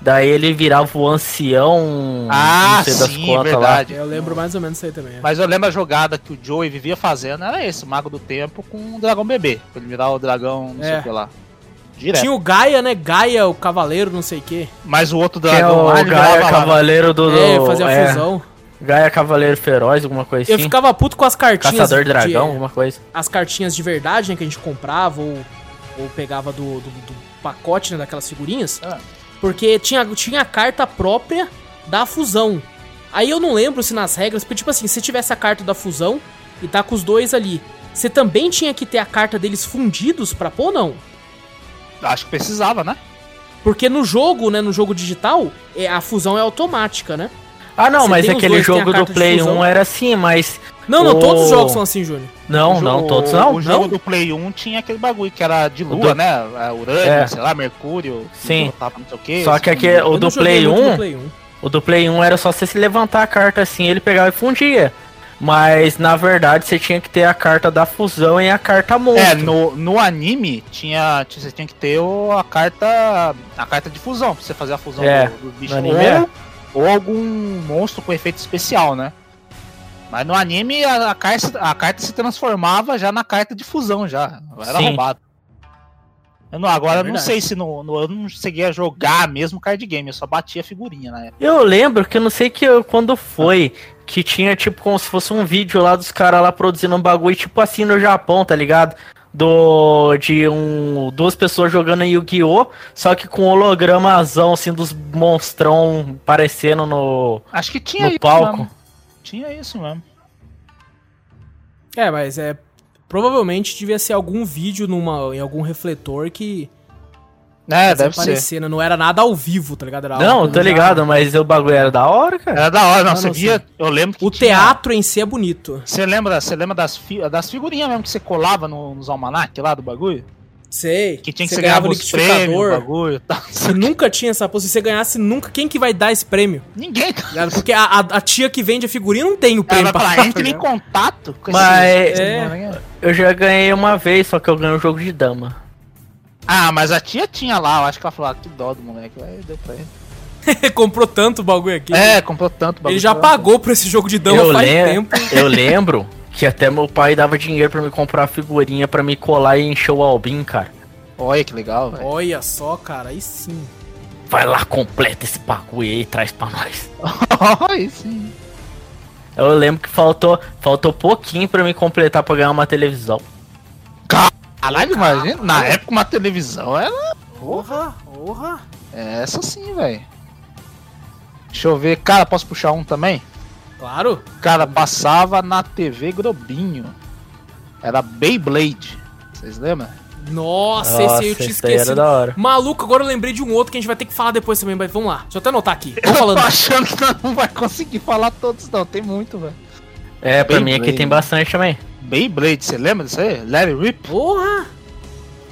Speaker 2: Daí ele virava o ancião.
Speaker 3: Ah,
Speaker 2: não sei das
Speaker 3: sim,
Speaker 2: quantas lá.
Speaker 3: verdade.
Speaker 1: Eu lembro mais ou menos isso aí também. é.
Speaker 3: Mas eu lembro a jogada que o Joey vivia fazendo, era esse, o Mago do Tempo com o Dragão Bebê. Pra ele virar o Dragão, não sei
Speaker 1: É.
Speaker 3: o que lá. Direto.
Speaker 1: Tinha o Gaia, né? Gaia, o Cavaleiro, não sei o quê.
Speaker 3: Mas o outro
Speaker 2: Que é
Speaker 1: Ah,
Speaker 3: dragão lá,
Speaker 2: o
Speaker 3: ele virava
Speaker 2: Gaia
Speaker 3: lá, né?
Speaker 2: Cavaleiro do.
Speaker 1: É,
Speaker 2: do-
Speaker 1: fazia
Speaker 2: é,
Speaker 1: fusão.
Speaker 2: Gaia Cavaleiro Feroz, alguma coisa
Speaker 1: Eu
Speaker 2: assim.
Speaker 1: ficava puto com as cartinhas.
Speaker 2: Caçador
Speaker 1: de-
Speaker 2: Dragão, alguma coisa.
Speaker 1: as cartinhas de verdade, né, que a gente comprava ou, ou pegava do, do, do pacote, né, daquelas figurinhas.
Speaker 3: Ah.
Speaker 1: Porque tinha, tinha a carta própria da fusão. Aí eu não lembro se nas regras, porque tipo assim, se tivesse a carta da fusão e tá com os dois ali, você também tinha que ter a carta deles fundidos pra pôr ou não?
Speaker 3: Acho que precisava, né?
Speaker 1: Porque no jogo, né, no jogo digital, é, a fusão é automática, né?
Speaker 2: Ah, não,
Speaker 1: Você
Speaker 2: mas
Speaker 1: tem os
Speaker 2: aquele
Speaker 1: dois, tem a
Speaker 2: jogo do
Speaker 1: carta de
Speaker 2: Play
Speaker 1: fusão.
Speaker 2: 1 era assim, mas.
Speaker 1: Não, não, todos os
Speaker 2: O-
Speaker 1: jogos são assim, Júnior.
Speaker 2: Não,
Speaker 3: O jo-
Speaker 2: não, todos
Speaker 3: o-
Speaker 2: não.
Speaker 3: O jogo
Speaker 2: não.
Speaker 3: do Play 1 tinha aquele bagulho que era de lua,
Speaker 2: do-
Speaker 3: né? É, Urânio,
Speaker 2: É.
Speaker 3: sei lá, Mercúrio.
Speaker 2: Sim.
Speaker 3: que botava Não sei o quê,
Speaker 2: Só que aqui, é o
Speaker 1: Eu não
Speaker 2: do
Speaker 1: joguei
Speaker 2: Play
Speaker 1: muito no
Speaker 2: 1,
Speaker 1: Play 1.
Speaker 2: o do Play 1 era só você se levantar a carta assim, ele pegava e fundia. Mas na verdade você tinha que ter a carta da fusão e a carta monstro.
Speaker 3: É, no, no anime tinha, tinha- você tinha que ter o- a carta a carta de fusão, pra você fazer a fusão
Speaker 2: É,
Speaker 3: do, do bicho.
Speaker 2: no anime é.
Speaker 3: ou, ou algum monstro com efeito especial, né? Mas no anime a, a carta, a carta se transformava já na carta de fusão, já. Era
Speaker 2: Sim.
Speaker 3: roubado. Eu não- agora
Speaker 1: É
Speaker 3: eu não
Speaker 1: verdade.
Speaker 3: sei se no, no- eu não cheguei a jogar mesmo card game, eu só batia figurinha na época.
Speaker 2: Eu lembro que eu não sei que eu- quando foi que tinha tipo como se fosse um vídeo lá dos caras lá produzindo um bagulho tipo assim no Japão, tá ligado? Do de um duas pessoas jogando Yu-Gi-Oh, só que com hologramazão assim dos monstrão aparecendo no
Speaker 3: Acho que tinha
Speaker 2: no
Speaker 3: isso
Speaker 2: palco.
Speaker 3: mesmo. Tinha isso mesmo.
Speaker 1: É, mas é. Provavelmente devia ser algum vídeo numa, em algum refletor que
Speaker 3: É,
Speaker 1: Mas
Speaker 3: deve ser.
Speaker 1: aparecendo, Não era nada ao vivo, tá ligado? Era
Speaker 3: Ah,
Speaker 2: Não,
Speaker 3: um
Speaker 1: algo
Speaker 2: tô
Speaker 1: já-
Speaker 2: ligado, mas o bagulho era da hora, cara.
Speaker 3: Era da hora, não,
Speaker 1: Ah,
Speaker 3: você
Speaker 1: não,
Speaker 3: via, eu lembro que
Speaker 1: O
Speaker 3: tinha-
Speaker 1: teatro em si é bonito.
Speaker 3: Você lembra, você lembra das, fi- das figurinhas mesmo que você colava no- nos almanac lá do bagulho?
Speaker 1: Sei.
Speaker 3: Que tinha que
Speaker 1: Você
Speaker 3: você
Speaker 1: ganhava
Speaker 3: ganhava os prêmios, o bagulho e tal.
Speaker 1: Você nunca tinha essa porra. Se você ganhasse nunca, quem que vai dar esse prêmio?
Speaker 3: Ninguém cara,
Speaker 1: Tá ligado? Porque a, a- a tia que vende a figurinha não tem o prêmio
Speaker 3: vai
Speaker 1: pra
Speaker 3: falar,
Speaker 1: dar,
Speaker 3: entra em
Speaker 1: né?
Speaker 3: contato com
Speaker 2: Mas-
Speaker 3: esse-
Speaker 1: É.
Speaker 3: né?
Speaker 2: Eu já ganhei uma vez, só que eu ganhei um jogo de dama.
Speaker 3: Ah, mas a tia tinha lá, eu acho que ela falou, ah, que dó do moleque, aí deu pra ele.
Speaker 1: Ele comprou tanto bagulho aqui.
Speaker 3: É, comprou tanto bagulho.
Speaker 1: ele já
Speaker 3: que ela-
Speaker 1: pagou por esse jogo de dama
Speaker 2: eu,
Speaker 1: faz
Speaker 2: lem-
Speaker 1: tempo.
Speaker 2: eu lembro que até meu pai dava dinheiro pra me comprar figurinha pra me colar e encher o albin, cara.
Speaker 3: Olha que legal, velho.
Speaker 1: Olha só, cara, aí sim.
Speaker 2: Vai lá, completa esse bagulho aí e traz pra nós.
Speaker 3: Olha sim.
Speaker 2: Eu lembro que faltou, faltou pouquinho pra me completar pra ganhar uma televisão.
Speaker 3: Caralho, imagina, na época uma televisão era
Speaker 1: Porra, porra.
Speaker 3: é essa sim, velho. Deixa eu ver, cara, posso puxar um também?
Speaker 1: Claro.
Speaker 3: Cara, passava na TV Grobinho. Era Beyblade. Vocês lembram?
Speaker 1: Nossa, esse aí eu tinha
Speaker 2: esse daí era
Speaker 1: esquecido.
Speaker 2: da hora.
Speaker 1: Maluco, agora eu lembrei de um outro que a gente vai ter que falar depois também, mas vamos lá. Deixa eu até anotar aqui. Tô falando.
Speaker 3: tô achando que nós não vai conseguir falar todos, não. Tem muito, velho.
Speaker 2: É, pra
Speaker 3: Bem
Speaker 2: mim aqui
Speaker 3: bem.
Speaker 2: tem bastante também.
Speaker 3: Beyblade, você lembra disso aí? Larry Rip?
Speaker 1: Porra!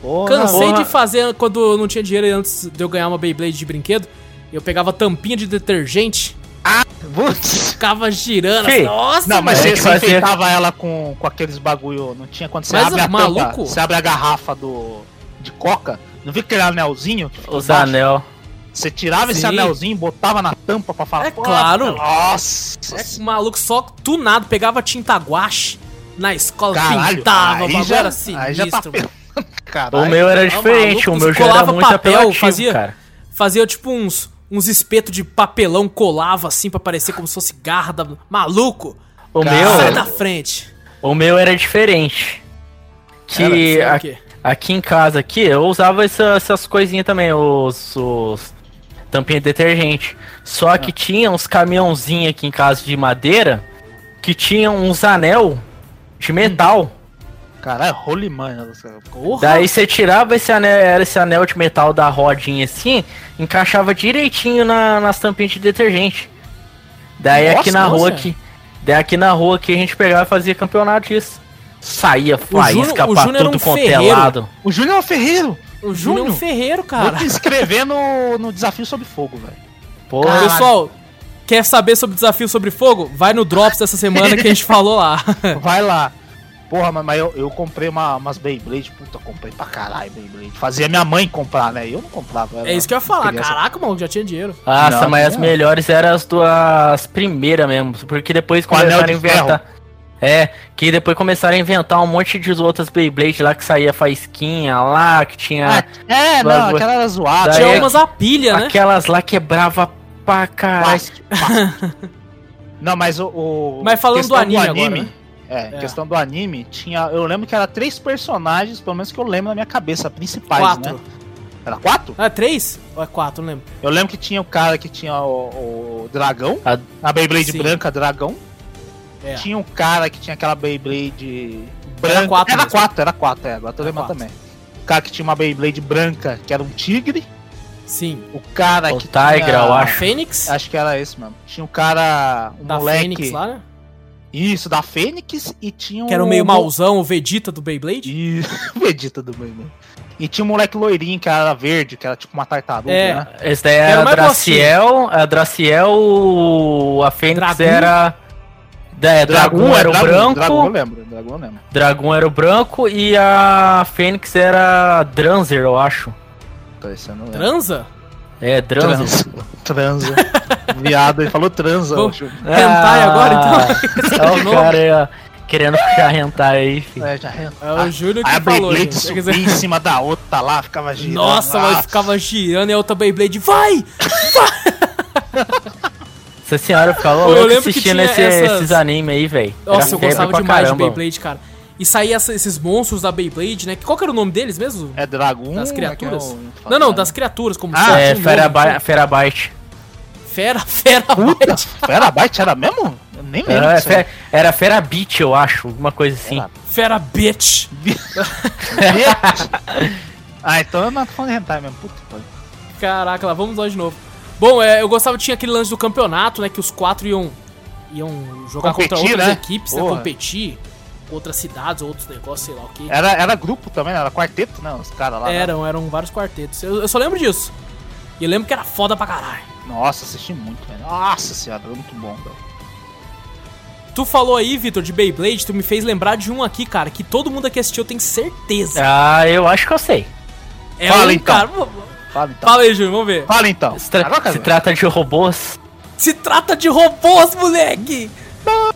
Speaker 3: Porra,
Speaker 1: Cansei de
Speaker 3: porra.
Speaker 1: fazer quando eu não tinha dinheiro antes de eu ganhar uma Beyblade de brinquedo. Eu pegava tampinha de detergente,
Speaker 3: Putz.
Speaker 1: ficava girando.
Speaker 2: Que?
Speaker 1: assim, Nossa,
Speaker 3: Não, mas
Speaker 1: velho.
Speaker 3: você,
Speaker 2: Tem que
Speaker 3: você
Speaker 2: fazer-
Speaker 3: enfeitava ela com, com aqueles bagulho. Não tinha quando você
Speaker 1: Mas,
Speaker 3: abre a tampa,
Speaker 1: maluco?
Speaker 3: Você abre a garrafa do de coca. Não vi aquele anelzinho? que fica
Speaker 2: Os
Speaker 3: embaixo?
Speaker 2: anel.
Speaker 3: Você tirava esse
Speaker 1: Sim.
Speaker 3: anelzinho, botava na tampa pra falar.
Speaker 1: É
Speaker 3: "Pô,
Speaker 1: claro.
Speaker 3: Nossa.
Speaker 1: É, maluco só tunado, pegava tinta guache na escola,
Speaker 3: Caralho,
Speaker 1: pintava, o
Speaker 3: aí
Speaker 1: bagulho
Speaker 3: já,
Speaker 1: era
Speaker 3: aí já tá
Speaker 1: sinistro. mano.
Speaker 3: pe- Caralho.
Speaker 2: O meu era
Speaker 1: tá
Speaker 2: diferente,
Speaker 1: maluco,
Speaker 2: o meu já
Speaker 1: colava
Speaker 2: era muito
Speaker 1: papel,
Speaker 2: apelativo,
Speaker 1: fazia-
Speaker 2: cara.
Speaker 1: Fazia tipo uns, uns espetos de papelão, colava assim pra parecer como se fosse garra da... Maluco,
Speaker 2: O
Speaker 3: Cara,
Speaker 1: sai
Speaker 2: meu,
Speaker 1: da frente.
Speaker 2: o meu era diferente.
Speaker 1: Era, sei
Speaker 2: Que
Speaker 1: lá
Speaker 2: a-
Speaker 1: o quê.
Speaker 2: Aqui em casa, aqui, eu usava essa- essas coisinhas também, os, os
Speaker 1: Ah.
Speaker 2: tampinha de detergente. Só que tinha uns caminhãozinhos aqui em casa de madeira que tinha uns anel de metal.
Speaker 1: Uhum.
Speaker 3: Caralho, é holy man. Porra.
Speaker 2: Daí você tirava esse anel, era esse anel de metal da rodinha assim, encaixava direitinho na, nas tampinhas de detergente. Daí
Speaker 1: Nossa,
Speaker 2: aqui na
Speaker 1: nossa.
Speaker 2: rua aqui, daí aqui na rua aqui a gente pegava e fazia campeonato disso. Saía
Speaker 1: Júnior-
Speaker 2: faísca
Speaker 1: o
Speaker 2: pra
Speaker 1: Júnior era
Speaker 2: tudo
Speaker 1: um
Speaker 2: quanto é
Speaker 1: ferreiro.
Speaker 2: lado.
Speaker 3: O Júnior é o Ferreiro.
Speaker 1: O Júnior é um
Speaker 3: Júnior?
Speaker 1: Ferreiro,
Speaker 3: Vou
Speaker 1: cara.
Speaker 3: te inscrever no, no desafio sob fogo, velho.
Speaker 2: Pô,
Speaker 1: Caralho. Pessoal, quer saber sobre desafio sobre fogo? Vai no Drops dessa semana que a gente falou lá.
Speaker 3: Vai lá. Porra, mas, mas eu, eu comprei uma, umas Beyblade. Puta, comprei pra caralho Beyblade. Fazia minha mãe comprar, né? Eu não comprava. ela
Speaker 1: É isso que eu ia falar.
Speaker 3: criança.
Speaker 1: Caraca, mano, já tinha dinheiro.
Speaker 2: Nossa,
Speaker 3: Não,
Speaker 2: mas
Speaker 3: não.
Speaker 2: as melhores eram as duas primeiras mesmo, porque depois
Speaker 3: Com anel
Speaker 2: começaram a
Speaker 3: de ferro.
Speaker 2: inventar. É, que depois começaram a inventar um monte de outras Beyblade lá que saía faísquinha lá, que tinha.
Speaker 3: Ah, é, não,
Speaker 2: Bagulho.
Speaker 3: aquela era zoada.
Speaker 2: Daí
Speaker 1: Tinha
Speaker 2: é-
Speaker 1: umas a pilha, né?
Speaker 2: aquelas lá quebrava pra caralho.
Speaker 3: Mas- mas- não, mas o, o-
Speaker 1: Mas falando
Speaker 3: questão
Speaker 1: do anime agora, né?
Speaker 3: É,
Speaker 1: É.
Speaker 3: questão do anime, tinha. Eu lembro que era três personagens, pelo menos que eu lembro na minha cabeça, principais,
Speaker 1: Quatro.
Speaker 3: né? Era quatro?
Speaker 1: Ah, é três? Ou é quatro, não lembro.
Speaker 3: Eu lembro que tinha o cara que tinha o, o dragão,
Speaker 2: A-
Speaker 3: a, Beyblade
Speaker 1: Sim.
Speaker 3: branca dragão.
Speaker 1: É.
Speaker 3: Tinha um cara que tinha aquela Beyblade branca. Era
Speaker 1: quatro
Speaker 3: quatro, era
Speaker 1: mesmo.
Speaker 3: quatro, era quatro, é, agora tô
Speaker 1: Era
Speaker 3: lembrando
Speaker 1: quatro.
Speaker 3: também. O cara que tinha uma Beyblade branca, que era um tigre.
Speaker 1: Sim.
Speaker 3: O cara
Speaker 2: O
Speaker 3: que
Speaker 2: Tigra, eu
Speaker 1: A
Speaker 3: Ah.
Speaker 2: acho.
Speaker 1: Fênix?
Speaker 3: Acho que era esse mesmo. Tinha um cara, um
Speaker 1: da
Speaker 3: moleque.
Speaker 1: Fênix lá, né?
Speaker 3: Isso, da Fênix e tinha um.
Speaker 1: Que era o meio mauzão, o Vegeta do Beyblade.
Speaker 3: E- Vegeta do meme. E tinha um moleque loirinho que era verde, que era tipo uma tartaruga,
Speaker 1: É.
Speaker 3: né?
Speaker 2: Esse daí
Speaker 1: Era
Speaker 2: era a
Speaker 1: mais
Speaker 2: Draciel, a Draciel, o- a Fênix
Speaker 1: Dragun?
Speaker 2: era. É, Dragon era o branco,
Speaker 3: Dragão eu lembro, Dragão eu lembro.
Speaker 2: Dragon era o branco e a Fênix era Dranzer, eu acho.
Speaker 3: Tá, esse eu não lembro.
Speaker 1: Transa?
Speaker 2: É, Dranzer.
Speaker 3: Transa. Viado, ele falou transa. eu acho.
Speaker 1: Ah. Hentai agora, então?
Speaker 2: É o cara aí, ó, querendo puxar hentai aí, filho.
Speaker 3: É, já é.
Speaker 1: É o Júlio
Speaker 3: Aí a
Speaker 1: que falou,
Speaker 3: Beyblade
Speaker 1: gente. Quer
Speaker 3: subia
Speaker 1: dizer-
Speaker 3: em cima da outra lá, ficava girando.
Speaker 1: Nossa,
Speaker 3: lá.
Speaker 1: mas ficava girando e a outra Beyblade, vai!
Speaker 2: Essa senhora ficava
Speaker 1: Eu
Speaker 2: louca
Speaker 1: lembro que
Speaker 2: assistindo
Speaker 1: tinha
Speaker 2: esse-
Speaker 1: essas-
Speaker 2: esses animes aí, velho.
Speaker 1: Nossa, eu gostava demais de Beyblade, cara. E saía essa- esses monstros da Beyblade, né? Qual que era o nome deles mesmo?
Speaker 3: É dragão.
Speaker 1: Das criaturas?
Speaker 3: é que eu-
Speaker 1: Não, não, das criaturas, como
Speaker 3: Ah,
Speaker 1: são.
Speaker 2: É,
Speaker 1: Tinha um
Speaker 2: Fera,
Speaker 1: nome,
Speaker 2: Ba- Fera Byte.
Speaker 1: Fera, fera,
Speaker 3: Puta,
Speaker 1: Byte.
Speaker 3: Ferabyte era mesmo? Eu nem lembro.
Speaker 1: É,
Speaker 2: Era,
Speaker 3: disso aí.
Speaker 2: Fe- era Fera Beat, eu acho, alguma coisa assim.
Speaker 1: Fera,
Speaker 3: Fera-
Speaker 1: bitch.
Speaker 3: ah, então eu não tô falando de hentai mesmo. Puta, que pariu.
Speaker 1: Caraca, lá vamos lá de novo. Bom, é, eu gostava, tinha aquele lance do campeonato, né? Que os quatro iam, iam jogar contra
Speaker 3: Competir,
Speaker 1: outras
Speaker 3: né?
Speaker 1: equipes, né?
Speaker 3: Porra.
Speaker 1: Competir com outras cidades, outros negócios, sei lá o que.
Speaker 3: Era, era grupo também, né? era quarteto, né? Os caras lá. né?
Speaker 1: Eram, eram vários quartetos. Eu, eu só lembro disso. E eu lembro que era foda pra caralho.
Speaker 3: Nossa, assisti muito, velho. Nossa senhora, era muito bom, velho.
Speaker 1: Tu falou aí, Vitor, de Beyblade, tu me fez lembrar de um aqui, cara, que todo mundo aqui assistiu, eu tenho certeza.
Speaker 2: Ah, eu acho que eu sei.
Speaker 1: É,
Speaker 3: Fala,
Speaker 1: um,
Speaker 3: então.
Speaker 1: cara. v- v-
Speaker 3: Fala então.
Speaker 1: Fala aí, Júnior, vamos ver.
Speaker 3: Fala então.
Speaker 2: Se, tra-
Speaker 3: Caraca,
Speaker 2: se
Speaker 3: velho.
Speaker 2: trata de robôs.
Speaker 1: Se trata de robôs, moleque!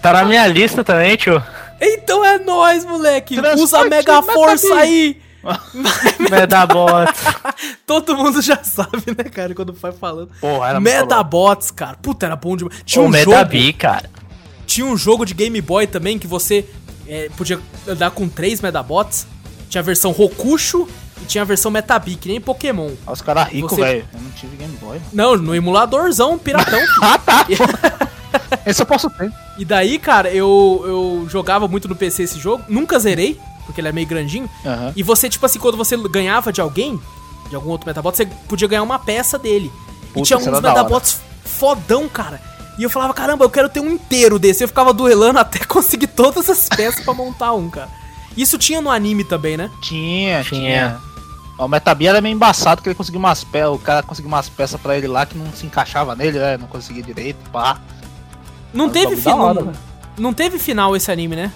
Speaker 2: Tá na minha lista também, tio.
Speaker 1: Então é nóis, moleque! Usa a
Speaker 3: Transporte
Speaker 1: mega força aí!
Speaker 2: Medabot.
Speaker 1: Todo mundo já sabe, né, cara, quando vai falando.
Speaker 3: Porra, era muito louco.
Speaker 1: Metabots, cara. Puta, era bom demais. Tinha
Speaker 2: o
Speaker 1: um jogo,
Speaker 2: Medabi, cara.
Speaker 1: tinha um jogo de Game Boy também que você é, podia andar com três Metabots. Tinha a versão Rokusho e tinha a versão Metabi, que nem Pokémon.
Speaker 3: Olha Os caras ricos,
Speaker 1: Você-
Speaker 3: velho. Eu não tive Game Boy. mano.
Speaker 1: Não, no emuladorzão, piratão.
Speaker 3: Ah, tá. Esse eu posso ter.
Speaker 1: e daí, cara, eu, eu jogava muito no PC esse jogo. Nunca zerei, porque ele é meio grandinho.
Speaker 3: Aham.
Speaker 1: E você, tipo assim, quando você ganhava de alguém, de algum outro Metabot, você podia ganhar uma peça dele. e
Speaker 3: Puta,
Speaker 1: tinha
Speaker 3: isso
Speaker 1: uns
Speaker 3: era da hora.
Speaker 1: Metabots fodão, cara. E eu falava, caramba, eu quero ter um inteiro desse. Eu ficava duelando até conseguir todas as peças pra montar um, cara. Isso tinha no anime também, né?
Speaker 3: Tinha,
Speaker 2: Tinha.
Speaker 3: tinha. Ó, O Metabia era meio embaçado que ele conseguiu umas peças. O cara conseguiu umas peças pra ele lá que não se encaixava nele, né? Não conseguia direito, pá.
Speaker 1: Não
Speaker 3: Mas
Speaker 1: teve
Speaker 3: o um bagulho da
Speaker 1: final.
Speaker 3: hora, né?
Speaker 1: Não,
Speaker 3: velho.
Speaker 1: não teve final esse anime, né?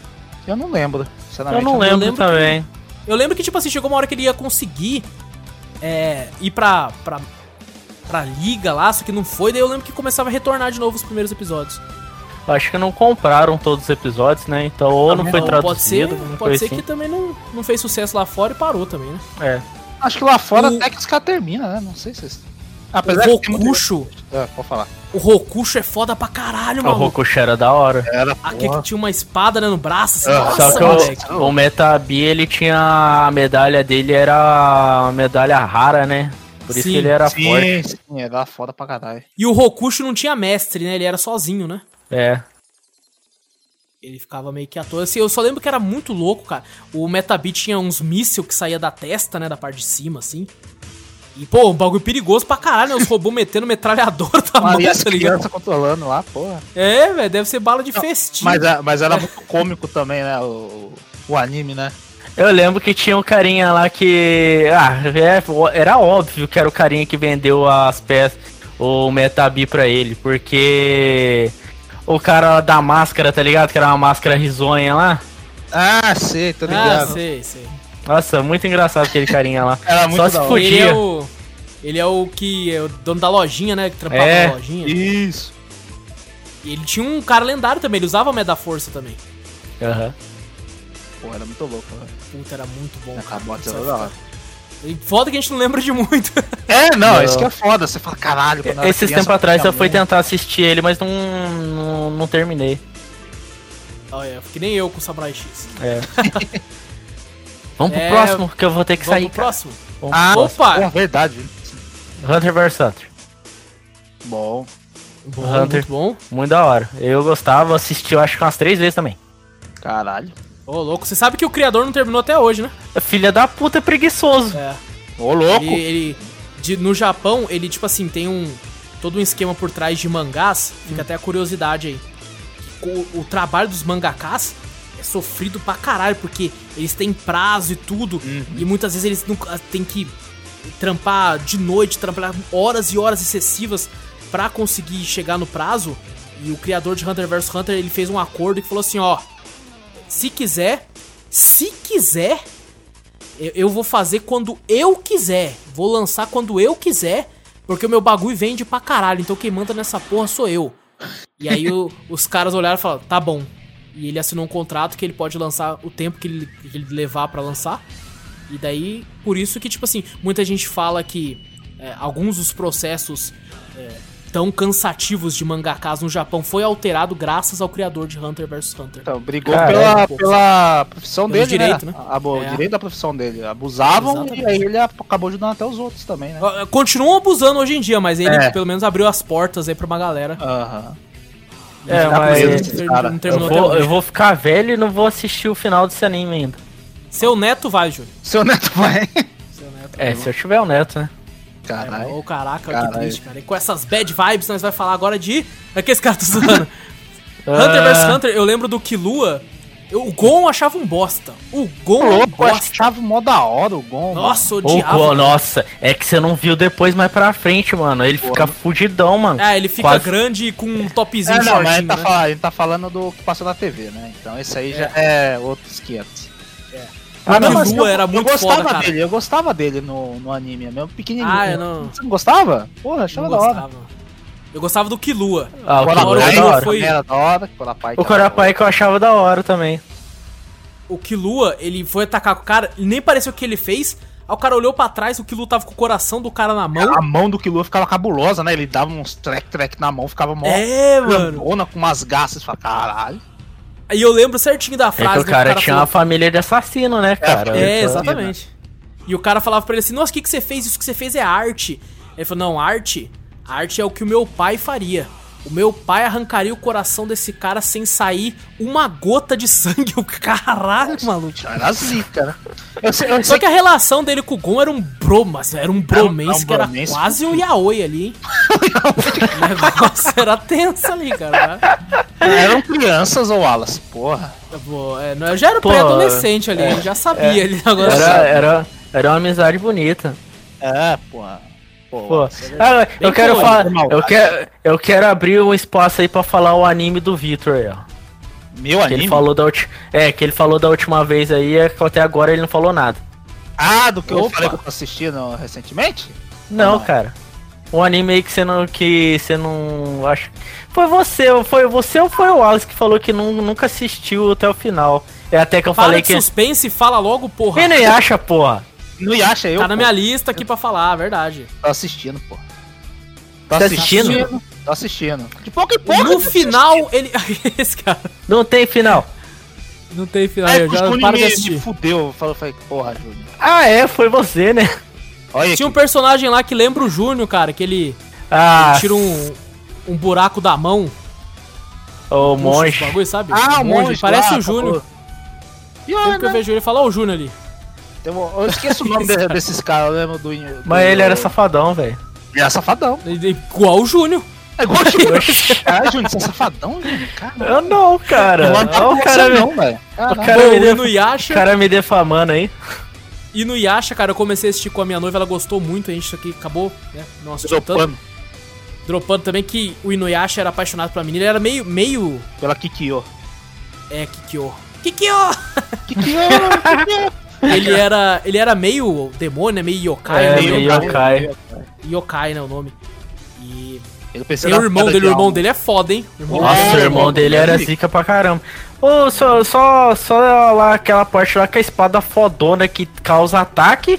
Speaker 3: Eu não lembro,
Speaker 2: Eu
Speaker 3: sinceramente.
Speaker 2: não
Speaker 1: eu
Speaker 2: lembro,
Speaker 1: lembro
Speaker 2: também.
Speaker 1: Eu lembro que, tipo assim, chegou uma hora que ele ia conseguir é, ir pra, pra, pra liga lá, só que não foi. Daí eu lembro que começava a retornar de novo os primeiros episódios.
Speaker 2: Eu Acho que não compraram todos os episódios, né? Então, ou não, foi
Speaker 1: Então,
Speaker 2: traduzido,
Speaker 1: pode ser,
Speaker 2: alguma
Speaker 1: pode
Speaker 2: coisa
Speaker 1: ser
Speaker 2: assim.
Speaker 1: que também não, não fez sucesso lá fora e parou também, né?
Speaker 2: É.
Speaker 3: Acho que lá fora
Speaker 1: O-
Speaker 3: até que os caras terminam, né? Não sei se. eles-
Speaker 1: O
Speaker 3: que tem muita-
Speaker 1: Rokusho,
Speaker 3: É, pode falar.
Speaker 1: o Rokusho é foda pra caralho,
Speaker 2: Ah, O
Speaker 1: mano.
Speaker 2: Rokusho era da hora.
Speaker 3: Era
Speaker 1: Aqui
Speaker 3: porra.
Speaker 1: Ah, que tinha uma espada né, no braço, assim,
Speaker 3: Ah,
Speaker 1: nossa,
Speaker 2: Só que
Speaker 1: moleque.
Speaker 2: o, o Metabi, ele tinha a medalha dele, era uma medalha rara, né? Por isso
Speaker 1: Sim,
Speaker 2: que ele
Speaker 3: Tá
Speaker 2: era
Speaker 3: Sim,
Speaker 2: forte.
Speaker 3: sim, era foda pra caralho.
Speaker 1: E o Rokusho não tinha mestre, né? Ele era sozinho, né?
Speaker 2: É.
Speaker 1: Ele ficava meio que à toa. Assim, eu só lembro que era muito louco, cara. O Metabit tinha uns míssil que saía da testa, né? Da parte de cima, assim. E, pô, um bagulho perigoso pra caralho, né? Os robôs metendo metralhador da
Speaker 3: Ah,
Speaker 1: mão,
Speaker 3: e as
Speaker 1: tá ligado?
Speaker 3: crianças controlando lá, porra.
Speaker 1: É, velho, deve ser bala de festim.
Speaker 3: Mas, é- mas era muito cômico também, né? O, o anime, né?
Speaker 2: Eu lembro que tinha um carinha lá que. Ah, é, era óbvio que era o carinha que vendeu as peças, o Metabi pra ele, porque. O cara da máscara, tá ligado? Que era uma máscara risonha lá.
Speaker 3: Ah, sei, tô
Speaker 1: ah,
Speaker 3: ligado.
Speaker 1: sei, sei.
Speaker 2: Nossa, muito engraçado aquele carinha lá.
Speaker 3: Era muito
Speaker 2: Só se
Speaker 3: da hora.
Speaker 2: fudia.
Speaker 1: Ele é o. Ele é o que. É o dono da lojinha, né? Que trampava
Speaker 2: É.
Speaker 1: na lojinha.
Speaker 3: Isso.
Speaker 1: E ele tinha um cara lendário também, ele usava o Meda Força também.
Speaker 2: Aham.
Speaker 3: Pô, era muito louco, né? velho.
Speaker 1: Puta, era muito bom. cara.
Speaker 3: Acabou a tela Um da hora.
Speaker 1: E foda que a gente não lembra de muito.
Speaker 3: É, não,
Speaker 2: Não.
Speaker 3: isso que é foda. Você fala, caralho, quando eu era
Speaker 2: Esses
Speaker 3: criança,
Speaker 2: tempos atrás
Speaker 3: tinha
Speaker 2: eu fui
Speaker 3: muito.
Speaker 2: tentar assistir ele, mas não, não, não terminei.
Speaker 1: Olha, que nem eu com o Samurai X.
Speaker 2: É. Vamos pro
Speaker 1: É,
Speaker 2: próximo, que eu vou ter que
Speaker 1: Vamos
Speaker 2: sair.
Speaker 1: pro próximo?
Speaker 2: Vamos
Speaker 3: Ah,
Speaker 2: pro
Speaker 1: Opa!
Speaker 3: Pô, verdade.
Speaker 2: próximo. Hunter vs Hunter.
Speaker 3: Bom.
Speaker 1: Bom,
Speaker 2: Hunter.
Speaker 1: Muito bom.
Speaker 2: Muito da hora. Eu gostava, assisti eu acho que umas três vezes também.
Speaker 3: Caralho.
Speaker 1: Ô, louco, você sabe que o criador não terminou até hoje, né?
Speaker 2: Filha da puta é preguiçoso.
Speaker 1: É.
Speaker 3: Ô, louco.
Speaker 1: Ele, ele- de- no Japão, ele, tipo assim, tem um. Todo um esquema por trás de mangás. Fica até a curiosidade aí. O, o trabalho dos mangakás é sofrido pra caralho, porque eles têm prazo e tudo. E muitas vezes eles não, têm que trampar de noite, trampar horas e horas excessivas pra conseguir chegar no prazo. E o criador de Hunter vs Hunter, ele fez um acordo que falou assim, ó. Se quiser, se quiser, eu, eu vou fazer quando eu quiser. Vou lançar quando eu quiser. Porque o meu bagulho vende pra caralho. Então quem manda nessa porra sou eu. E aí o- os caras olharam e falaram: tá bom. E ele assinou um contrato que ele pode lançar o tempo que ele, que ele levar pra lançar. E daí, por isso que, tipo assim, muita gente fala que é, alguns dos processos é, tão cansativos de mangakas no Japão foi alterado graças ao criador de Hunter vs Hunter.
Speaker 3: Então, brigou
Speaker 2: Caralho,
Speaker 3: pela,
Speaker 1: pô.
Speaker 3: pela profissão
Speaker 1: Pelo
Speaker 3: dele,
Speaker 1: direito,
Speaker 3: né?
Speaker 1: né?
Speaker 3: Abo-
Speaker 1: É.
Speaker 3: Direito da profissão dele. Abusavam
Speaker 1: Exatamente.
Speaker 3: e aí ele acabou ajudando até os outros também, né?
Speaker 1: Ah, Continuam abusando hoje em dia, mas ele
Speaker 3: É.
Speaker 1: pelo menos abriu as portas aí pra uma galera.
Speaker 3: Aham.
Speaker 2: É,
Speaker 3: Dá
Speaker 2: mas-
Speaker 3: medo desses cara.
Speaker 1: É, Não
Speaker 2: Eu
Speaker 1: terminou até
Speaker 2: vou,
Speaker 1: hoje.
Speaker 2: eu vou ficar velho e não vou assistir o final desse anime ainda.
Speaker 1: Seu neto vai, Júlio.
Speaker 3: Seu neto vai.
Speaker 1: Seu neto
Speaker 2: É, se eu tiver o neto, né?
Speaker 1: vai.
Speaker 3: Caralho.
Speaker 1: Ô, caraca,
Speaker 3: Caralho.
Speaker 1: que triste, cara. E com essas bad vibes, nós vai falar agora de... É que esse cara tá usando. Hunter
Speaker 3: Ah.
Speaker 1: vs Hunter, eu lembro do Killua. Eu- o Gon eu achava um bosta. O Gon é um
Speaker 3: louco, eu
Speaker 1: bosta.
Speaker 3: achava um mó da hora o Gon. mano.
Speaker 1: Nossa, eu
Speaker 2: Ô,
Speaker 1: odiava.
Speaker 2: Gon, nossa, é que você não viu depois mais pra frente, mano. Ele fica fudidão, mano.
Speaker 1: Ah, ele fica
Speaker 2: Quase.
Speaker 1: grande e com um topzinho
Speaker 3: É, não, mas a
Speaker 1: shortinho,
Speaker 3: gente, tá
Speaker 1: né?
Speaker 3: falando, a gente tá falando do que passou na TV, né? Então esse aí já é outros 500.
Speaker 1: É. O
Speaker 3: não,
Speaker 1: Killua
Speaker 3: mas eu-
Speaker 1: assim, era muito
Speaker 3: eu gostava
Speaker 1: foda, cara.
Speaker 3: dele, eu gostava dele no, no anime é mesmo, pequenininho.
Speaker 1: Ah, eu não-
Speaker 3: Você não gostava? Porra,
Speaker 1: Eu
Speaker 3: achava
Speaker 1: não
Speaker 3: da hora.
Speaker 1: gostava. Eu gostava do Killua.
Speaker 2: Ah, o
Speaker 3: Quando a
Speaker 1: Killua
Speaker 3: Pai
Speaker 2: Korapai é
Speaker 1: Korapai
Speaker 2: da hora.
Speaker 1: foi-
Speaker 3: Era da hora, quando a Pai
Speaker 2: O
Speaker 3: que era da
Speaker 2: Korapai que eu achava da hora também. É
Speaker 1: O Killua, ele foi atacar com o cara, nem pareceu o que ele fez. Aí o cara olhou pra trás, o Killua tava com o coração do cara na mão.
Speaker 3: A mão do Killua ficava cabulosa, né? Ele dava uns trek-trek na mão, ficava mó
Speaker 1: É, mano.
Speaker 3: lambona com umas garças. Fala, caralho.
Speaker 1: Aí eu lembro certinho da
Speaker 2: É que
Speaker 1: frase
Speaker 2: o cara, tinha uma
Speaker 1: falou-
Speaker 2: família de assassino, né, cara?
Speaker 1: É,
Speaker 2: Então-
Speaker 1: exatamente. E o cara falava pra ele assim: Nossa, o que, que você fez? Isso que você fez é arte. Ele falou: Não, arte. Arte é o que o meu pai faria. O meu pai arrancaria o coração desse cara sem sair uma gota de sangue. O caralho, maluco.
Speaker 3: Era zica, né? Eu sei, eu
Speaker 1: Só
Speaker 3: sei
Speaker 1: que a relação dele com o Gon era um bromas, era um bromense
Speaker 3: Era um- era um
Speaker 1: que era
Speaker 3: bromense.
Speaker 1: quase um yaoi ali, hein? o negócio era tenso ali, cara. né? Tá
Speaker 3: que eram crianças, ô Wallace, porra.
Speaker 1: Pô, é, não, eu já era
Speaker 2: Pô,
Speaker 1: pré-adolescente ali, ele já sabia ali o negócio.
Speaker 2: Era, era, era uma amizade bonita.
Speaker 3: É, porra.
Speaker 2: Pô,
Speaker 3: Pô, é
Speaker 2: Ah, eu
Speaker 1: Bem
Speaker 2: quero
Speaker 1: que
Speaker 2: falar.
Speaker 3: hoje, normal.
Speaker 2: Eu quero, eu quero abrir um espaço aí pra falar o anime do Victor aí, ó.
Speaker 3: meu
Speaker 2: Que ele
Speaker 3: anime?
Speaker 2: falou da ulti... É, que ele falou da última vez aí, é que até agora ele não falou nada.
Speaker 3: Ah, do que eu
Speaker 1: Opa.
Speaker 3: falei que eu tô assistindo recentemente?
Speaker 2: Não,
Speaker 3: Ah, não.
Speaker 2: cara. Um anime aí que você não. que você não. acho. Foi você, ou foi você ou foi o Wallace que falou que nu- nunca assistiu até o final. É até que eu
Speaker 1: Para
Speaker 2: falei
Speaker 1: de
Speaker 2: que.
Speaker 1: suspense e fala logo, porra.
Speaker 2: E nem acha, porra.
Speaker 3: No Yasha, eu
Speaker 1: tá na
Speaker 3: pô,
Speaker 1: minha lista aqui pra falar, a verdade.
Speaker 3: tô assistindo, pô. Tô
Speaker 2: Tá assistindo?
Speaker 3: Tô assistindo. De pouco em pouco.
Speaker 1: no final, ele. Esse cara.
Speaker 2: Não tem final.
Speaker 1: Não tem final,
Speaker 3: Aí,
Speaker 1: eu já
Speaker 3: o
Speaker 1: paro de
Speaker 3: me, me
Speaker 1: assistir.
Speaker 3: fudeu. Eu falei, falei, porra, Júnior.
Speaker 2: Ah, é, foi você, né?
Speaker 3: Olha
Speaker 1: Tinha um
Speaker 3: aqui.
Speaker 1: personagem lá que lembra o Júnior, cara, que ele
Speaker 2: Ah.
Speaker 1: tira um, um buraco da mão.
Speaker 2: O
Speaker 1: Murcho esse
Speaker 2: monge.
Speaker 1: bagulho, sabe?
Speaker 3: Ah, o
Speaker 1: um Monge,
Speaker 3: monge,
Speaker 1: Parece
Speaker 3: lá,
Speaker 1: o Júnior.
Speaker 3: E
Speaker 1: Sempre que eu
Speaker 3: olha, né?
Speaker 1: vejo ele, fala ó o Júnior ali.
Speaker 3: eu, eu esqueço o nome de- desses caras, eu lembro do. do-
Speaker 2: Mas ele era safadão, velho.
Speaker 3: Ele era safadão.
Speaker 1: Ele- Igual o Júnior.
Speaker 3: É igual o Júnior. Caralho, Júnior, você é safadão, Júnior? Caralho.
Speaker 2: Eu não, cara.
Speaker 3: Não é pra
Speaker 2: Olha o
Speaker 3: você
Speaker 2: cara, me-
Speaker 3: não, velho.
Speaker 2: o
Speaker 3: Caralho.
Speaker 2: cara
Speaker 1: Bom,
Speaker 2: me
Speaker 1: e
Speaker 2: def-
Speaker 1: no
Speaker 2: o
Speaker 1: Yasha.
Speaker 2: cara me defamando aí.
Speaker 1: E no Yasha, cara, eu comecei a assistir com a minha noiva, ela gostou muito, a gente aqui acabou, né? Não assistiu tanto.
Speaker 3: Isopano,
Speaker 1: Dropando também que o Inuyasha era apaixonado pela menina, ele era meio, meio,
Speaker 3: pela Kikyo.
Speaker 1: é, Kikyo. Kikyo!
Speaker 3: Kikyo!
Speaker 1: ele era, ele era meio demônio, né? Meio yokai,
Speaker 2: É,
Speaker 1: né?
Speaker 2: meio yokai.
Speaker 1: Yokai, né, o nome. E
Speaker 3: Eu pensei
Speaker 1: tem o
Speaker 3: na
Speaker 1: irmão
Speaker 3: piada
Speaker 1: dele,
Speaker 3: de
Speaker 1: o irmão
Speaker 3: alma.
Speaker 1: dele é foda, hein? O irmão
Speaker 2: Nossa,
Speaker 3: Nossa,
Speaker 2: o irmão
Speaker 3: mano,
Speaker 2: dele era
Speaker 3: ele-
Speaker 2: zica pra caramba. Ô, só, só, só lá aquela parte lá que a espada fodona que causa ataque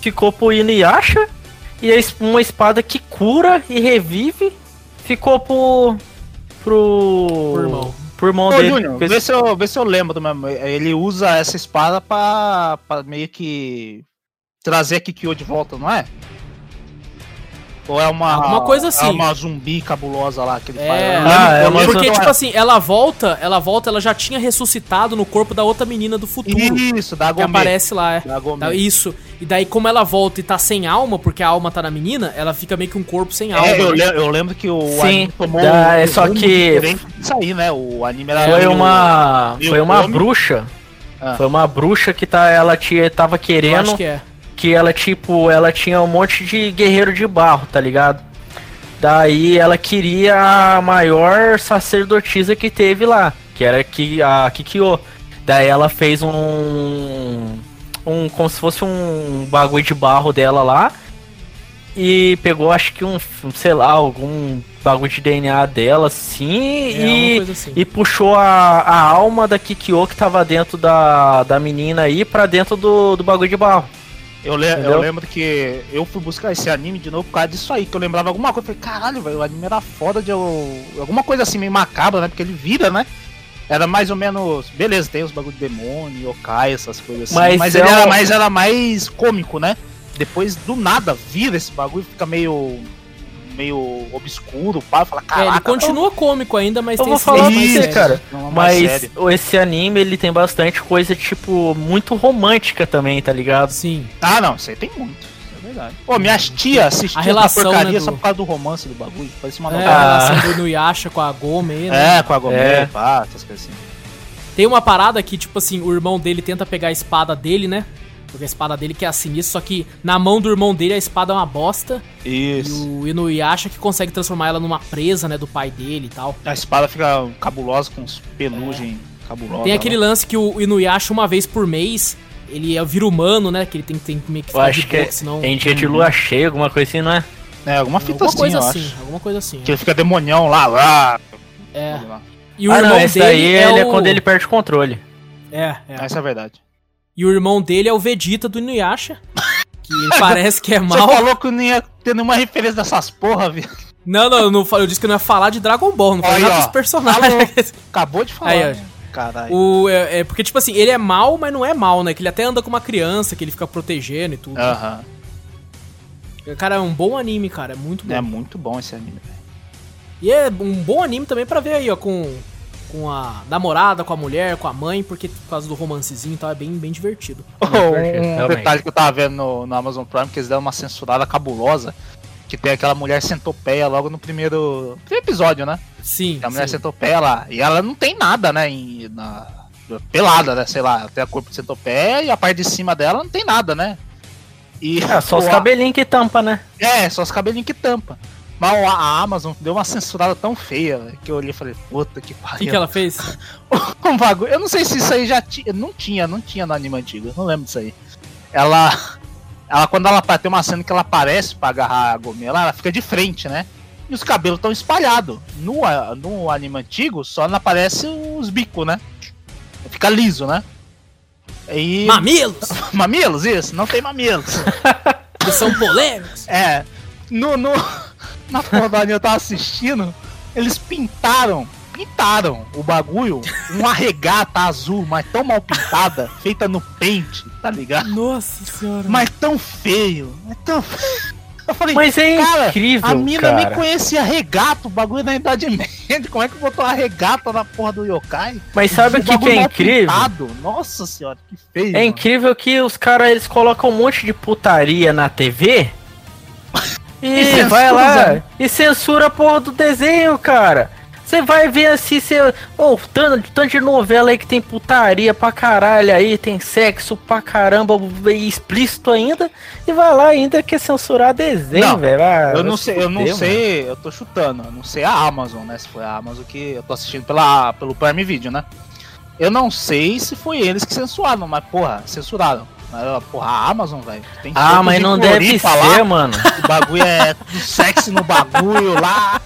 Speaker 2: ficou pro Inuyasha. E a es- uma espada que cura e revive ficou pro. pro.
Speaker 1: Pro irmão.
Speaker 2: pro irmão
Speaker 3: Ô,
Speaker 2: dele.
Speaker 3: Júnior,
Speaker 2: Porque-
Speaker 3: vê se, eu, vê se eu lembro do mesmo. Ele usa essa espada pra, pra meio que trazer a Kikyo de volta, não é? Ou é uma.
Speaker 1: Alguma coisa
Speaker 3: É
Speaker 1: assim.
Speaker 3: uma zumbi cabulosa lá que ele
Speaker 1: É,
Speaker 3: faz. Eu
Speaker 1: eu
Speaker 3: lembro-
Speaker 2: Ah, é,
Speaker 1: lembro-
Speaker 3: eu
Speaker 2: mas-
Speaker 3: lembro
Speaker 1: porque,
Speaker 3: que
Speaker 1: tipo
Speaker 3: eu-
Speaker 1: assim, ela volta, ela volta, ela já tinha ressuscitado no corpo da outra menina do futuro. assim, Que
Speaker 3: Isso, da Gourmet.
Speaker 1: aparece lá, é.
Speaker 3: Da
Speaker 1: Tá,
Speaker 3: Gourmet.
Speaker 1: Isso. E daí, como ela volta e tá sem alma, porque a alma tá na menina, ela fica meio que um corpo sem alma.
Speaker 3: É, eu,
Speaker 1: né?
Speaker 3: lem- eu lembro que o
Speaker 2: Sim,
Speaker 3: anime tomou.
Speaker 2: dá- é
Speaker 3: um
Speaker 2: só
Speaker 3: rumo
Speaker 2: que-
Speaker 3: diferente disso aí, né? O anime era.
Speaker 2: Foi
Speaker 3: meio-
Speaker 2: uma.
Speaker 3: e o
Speaker 2: Foi uma
Speaker 3: homem?
Speaker 2: bruxa.
Speaker 3: Ah.
Speaker 2: Foi uma bruxa que tá, ela te, tava
Speaker 1: Eu acho
Speaker 2: querendo
Speaker 1: que é.
Speaker 2: que ela tipo, ela tinha um monte de guerreiro de barro, tá ligado? Daí ela queria a maior sacerdotisa que teve lá, que era Ki- a Kikyo. Daí ela fez um um como se fosse um bagulho de barro dela lá e pegou acho que um, sei lá, algum bagulho de DNA dela assim
Speaker 1: É
Speaker 2: e
Speaker 1: alguma coisa assim.
Speaker 2: e puxou a, a alma da Kikyo que tava dentro da, da menina aí pra dentro do, do bagulho de barro.
Speaker 3: Eu, le- eu
Speaker 2: Entendeu?
Speaker 3: lembro que eu fui buscar esse anime de novo por causa disso aí, que eu lembrava alguma coisa. Eu falei, caralho, velho, o anime era foda de. eu- Alguma coisa assim meio macabra, né? Porque ele vira, né? Era mais ou menos. Beleza, tem os bagulho de demônio, yokai, essas coisas assim. Mas,
Speaker 2: Mas é
Speaker 3: ele era
Speaker 2: um-
Speaker 3: mais, era mais cômico, né? Depois do nada vira esse bagulho, fica meio. meio obscuro, pá, fala,
Speaker 1: É, ele
Speaker 3: caraca.
Speaker 1: cômico cômico ainda, mas
Speaker 2: eu
Speaker 1: tem
Speaker 2: vou
Speaker 1: esse
Speaker 2: falar
Speaker 1: lado
Speaker 2: pra
Speaker 1: mais
Speaker 2: você,
Speaker 1: sério.
Speaker 2: cara.
Speaker 3: não, mais
Speaker 2: Mas
Speaker 3: sério.
Speaker 2: esse anime ele tem bastante coisa, tipo, muito romântica também, tá ligado?
Speaker 1: Sim.
Speaker 3: Ah, não, isso aí tem muito. isso é verdade. Pô, minha
Speaker 2: Uhum.
Speaker 3: tia assistia
Speaker 1: A relação,
Speaker 3: essa porcaria
Speaker 1: né,
Speaker 3: só
Speaker 1: do-
Speaker 3: por causa do romance do bagulho. Parecia uma
Speaker 1: É,
Speaker 3: novela. né?
Speaker 1: a relação do Inuyasha com a Gome, né?
Speaker 3: É, com a Gomé,
Speaker 2: Ah. É.
Speaker 3: pá, essas coisas assim.
Speaker 1: Tem uma parada que, tipo assim, o irmão dele tenta pegar a espada dele, né? Porque a espada dele que é a sinistra, só que na mão do irmão dele a espada é uma bosta.
Speaker 3: Isso.
Speaker 1: E o Inuyasha que consegue transformar ela numa presa, né, do pai dele e tal.
Speaker 3: A espada fica cabulosa com os penugem cabulosa.
Speaker 1: Tem aquele
Speaker 3: lá.
Speaker 1: lance que o Inuyasha, uma vez por mês, ele é, vira humano, né? Que ele tem, tem que meio que
Speaker 2: Eu acho que é,
Speaker 1: boa, senão...
Speaker 2: em dia de
Speaker 3: Uhum.
Speaker 2: lua cheia, alguma coisa assim, não é?
Speaker 3: É, alguma fita
Speaker 1: Alguma
Speaker 3: assim,
Speaker 1: coisa
Speaker 3: eu
Speaker 1: assim,
Speaker 3: acho.
Speaker 1: alguma coisa assim.
Speaker 3: Que ele fica demonião lá, lá.
Speaker 1: É.
Speaker 3: lá.
Speaker 1: E
Speaker 2: ah, não, esse daí ele é
Speaker 1: o-
Speaker 2: quando ele perde o controle.
Speaker 1: É, é.
Speaker 3: Essa é a verdade.
Speaker 1: E o irmão dele é o Vegeta do Inuyasha, que parece que é
Speaker 3: Você
Speaker 1: mal.
Speaker 3: falou que não ia ter nenhuma referência dessas porra, viu?
Speaker 1: Não, não, eu, não falo- eu disse que eu não ia falar de Dragon Ball, não falei
Speaker 3: Aí,
Speaker 1: nada
Speaker 3: ó.
Speaker 1: dos personagens.
Speaker 3: Acabou de falar.
Speaker 1: Aí, ó.
Speaker 3: né? Caralho.
Speaker 1: O, é, é, porque, tipo assim, ele é mal, mas não é mal, né? Que ele até anda com uma criança, que ele fica protegendo e tudo.
Speaker 3: Aham.
Speaker 1: Cara, é um bom anime, cara, é muito bom.
Speaker 3: É muito bom esse anime. velho.
Speaker 1: E é um bom anime também pra ver aí, ó, com, com a namorada, com a mulher, com a mãe, porque por causa do romancezinho e tal, é bem, bem divertido.
Speaker 2: perfeito,
Speaker 3: um
Speaker 2: realmente.
Speaker 3: detalhe que eu tava vendo no, no Amazon Prime, que eles deram uma censurada cabulosa. Que tem aquela mulher centopeia logo no primeiro, primeiro episódio, né?
Speaker 1: Sim,
Speaker 3: A mulher
Speaker 1: sim.
Speaker 3: centopeia lá. E ela não tem nada, né? Em, na, pelada, né? Sei lá, tem a corpo de centopeia e a parte de cima dela não tem nada, né? E,
Speaker 2: Ah, só os
Speaker 3: É, o-
Speaker 2: cabelinhos que tampa, né?
Speaker 3: É, só os cabelinhos que tampa. Mas a- a Amazon deu uma censurada tão feia velho, que eu olhei e falei, puta que
Speaker 1: O que,
Speaker 3: pariu.
Speaker 1: que ela fez?
Speaker 3: um bagulho. Eu não sei se isso aí já tinha. Não tinha, não tinha no anime antigo. Eu não lembro disso aí. Ela. Ela, quando ela pa- tem uma cena que ela aparece pra agarrar a Gomi lá, ela fica de frente, né? E os cabelos estão espalhados. No, a- no anime antigo, só não aparece os bicos, né? Fica liso, né? E.
Speaker 1: Mamilos!
Speaker 3: Mamilos, isso? Não tem mamilos.
Speaker 1: Que são polêmicos!
Speaker 3: É. No, no, na porra do anime eu tava assistindo, eles pintaram, pintaram o bagulho, uma regata azul, mas tão mal pintada, feita no pente, tá ligado?
Speaker 1: Nossa senhora.
Speaker 3: Mas tão feio, mas tão Eu falei,
Speaker 2: Mas é
Speaker 3: cara,
Speaker 2: incrível,
Speaker 3: a mina
Speaker 2: cara.
Speaker 3: nem conhecia regata, o bagulho é da Idade Média. Como é que botou a regata na porra do yokai?
Speaker 2: Mas sabe o que, que
Speaker 3: bagulho
Speaker 2: é
Speaker 3: mal
Speaker 2: incrível?
Speaker 3: pintado. Nossa senhora, que feio. né?
Speaker 2: É
Speaker 3: mano.
Speaker 2: incrível que os caras eles colocam um monte de putaria na TV e,
Speaker 3: E censura, né?
Speaker 2: vai lá
Speaker 3: velho.
Speaker 2: e censura a porra do desenho, cara. Você vai ver assim, você. Ô, tanto, tanto de novela aí que tem putaria pra caralho aí, tem sexo pra caramba e explícito ainda, e vai lá ainda quer censurar desenho,
Speaker 3: Não,
Speaker 2: velho. Ah,
Speaker 3: Eu não
Speaker 2: vai
Speaker 3: sei,
Speaker 2: se
Speaker 3: eu não
Speaker 2: fuder, mano.
Speaker 3: sei, eu tô chutando, eu não sei a Amazon, né? Se foi a Amazon que eu tô assistindo pela, pelo Prime Video, né? Eu não sei se foi eles que censuraram, mas porra, censuraram. Mas, Porra, a Amazon, velho. tem
Speaker 2: Ah,
Speaker 3: tanto
Speaker 2: mas
Speaker 3: de
Speaker 2: não deve
Speaker 3: Floripa
Speaker 2: ser, mano.
Speaker 3: O bagulho é do sexo no bagulho lá,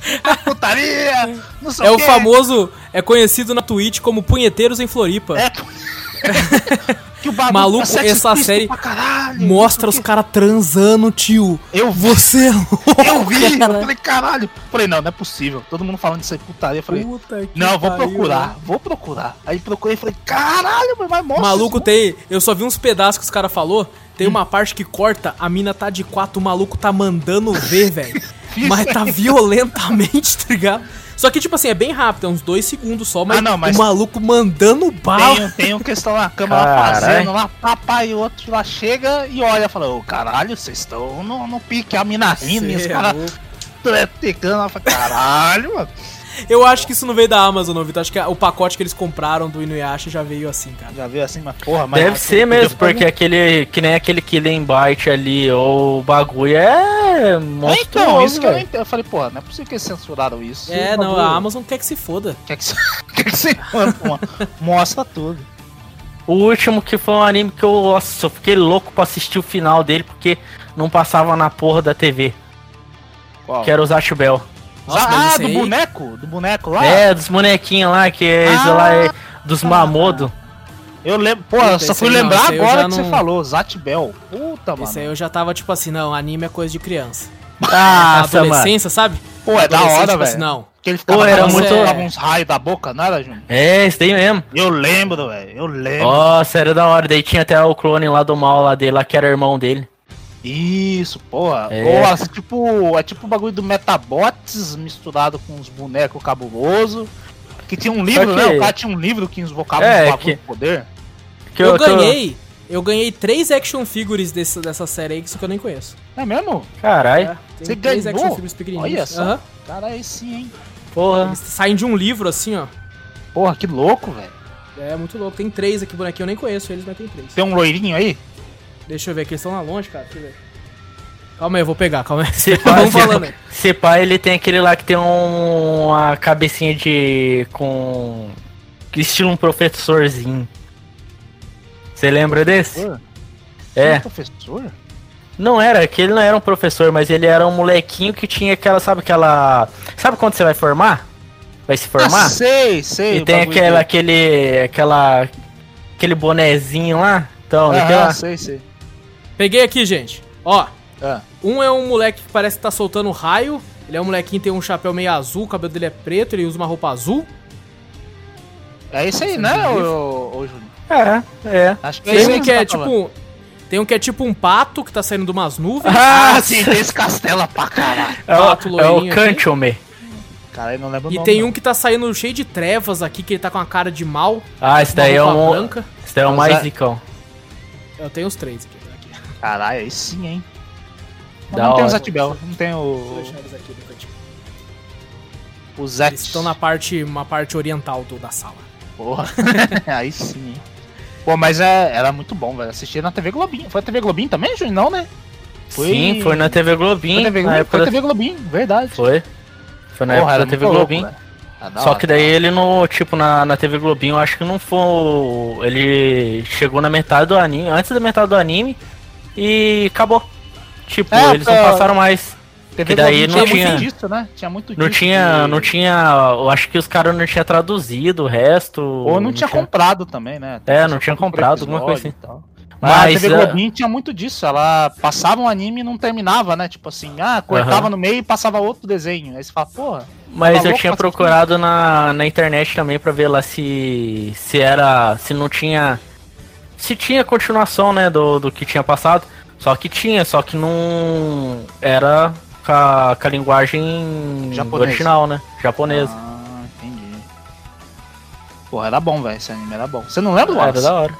Speaker 3: putaria, não sei
Speaker 1: É o
Speaker 3: quê.
Speaker 1: famoso, é conhecido na Twitch como Punheteiros em Floripa.
Speaker 3: É. que o bagulho
Speaker 1: Maluco,
Speaker 3: é sexo
Speaker 1: essa
Speaker 3: explícito
Speaker 1: série
Speaker 3: pra caralho,
Speaker 1: Mostra
Speaker 3: não
Speaker 1: os
Speaker 3: sei o
Speaker 1: caras transando, tio.
Speaker 3: quê. Eu vi,
Speaker 1: Você é louco,
Speaker 3: eu vi, eu
Speaker 1: cara.
Speaker 3: falei, caralho. Falei, não, não é possível. Todo mundo falando isso aí, putaria. Eu falei,
Speaker 1: Puta que
Speaker 3: Não, vou
Speaker 1: pariu,
Speaker 3: procurar,
Speaker 1: mano.
Speaker 3: vou procurar. Aí procurei e falei, caralho, mas vai mostra.
Speaker 1: Maluco
Speaker 3: isso,
Speaker 1: tem. Eu só vi uns pedaços que os caras falou. Tem uma parte que corta, a mina tá de quatro, o maluco tá mandando ver, velho. Mas tá violentamente, tá ligado? Só que, tipo assim, é bem rápido, é uns dois segundos só, mas,
Speaker 3: Ah, não, mas-
Speaker 1: o maluco mandando bala.
Speaker 3: Tem, tem um que estão na cama lá
Speaker 2: Caralho.
Speaker 3: fazendo lá, papai, e outro lá chega e olha e fala, ô caralho, vocês estão no, no pique, a mina rindo, e os
Speaker 1: Cê é
Speaker 3: caras
Speaker 1: louco.
Speaker 3: tretecando, eu falo, caralho, mano.
Speaker 1: Eu acho que isso não veio da Amazon, não, Vitor. Acho que o pacote que eles compraram do Inuyasha já veio assim, cara.
Speaker 3: Já veio assim, mas porra, mas.
Speaker 2: Deve ser mesmo, porque é aquele. Que nem aquele Killing Bite ali, ou o bagulho é.
Speaker 3: É,
Speaker 2: Monstruoso,
Speaker 3: então, isso que eu
Speaker 2: velho.
Speaker 3: não entendo. Eu falei, porra, não é possível que eles censuraram isso.
Speaker 1: É,
Speaker 3: Por
Speaker 1: não,
Speaker 3: favor.
Speaker 1: a Amazon quer que se foda.
Speaker 3: Quer que você. Quer que você. Mano, Mostra tudo.
Speaker 2: O último que foi um anime que eu, nossa, eu fiquei louco pra assistir o final dele, porque não passava na porra da TV,
Speaker 3: Qual?
Speaker 2: que era o Zatch Bell.
Speaker 1: Nossa, mas
Speaker 3: ah,
Speaker 1: esse
Speaker 3: do
Speaker 1: aí-
Speaker 3: boneco? Do boneco lá?
Speaker 2: É, dos bonequinhos lá, que é esse
Speaker 3: Ah,
Speaker 2: lá é dos mamodo.
Speaker 3: Eu lembro, pô,
Speaker 1: Puta,
Speaker 3: eu só
Speaker 1: esse
Speaker 3: fui
Speaker 1: aí não,
Speaker 3: lembrar
Speaker 1: esse aí eu
Speaker 3: agora
Speaker 1: já
Speaker 3: que você
Speaker 1: não-
Speaker 3: falou, Zat Bell. Puta, mano.
Speaker 1: Isso aí eu já tava tipo assim, não, anime é coisa de criança.
Speaker 2: Ah,
Speaker 1: Na
Speaker 2: mano.
Speaker 1: adolescência, sabe?
Speaker 3: Pô, é da
Speaker 1: Adolescente,
Speaker 3: hora,
Speaker 1: tipo assim,
Speaker 3: velho.
Speaker 1: Não.
Speaker 3: Que ele ficava
Speaker 2: Pô, era
Speaker 3: balançando,
Speaker 1: muito-
Speaker 3: ficava uns raios da boca, não era, Júnior?
Speaker 2: É, esse daí mesmo.
Speaker 3: Eu lembro, velho. Eu lembro.
Speaker 2: Nossa, era da hora. Daí tinha até o clone lá do mal lá dele, lá que era irmão dele.
Speaker 3: Isso, porra.
Speaker 2: É.
Speaker 3: Ou assim, tipo, é tipo o bagulho do Metabots misturado com uns bonecos cabuloso. Que tinha um livro,
Speaker 2: que-
Speaker 3: né? O cara tinha um livro que invocava
Speaker 2: É,
Speaker 3: uns bagulho
Speaker 2: que-
Speaker 3: de poder.
Speaker 2: Que
Speaker 1: Eu
Speaker 2: que
Speaker 1: ganhei. Eu ganhei três action figures desse- dessa série aí, isso que eu nem conheço.
Speaker 3: É mesmo?
Speaker 2: Caralho,
Speaker 1: É, tem
Speaker 3: Você
Speaker 1: três
Speaker 3: ganhou?
Speaker 1: action figures pequenininhos.
Speaker 3: Olha só.
Speaker 1: Aham.
Speaker 3: Cara, aí sim, hein?
Speaker 2: porra.
Speaker 1: Eles saem de um livro assim, ó.
Speaker 3: Porra, que louco, velho.
Speaker 1: É muito louco. Tem três aqui, bonequinho. Eu nem conheço eles, mas tem três.
Speaker 3: Tem um loirinho aí?
Speaker 1: Deixa eu ver aqui, eles estão lá longe, cara. Deixa eu ver. Calma aí, eu vou pegar, calma aí.
Speaker 2: Se pá,
Speaker 1: Vamos
Speaker 2: se,
Speaker 1: falando aí.
Speaker 2: se pá, ele tem aquele lá que tem um, uma cabecinha de. com. que estilo um professorzinho. Você lembra desse?
Speaker 3: Porra,
Speaker 2: É.
Speaker 3: Um professor?
Speaker 2: Não era, que ele não era um professor, mas ele era um molequinho que tinha aquela, sabe aquela. Sabe quando você vai formar? Vai se
Speaker 3: Ah,
Speaker 2: formar?
Speaker 3: sei, sei.
Speaker 2: e
Speaker 3: o
Speaker 2: tem
Speaker 3: bagulho
Speaker 2: aquela,
Speaker 3: dele.
Speaker 2: aquele. aquela. aquele bonezinho lá. Então,
Speaker 3: Aham,
Speaker 2: daquela-
Speaker 3: Ah, sei, sei.
Speaker 1: Peguei aqui, gente. Ó,
Speaker 3: Ah.
Speaker 1: um é um moleque que parece que tá soltando raio. Ele é um molequinho, tem um chapéu meio azul, o cabelo dele é preto, ele usa uma roupa azul.
Speaker 3: É isso aí,
Speaker 1: Você
Speaker 3: né,
Speaker 1: não viu?
Speaker 3: ô, ô, ô, Júnior?
Speaker 2: É, é.
Speaker 3: Acho
Speaker 1: Tem
Speaker 3: isso
Speaker 1: um
Speaker 3: você
Speaker 1: que é
Speaker 3: tá falando.
Speaker 1: tipo. Tem um que é tipo um pato que tá saindo de umas
Speaker 2: um
Speaker 1: nuvens.
Speaker 3: Ah, sim, tem esse castelo pra caralho.
Speaker 2: É o,
Speaker 1: Pato
Speaker 2: é
Speaker 1: loirinho
Speaker 2: o
Speaker 1: aqui.
Speaker 2: Kanchome.
Speaker 3: Cara, eu não lembro o
Speaker 1: E
Speaker 3: nome,
Speaker 1: tem
Speaker 3: não.
Speaker 1: um que tá saindo cheio de trevas aqui, que ele tá com a cara de mal.
Speaker 2: Ah, esse daí é
Speaker 1: uma
Speaker 2: um.
Speaker 1: roupa branca.
Speaker 2: Esse daí é o
Speaker 3: Mas
Speaker 2: mais
Speaker 3: é-
Speaker 2: zicão.
Speaker 1: Eu tenho os três aqui. tá aqui.
Speaker 3: Caralho, aí sim, hein. Mas
Speaker 2: Da
Speaker 3: não tem o
Speaker 2: hora.
Speaker 3: Zatibel, não tem
Speaker 1: Vou
Speaker 3: o,
Speaker 1: deixar eles aqui no cantinho.
Speaker 3: o Zet.
Speaker 1: Eles estão na parte, uma parte oriental do, da sala.
Speaker 3: Porra, aí sim, hein. Pô, mas é, era muito bom, velho. Assistia na TV Globinho. Foi a TV Globinho também, Júnior? Não, né? Foi-
Speaker 2: Sim, foi na TV
Speaker 3: Foi
Speaker 2: Globinho.
Speaker 3: a TV
Speaker 2: na
Speaker 3: Globinho,
Speaker 2: época
Speaker 3: foi a
Speaker 2: da...
Speaker 3: TV Globinho verdade.
Speaker 2: foi. Foi na época da TV
Speaker 3: muito
Speaker 2: Globinho.
Speaker 3: louco, velho. Ah, da
Speaker 2: Só
Speaker 3: hora.
Speaker 2: que daí ele no, tipo, na, na TV Globinho, eu acho que não foi. o- Ele chegou na metade do anime, antes da metade do anime, e acabou. Tipo,
Speaker 3: É,
Speaker 2: eles não
Speaker 3: pra-
Speaker 2: passaram mais.
Speaker 3: TV
Speaker 2: que daí
Speaker 3: Globinho
Speaker 2: não tinha-
Speaker 3: muito disso, né? Tinha muito
Speaker 2: Não
Speaker 3: disso
Speaker 2: tinha,
Speaker 3: de-
Speaker 2: não tinha. Eu acho que os caras não tinham traduzido o resto.
Speaker 3: Ou não, tinha comprado também, né?
Speaker 2: É, não
Speaker 3: Só
Speaker 2: tinha
Speaker 3: comprou
Speaker 2: comprado, alguma
Speaker 3: episódio
Speaker 2: coisa assim.
Speaker 3: e tal. Mas a
Speaker 2: Mas,
Speaker 3: TV
Speaker 2: ah,
Speaker 3: Globinho tinha muito disso. Ela passava um anime e não terminava, né? Tipo assim, ah, cortava
Speaker 2: Aham.
Speaker 3: no meio e passava outro desenho. Aí você fala, porra,
Speaker 2: mas eu
Speaker 3: Falou,
Speaker 2: tinha
Speaker 3: faz
Speaker 2: procurado na, na internet também pra ver lá se. se era. se não tinha. se tinha continuação, né, do, do que tinha passado. Só que tinha, só que não era com a, com a linguagem
Speaker 3: Japonesa.
Speaker 2: original, né? Japonesa.
Speaker 3: Ah, entendi. Porra, era bom, velho. Esse anime era bom. Você não lembra,
Speaker 2: era
Speaker 3: Wallace?
Speaker 2: da hora.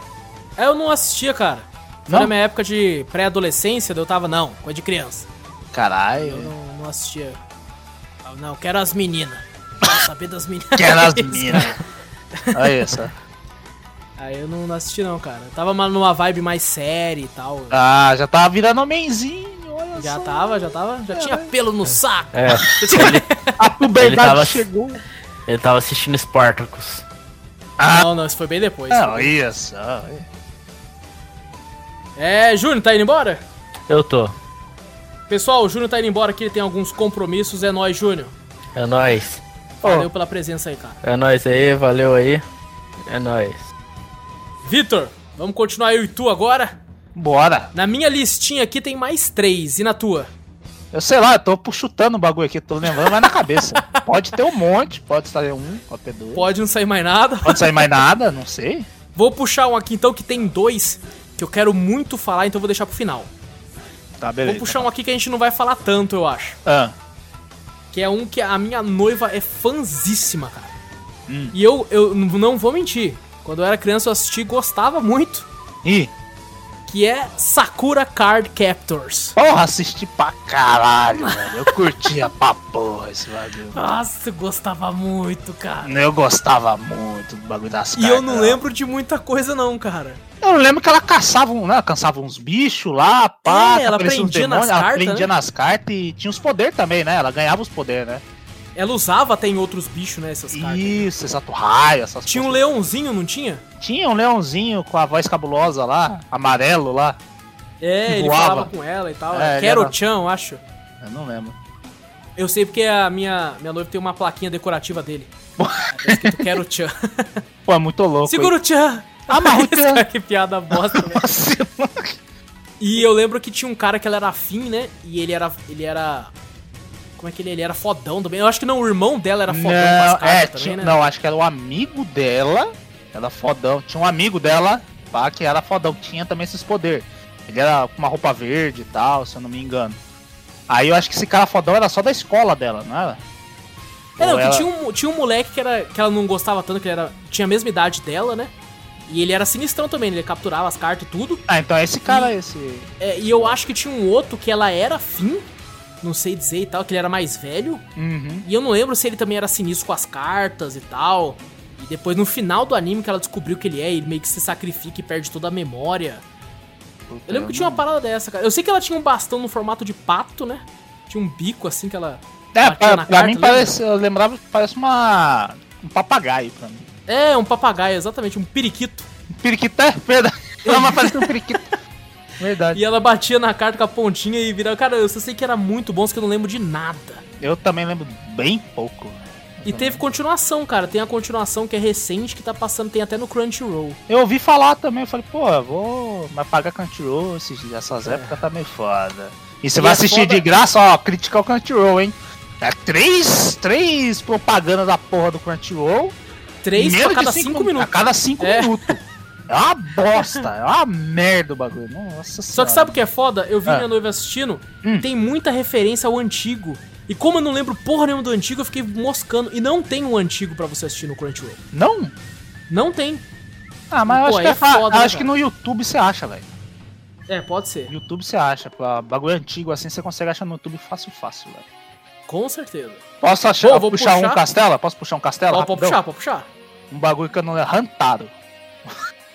Speaker 1: É, eu não assistia, cara. Foi
Speaker 3: Não?
Speaker 1: na minha época de pré-adolescência, daí eu tava, não, coisa de criança. Eu
Speaker 3: Caralho.
Speaker 1: não, não assistia. Eu, não, eu quero as meninas. Quero saber das meninas.
Speaker 3: Que era as minas. Olha isso.
Speaker 1: Aí eu não, não assisti, não, cara. Eu tava numa vibe mais séria e tal.
Speaker 3: Ah, já tava virando homenzinho, olha
Speaker 1: Já
Speaker 3: só.
Speaker 1: tava, já tava, já tinha pelo no saco.
Speaker 2: É,
Speaker 3: A
Speaker 2: Ele tava-
Speaker 3: chegou.
Speaker 2: ele tava assistindo Spartacus.
Speaker 3: Ah.
Speaker 1: Não, não, isso foi bem depois.
Speaker 3: Ah, olha só.
Speaker 1: É, Júnior, tá indo embora?
Speaker 2: Eu tô.
Speaker 1: Pessoal, o Júnior tá indo embora aqui, ele tem alguns compromissos. É nóis, Júnior.
Speaker 2: É nóis.
Speaker 1: Valeu pela presença aí, cara.
Speaker 2: É nóis aí, valeu aí. É nóis.
Speaker 1: Vitor, vamos continuar eu e tu agora?
Speaker 3: Bora.
Speaker 1: Na minha listinha aqui tem mais três, e na tua?
Speaker 3: Eu sei lá, eu tô pu- chutando o bagulho aqui, tô lembrando, mas na cabeça. pode ter um monte, pode sair um, pode ter dois. Pode,
Speaker 1: Pode não sair mais nada.
Speaker 3: sair mais nada, não sei.
Speaker 1: Vou puxar um aqui então que tem dois que eu quero muito falar, então eu vou deixar pro final.
Speaker 3: Tá,
Speaker 1: Vou
Speaker 3: beleza.
Speaker 1: puxar um aqui que a gente não vai falar tanto, eu acho.
Speaker 3: Ah,
Speaker 1: Que é um que a minha noiva é fanzíssima, cara.
Speaker 3: Hum.
Speaker 1: E eu, eu n- não vou mentir. Quando eu era criança eu assisti e gostava muito.
Speaker 3: Ih,
Speaker 1: Que é Sakura Card Captors.
Speaker 3: porra, assisti pra caralho, velho. Eu curtia pra porra esse bagulho.
Speaker 1: Nossa, eu gostava muito, cara.
Speaker 3: Eu gostava muito do bagulho das
Speaker 1: E
Speaker 3: cartas.
Speaker 1: eu não lembro de muita coisa, não, cara.
Speaker 3: Eu lembro que ela caçava, um, né? ela caçava uns bichos lá, pá,
Speaker 1: É, ela
Speaker 3: aparecia uns
Speaker 1: prendia nas
Speaker 3: demônios, ela
Speaker 1: cartas,
Speaker 3: prendia
Speaker 1: né?
Speaker 3: nas cartas e tinha os poderes também, né? Ela ganhava os poderes, né?
Speaker 1: Ela usava até em outros bichos, né, essas cartas.
Speaker 3: Isso, exato, raio, essas
Speaker 1: Tinha um
Speaker 3: coisas.
Speaker 1: leãozinho, não tinha?
Speaker 3: Tinha um leãozinho com a voz cabulosa
Speaker 1: Ah.
Speaker 3: lá, amarelo lá.
Speaker 1: É, ele
Speaker 3: Voava.
Speaker 1: falava com ela e tal.
Speaker 3: É, ele era-
Speaker 1: Kero-chan, eu acho.
Speaker 3: Eu não lembro.
Speaker 1: Eu sei porque a minha, minha noiva tem uma plaquinha decorativa dele. Tá escrito Quero Tchan.
Speaker 3: Pô, é muito louco.
Speaker 1: Segura o Tchan!
Speaker 3: Amarra o tchan.
Speaker 1: Cara, que piada bosta, velho.
Speaker 3: hein?
Speaker 1: E eu lembro que tinha um cara que ele era afim, né? E ele era. Ele era. Como é que ele, ele era fodão também? Eu acho que não, o irmão dela era fodão com as
Speaker 3: não, é,
Speaker 1: cartas
Speaker 3: tinha-
Speaker 1: também, né?
Speaker 3: não, acho que era o amigo dela. Ela fodão. Tinha um amigo dela, pá, que era fodão, que tinha também esses poderes. Ele era com uma roupa verde e tal, se eu não me engano. Aí eu acho que esse cara fodão era só da escola dela, não era?
Speaker 1: É, não,
Speaker 3: Ou
Speaker 1: que
Speaker 3: ela-
Speaker 1: tinha, um, tinha um moleque que, era, que ela não gostava tanto, que ele era, tinha a mesma idade dela, né? E ele era sinistrão também, ele capturava as cartas e tudo.
Speaker 3: Ah, então é esse cara, esse.
Speaker 1: É, e eu acho que tinha um outro que ela era afim, não sei dizer e tal, que ele era mais velho.
Speaker 3: Uhum.
Speaker 1: E eu não lembro se ele também era sinistro com as cartas e tal. E depois no final do anime que ela descobriu que ele é, ele meio que se sacrifica e perde toda a memória. Eu lembro que tinha uma
Speaker 3: Então.
Speaker 1: parada dessa, cara. Eu sei que ela tinha um bastão no formato de pato, né? Tinha um bico assim que ela.
Speaker 3: É,
Speaker 1: batia
Speaker 3: pra,
Speaker 1: na
Speaker 3: pra
Speaker 1: carta,
Speaker 3: mim
Speaker 1: lembra?
Speaker 3: parece. Eu lembrava que parece uma. Um papagaio pra mim.
Speaker 1: É, um papagaio, exatamente, um periquito.
Speaker 3: Um periquito é verdade. Não, mas
Speaker 1: é
Speaker 3: parece um periquito. Verdade.
Speaker 1: E ela batia na carta com a pontinha e virava. Cara, eu só sei que era muito bom, só que eu não lembro de nada.
Speaker 3: Eu também lembro bem pouco.
Speaker 1: E
Speaker 3: Tá
Speaker 1: teve continuação, cara. Tem a continuação que é recente, que tá passando, tem até no Crunchyroll.
Speaker 3: Eu ouvi falar também, eu falei, pô, eu vou. Mas pagar Crunchyroll esses, essas épocas tá meio foda. E você
Speaker 1: É. E
Speaker 3: vai
Speaker 1: é
Speaker 3: assistir
Speaker 1: foda-
Speaker 3: de graça, ó, criticar o Crunchyroll, hein? É três, três propagandas da porra do Crunchyroll.
Speaker 1: Três
Speaker 3: menos
Speaker 1: pra
Speaker 3: de
Speaker 1: cada cinco minutos.
Speaker 3: A cada cinco
Speaker 1: É.
Speaker 3: minutos. É uma bosta, é uma merda o bagulho. Nossa
Speaker 1: Só que sabe o que é foda? Eu vi
Speaker 3: Ah.
Speaker 1: minha noiva assistindo,
Speaker 3: Hum.
Speaker 1: tem muita referência ao antigo. E como eu não lembro porra nenhuma do antigo, eu fiquei moscando. E não tem o antigo pra você assistir no Crunchyroll.
Speaker 3: Não?
Speaker 1: Não tem.
Speaker 3: Ah, mas eu
Speaker 1: Pô,
Speaker 3: acho que,
Speaker 1: aí
Speaker 3: é
Speaker 1: é foda,
Speaker 3: foda,
Speaker 1: né,
Speaker 3: acho que no YouTube você acha, velho.
Speaker 1: É, pode ser.
Speaker 3: No YouTube você acha. Pra bagulho antigo assim você consegue achar no YouTube fácil, fácil, velho.
Speaker 1: Com certeza.
Speaker 3: Posso achar,
Speaker 1: Pô, vou
Speaker 3: puxar, um
Speaker 1: puxar.
Speaker 3: Castela? Posso puxar um Castela?
Speaker 1: Ó, pode
Speaker 3: rapidão?
Speaker 1: puxar, pode puxar.
Speaker 3: Um bagulho que eu não lembro. Hantaro.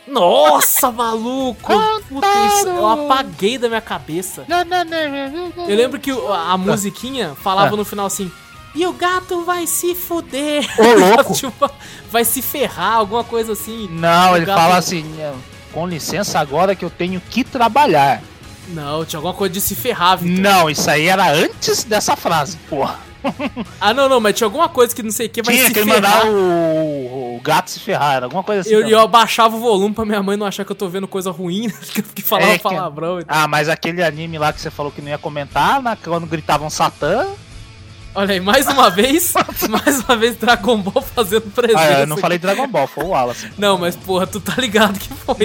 Speaker 1: Nossa, maluco! Puta, isso eu
Speaker 3: Otário!
Speaker 1: apaguei da minha cabeça. Eu lembro que o- a, a musiquinha falava
Speaker 3: Ah.
Speaker 1: no final assim. E o gato vai se fuder.
Speaker 3: Ô, louco!
Speaker 1: Tipo, vai se ferrar, alguma coisa assim.
Speaker 3: Não, ele
Speaker 1: O gato-
Speaker 3: fala assim, com licença agora que eu tenho que trabalhar.
Speaker 1: Não, tinha alguma coisa de se ferrar, Vitor.
Speaker 3: Não, isso aí era antes dessa frase, porra.
Speaker 1: Ah, não, não, mas tinha alguma coisa que não sei o que vai
Speaker 3: Tinha
Speaker 1: se
Speaker 3: que ele um-
Speaker 1: ferrar.
Speaker 3: mandar o, o gato se ferrar, era alguma coisa assim.
Speaker 1: Eu,
Speaker 3: não.
Speaker 1: eu abaixava o volume pra minha mãe não achar que eu tô vendo coisa ruim, né? que eu fiquei falando
Speaker 3: É, que-
Speaker 1: palavrão. e tal.
Speaker 3: Ah, mas aquele anime lá que você falou que não ia comentar, na, quando gritavam Satã,
Speaker 1: Olha aí, mais uma vez, mais uma vez Dragon Ball fazendo presença.
Speaker 3: Ah, eu não falei Dragon Ball, foi o Wallace.
Speaker 1: Não, mas porra, tu tá ligado que foi.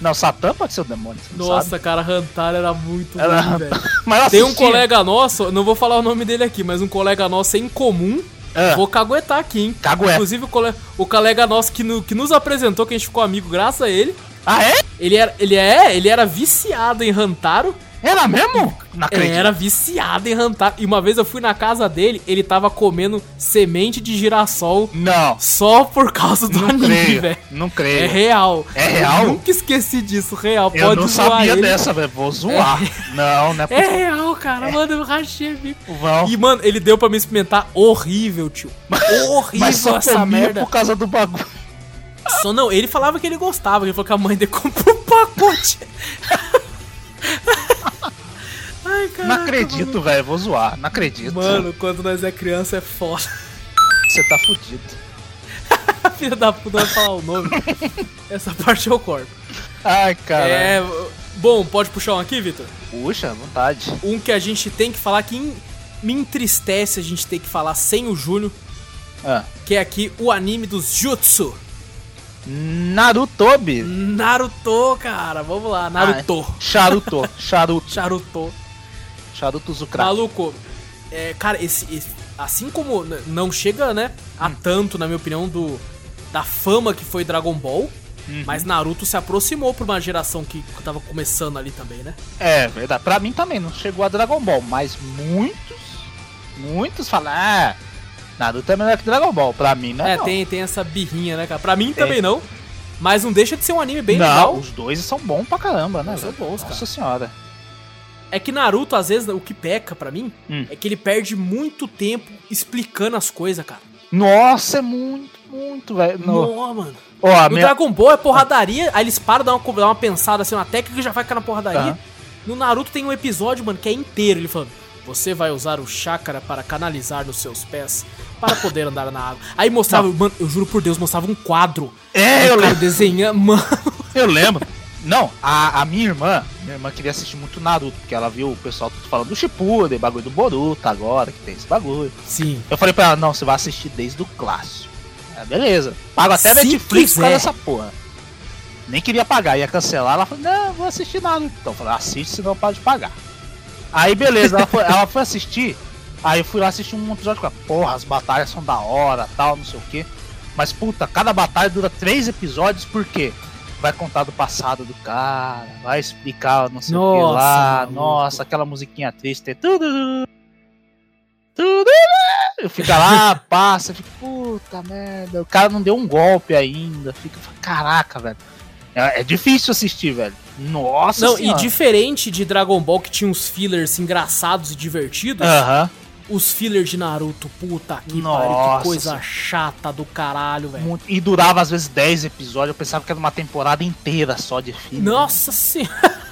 Speaker 3: Não, Satã pode ser o demônio. você não
Speaker 1: Nossa,
Speaker 3: sabe.
Speaker 1: cara, Hantar era muito
Speaker 3: Era-
Speaker 1: ruim, velho.
Speaker 3: Mas eu
Speaker 1: Tem um
Speaker 3: assistia.
Speaker 1: colega nosso, não vou falar o nome dele aqui, mas um colega nosso em comum.
Speaker 3: Ah. é.
Speaker 1: Vou caguetar aqui, hein?
Speaker 3: Cagueta.
Speaker 1: Inclusive, o, cole- o colega nosso que, no- que nos apresentou, que a gente ficou amigo graças a ele.
Speaker 3: Ah, é?
Speaker 1: Ele era, ele é, ele era viciado em Rantaro. É,
Speaker 3: Era mesmo? Não acredito.
Speaker 1: Era viciado em Rantaro. E uma vez eu fui na casa dele, ele tava comendo semente de girassol
Speaker 3: Não.
Speaker 1: só por causa do
Speaker 3: Não
Speaker 1: anime,
Speaker 3: creio.
Speaker 1: velho.
Speaker 3: Não
Speaker 1: É
Speaker 3: creio.
Speaker 1: real.
Speaker 3: É real?
Speaker 1: Eu nunca esqueci disso, real.
Speaker 3: Eu
Speaker 1: Pode
Speaker 3: não
Speaker 1: zoar
Speaker 3: sabia
Speaker 1: ele.
Speaker 3: dessa, velho. Vou zoar. Não, não é
Speaker 1: É
Speaker 3: possível.
Speaker 1: real, cara. Mano, eu rachei o bico.
Speaker 3: Vão.
Speaker 1: E, mano, ele deu pra me experimentar horrível, tio. Horrível
Speaker 3: Mas só
Speaker 1: essa
Speaker 3: comia
Speaker 1: merda.
Speaker 3: por causa do bagulho.
Speaker 1: Só não, ele falava que ele gostava, ele falou que a mãe dele comprou um pacote. Ai, cara.
Speaker 3: Não acredito, velho. Vou zoar. Não acredito.
Speaker 1: Mano, quando nós é criança é foda.
Speaker 3: Você tá fudido.
Speaker 1: A filha da puta vai falar o nome. Essa parte eu corto.
Speaker 3: Ai, cara.
Speaker 1: É. Bom, pode puxar um aqui, Vitor?
Speaker 3: Puxa, à vontade.
Speaker 1: Um que a gente tem que falar que em- me entristece a gente ter que falar sem o Júnior,
Speaker 3: Ah.
Speaker 1: que é aqui o anime dos Jutsu.
Speaker 3: Narutobi.
Speaker 1: Naruto, cara. Vamos lá, Naruto.
Speaker 3: Ah, é. Charuto. Charuto.
Speaker 1: Charuto.
Speaker 3: Charuto Zucra.
Speaker 1: Maluco, é, cara, esse, esse- assim como n- não chega, né, a
Speaker 3: Hum.
Speaker 1: tanto, na minha opinião, do da fama que foi Dragon Ball,
Speaker 3: Uhum.
Speaker 1: mas Naruto se aproximou pra uma geração que tava começando ali também, né?
Speaker 3: É, verdade. Pra mim também, não chegou a Dragon Ball, mas muitos, muitos falam, ah, Naruto é melhor que Dragon Ball. Pra mim, não
Speaker 1: É,
Speaker 3: é. não.
Speaker 1: tem, tem essa birrinha, né, cara? Pra mim também não, mas não deixa de ser um anime bem
Speaker 3: não,
Speaker 1: legal.
Speaker 3: os dois são bons pra caramba, né?
Speaker 1: São
Speaker 3: velho?
Speaker 1: bons, cara.
Speaker 3: Nossa senhora.
Speaker 1: É que Naruto, às vezes, o que peca pra mim
Speaker 3: Hum.
Speaker 1: é que ele perde muito tempo explicando as coisas, cara.
Speaker 3: Nossa, é muito, muito, velho. No-
Speaker 1: Nó, mano.
Speaker 3: Ó, a
Speaker 1: No
Speaker 3: minha-
Speaker 1: Dragon Ball é porradaria, aí eles param, dão uma, dão uma pensada assim na técnica e já vai ficar na porradaria.
Speaker 3: Tá.
Speaker 1: No Naruto tem um episódio, mano, que é inteiro, ele falando. Você vai usar o chakra para canalizar nos seus pés para poder andar na água. Aí mostrava, mano, eu juro por Deus, mostrava um quadro.
Speaker 3: É,
Speaker 1: Aí
Speaker 3: eu
Speaker 1: o cara
Speaker 3: lembro.
Speaker 1: desenhando, mano.
Speaker 3: Eu lembro. Não, a, a minha irmã, minha irmã queria assistir muito Naruto, porque ela viu o pessoal tudo falando do Shippuden, bagulho do Boruto agora, que tem esse bagulho.
Speaker 1: Sim.
Speaker 3: Eu falei pra ela, não, você vai assistir desde o clássico. É, beleza. Pago até
Speaker 1: Se
Speaker 3: Netflix por causa
Speaker 1: quiser.
Speaker 3: dessa porra. Nem queria pagar, ia cancelar. Ela falou, não, vou assistir nada. Então eu falei, assiste, senão para de pagar. Aí beleza, ela foi, ela foi assistir. Aí eu fui lá assistir um episódio com ela. Porra, as batalhas são da hora, tal, não sei o quê. Mas puta, cada batalha dura três episódios, por quê? Vai contar do passado do cara, vai explicar não sei o que
Speaker 1: Nossa,
Speaker 3: lá.
Speaker 1: maluco.
Speaker 3: Nossa, aquela musiquinha triste. é Tudo, tudo, eu fica lá, passa, fica, puta merda, o cara não deu um golpe ainda, fica, caraca, velho. É, é difícil assistir, velho. Nossa
Speaker 1: Não, e
Speaker 3: senhora.
Speaker 1: diferente de Dragon Ball que tinha uns fillers engraçados e divertidos,
Speaker 3: Aham.
Speaker 1: os fillers de Naruto, puta que pariu, que
Speaker 3: Nossa.
Speaker 1: coisa chata do caralho, velho.
Speaker 3: Muito- E durava às vezes 10 episódios, eu pensava que era uma temporada inteira só de filme.
Speaker 1: Nossa senhora!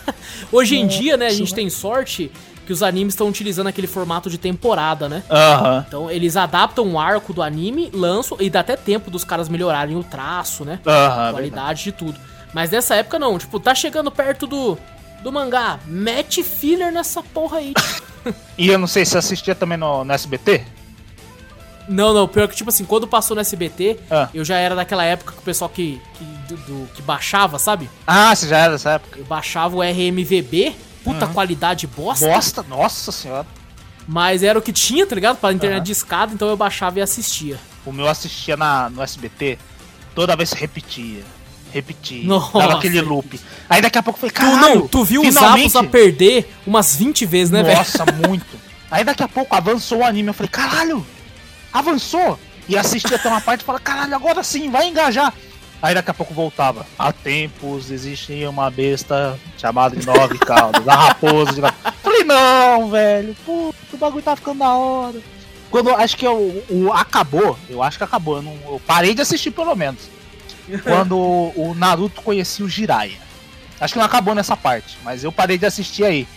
Speaker 1: Hoje em dia, né, a gente
Speaker 3: né?
Speaker 1: tem sorte que os animes estão utilizando aquele formato de temporada, né?
Speaker 3: Aham.
Speaker 1: Então eles adaptam o arco do anime, lançam e dá até tempo dos caras melhorarem o traço, né?
Speaker 3: Aham, é Ah, verdade.
Speaker 1: qualidade de tudo. Mas nessa época não, tipo, tá chegando perto do, do mangá, mete filler nessa porra aí.
Speaker 3: E eu não sei se assistia também no, no SBT?
Speaker 1: não, não, pior que tipo assim, quando passou no SBT,
Speaker 3: Ah.
Speaker 1: eu já era daquela época que o pessoal que, que, do- do- que baixava, sabe?
Speaker 3: Ah, você já era dessa época.
Speaker 1: Eu baixava o RMVB, puta qualidade bosta.
Speaker 3: Bosta, nossa senhora.
Speaker 1: Mas era o que tinha, tá ligado? Pra internet
Speaker 3: Aham.
Speaker 1: de escada, então eu baixava e assistia.
Speaker 3: O meu eu assistia na, no SBT, toda vez repetia. Repetia.
Speaker 1: Nossa.
Speaker 3: Dava aquele loop. Aí daqui a pouco eu falei,
Speaker 1: Tu,
Speaker 3: caralho,
Speaker 1: não, tu viu
Speaker 3: finalmente?
Speaker 1: os Apos a perder umas 20 vezes, né, velho?
Speaker 3: Nossa, muito. Aí daqui a pouco avançou o anime. Eu falei, caralho, avançou. E assisti até uma parte e falei, caralho, agora sim, vai engajar. Aí daqui a pouco voltava. Há tempos existia uma besta chamada de nove caudas, a raposa de nove... Falei, não, velho, puta, o bagulho tá ficando da hora. Quando acho que o, o acabou, eu acho que acabou, eu, não, eu parei de assistir pelo menos. Quando o Naruto conhecia o Jiraiya. Acho que não acabou nessa parte, mas eu parei de assistir aí.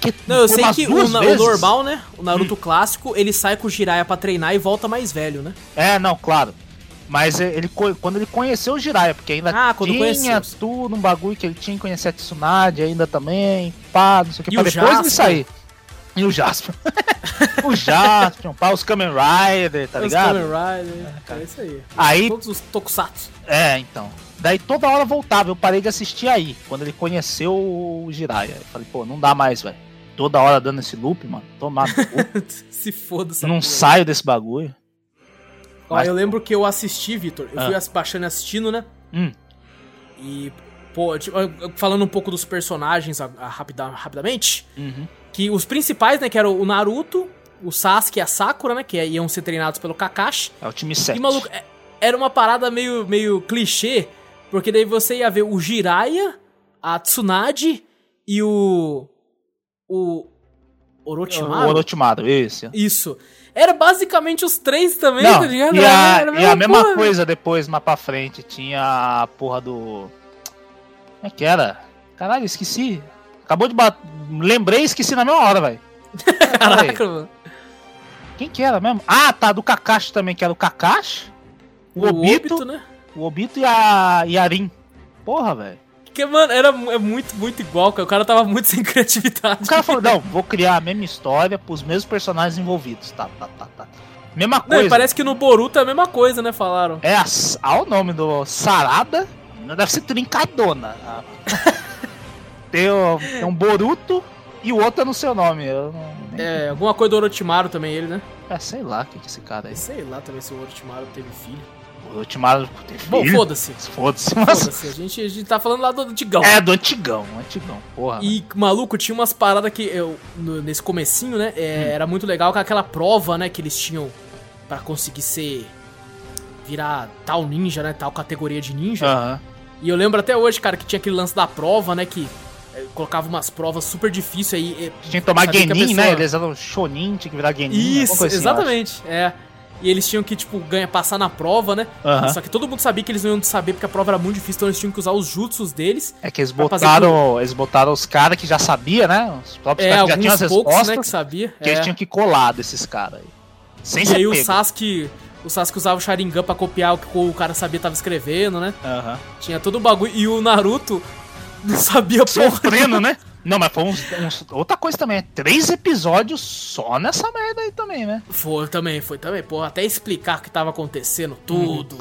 Speaker 3: Que
Speaker 1: Não, eu
Speaker 3: foi
Speaker 1: sei
Speaker 3: umas
Speaker 1: que o,
Speaker 3: duas
Speaker 1: na- o
Speaker 3: vezes. Hum.
Speaker 1: normal, né? O Naruto clássico, ele sai com o Jiraiya pra treinar e volta mais velho, né?
Speaker 3: É, não, claro. Mas e- ele, co- quando ele conheceu o Jiraiya, porque ainda
Speaker 1: Ah, quando
Speaker 3: tinha
Speaker 1: conheceu.
Speaker 3: tudo, um bagulho que ele tinha que conhecer a Tsunade ainda também, pá, não sei o que,
Speaker 1: E
Speaker 3: pra
Speaker 1: o
Speaker 3: depois
Speaker 1: Jasper?
Speaker 3: ele sair. E o Jasper. o Jasper, pá, os Kamen Rider, tá
Speaker 1: Os
Speaker 3: ligado? Ah,
Speaker 1: Kamen Rider, é isso aí.
Speaker 3: Aí,
Speaker 1: Todos os tokusatsu.
Speaker 3: é, então. Daí toda hora voltava, eu parei de assistir aí, quando ele conheceu o Jiraiya. Eu falei, pô, não dá mais, velho. Toda hora dando esse loop, mano. Tomar no cu.
Speaker 1: Se foda essa
Speaker 3: Eu não
Speaker 1: porra.
Speaker 3: saio desse bagulho.
Speaker 1: Ó,
Speaker 3: Mas-
Speaker 1: eu lembro que eu assisti, Vitor. Eu
Speaker 3: Ah.
Speaker 1: fui as- baixando e assistindo, né?
Speaker 3: Hum.
Speaker 1: E, pô, tipo, eu- eu- falando um pouco dos personagens a- a rapida- rapidamente,
Speaker 3: Uhum.
Speaker 1: que os principais, né, que eram o Naruto, o Sasuke e a Sakura, né, que iam ser treinados pelo Kakashi.
Speaker 3: É o time 7.
Speaker 1: E, maluco, é- era uma parada meio, meio clichê, porque daí você ia ver o Jiraiya, a Tsunade e o... o...
Speaker 3: O
Speaker 1: Orochimaru?
Speaker 3: Orochimaru, esse.
Speaker 1: Isso. Era basicamente os três também,
Speaker 3: Não,
Speaker 1: tá ligado?
Speaker 3: e, a,
Speaker 1: Era
Speaker 3: e a mesma
Speaker 1: porra.
Speaker 3: coisa depois, mais pra frente, tinha a porra do. Como é que era? Caralho, esqueci. Acabou de bater. Lembrei e esqueci na mesma hora, velho.
Speaker 1: Caraca, mano.
Speaker 3: Quem que era mesmo? Ah, tá, do Kakashi também, que era o Kakashi, o Obito,
Speaker 1: né?
Speaker 3: o Obito e a Yarin. Porra, velho.
Speaker 1: Porque, mano, era mu- é muito, muito igual, cara. O cara tava muito sem criatividade.
Speaker 3: O cara falou: não, vou criar a mesma história pros mesmos personagens envolvidos. Tá, tá, tá, tá. Mesma
Speaker 1: Não,
Speaker 3: coisa.
Speaker 1: e parece que no Boruto é a mesma coisa, né? Falaram.
Speaker 3: É, a, ah, o nome do Sarada. Não deve ser Trincadona. Ah. tem, o- tem um Boruto e o outro é no seu nome. Eu não, nem-
Speaker 1: É, alguma coisa do Orochimaru também, ele, né?
Speaker 3: Ah, sei lá o que que esse cara é. esse.
Speaker 1: Sei lá também se o Orochimaru teve filho.
Speaker 3: O Ultimato tem
Speaker 1: Bom,
Speaker 3: filho?
Speaker 1: foda-se.
Speaker 3: Foda-se, mas.
Speaker 1: Foda-se. A gente, a gente tá falando lá do Digão.
Speaker 3: É, do antigão, antigão, porra.
Speaker 1: E, maluco, tinha umas paradas que eu, no- nesse comecinho, né?
Speaker 3: Hum.
Speaker 1: é, Era muito legal com aquela prova, né, que eles tinham pra conseguir ser. virar tal ninja, né? Tal categoria de ninja.
Speaker 3: Aham.
Speaker 1: E eu lembro até hoje, cara, que tinha aquele lance da prova, né? Que eh, colocava umas provas super difíceis aí. eh,
Speaker 3: Tinha que tomar
Speaker 1: Sabia que a
Speaker 3: Genin, né?
Speaker 1: pessoa-
Speaker 3: Eles eram Shonin, tinha que virar Genin. alguma
Speaker 1: Isso,
Speaker 3: coisa assim,
Speaker 1: exatamente. É. E eles tinham que, tipo, ganhar, passar na prova, né?
Speaker 3: eu acho. Aham.
Speaker 1: Só que todo mundo sabia que eles não iam saber porque a prova era muito difícil, então eles tinham que usar os jutsus deles.
Speaker 3: É que eles
Speaker 1: Pra fazer
Speaker 3: botaram, eles botaram os caras que já sabia, né? Os próprios
Speaker 1: É,
Speaker 3: caras que já tinham
Speaker 1: alguns
Speaker 3: as
Speaker 1: poucos, né,
Speaker 3: respostas.
Speaker 1: que sabia.
Speaker 3: que eles
Speaker 1: é.
Speaker 3: tinham que colar desses caras aí. Sem
Speaker 1: E
Speaker 3: ser
Speaker 1: aí o
Speaker 3: pego.
Speaker 1: Sasuke. O Sasuke usava o Sharingan pra copiar o que o cara sabia tava escrevendo, né?
Speaker 3: Aham.
Speaker 1: Tinha todo o bagulho. E o Naruto não sabia porra.
Speaker 3: sofrendo, né? Não, mas foi uns, uns- outra coisa também. é Três episódios só nessa merda aí também, né?
Speaker 1: Foi também, foi também. Porra, até explicar o que tava acontecendo, tudo.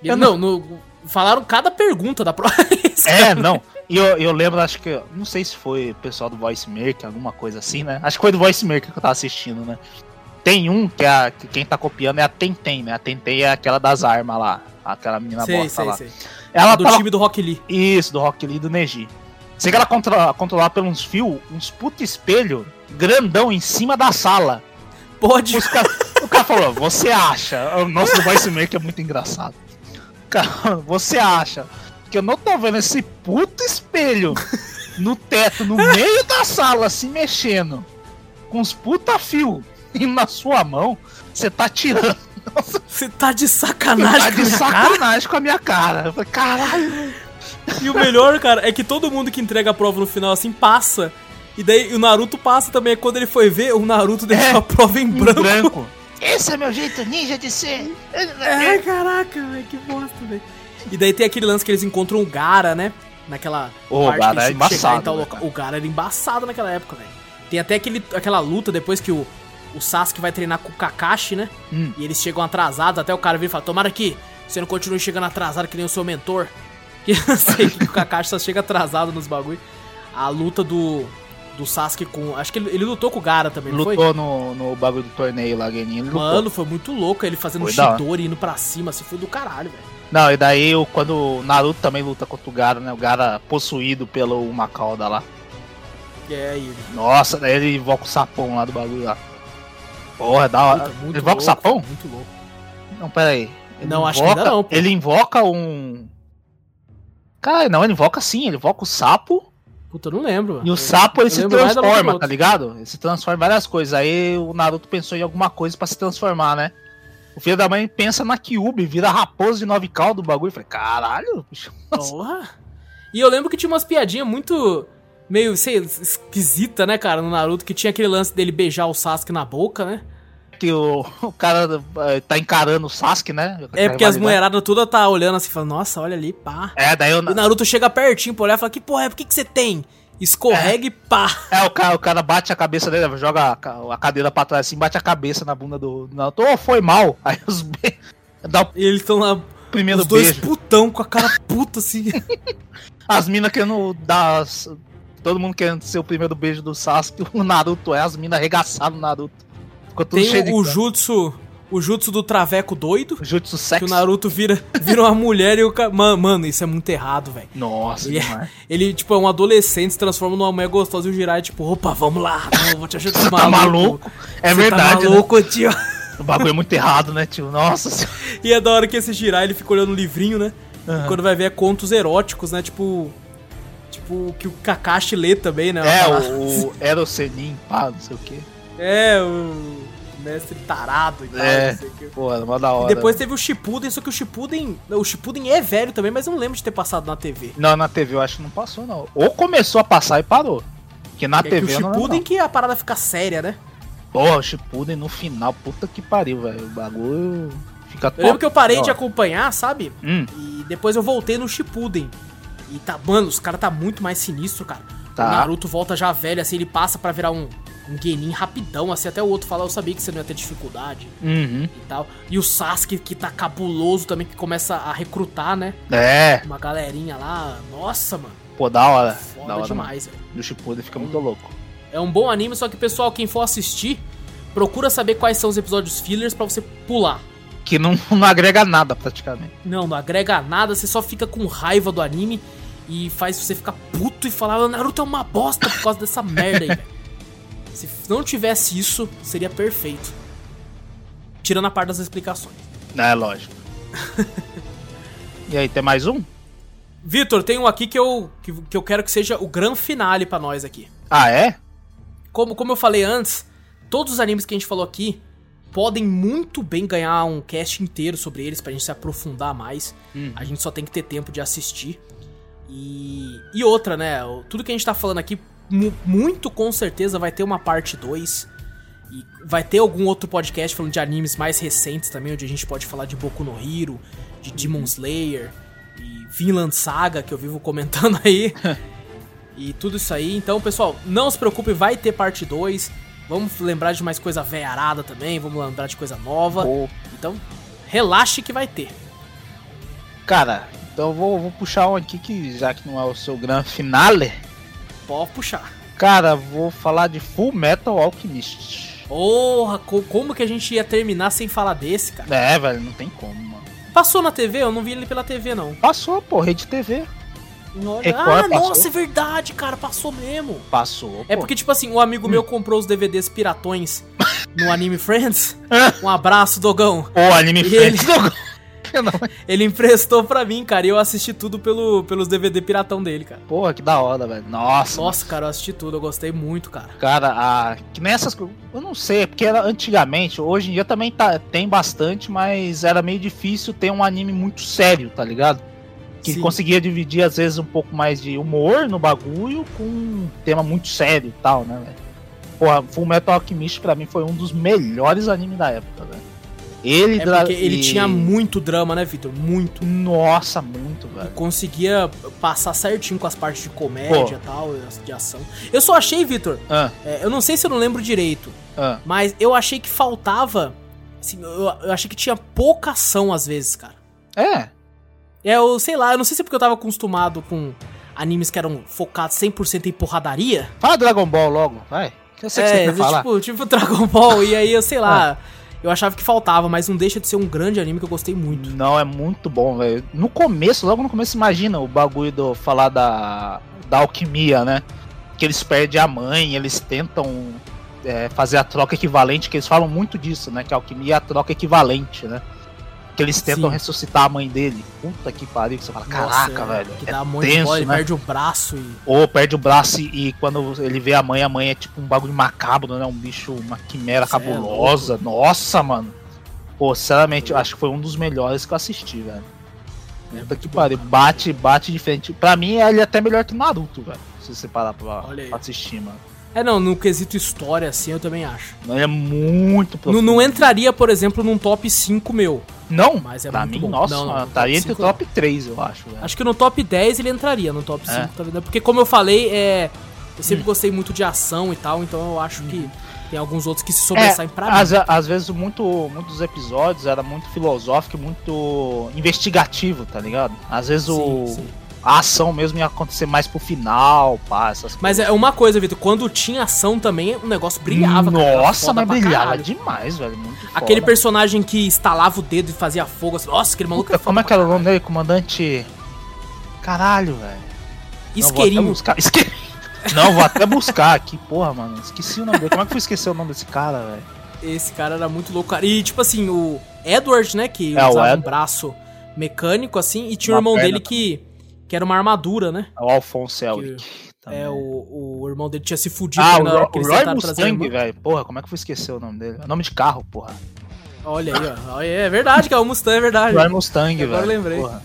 Speaker 1: E,
Speaker 3: Hum. Eu
Speaker 1: não, no- falaram cada pergunta da prova. Isso,
Speaker 3: É,
Speaker 1: cara.
Speaker 3: não. E eu, eu lembro, acho que. Não sei se foi o pessoal do Voice Maker, alguma coisa assim, né? Acho que foi do Voice Maker que eu tava assistindo, né? Tem um que, é a, que quem tá copiando é a Tentem, né? A Tentem é aquela das armas lá. Aquela menina
Speaker 1: Sei,
Speaker 3: bosta
Speaker 1: sei,
Speaker 3: lá.
Speaker 1: sei.
Speaker 3: Ela
Speaker 1: do
Speaker 3: tava
Speaker 1: time do Rock Lee.
Speaker 3: Isso, do Rock Lee e do Neji. Sei que ela controla, controlava por uns fios, uns puto espelho grandão em cima da sala.
Speaker 1: Pode.
Speaker 3: Os cara- o cara falou, você acha? O nosso do Voice Maker é muito engraçado. Cara, você acha que eu não tô vendo esse puto espelho no teto, no meio da sala, se mexendo, com uns puta fio e na sua mão, você tá tirando.
Speaker 1: Você tá de
Speaker 3: Você
Speaker 1: sacanagem,
Speaker 3: tá de
Speaker 1: com a minha
Speaker 3: sacanagem com a minha cara. Eu falei, caralho.
Speaker 1: cara. E o melhor, cara, é que todo mundo que entrega a prova no final assim passa. E daí o Naruto passa também. Quando ele foi ver, o Naruto deixou a prova em
Speaker 3: em
Speaker 1: branco.
Speaker 3: branco. Esse é meu jeito ninja de ser.
Speaker 1: É, caraca, velho, que bosta, velho. E daí tem aquele lance que eles encontram o Gara, né? Naquela.
Speaker 3: Ô,
Speaker 1: parte
Speaker 3: o Gaara
Speaker 1: que eles
Speaker 3: é
Speaker 1: tinham que chegar em
Speaker 3: embaçado,
Speaker 1: tal
Speaker 3: né,
Speaker 1: local.
Speaker 3: cara?
Speaker 1: O Gara era embaçado naquela época, velho. Tem até aquele, aquela luta depois que o, o Sasuke vai treinar com o Kakashi, né?
Speaker 3: Hum.
Speaker 1: E eles chegam atrasados, até o cara vira e fala: Tomara que você não continue chegando atrasado que nem o seu mentor. Que eu não sei que o Kakashi só chega atrasado nos bagulho. A luta do. Do Sasuke com. Acho que ele, ele lutou com o Gara também, não foi?
Speaker 3: Lutou no, no bagulho do torneio lá, Guenin. ele lutou.
Speaker 1: Mano, foi muito louco ele fazendo
Speaker 3: Foi da hora.
Speaker 1: Shidori indo pra cima, assim, foi do caralho, velho.
Speaker 3: Não, e daí eu- quando o Naruto também luta contra o Gara, né? O Gara possuído pelo uma cauda lá.
Speaker 1: É, e ele
Speaker 3: Nossa, daí ele invoca o sapão lá do bagulho lá. Porra, é da hora.
Speaker 1: Puta, muito
Speaker 3: Ah, ele invoca o
Speaker 1: louco,
Speaker 3: sapão?
Speaker 1: Muito louco.
Speaker 3: Não, pera aí. Ele
Speaker 1: Não, acho que ainda não, pô.
Speaker 3: Ele invoca um. Caralho, não, ele invoca sim, ele invoca o sapo.
Speaker 1: Puta, eu não lembro.
Speaker 3: E
Speaker 1: mano.
Speaker 3: o sapo ele
Speaker 1: eu
Speaker 3: se
Speaker 1: lembro mais da luta do
Speaker 3: transforma, tá
Speaker 1: outro.
Speaker 3: ligado? Ele se transforma em várias coisas. Aí o Naruto pensou em alguma coisa pra se transformar, né? O filho da mãe pensa na Kyubi, vira raposa de nove caldo o bagulho. Eu falei, caralho, bicho.
Speaker 1: Porra. E eu lembro que tinha umas piadinhas muito. meio, sei, esquisita, né, cara, no Naruto, que tinha aquele lance dele beijar o Sasuke na boca, né?
Speaker 3: que o, o cara eh, tá encarando o Sasuke,
Speaker 1: É
Speaker 3: né?
Speaker 1: porque as
Speaker 3: Rivalidade.
Speaker 1: mulheradas toda tá olhando assim, falando, nossa, olha ali, pá.
Speaker 3: É, daí o,
Speaker 1: E o Naruto chega pertinho pra olhar e fala, que porra, é, por que, que você tem? escorrega e pá.
Speaker 3: É, o cara, o cara bate a cabeça dele, joga a ca- a cadeira pra trás assim, bate a cabeça na bunda do. Na, oh, foi mal. Aí os be... dá o
Speaker 1: E eles estão lá,
Speaker 3: primeiro
Speaker 1: os dois
Speaker 3: beijo.
Speaker 1: putão com a cara puta assim.
Speaker 3: As minas querendo dar. as- Todo mundo querendo ser o primeiro beijo do Sasuke, o Naruto é, as minas arregaçaram o Naruto. Ficou tudo
Speaker 1: Tem
Speaker 3: cheio de.
Speaker 1: o, o
Speaker 3: cano.
Speaker 1: jutsu, o jutsu do traveco doido,
Speaker 3: Jutsu
Speaker 1: que
Speaker 3: sexo.
Speaker 1: o Naruto vira, vira uma mulher e o cara... Mano, mano, isso é muito errado, velho.
Speaker 3: Nossa,
Speaker 1: Ele,
Speaker 3: demais.
Speaker 1: ele, tipo, é um adolescente, se transforma numa mulher gostosa e o Jiraiya, tipo, opa, vamos lá, não, vou te ajudar. Você
Speaker 3: Tá maluco? É verdade,
Speaker 1: Tá
Speaker 3: né?
Speaker 1: maluco, tio.
Speaker 3: O bagulho é muito errado, né, tio? Nossa senhora.
Speaker 1: E é da hora que esse girar, ele fica olhando o livrinho, né? E quando vai ver é contos eróticos, né? Tipo. Tipo, que o Kakashi lê também, né?
Speaker 3: É,
Speaker 1: Uma parada-
Speaker 3: o, o Erosenin, pá, não sei o quê.
Speaker 1: É, o. Mestre tarado e tal,
Speaker 3: É. né?
Speaker 1: não sei o que.
Speaker 3: Pô, era mó da hora.
Speaker 1: E depois teve o Shippuden, só que o Shippuden. O Shippuden é velho também, mas eu não lembro de ter passado na TV.
Speaker 3: Não, na TV eu acho que não passou, não. Ou começou a passar e parou. Porque na
Speaker 1: É que o
Speaker 3: TV eu não lembro,
Speaker 1: Shippuden que a parada fica séria, né?
Speaker 3: não. Porra, o Shippuden no final, puta que pariu, velho. O bagulho fica
Speaker 1: Eu lembro que eu parei
Speaker 3: Não.
Speaker 1: de acompanhar, sabe?
Speaker 3: Hum,
Speaker 1: E depois eu voltei no Shippuden. E tá, mano, os caras tá muito mais sinistro, cara.
Speaker 3: Tá.
Speaker 1: O Naruto volta já velho, assim, ele passa pra virar um, um genin rapidão, assim, até o outro fala, eu sabia que você não ia ter dificuldade
Speaker 3: uhum.
Speaker 1: e tal. E o Sasuke, que tá cabuloso também, que começa a recrutar, né?
Speaker 3: É,
Speaker 1: Uma galerinha lá. Nossa, mano,
Speaker 3: pô, da hora.
Speaker 1: foda
Speaker 3: da hora, demais.
Speaker 1: demais, velho.
Speaker 3: mano. O Shippuden fica muito louco.
Speaker 1: É um bom anime, só que, pessoal, quem for assistir, procura saber quais são os episódios fillers pra você pular.
Speaker 3: Que não, não agrega nada, praticamente.
Speaker 1: Não, não agrega nada, você só fica com raiva do anime e faz você ficar puto e falar, "O Naruto é uma bosta por causa dessa merda aí, velho. Se não tivesse isso, seria perfeito. Tirando a parte das explicações.
Speaker 3: É, lógico. e aí, tem mais um?
Speaker 1: Vitor, tem um aqui que eu, que, que eu quero que seja o grande finale pra nós aqui.
Speaker 3: Ah, é?
Speaker 1: Como, como eu falei antes, todos os animes que a gente falou aqui podem muito bem ganhar um cast inteiro sobre eles pra gente se aprofundar mais.
Speaker 3: Hum.
Speaker 1: A gente só tem que ter tempo de assistir. E, e outra, né? o- Tudo que a gente tá falando aqui, mu- muito com certeza vai ter uma parte 2. E vai ter algum outro podcast falando de animes mais recentes também, onde a gente pode falar de Boku no Hero, de Demon Slayer, e Vinland Saga, que eu vivo comentando aí. e tudo isso aí. Então, pessoal, não se preocupe, vai ter parte 2. Vamos lembrar de mais coisa veiarada também, vamos lembrar de coisa nova.
Speaker 3: Pô.
Speaker 1: Então, relaxe que vai ter.
Speaker 3: Cara, então eu vou, vou puxar um aqui que já que não é o seu grande finale.
Speaker 1: Pode puxar.
Speaker 3: Cara, vou falar de Full Metal Alchemist.
Speaker 1: Porra, co- como que a gente ia terminar sem falar desse, cara?
Speaker 3: É, velho, não tem como, mano.
Speaker 1: Passou na TV? Eu não vi ele pela TV, não.
Speaker 3: Passou, pô, Rede TV.
Speaker 1: Não-
Speaker 3: Record
Speaker 1: ah,
Speaker 3: passou?
Speaker 1: nossa, é verdade, cara, passou mesmo.
Speaker 3: Passou, pô. Hum.
Speaker 1: É porque, tipo assim, um amigo meu comprou os DVDs piratões no Anime Friends. Um abraço, Dogão.
Speaker 3: Pô, anime
Speaker 1: E
Speaker 3: Friends.
Speaker 1: ele- Ele emprestou pra mim, cara, e eu assisti tudo pelo, pelos DVD piratão dele, cara.
Speaker 3: Porra, que da hora, velho. Nossa.
Speaker 1: Nossa, cara, eu assisti tudo, eu gostei muito, cara.
Speaker 3: Cara, a... que nessas. co- Eu não sei, é porque era antigamente, hoje em dia também tá... tem bastante, mas era meio difícil ter um anime muito sério, tá ligado? Que
Speaker 1: Sim.
Speaker 3: conseguia dividir, às vezes, um pouco mais de humor no bagulho com um tema muito sério e tal, né, velho? Porra, Full Metal Alchemist pra mim foi um dos melhores animes da época, velho. Ele,
Speaker 1: É
Speaker 3: dra-
Speaker 1: porque ele
Speaker 3: e-
Speaker 1: tinha muito drama, né, Vitor? Muito.
Speaker 3: Nossa, muito,
Speaker 1: E
Speaker 3: velho.
Speaker 1: conseguia passar certinho com as partes de comédia e tal, de ação. Eu só achei, Vitor,
Speaker 3: Ah,
Speaker 1: é, eu não sei se eu não lembro direito,
Speaker 3: ah.
Speaker 1: mas eu achei que faltava. Assim, eu, eu achei que tinha pouca ação às vezes, cara.
Speaker 3: É,
Speaker 1: É, Eu sei lá, eu não sei se é porque eu tava acostumado com animes que eram focados 100% em porradaria.
Speaker 3: fala Dragon Ball logo, vai. Eu sei É, que você quer falar. Ah.
Speaker 1: tipo, tipo Dragon Ball, e aí eu sei lá. Eu achava que faltava, mas não deixa de ser um grande anime que eu gostei muito.
Speaker 3: Não, é muito bom, velho. No começo, logo no começo, imagina o bagulho do falar da, da alquimia, né? Que eles perdem a mãe, eles tentam é, fazer a troca equivalente, que eles falam muito disso, né? Que a alquimia é a troca equivalente, né? Que eles tentam
Speaker 1: Sim.
Speaker 3: ressuscitar a mãe dele. Puta que pariu, que você fala, caraca,
Speaker 1: Nossa, é,
Speaker 3: velho.
Speaker 1: Que
Speaker 3: é
Speaker 1: dá um monte de
Speaker 3: tenso,
Speaker 1: bola, ele
Speaker 3: né?
Speaker 1: perde o braço e.
Speaker 3: Ou perde o braço e, e quando ele vê a mãe, a mãe é tipo um bagulho macabro, né? Um bicho, uma quimera
Speaker 1: Cê é
Speaker 3: cabulosa. Nossa, mano. Pô, sinceramente, eu acho que foi um dos melhores que eu assisti, velho.
Speaker 1: É
Speaker 3: Puta
Speaker 1: muito
Speaker 3: que
Speaker 1: bom,
Speaker 3: pariu.
Speaker 1: cara.
Speaker 3: Bate, bate de frente. Pra mim, ele é até melhor que o Naruto, velho. Se você parar pra,
Speaker 1: Olha aí.
Speaker 3: pra assistir, mano.
Speaker 1: É, não, no quesito história, assim, eu também acho.
Speaker 3: Ele é muito
Speaker 1: Não, não entraria, por exemplo, num top 5 meu.
Speaker 3: Não?
Speaker 1: Mas é
Speaker 3: pra
Speaker 1: muito
Speaker 3: mim,
Speaker 1: bom.
Speaker 3: nossa,
Speaker 1: Não, não,
Speaker 3: mano,
Speaker 1: no
Speaker 3: tá
Speaker 1: top
Speaker 3: aí entre o
Speaker 1: cinco
Speaker 3: top 3, eu acho, velho.
Speaker 1: Acho que no top 10 ele entraria, no top
Speaker 3: É.
Speaker 1: 5, tá vendo? Porque como eu falei, é, Eu sempre gostei muito de ação e tal, então eu acho que tem alguns outros que se sobressaem pra mim.
Speaker 3: É, Às, às vezes muito, muitos episódios era muito filosófico, e muito investigativo, tá ligado? Às vezes o,
Speaker 1: Sim, sim.
Speaker 3: a ação mesmo ia acontecer mais pro final, pá, essas
Speaker 1: Mas é uma coisa, Vitor, quando tinha ação também, o negócio brilhava. cara, era
Speaker 3: Nossa,
Speaker 1: foda
Speaker 3: mas
Speaker 1: pra
Speaker 3: brilhava
Speaker 1: caralho.
Speaker 3: demais, velho. Muito
Speaker 1: Aquele
Speaker 3: foda.
Speaker 1: personagem que estalava o dedo e fazia fogo, assim, nossa, aquele maluco
Speaker 3: Puta, como é
Speaker 1: foda
Speaker 3: que era o
Speaker 1: pra
Speaker 3: nome dele? Comandante. Caralho,
Speaker 1: caralho.
Speaker 3: velho. Não, vou até
Speaker 1: Isqueirinho.
Speaker 3: buscar. Isque- Não, vou até buscar aqui, porra, mano. Esqueci o nome dele. Como é que eu fui esquecer o nome desse cara, velho?
Speaker 1: Esse cara era muito louco. cara. E, tipo assim, o Edward, né, que
Speaker 3: É, o
Speaker 1: usava um
Speaker 3: Ed.
Speaker 1: braço mecânico, assim, e tinha
Speaker 3: Uma
Speaker 1: o irmão
Speaker 3: perna
Speaker 1: dele que, que era uma armadura, né?
Speaker 3: É o Alphonse Elric. também.
Speaker 1: É, o, o irmão dele tinha se fudido
Speaker 3: Ah,
Speaker 1: né,
Speaker 3: o,
Speaker 1: na
Speaker 3: Ro-
Speaker 1: hora que
Speaker 3: o
Speaker 1: eles
Speaker 3: Roy
Speaker 1: tentaram trazer o
Speaker 3: Mustang,
Speaker 1: irmão.
Speaker 3: velho. Porra, como é que eu fui esquecer o nome dele? É Nome de carro, porra.
Speaker 1: Olha aí, ó. É verdade, cara, o Mustang é verdade.
Speaker 3: Roy Mustang, velho.
Speaker 1: Agora eu lembrei.
Speaker 3: Porra.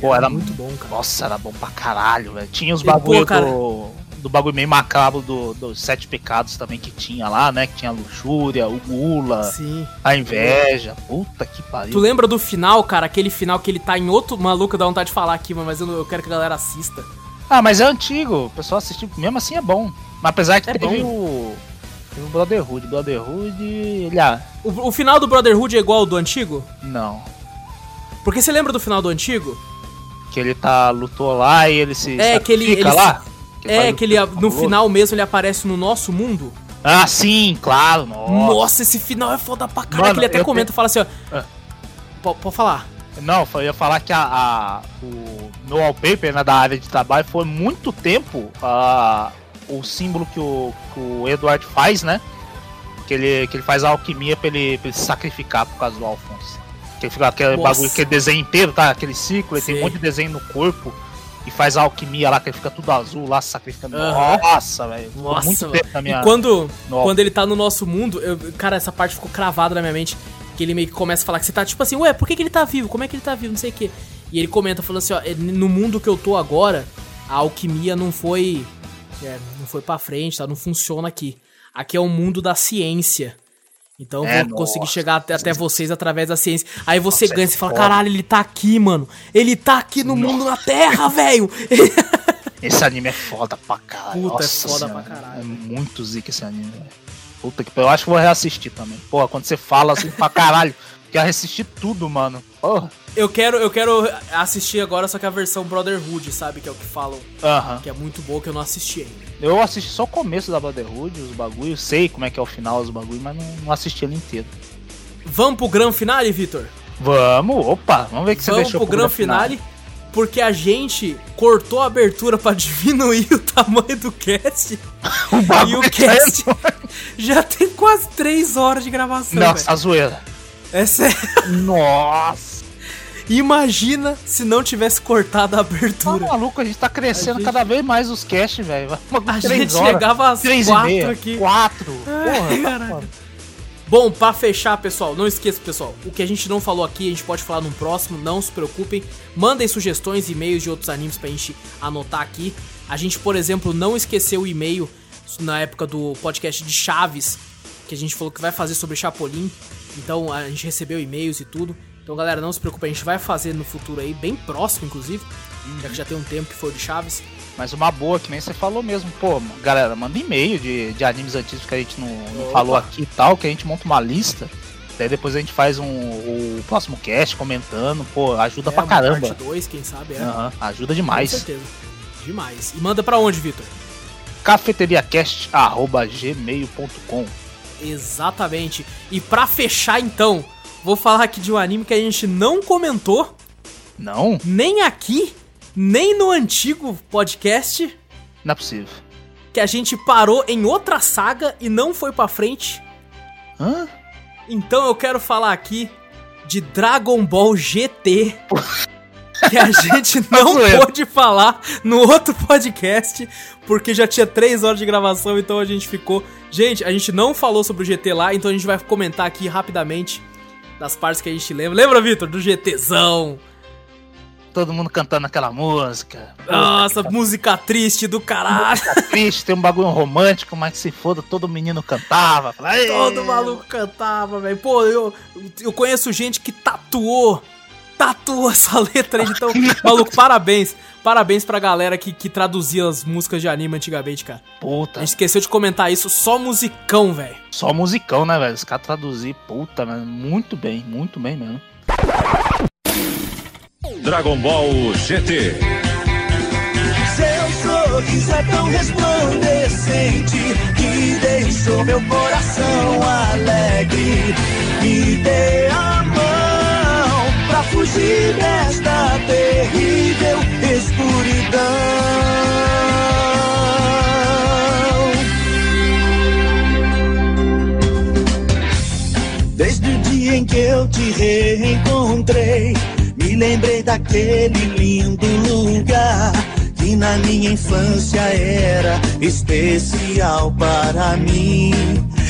Speaker 3: Pô, era muito.
Speaker 1: bom, cara.
Speaker 3: Nossa, era bom pra caralho, velho. Tinha os
Speaker 1: E, pô,
Speaker 3: bagulho
Speaker 1: cara-
Speaker 3: do. Do bagulho meio macabro do- dos sete pecados também que tinha lá, né? Que tinha a luxúria, o gula,
Speaker 1: Sim.
Speaker 3: a inveja. Puta que pariu.
Speaker 1: Tu lembra do final, cara? Aquele final que ele tá em outro maluco, dá vontade de falar aqui, mas eu, não- eu quero que a galera assista.
Speaker 3: Ah, mas é antigo. O pessoal assistiu. Mesmo assim é bom. Mas apesar que
Speaker 1: É
Speaker 3: teve o. Teve o Brotherhood. Brotherhood. Ele. Ah,
Speaker 1: O, o final do Brotherhood é igual ao do antigo?
Speaker 3: não.
Speaker 1: Porque você lembra do final do antigo?
Speaker 3: Que ele tá. Lutou lá e ele se.
Speaker 1: É, que ele-
Speaker 3: sacrifica
Speaker 1: ele
Speaker 3: lá.
Speaker 1: é,
Speaker 3: faz o-
Speaker 1: que ele, no
Speaker 3: fabuloso.
Speaker 1: final mesmo ele aparece no nosso mundo.
Speaker 3: Ah, sim, claro. Nossa.
Speaker 1: Nossa, esse final é foda pra caralho.
Speaker 3: Mano,
Speaker 1: que ele até
Speaker 3: eu
Speaker 1: comenta, fala assim, ó.
Speaker 3: Ah.
Speaker 1: "Po- Pode falar.
Speaker 3: Não, eu ia falar que a, a- o meu wallpaper né, da área de trabalho foi muito tempo ah, o símbolo que o, que o Edward faz, né? Que ele, que ele faz a alquimia pra ele, pra ele se sacrificar por causa do Alphonse. Que ele fica aquele
Speaker 1: Nossa.
Speaker 3: bagulho, aquele desenho inteiro, tá? Aquele ciclo, ele tem
Speaker 1: Sei.
Speaker 3: um monte de desenho no corpo. E faz a alquimia lá, que ele fica tudo azul lá, se sacrificando.
Speaker 1: Aham.
Speaker 3: Nossa, velho. Ficou
Speaker 1: Nossa,
Speaker 3: Muito
Speaker 1: mano.
Speaker 3: tempo na minha.
Speaker 1: E quando,
Speaker 3: Nossa.
Speaker 1: quando ele tá no nosso mundo, eu- cara, essa parte ficou cravada na minha mente. Que ele meio que começa a falar que você tá tipo assim, ué, por que, que ele tá vivo? Como é que ele tá vivo? Não sei o quê. E ele comenta, falando assim, ó, "É, no mundo que eu tô agora, a alquimia não foi. é, não foi pra frente, tá? Não funciona aqui. Aqui é o mundo da ciência. Então eu
Speaker 3: É,
Speaker 1: vou conseguir
Speaker 3: nossa. é
Speaker 1: chegar até, até vocês através da ciência. Aí você
Speaker 3: Nossa,
Speaker 1: ganha,
Speaker 3: é
Speaker 1: você fala,
Speaker 3: foda.
Speaker 1: caralho, ele tá aqui, mano. Ele tá aqui no mundo na Terra, velho.
Speaker 3: Esse anime é foda pra caralho.
Speaker 1: Puta, é
Speaker 3: Nossa
Speaker 1: foda
Speaker 3: senhora.
Speaker 1: pra caralho.
Speaker 3: É muito zica esse anime, velho. Puta que pariu. Eu acho que vou reassistir também. Porra, quando você fala assim pra caralho, quer reassistir tudo, mano. Porra.
Speaker 1: Eu quero, eu quero assistir agora, só que a versão Brotherhood, sabe? Que é o que falam,
Speaker 3: Aham.
Speaker 1: que é muito boa, que eu não assisti ainda.
Speaker 3: Eu assisti só o começo da Brotherhood, os bagulhos. Sei como é que é o final, os bagulhos, mas não, não assisti ele inteiro.
Speaker 1: Vamos pro Gran Finale, Vitor?
Speaker 3: Vamos, opa, vamos ver o que você
Speaker 1: Vamos
Speaker 3: deixou
Speaker 1: pro Gran Finale, porque a gente cortou a abertura pra diminuir o tamanho do cast.
Speaker 3: O
Speaker 1: e o
Speaker 3: bagulho é
Speaker 1: cast já tem quase 3 horas de gravação,
Speaker 3: Nossa,
Speaker 1: velho.
Speaker 3: a zoeira.
Speaker 1: É sério.
Speaker 3: Nossa.
Speaker 1: Imagina se não tivesse cortado a
Speaker 3: Tá
Speaker 1: abertura.
Speaker 3: maluco, a gente tá crescendo
Speaker 1: A gente-
Speaker 3: cada vez mais os cast, velho.
Speaker 1: a
Speaker 3: Três
Speaker 1: gente
Speaker 3: horas.
Speaker 1: chegava às
Speaker 3: Três
Speaker 1: 4
Speaker 3: e meia.
Speaker 1: aqui.
Speaker 3: Quatro.
Speaker 1: Ai,
Speaker 3: Porra,
Speaker 1: caralho. tá Bom, pra fechar, pessoal, não esqueça, pessoal, o que a gente não falou aqui, a gente pode falar num próximo, não se preocupem. Mandem sugestões, e-mails de outros animes pra gente anotar aqui. A gente, por exemplo, não esqueceu o e-mail na época do podcast de Chaves, que a gente falou que vai fazer sobre Chapolin. Então a gente recebeu e-mails e tudo. Então, galera, não se preocupe, a gente vai fazer no futuro aí, bem próximo, inclusive. Já que já tem um tempo que foi o de Chaves.
Speaker 3: Mas uma boa, que nem você falou mesmo. Pô, galera, manda e-mail de, de animes antigos que a gente não, não
Speaker 1: Opa.
Speaker 3: falou aqui e tal, que a gente monta uma lista. Daí depois a gente faz um, o próximo cast comentando. Pô, ajuda pra
Speaker 1: É, uma
Speaker 3: caramba.
Speaker 1: Parte 2, quem sabe, é.
Speaker 3: Aham, ajuda
Speaker 1: Com
Speaker 3: demais.
Speaker 1: certeza. Demais. E manda pra onde, Vitor?
Speaker 3: cafeteriacast.gmail.com
Speaker 1: Exatamente. E pra fechar então, vou falar aqui de um anime que a gente não comentou,
Speaker 3: Não?
Speaker 1: nem aqui, nem no antigo podcast,
Speaker 3: Não é possível.
Speaker 1: que a gente parou em outra saga e não foi pra frente.
Speaker 3: Hã?
Speaker 1: Então eu quero falar aqui de Dragon Ball GT. Que a gente não
Speaker 3: zoando.
Speaker 1: pôde falar no outro podcast, porque já tinha três horas de gravação, então a gente ficou. Gente, a gente não falou sobre o GT lá, então a gente vai comentar aqui rapidamente das partes que a gente lembra. Lembra, Vitor, do GTzão?
Speaker 3: Todo mundo cantando aquela música.
Speaker 1: Nossa, música triste do caralho.
Speaker 3: Triste, tem um bagulho romântico, mas se foda, todo menino cantava. Fala, "Ei!"
Speaker 1: Todo maluco cantava, velho. Pô, eu, eu conheço gente que tatuou tatua essa letra aí, então, maluco, parabéns. Parabéns pra galera que, que traduzia as músicas de anime antigamente, cara. A
Speaker 3: Puta,
Speaker 1: gente esqueceu de comentar isso, só musicão, velho.
Speaker 3: só musicão, né, velho? Os caras traduzir, puta, mano. Muito bem, muito bem mesmo.
Speaker 6: Dragon Ball GT.
Speaker 7: Seu sorriso é tão resplandecente que deixou meu coração alegre. Me dê a mão pra fugir desta terrível escuridão. Desde o dia em que eu te reencontrei, me lembrei daquele lindo lugar que na minha infância era especial para mim.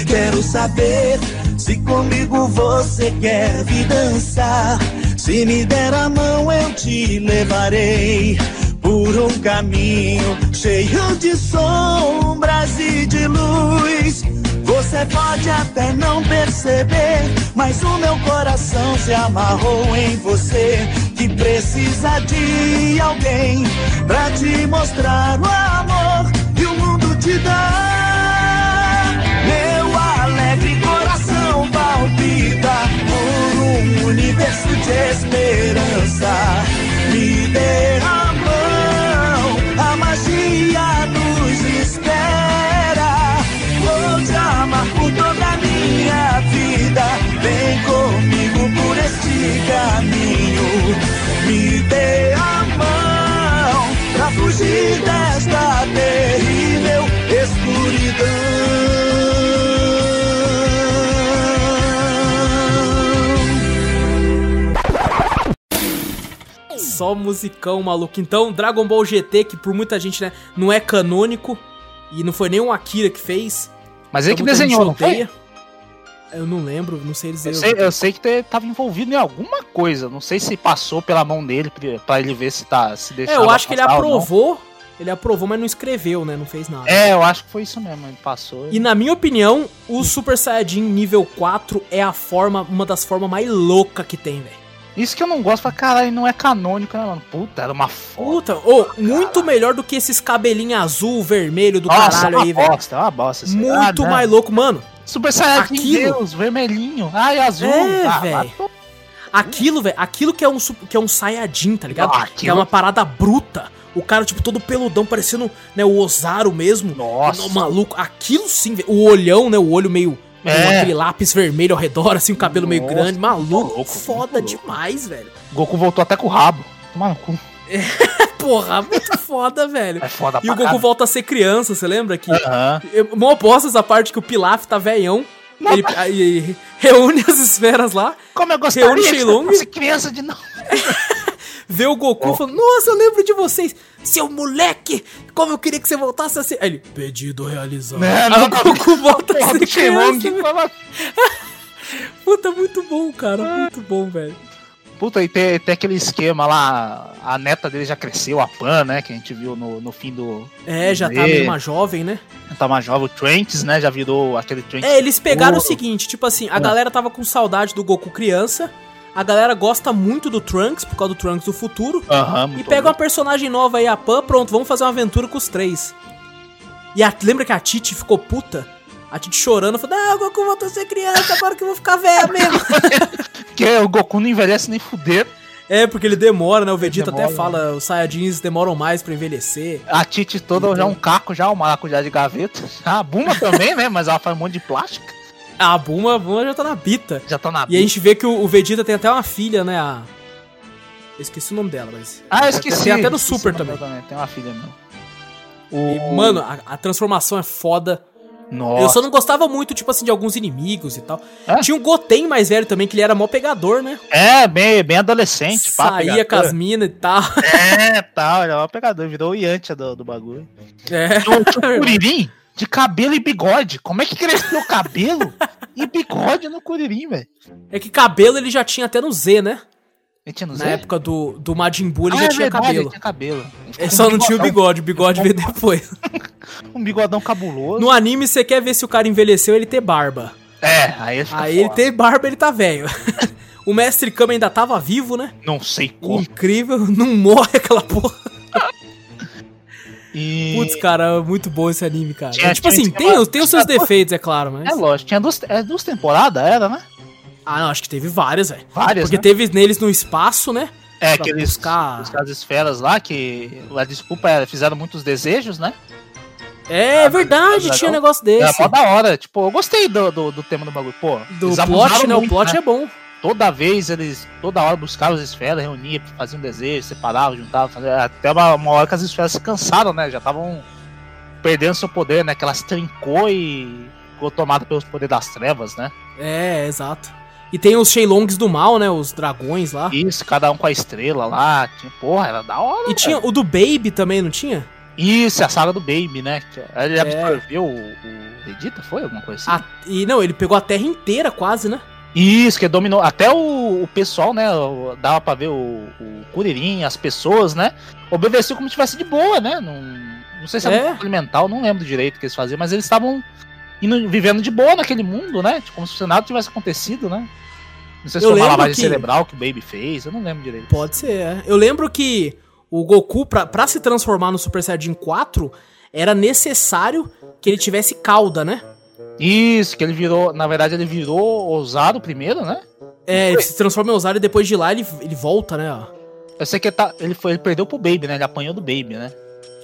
Speaker 7: Quero saber se comigo você quer vir dançar. Se me der a mão, eu te levarei por um caminho cheio de sombras e de luz. Você pode até não perceber, mas o meu coração se amarrou em você. Que precisa de alguém pra te mostrar o amor que o mundo te dá. Meu alegre coração palpita por um universo de esperança. Me dê a mão, a magia nos espera. Vou te amar por toda a minha vida. Vem comigo por este caminho. Me dê a mão pra fugir desta terrível escuridão.
Speaker 1: Só musicão, maluco. Então, Dragon Ball GT, que por muita gente, né, não é canônico. E não foi nem o Akira que fez.
Speaker 3: Mas ele que
Speaker 1: Então, muita
Speaker 3: desenhou,
Speaker 1: gente
Speaker 3: não foi?
Speaker 1: odeia. Eu não lembro, não sei dizer.
Speaker 3: Eu sei, eu sei que te- tava envolvido em alguma coisa. Não sei se passou pela mão dele pra- pra ele ver se tá se
Speaker 1: É,
Speaker 3: deixando.
Speaker 1: eu acho que ele aprovou. Ele aprovou, mas não escreveu, né? Não fez nada.
Speaker 3: É, eu acho que foi isso mesmo. Ele passou.
Speaker 1: E na minha opinião, o Super Saiyajin nível 4 é a forma, uma das formas mais loucas que tem, velho.
Speaker 3: Isso que eu não gosto, pra caralho, não é canônico, né, mano? Puta, era uma foto.
Speaker 1: Puta, ô, muito melhor do que esses cabelinhos azul, vermelho do
Speaker 3: Nossa,
Speaker 1: caralho
Speaker 3: uma
Speaker 1: aí, velho.
Speaker 3: bosta, uma bosta. isso aí.
Speaker 1: Muito
Speaker 3: Ah, não.
Speaker 1: mais louco, mano.
Speaker 3: Super Saiyajin
Speaker 1: Aquilo.
Speaker 3: Deus, vermelhinho. Ai, azul.
Speaker 1: É,
Speaker 3: Ah,
Speaker 1: velho.
Speaker 3: vai to-
Speaker 1: Aquilo, velho, aquilo que é um su- que é um Saiyajin, tá ligado?
Speaker 3: Ah,
Speaker 1: Que é uma parada bruta. O cara, tipo, todo peludão, parecendo, né, o Ozaru mesmo.
Speaker 3: Nossa.
Speaker 1: Não, maluco, aquilo sim, velho. O olhão, né, o olho meio... com
Speaker 3: É.
Speaker 1: aquele lápis vermelho ao redor, assim, o cabelo meio
Speaker 3: Nossa,
Speaker 1: grande. Maluco,
Speaker 3: muito louco,
Speaker 1: foda
Speaker 3: muito louco.
Speaker 1: demais, velho.
Speaker 3: Goku voltou até com o rabo. Toma no cu.
Speaker 1: Porra, muito foda, velho.
Speaker 3: É foda É.
Speaker 1: E o Goku volta a ser criança, você lembra que?
Speaker 3: Aham.
Speaker 1: Eu- Mó bosta essa parte que o Pilaf tá velhão. Ele aí- aí reúne as esferas lá,
Speaker 3: Como eu
Speaker 1: Reúne
Speaker 3: gostaria
Speaker 1: é
Speaker 3: de
Speaker 1: um Shenlong.
Speaker 3: ser criança de novo.
Speaker 1: vê o Goku e fala: Nossa, eu lembro de vocês, seu moleque! Como eu queria que você voltasse a ser. Aí ele, pedido realizado.
Speaker 3: Né,
Speaker 1: Aí
Speaker 3: não,
Speaker 1: o Goku volta a
Speaker 3: Porra,
Speaker 1: ser
Speaker 3: do Shenlong.
Speaker 1: é criança. velho. Puta, muito bom,
Speaker 3: Ah.
Speaker 1: cara. Muito bom, velho.
Speaker 3: Puta, e tem, tem aquele esquema lá, a neta dele já cresceu, a Pan, né, que a gente viu no, no fim do
Speaker 1: É, já tá
Speaker 3: E-
Speaker 1: meio uma jovem, né?
Speaker 3: Tama Jovem, o Trunks, né, já virou aquele Trunks.
Speaker 1: É, eles pegaram o
Speaker 3: Ouro.
Speaker 1: seguinte, tipo assim,
Speaker 3: Ah.
Speaker 1: a galera tava com saudade do Goku criança, a galera gosta muito do Trunks, por causa do Trunks do futuro,
Speaker 3: Aham,
Speaker 1: e
Speaker 3: muito
Speaker 1: pega uma
Speaker 3: louco.
Speaker 1: personagem nova aí, a Pan, pronto, vamos fazer uma aventura com os três. E a- lembra que a Titi ficou puta? A Titi chorando, falou, ah, o Goku voltou a ser criança, agora que eu vou ficar velha mesmo.
Speaker 3: Porque o Goku não envelhece nem fuder.
Speaker 1: é, porque ele demora, né, o Vegeta até
Speaker 3: demora,
Speaker 1: fala, os Saiyajins demoram mais pra envelhecer.
Speaker 3: A Titi toda já um caco, já um maracujá de gaveta. A Buma também, né, mas ela faz um monte de plástico.
Speaker 1: Ah, A Buma, a Buma já tá na bita.
Speaker 3: Já tá na...
Speaker 1: E a gente vê que o, o Vegeta tem até uma filha, né, a... Eu esqueci o nome dela, mas...
Speaker 3: Ah, eu esqueci.
Speaker 1: Tem até no
Speaker 3: Esqueci
Speaker 1: Super
Speaker 3: o nome dela Tem uma filha mesmo.
Speaker 1: E, mano, a, a transformação é foda.
Speaker 3: Nossa.
Speaker 1: Eu só não gostava muito, tipo assim, de alguns inimigos e tal.
Speaker 3: É?
Speaker 1: Tinha um Goten mais velho também, que ele era mó pegador, né?
Speaker 3: É, bem, bem adolescente. pá,
Speaker 1: Saía com
Speaker 3: pegador.
Speaker 1: as minas e tal.
Speaker 3: É, tal, já é um pegador, virou o Yantia do, do bagulho.
Speaker 1: É.
Speaker 3: Tinha um- tinha um Curirim de cabelo e bigode. Como é que cresceu o cabelo e bigode no Curirim, velho?
Speaker 1: É que cabelo ele já tinha até no Z, né?
Speaker 3: Ele tinha no
Speaker 1: Na
Speaker 3: Zé?
Speaker 1: época do, do Majin Buu ele
Speaker 3: Ah,
Speaker 1: já
Speaker 3: é
Speaker 1: tinha
Speaker 3: verdade,
Speaker 1: cabelo.
Speaker 3: Ele tinha cabelo. Ele ficou
Speaker 1: Ele
Speaker 3: com
Speaker 1: só
Speaker 3: um
Speaker 1: não tinha o
Speaker 3: bigodão-
Speaker 1: bigode, o bigode veio depois.
Speaker 3: Um bigodão cabuloso.
Speaker 1: No anime, você quer ver se o cara envelheceu, ele ter barba.
Speaker 3: É, aí ele fica
Speaker 1: Aí ele
Speaker 3: foda.
Speaker 1: ter barba, ele tá velho. O mestre Kama ainda tava vivo, né?
Speaker 3: Não sei como.
Speaker 1: Incrível, não morre aquela porra.
Speaker 3: E...
Speaker 1: Putz, cara, é muito bom esse anime, cara.
Speaker 3: Tinha-
Speaker 1: tipo
Speaker 3: tinha-
Speaker 1: assim,
Speaker 3: tinha
Speaker 1: tem,
Speaker 3: uma-
Speaker 1: os- tem os seus defeitos, é claro, mas.
Speaker 3: É lógico, tinha duas, é duas temporadas, era, né?
Speaker 1: Ah, não, acho que teve várias, velho.
Speaker 3: Várias,
Speaker 1: Porque
Speaker 3: né?
Speaker 1: teve neles no espaço, né?
Speaker 3: É,
Speaker 1: pra
Speaker 3: aqueles
Speaker 1: buscar-
Speaker 3: buscar as esferas lá, que a desculpa era, fizeram muitos desejos, né?
Speaker 1: É verdade,
Speaker 3: Ah, legal.
Speaker 1: tinha um negócio
Speaker 3: Era
Speaker 1: desse.
Speaker 3: mó da hora, tipo, eu gostei do, do, do tema do bagulho, pô.
Speaker 1: Do
Speaker 3: eles
Speaker 1: plot,
Speaker 3: abusaram
Speaker 1: né? O
Speaker 3: muito,
Speaker 1: plot é bom.
Speaker 3: Toda vez eles, toda hora buscavam as esferas, reuniam, faziam desejo, separavam, juntavam, faziam, até uma, uma hora que as esferas se cansaram, né? Já estavam perdendo seu poder, né? Que elas trincou e ficou tomado pelos poderes das trevas, né?
Speaker 1: É, exato. E tem os Shenlongs do mal, né? Os dragões lá.
Speaker 3: Isso, cada um com a estrela lá, tinha, porra, era da hora.
Speaker 1: E tinha o do Baby também, não tinha?
Speaker 3: Isso, a sala do Baby, né? Que Ele
Speaker 1: É.
Speaker 3: absorveu o, o Vegeta, foi? Alguma coisa
Speaker 1: A-
Speaker 3: assim?
Speaker 1: e não, ele pegou a terra inteira quase, né?
Speaker 3: Isso, que dominou. Até o, o pessoal, né? o- Dava pra ver o, o Kuririn, as pessoas, né? Obedeceu como se tivesse de boa, né? Não, não sei se
Speaker 1: É.
Speaker 3: era um mental, não lembro direito o que eles faziam, mas eles estavam indo- vivendo de boa naquele mundo, né? Tipo, como se nada tivesse acontecido, né? Não sei se
Speaker 1: Eu
Speaker 3: foi uma
Speaker 1: lembro
Speaker 3: lavagem
Speaker 1: que-
Speaker 3: cerebral que o Baby fez, eu não lembro direito.
Speaker 1: Pode ser, é. Eu lembro que o Goku, pra, pra se transformar no Super Saiyajin 4, era necessário que ele tivesse cauda, né?
Speaker 3: Isso, que ele virou. Na verdade, ele virou ousado primeiro, né?
Speaker 1: É, ele se transforma em Osário e depois de lá ele, ele volta, né? ó.
Speaker 3: Eu sei que ele, tá- ele foi, ele perdeu pro Baby, né? Ele apanhou do Baby, né?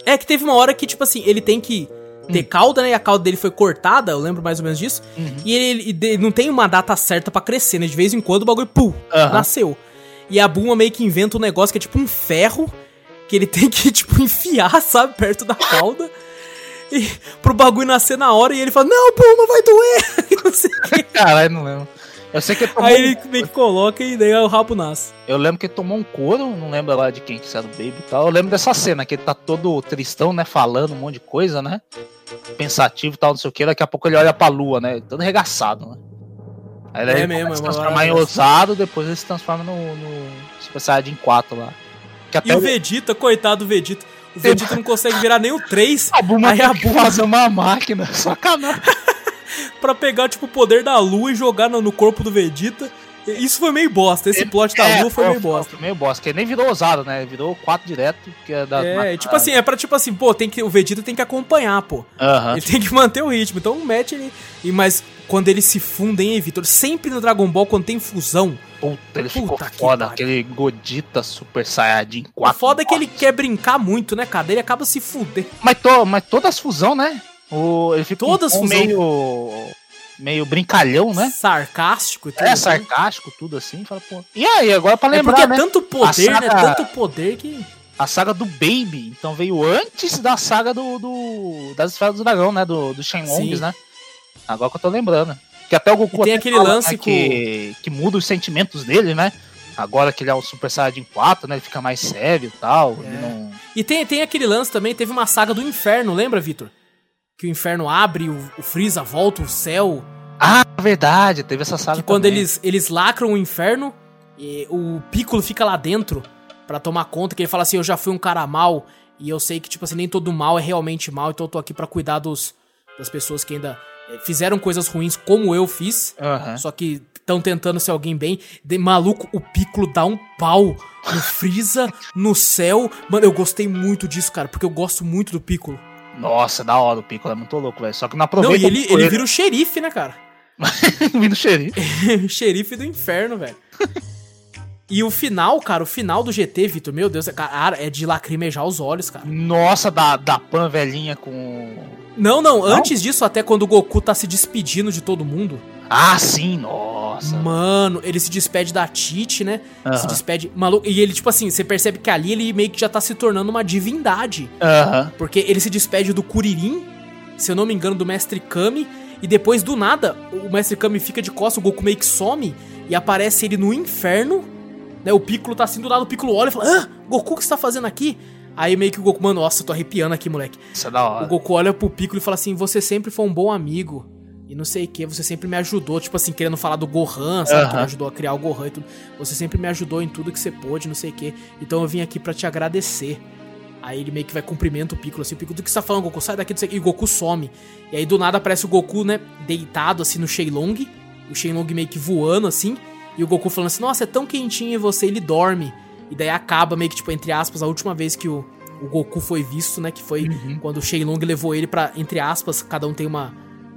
Speaker 1: É que teve uma hora que, tipo assim, ele tem que
Speaker 3: Hum.
Speaker 1: ter cauda, né? E a cauda dele foi cortada, eu lembro mais ou menos disso.
Speaker 3: Uhum.
Speaker 1: E ele, ele- de- não tem uma data certa pra crescer, né? De vez em quando o bagulho, pum,
Speaker 3: Aham.
Speaker 1: nasceu. E a Buma meio que inventa um negócio que é tipo um ferro que ele tem que, tipo, enfiar, sabe? Perto da cauda. E, pro bagulho nascer na hora e ele fala, não, Buma, vai doer! Não sei o quê.
Speaker 3: Caralho, não lembro. Eu sei que ele tomou, um
Speaker 1: Aí ele meio que coloca e daí o rabo nasce.
Speaker 3: Eu lembro que ele tomou um couro, não lembro lá de quem que isso era o Baby e tal. Eu lembro dessa cena, que ele tá todo tristão, né? Falando um monte de coisa, né? Pensativo e tal, não sei o que. Daqui a pouco ele olha pra lua, né? Todo arregaçado, né? Aí ele
Speaker 1: É
Speaker 3: começa
Speaker 1: mesmo, é
Speaker 3: a se
Speaker 1: uma
Speaker 3: transformar em
Speaker 1: maravilha.
Speaker 3: ousado, depois ele se transforma no, no Super Saiyajin 4 lá.
Speaker 1: E
Speaker 3: Que até
Speaker 1: o Vegeta, coitado do Vegeta. O Vegeta não consegue virar nem o 3
Speaker 3: a Buma
Speaker 1: Aí a
Speaker 3: tem que fazer uma máquina, sacanagem.
Speaker 1: pra pegar, tipo, o poder da lua e jogar no, no corpo do Vegeta. E- Isso foi meio bosta.
Speaker 3: É,
Speaker 1: Esse plot da lua É, foi meio bosta.
Speaker 3: Foi meio bosta, que ele nem virou ousado, né? Ele virou 4 direto. Que é, da,
Speaker 1: É, tipo assim, é pra tipo assim, pô, tem que, o Vegeta tem que acompanhar, pô.
Speaker 3: Aham.
Speaker 1: Ele tem que manter o ritmo. Então mete ele. E, mas quando eles se fundem, hein, Vitor? Sempre no Dragon Ball, quando tem fusão,
Speaker 3: Puta, ele ficou
Speaker 1: Puta que
Speaker 3: foda,
Speaker 1: pariu.
Speaker 3: aquele Godita Super Saiyajin
Speaker 1: o
Speaker 3: 4.
Speaker 1: foda é que ele quer brincar muito, né, cara? Ele acaba se fudendo.
Speaker 3: Mas, to, mas todas fusão, né? O, ele fica
Speaker 1: Todas
Speaker 3: um, um
Speaker 1: fusão.
Speaker 3: meio. meio brincalhão, né?
Speaker 1: Sarcástico e tudo.
Speaker 3: É,
Speaker 1: né?
Speaker 3: sarcástico, tudo assim. Fala, pô. E aí, agora pra
Speaker 1: É porque
Speaker 3: lembrar,
Speaker 1: é
Speaker 3: né?
Speaker 1: tanto poder,
Speaker 3: A
Speaker 1: né?
Speaker 3: saga-
Speaker 1: Tanto poder que.
Speaker 3: A saga do Baby, então veio antes da saga do. do- das esferas do dragão, né? Do, do Shenlongs,
Speaker 1: Sim.
Speaker 3: né? Agora que eu tô lembrando. Que até o Goku
Speaker 1: E tem
Speaker 3: até
Speaker 1: aquele
Speaker 3: fala, né,
Speaker 1: lance com-
Speaker 3: que, que muda os sentimentos dele, né? Agora que ele é um Super Saiyajin 4, né? Ele fica mais sério e tal. Ele
Speaker 1: É.
Speaker 3: não.
Speaker 1: E tem, tem aquele lance também, teve uma saga do inferno, lembra, Vitor? Que o inferno abre, o, o Freeza volta, o céu.
Speaker 3: Ah, verdade, teve essa saga
Speaker 1: Que quando
Speaker 3: também.
Speaker 1: eles, eles lacram o inferno, e o Piccolo fica lá dentro pra tomar conta, que ele fala assim, eu já fui um cara mal, e eu sei que, tipo assim, nem todo mal é realmente mal, então eu tô aqui pra cuidar dos, das pessoas que ainda eh, fizeram coisas ruins como eu fiz.
Speaker 3: Aham.
Speaker 1: Só que estão tentando ser alguém bem. De, maluco, o Piccolo dá um pau no Freeza, no céu. Mano, eu gostei muito disso, cara, porque eu gosto muito do Piccolo.
Speaker 3: Nossa, da hora, o Piccolo é muito louco, velho. Só que não
Speaker 1: Não,
Speaker 3: aproveita.
Speaker 1: e ele,
Speaker 3: muito
Speaker 1: ele vira o xerife, né, cara?
Speaker 3: vira o xerife.
Speaker 1: xerife do inferno, velho. E o final, cara, o final do GT, Vitor, meu Deus, é- cara, é de lacrimejar os olhos, cara.
Speaker 3: Nossa, da, da Pan velhinha com.
Speaker 1: Não, não, antes disso, até quando o Goku tá se despedindo de todo mundo.
Speaker 3: Ah, sim, nossa.
Speaker 1: Mano, ele se despede da Tite, né? Se
Speaker 3: Aham.
Speaker 1: despede. Maluco. E ele, tipo assim, você percebe que ali ele meio que já tá se tornando uma divindade.
Speaker 3: Aham.
Speaker 1: Porque ele se despede do Kuririn, se eu não me engano, do Mestre Kami, e depois do nada, o Mestre Kami fica de costas, o Goku meio que some, e aparece ele no inferno, né? O Piccolo tá assim do lado, o Piccolo olha e fala: Ah, Goku, o que você tá fazendo aqui? Aí meio que o Goku, mano, nossa, eu tô arrepiando aqui, moleque.
Speaker 3: Isso é da
Speaker 1: O
Speaker 3: hora.
Speaker 1: Goku olha pro Piccolo e fala assim: Você sempre foi um bom amigo. E não sei o que, você sempre me ajudou, tipo assim, querendo falar do Gohan, sabe? Que
Speaker 3: Aham.
Speaker 1: me ajudou a criar o Gohan e tudo. Você sempre me ajudou em tudo que você pôde, não sei o que. Então eu vim aqui pra te agradecer. Aí ele meio que vai cumprimenta o Piccolo, assim, o Piccolo, do que você tá falando, Goku? Sai daqui, não sei o que. E o Goku some. E aí do nada aparece o Goku, né, deitado, assim, no Shenlong. O Shenlong meio que voando, assim. E E o Goku falando assim, nossa, é tão quentinho e você, ele dorme. E daí acaba meio que, tipo, entre aspas, a última vez que o, o Goku foi visto, né? Que foi quando o Shenlong levou ele pra, entre aspas, cada um tem uma,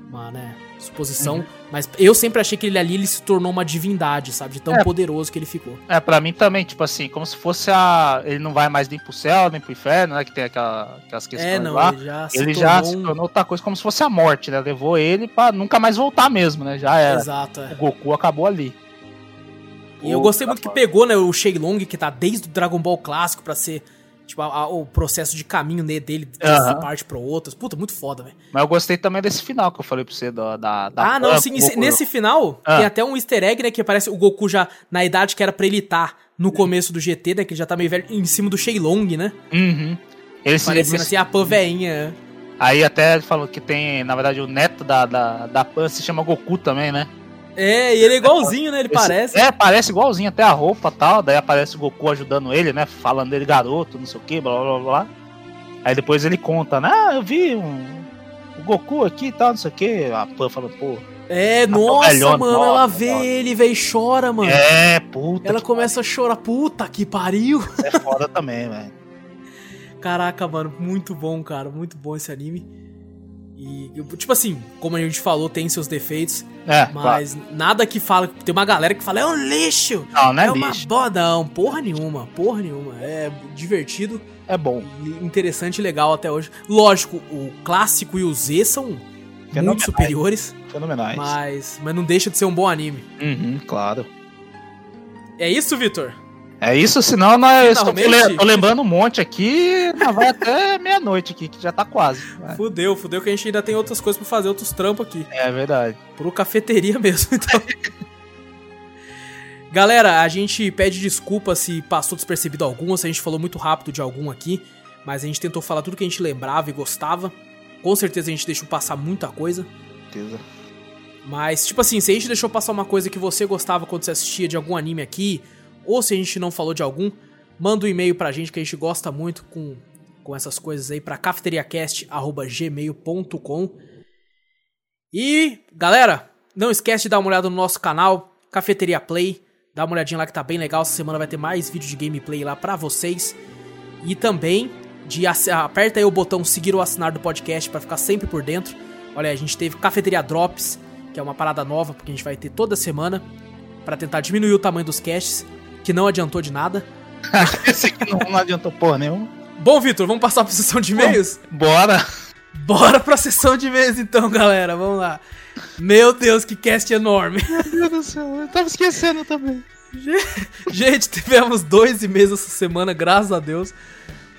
Speaker 1: uma né, suposição. Mas eu sempre achei que ele ali, ele se tornou uma divindade, sabe? De tão
Speaker 3: É.
Speaker 1: poderoso que ele ficou.
Speaker 3: É, pra mim também, tipo assim, como se fosse a. Ele não vai mais nem pro céu, nem pro inferno, né? Que tem aquela, aquelas questões
Speaker 1: É, não,
Speaker 3: lá.
Speaker 1: ele já
Speaker 3: Ele já se
Speaker 1: um-
Speaker 3: tornou outra coisa, como se fosse a morte, né? Levou ele pra nunca mais voltar mesmo, né? Já era.
Speaker 1: Exato, é.
Speaker 3: O Goku acabou ali.
Speaker 1: E eu gostei muito que pegou, né, o Shenlong, que tá desde o Dragon Ball clássico pra ser, tipo, a- a- o processo de caminho né, dele de uma
Speaker 3: Aham.
Speaker 1: parte pra outra. Puta, muito foda, velho.
Speaker 3: Mas eu gostei também desse final que eu falei pra você da. da, da
Speaker 1: Ah, não,
Speaker 3: Blanca,
Speaker 1: sim,
Speaker 3: o
Speaker 1: nesse-
Speaker 3: Tá, Goku-
Speaker 1: nesse final
Speaker 3: Ah.
Speaker 1: tem até um easter egg, né, que aparece o Goku já na idade que era pra ele estar no começo do GT, né, que ele já tá meio velho, em cima do Shenlong, né,
Speaker 3: Uhum. Ele se-
Speaker 1: parecendo
Speaker 3: ele
Speaker 1: assim
Speaker 3: se-
Speaker 1: a pã veinha.
Speaker 3: Aí até ele falou que tem, na verdade, o neto da, da, da Pan se chama Goku também, né?
Speaker 1: É, e ele é igualzinho, né, ele
Speaker 3: Esse-
Speaker 1: parece.
Speaker 3: É, parece igualzinho até a roupa e tal. Daí aparece o Goku ajudando ele, né? Falando dele garoto, não sei o que, blá blá blá. blá. Aí depois ele conta, né? Ah, eu vi um, o Goku aqui e tal, não sei o que. A Pan falando, pô.
Speaker 1: É,
Speaker 3: tá
Speaker 1: nossa,
Speaker 3: velhona,
Speaker 1: mano,
Speaker 3: nossa,
Speaker 1: ela vê
Speaker 3: nossa.
Speaker 1: ele, velho, e chora, mano.
Speaker 3: É, puta.
Speaker 1: Ela
Speaker 3: que
Speaker 1: começa a chorar, puta que pariu.
Speaker 3: pariu, É foda também, velho.
Speaker 1: Caraca, mano, muito bom, cara. Muito bom esse anime. E, eu- tipo assim, como a gente falou, tem seus defeitos,
Speaker 3: É, claro.
Speaker 1: mas nada que fala. Tem uma galera que fala, é um lixo!
Speaker 3: Não, não
Speaker 1: É,
Speaker 3: é,
Speaker 1: uma
Speaker 3: lixo.
Speaker 1: bodão, porra nenhuma, porra nenhuma. É divertido,
Speaker 3: É bom.
Speaker 1: e interessante e legal até hoje. Lógico, o clássico e o Z são muito
Speaker 3: Fenomenais.
Speaker 1: superiores,
Speaker 3: Fenomenais.
Speaker 1: mas, mas não deixa de ser um bom anime.
Speaker 3: Uhum, claro.
Speaker 1: É isso, Vitor?
Speaker 3: É isso, senão nós. eu
Speaker 1: Finalmente.
Speaker 3: le- Tô lembrando um monte aqui. nós Vai até meia-noite aqui, que já tá quase. né?
Speaker 1: É. Fudeu, fudeu que a gente ainda tem outras coisas pra fazer, outros trampos aqui.
Speaker 3: É verdade.
Speaker 1: Pro cafeteria mesmo, então. Galera, a gente pede desculpa se passou despercebido algum, se a gente falou muito rápido de algum aqui, mas a gente tentou falar tudo que a gente lembrava e gostava. Com certeza a gente deixou passar muita coisa,
Speaker 3: Certeza.
Speaker 1: mas tipo assim, se a gente deixou passar uma coisa que você gostava quando você assistia de algum anime aqui, ou se a gente não falou de algum, manda um e-mail pra gente que a gente gosta muito com, com essas coisas aí pra cafeteriacast@gmail.com. E, galera, não esquece de dar uma olhada no nosso canal, Cafeteria Play. Dá uma olhadinha lá que tá bem legal. Essa semana vai ter mais vídeo de gameplay lá pra vocês. E também de ass- aperta aí o botão seguir ou assinar do podcast pra ficar sempre por dentro. Olha, a gente teve Cafeteria Drops, que é uma parada nova porque a gente vai ter toda semana pra tentar diminuir o tamanho dos casts, que não adiantou de nada.
Speaker 3: Esse aqui não, não adiantou porra nenhuma.
Speaker 1: Bom, Vitor, vamos passar pra sessão de e-mails?
Speaker 3: Bora.
Speaker 1: Bora pra sessão de e-mails então, galera. Vamos lá. Meu Deus, que cast enorme.
Speaker 3: Meu Deus do céu, eu tava esquecendo também.
Speaker 1: Gente, tivemos dois e-mails essa semana, graças a Deus.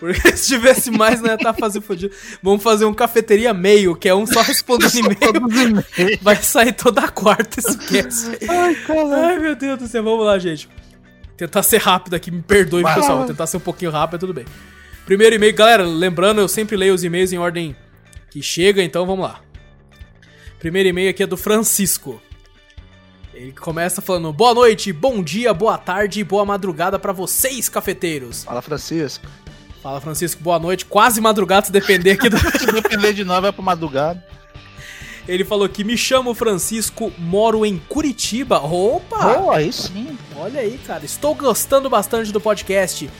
Speaker 1: Porque se tivesse mais, não ia estar fazendo fodido. Vamos fazer um cafeteria meio, que é um só respondendo e-mail. Vai sair toda quarta esse cast. aí.
Speaker 3: Ai, caralho.
Speaker 1: Ai, meu Deus do céu, vamos lá, gente. Tentar ser rápido aqui, me perdoe,
Speaker 3: Vai lá.
Speaker 1: pessoal. Vou tentar ser um pouquinho rápido, tudo bem. Primeiro e-mail, galera, lembrando, eu sempre leio os e-mails em ordem que chega, então vamos lá. Primeiro e-mail aqui é do Francisco. Ele começa falando: Boa noite, bom dia, boa tarde e boa madrugada pra vocês, cafeteiros.
Speaker 3: Fala, Francisco.
Speaker 1: Fala, Francisco, boa noite. Quase madrugada se depender aqui do.
Speaker 3: Se depender de nós, vai pra madrugada.
Speaker 1: Ele falou que me chamo Francisco, moro em Curitiba. Opa!
Speaker 3: Pô, Ah. aí sim.
Speaker 1: Olha aí, cara. Estou gostando bastante do podcast.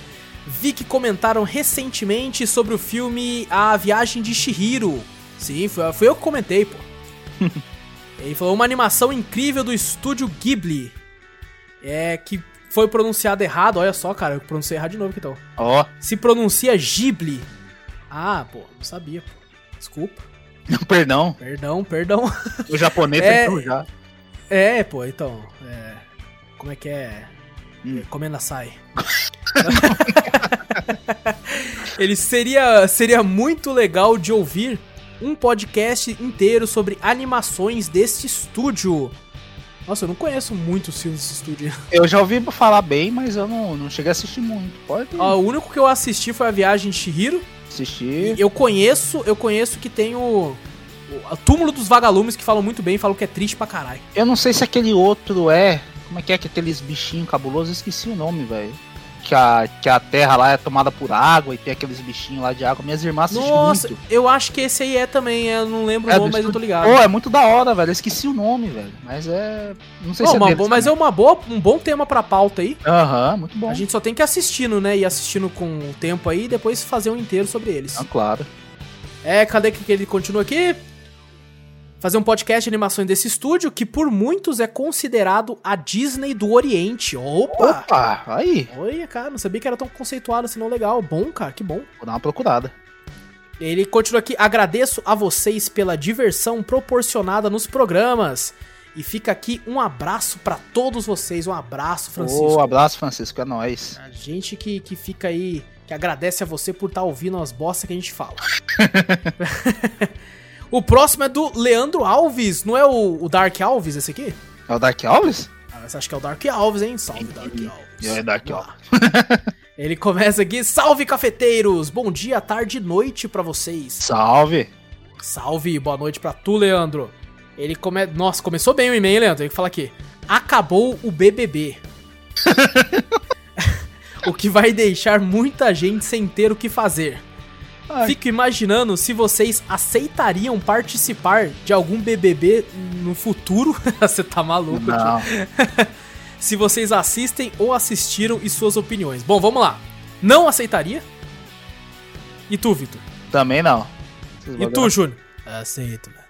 Speaker 1: Vi que comentaram recentemente sobre o filme A Viagem de Shihiro. Sim, foi, foi eu que comentei, pô. Ele falou uma animação incrível do estúdio Ghibli. É que foi pronunciado errado. Olha só, cara, eu pronunciei errado de novo aqui, então.
Speaker 3: Ó,
Speaker 1: Se pronuncia Ghibli. Ah, pô, não sabia, pô. Desculpa.
Speaker 3: perdão.
Speaker 1: Perdão, perdão.
Speaker 3: O japonês
Speaker 1: É.
Speaker 3: tentou já.
Speaker 1: É, pô, então. é, como é que é?
Speaker 3: Hum.
Speaker 1: Comendo açaí. Ele seria, seria muito legal de ouvir um podcast inteiro sobre animações desse estúdio. Nossa, eu não conheço muito os filmes desse estúdio.
Speaker 3: Eu já ouvi falar bem, mas eu não, não cheguei a assistir muito. Pode
Speaker 1: Ó, o único que eu assisti foi a Viagem de Shihiro.
Speaker 3: assistir.
Speaker 1: Eu conheço, eu conheço que tem o, o- o Túmulo dos Vagalumes que falam muito bem, falam que é triste pra caralho.
Speaker 3: é Eu não sei se aquele outro é. Como é que é que aqueles bichinhos cabulosos? Eu Esqueci o nome, velho. que a, que a terra lá é tomada por água e tem aqueles bichinhos lá de água. Minhas irmãs assistem
Speaker 1: Nossa,
Speaker 3: muito.
Speaker 1: eu acho que esse aí é também, eu não lembro o
Speaker 3: É,
Speaker 1: nome,
Speaker 3: do
Speaker 1: mas eu tô
Speaker 3: estúdio-
Speaker 1: ligado.
Speaker 3: Pô, é muito da hora, velho. Eu esqueci o nome, velho. Mas é. Não sei
Speaker 1: Pô,
Speaker 3: se é
Speaker 1: uma
Speaker 3: deles
Speaker 1: boa- mas é
Speaker 3: também.
Speaker 1: uma boa, um bom tema pra pauta aí.
Speaker 3: Aham, muito bom.
Speaker 1: A gente só tem que ir assistindo, né? E assistindo com o tempo aí e depois fazer um inteiro sobre eles.
Speaker 3: Ah, claro.
Speaker 1: É, cadê que que ele continua aqui? Fazer um podcast de animações desse estúdio que por muitos é considerado a Disney do Oriente. Opa!
Speaker 3: Opa, aí.
Speaker 1: Olha, cara, não sabia que era tão conceituado assim, não legal. Bom, cara, que bom.
Speaker 3: Vou dar uma procurada.
Speaker 1: Ele continua aqui. Agradeço a vocês pela diversão proporcionada nos programas. E fica aqui um abraço pra todos vocês. Um abraço, Francisco.
Speaker 3: Ô, abraço, Francisco. É nóis.
Speaker 1: A gente que, que fica aí, que agradece a você por estar ouvindo as bostas que a gente fala. o próximo é do Leandro Alves, não é o, o Dark Alves esse aqui?
Speaker 3: É o Dark Alves?
Speaker 1: Ah, mas acho que é o Dark Alves, hein? Salve, Dark Alves.
Speaker 3: É o Dark
Speaker 1: Vamos lá. Ele começa aqui, salve cafeteiros! Bom dia, tarde e noite pra vocês.
Speaker 3: Salve.
Speaker 1: Salve, boa noite pra tu, Leandro. Ele come... Nossa, começou bem o e-mail, hein, Leandro. Ele fala aqui: acabou o BBB. o que vai deixar muita gente sem ter o que fazer.
Speaker 3: Ai.
Speaker 1: Fico imaginando se vocês aceitariam participar de algum BBB no futuro. Você tá maluco, tio?
Speaker 3: Não.
Speaker 1: Se vocês assistem ou assistiram e suas opiniões. Bom, vamos lá. Não aceitaria? E tu, Vitor?
Speaker 3: Também não.
Speaker 1: E tu, Júnior? Aceito, velho.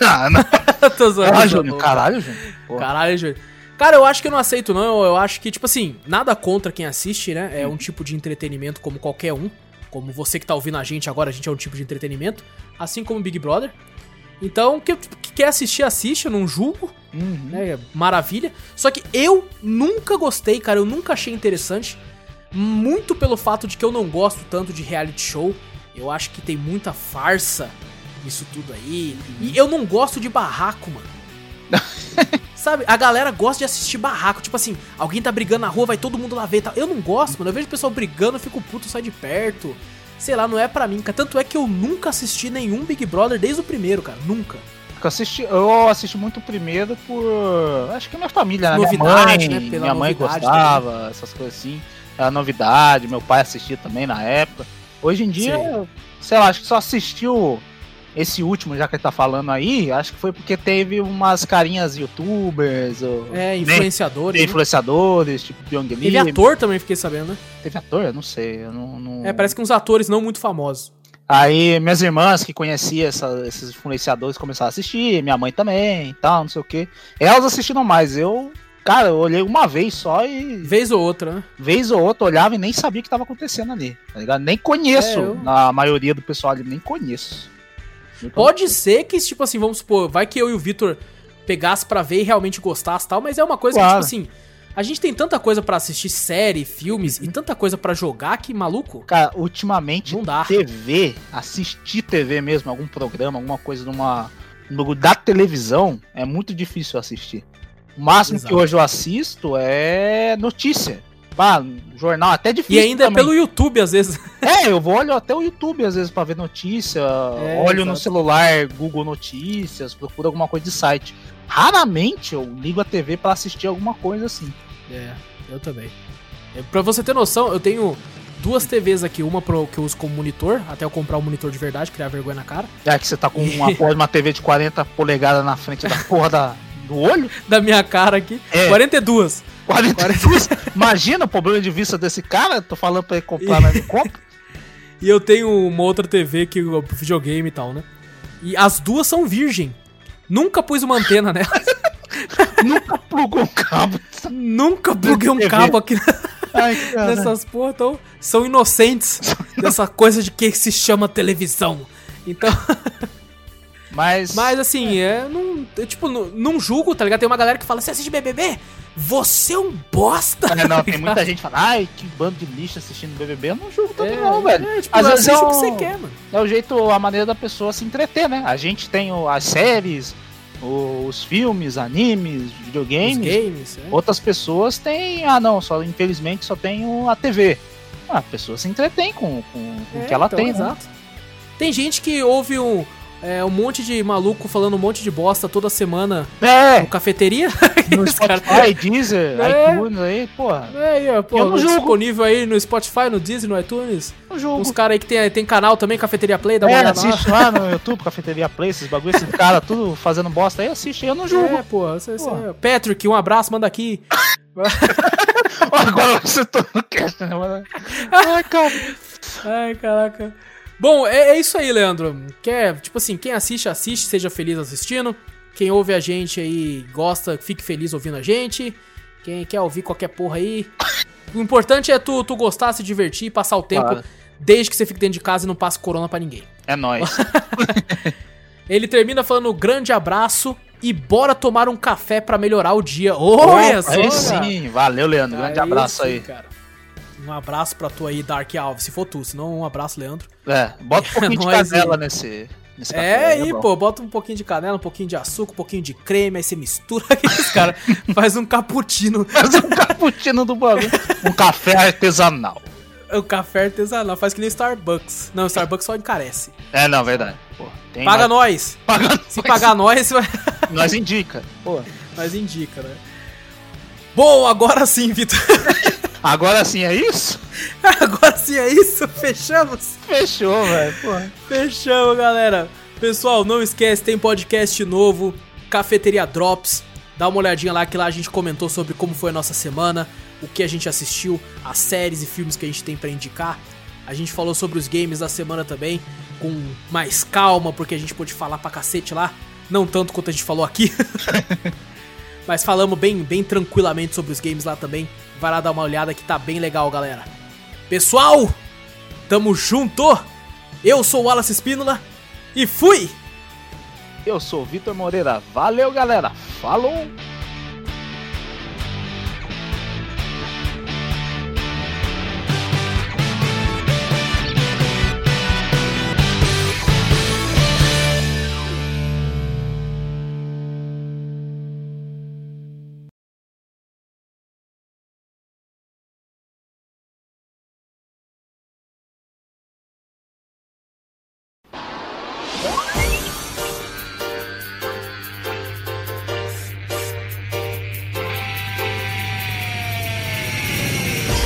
Speaker 3: ah, não.
Speaker 1: Tô zoando,
Speaker 3: Ah,
Speaker 1: tô
Speaker 3: Júnior,
Speaker 1: zoando.
Speaker 3: caralho, Júnior. Pô.
Speaker 1: Caralho, Júlio. Cara, eu acho que eu não aceito, não. Eu, eu acho que, tipo assim, nada contra quem assiste, né? É um tipo de entretenimento como qualquer um. Como você que tá ouvindo a gente agora, a gente é um tipo de entretenimento. Assim como Big Brother. Então, que, que quer assistir, assiste, eu não julgo,
Speaker 3: Uhum.
Speaker 1: né? Maravilha. Só que eu nunca gostei, cara, eu nunca achei interessante. Muito pelo fato de que eu não gosto tanto de reality show. Eu acho que tem muita farsa nisso tudo aí. E eu não gosto de barraco, mano. Sabe, a galera gosta de assistir barraco. Tipo assim, alguém tá brigando na rua, vai todo mundo lá ver e tal. Eu não gosto, mano. Eu vejo o pessoal brigando, eu fico puto, sai de perto. Sei lá, não é pra mim, cara. Tanto é que eu nunca assisti nenhum Big Brother desde o primeiro, cara. Nunca.
Speaker 3: Eu assisti, eu assisti muito o primeiro por. Acho que minha família, né?
Speaker 1: Novidade,
Speaker 3: minha mãe,
Speaker 1: né? Pela
Speaker 3: minha mãe
Speaker 1: novidade
Speaker 3: gostava, essas coisas assim. Era novidade, meu pai assistia também na época. Hoje em dia,
Speaker 1: Sim.
Speaker 3: eu, sei lá, acho que só assistiu esse último, já que ele tá falando aí. Acho que foi porque teve umas carinhas youtubers, ou
Speaker 1: É,
Speaker 3: né,
Speaker 1: influenciadores. né?
Speaker 3: influenciadores, tipo Pyong Lee.
Speaker 1: Ele é ator também, fiquei sabendo, né?
Speaker 3: Teve ator? Eu não sei. Eu não, não-
Speaker 1: É, parece que uns atores não muito famosos.
Speaker 3: Aí minhas irmãs que conheciam essa- esses influenciadores começaram a assistir, minha mãe também e tal, não sei o que. Elas assistiram mais, eu, cara, eu olhei uma vez só e
Speaker 1: Vez ou outra, né?
Speaker 3: vez ou outra olhava e nem sabia o que tava acontecendo ali, tá ligado? Nem conheço,
Speaker 1: É, eu-
Speaker 3: na maioria do pessoal ali, nem conheço.
Speaker 1: Pode ser que, tipo assim, vamos supor, vai que eu e o Vitor pegasse pra ver e realmente gostasse e tal, mas é uma coisa
Speaker 3: Claro.
Speaker 1: que, tipo assim, a gente tem tanta coisa pra assistir, série, filmes e tanta coisa pra jogar que, maluco,
Speaker 3: Cara, ultimamente
Speaker 1: não dá.
Speaker 3: TV, assistir TV mesmo, algum programa, alguma coisa numa no- da televisão, é muito difícil assistir. O máximo
Speaker 1: Exato.
Speaker 3: que hoje eu assisto é notícia. Pá, jornal até
Speaker 1: E
Speaker 3: difícil.
Speaker 1: ainda é
Speaker 3: também.
Speaker 1: pelo YouTube, às vezes.
Speaker 3: É, eu vou olho até o YouTube às vezes pra ver notícia, olho no
Speaker 1: É, exato.
Speaker 3: celular, Google Notícias, procuro alguma coisa de site. Raramente eu ligo a TV pra assistir alguma coisa assim.
Speaker 1: É, eu também. É, pra você ter noção, eu tenho duas TVs aqui, uma pro, que eu uso como monitor, até eu comprar um monitor de verdade, criar vergonha na cara.
Speaker 3: É que você tá com uma, porra de uma TV de 40 polegadas na frente da porra da- do olho.
Speaker 1: Da minha cara aqui.
Speaker 3: É.
Speaker 1: 42.
Speaker 3: 40 Imagina o problema de vista desse cara. Tô falando pra ele comprar, mas não compra.
Speaker 1: E eu tenho uma outra TV que eu videogame e tal, né? E as duas são virgem. Nunca pus uma antena nela.
Speaker 3: Nunca plugou um cabo.
Speaker 1: Nunca pluguei um
Speaker 3: TV.
Speaker 1: cabo aqui
Speaker 3: Ai, cara.
Speaker 1: nessas porra, então são inocentes dessa coisa de que se chama televisão. Então,
Speaker 3: Mas,
Speaker 1: mas assim, é, não, eu, tipo, não, não julgo, tá ligado? Tem uma galera que fala, você assiste BBB? Você é um bosta!
Speaker 3: É, não, tem muita gente que fala, ai, que bando de lixo assistindo BBB. Eu não julgo também,
Speaker 1: É,
Speaker 3: não, velho.
Speaker 1: é, tipo,
Speaker 3: Às vezes
Speaker 1: assiste
Speaker 3: é
Speaker 1: o que
Speaker 3: um-
Speaker 1: você quer, mano.
Speaker 3: É o jeito, a maneira da pessoa se entreter, né? A gente tem o- as séries, o- os filmes, animes,
Speaker 1: Os
Speaker 3: videogames.
Speaker 1: games, é.
Speaker 3: Outras pessoas têm, ah, não, só infelizmente só tem o- a TV. Ah, a pessoa se entretém com, com, com o
Speaker 1: É,
Speaker 3: que ela
Speaker 1: então,
Speaker 3: tem. né?
Speaker 1: Exato. Tem gente que ouve um. É um monte de maluco falando um monte de bosta toda semana
Speaker 3: É,
Speaker 1: no cafeteria.
Speaker 3: no
Speaker 1: Os caras-
Speaker 3: Spotify, Deezer,
Speaker 1: É.
Speaker 3: iTunes aí, porra.
Speaker 1: É, aí, ó, pô,
Speaker 3: Eu não julgo.
Speaker 1: disponível aí no Spotify, no Disney, no iTunes.
Speaker 3: O jogo.
Speaker 1: Uns caras aí que tem, tem canal também, Cafeteria Play, É um dá uma
Speaker 3: É,
Speaker 1: olhada lá.
Speaker 3: assiste lá no YouTube, Cafeteria Play, esses bagulho, esses caras tudo fazendo bosta aí, assiste, eu não julgo.
Speaker 1: É, pô, você- você- Patrick, um abraço, manda aqui.
Speaker 3: Agora você tá no cast, né? mano? Ah, cara.
Speaker 1: Ai, caraca. Bom, é, é isso aí, Leandro. Quer, tipo assim, quem assiste, assiste, seja feliz assistindo. Quem ouve a gente aí, gosta, fique feliz ouvindo a gente. Quem quer ouvir qualquer porra aí. O importante é tu, tu gostar, se divertir e passar o tempo,
Speaker 3: Claro.
Speaker 1: desde que você fique dentro de casa e não passe corona pra ninguém.
Speaker 3: É nóis.
Speaker 1: Ele termina falando um grande abraço e bora tomar um café pra melhorar o dia. Olha
Speaker 3: Opa,
Speaker 1: só!
Speaker 3: Aí
Speaker 1: cara.
Speaker 3: sim, valeu, Leandro. Grande abraço
Speaker 1: sim,
Speaker 3: aí.
Speaker 1: Cara. Um abraço pra tu aí, Dark Alves, se for tu, senão um abraço, Leandro.
Speaker 3: É, bota um pouquinho de
Speaker 1: nóis,
Speaker 3: canela
Speaker 1: hein?
Speaker 3: nesse. nesse
Speaker 1: É, aí,
Speaker 3: Tá né, bom.
Speaker 1: pô, bota um pouquinho de canela, um pouquinho de açúcar, um pouquinho de creme, aí você mistura aqueles cara, faz um cappuccino,
Speaker 3: Faz um cappuccino do bagulho. Um café artesanal.
Speaker 1: um café artesanal, faz que nem Starbucks. Não, Starbucks só encarece.
Speaker 3: É, não, verdade. Pô, tem
Speaker 1: Paga
Speaker 3: mais-
Speaker 1: nós!
Speaker 3: paga
Speaker 1: Se pagar nós,
Speaker 3: Nós indica. Pô,
Speaker 1: nós indica, né? Bom, agora sim, Vitor.
Speaker 3: agora sim é isso?
Speaker 1: Agora sim é isso, fechamos.
Speaker 3: Fechou, velho. Porra.
Speaker 1: Fechamos, galera. Pessoal, não esquece, tem podcast novo, Cafeteria Drops. Dá uma olhadinha lá que lá a gente comentou sobre como foi a nossa semana, o que a gente assistiu, as séries e filmes que a gente tem pra indicar. A gente falou sobre os games da semana também, com mais calma, porque a gente pôde falar pra cacete lá, não tanto quanto a gente falou aqui. Mas falamos bem, bem tranquilamente sobre os games lá também. Vai lá dar uma olhada que tá bem legal, galera. Pessoal, tamo junto! Eu sou o Wallace Espínola e fui!
Speaker 3: Eu sou o Vitor Moreira. Valeu, galera. Falou!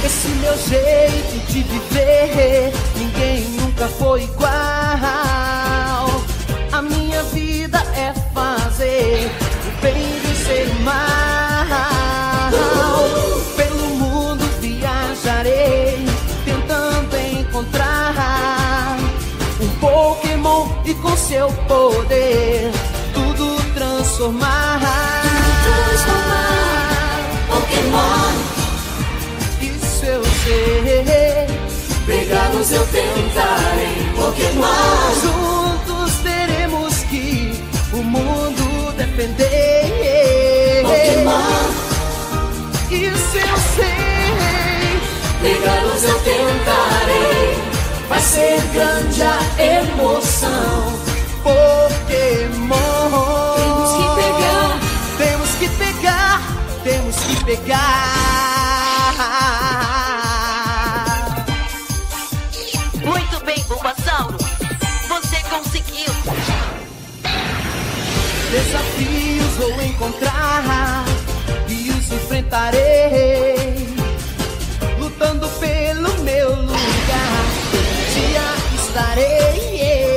Speaker 5: Esse meu jeito de viver, ninguém nunca foi igual. A minha vida é fazer o bem vencer o mal. Pelo mundo viajarei, tentando encontrar um Pokémon e com seu poder tudo transformar. Pokémon. Isso eu sei. Brigá-los eu tentarei. Pokémon. Juntos teremos que o mundo defender. Pokémon. Isso eu sei. Brigá-los eu tentarei. Vai ser grande a emoção. Pokémon. Temos que pegar. Temos que pegar. Temos que pegar.
Speaker 8: Muito bem, Bulbasauro. Você conseguiu.
Speaker 5: Desafios vou encontrar e os enfrentarei. Lutando pelo meu lugar, um dia estarei.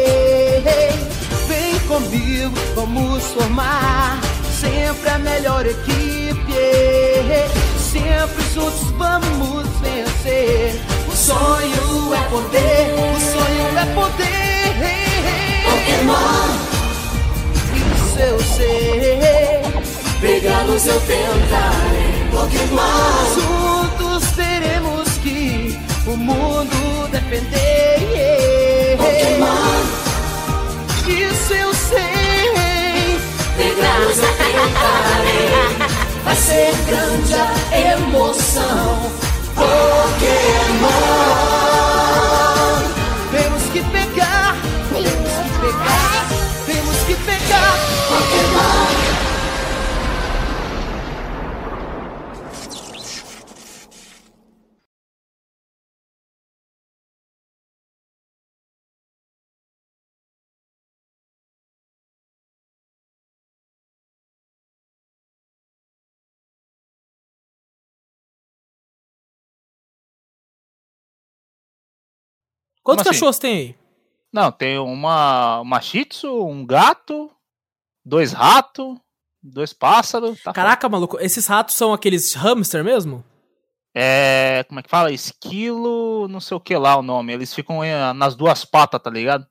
Speaker 5: Vem comigo, vamos formar sempre a melhor equipe. Sempre juntos vamos vencer. O sonho é poder, o sonho é poder. Pokémon. Isso eu sei. Pegá-los eu tentarei. Pokémon. Juntos teremos que o mundo defender. Pokémon. Isso eu sei. Pegá-los eu tentarei. Vai ser grande a emoção. Pokémon. Temos que pegar. Temos que pegar. Temos que pegar. Pokémon.
Speaker 1: Quantos
Speaker 3: Como assim?
Speaker 1: cachorros tem aí?
Speaker 3: Não, tem uma, uma shih tzu, um gato, dois ratos, dois pássaros. tá
Speaker 1: Caraca, maluco, esses ratos são aqueles hamster mesmo?
Speaker 3: É. Como é que fala? Esquilo, não sei o que lá o nome. Eles ficam eh, nas duas patas, tá ligado?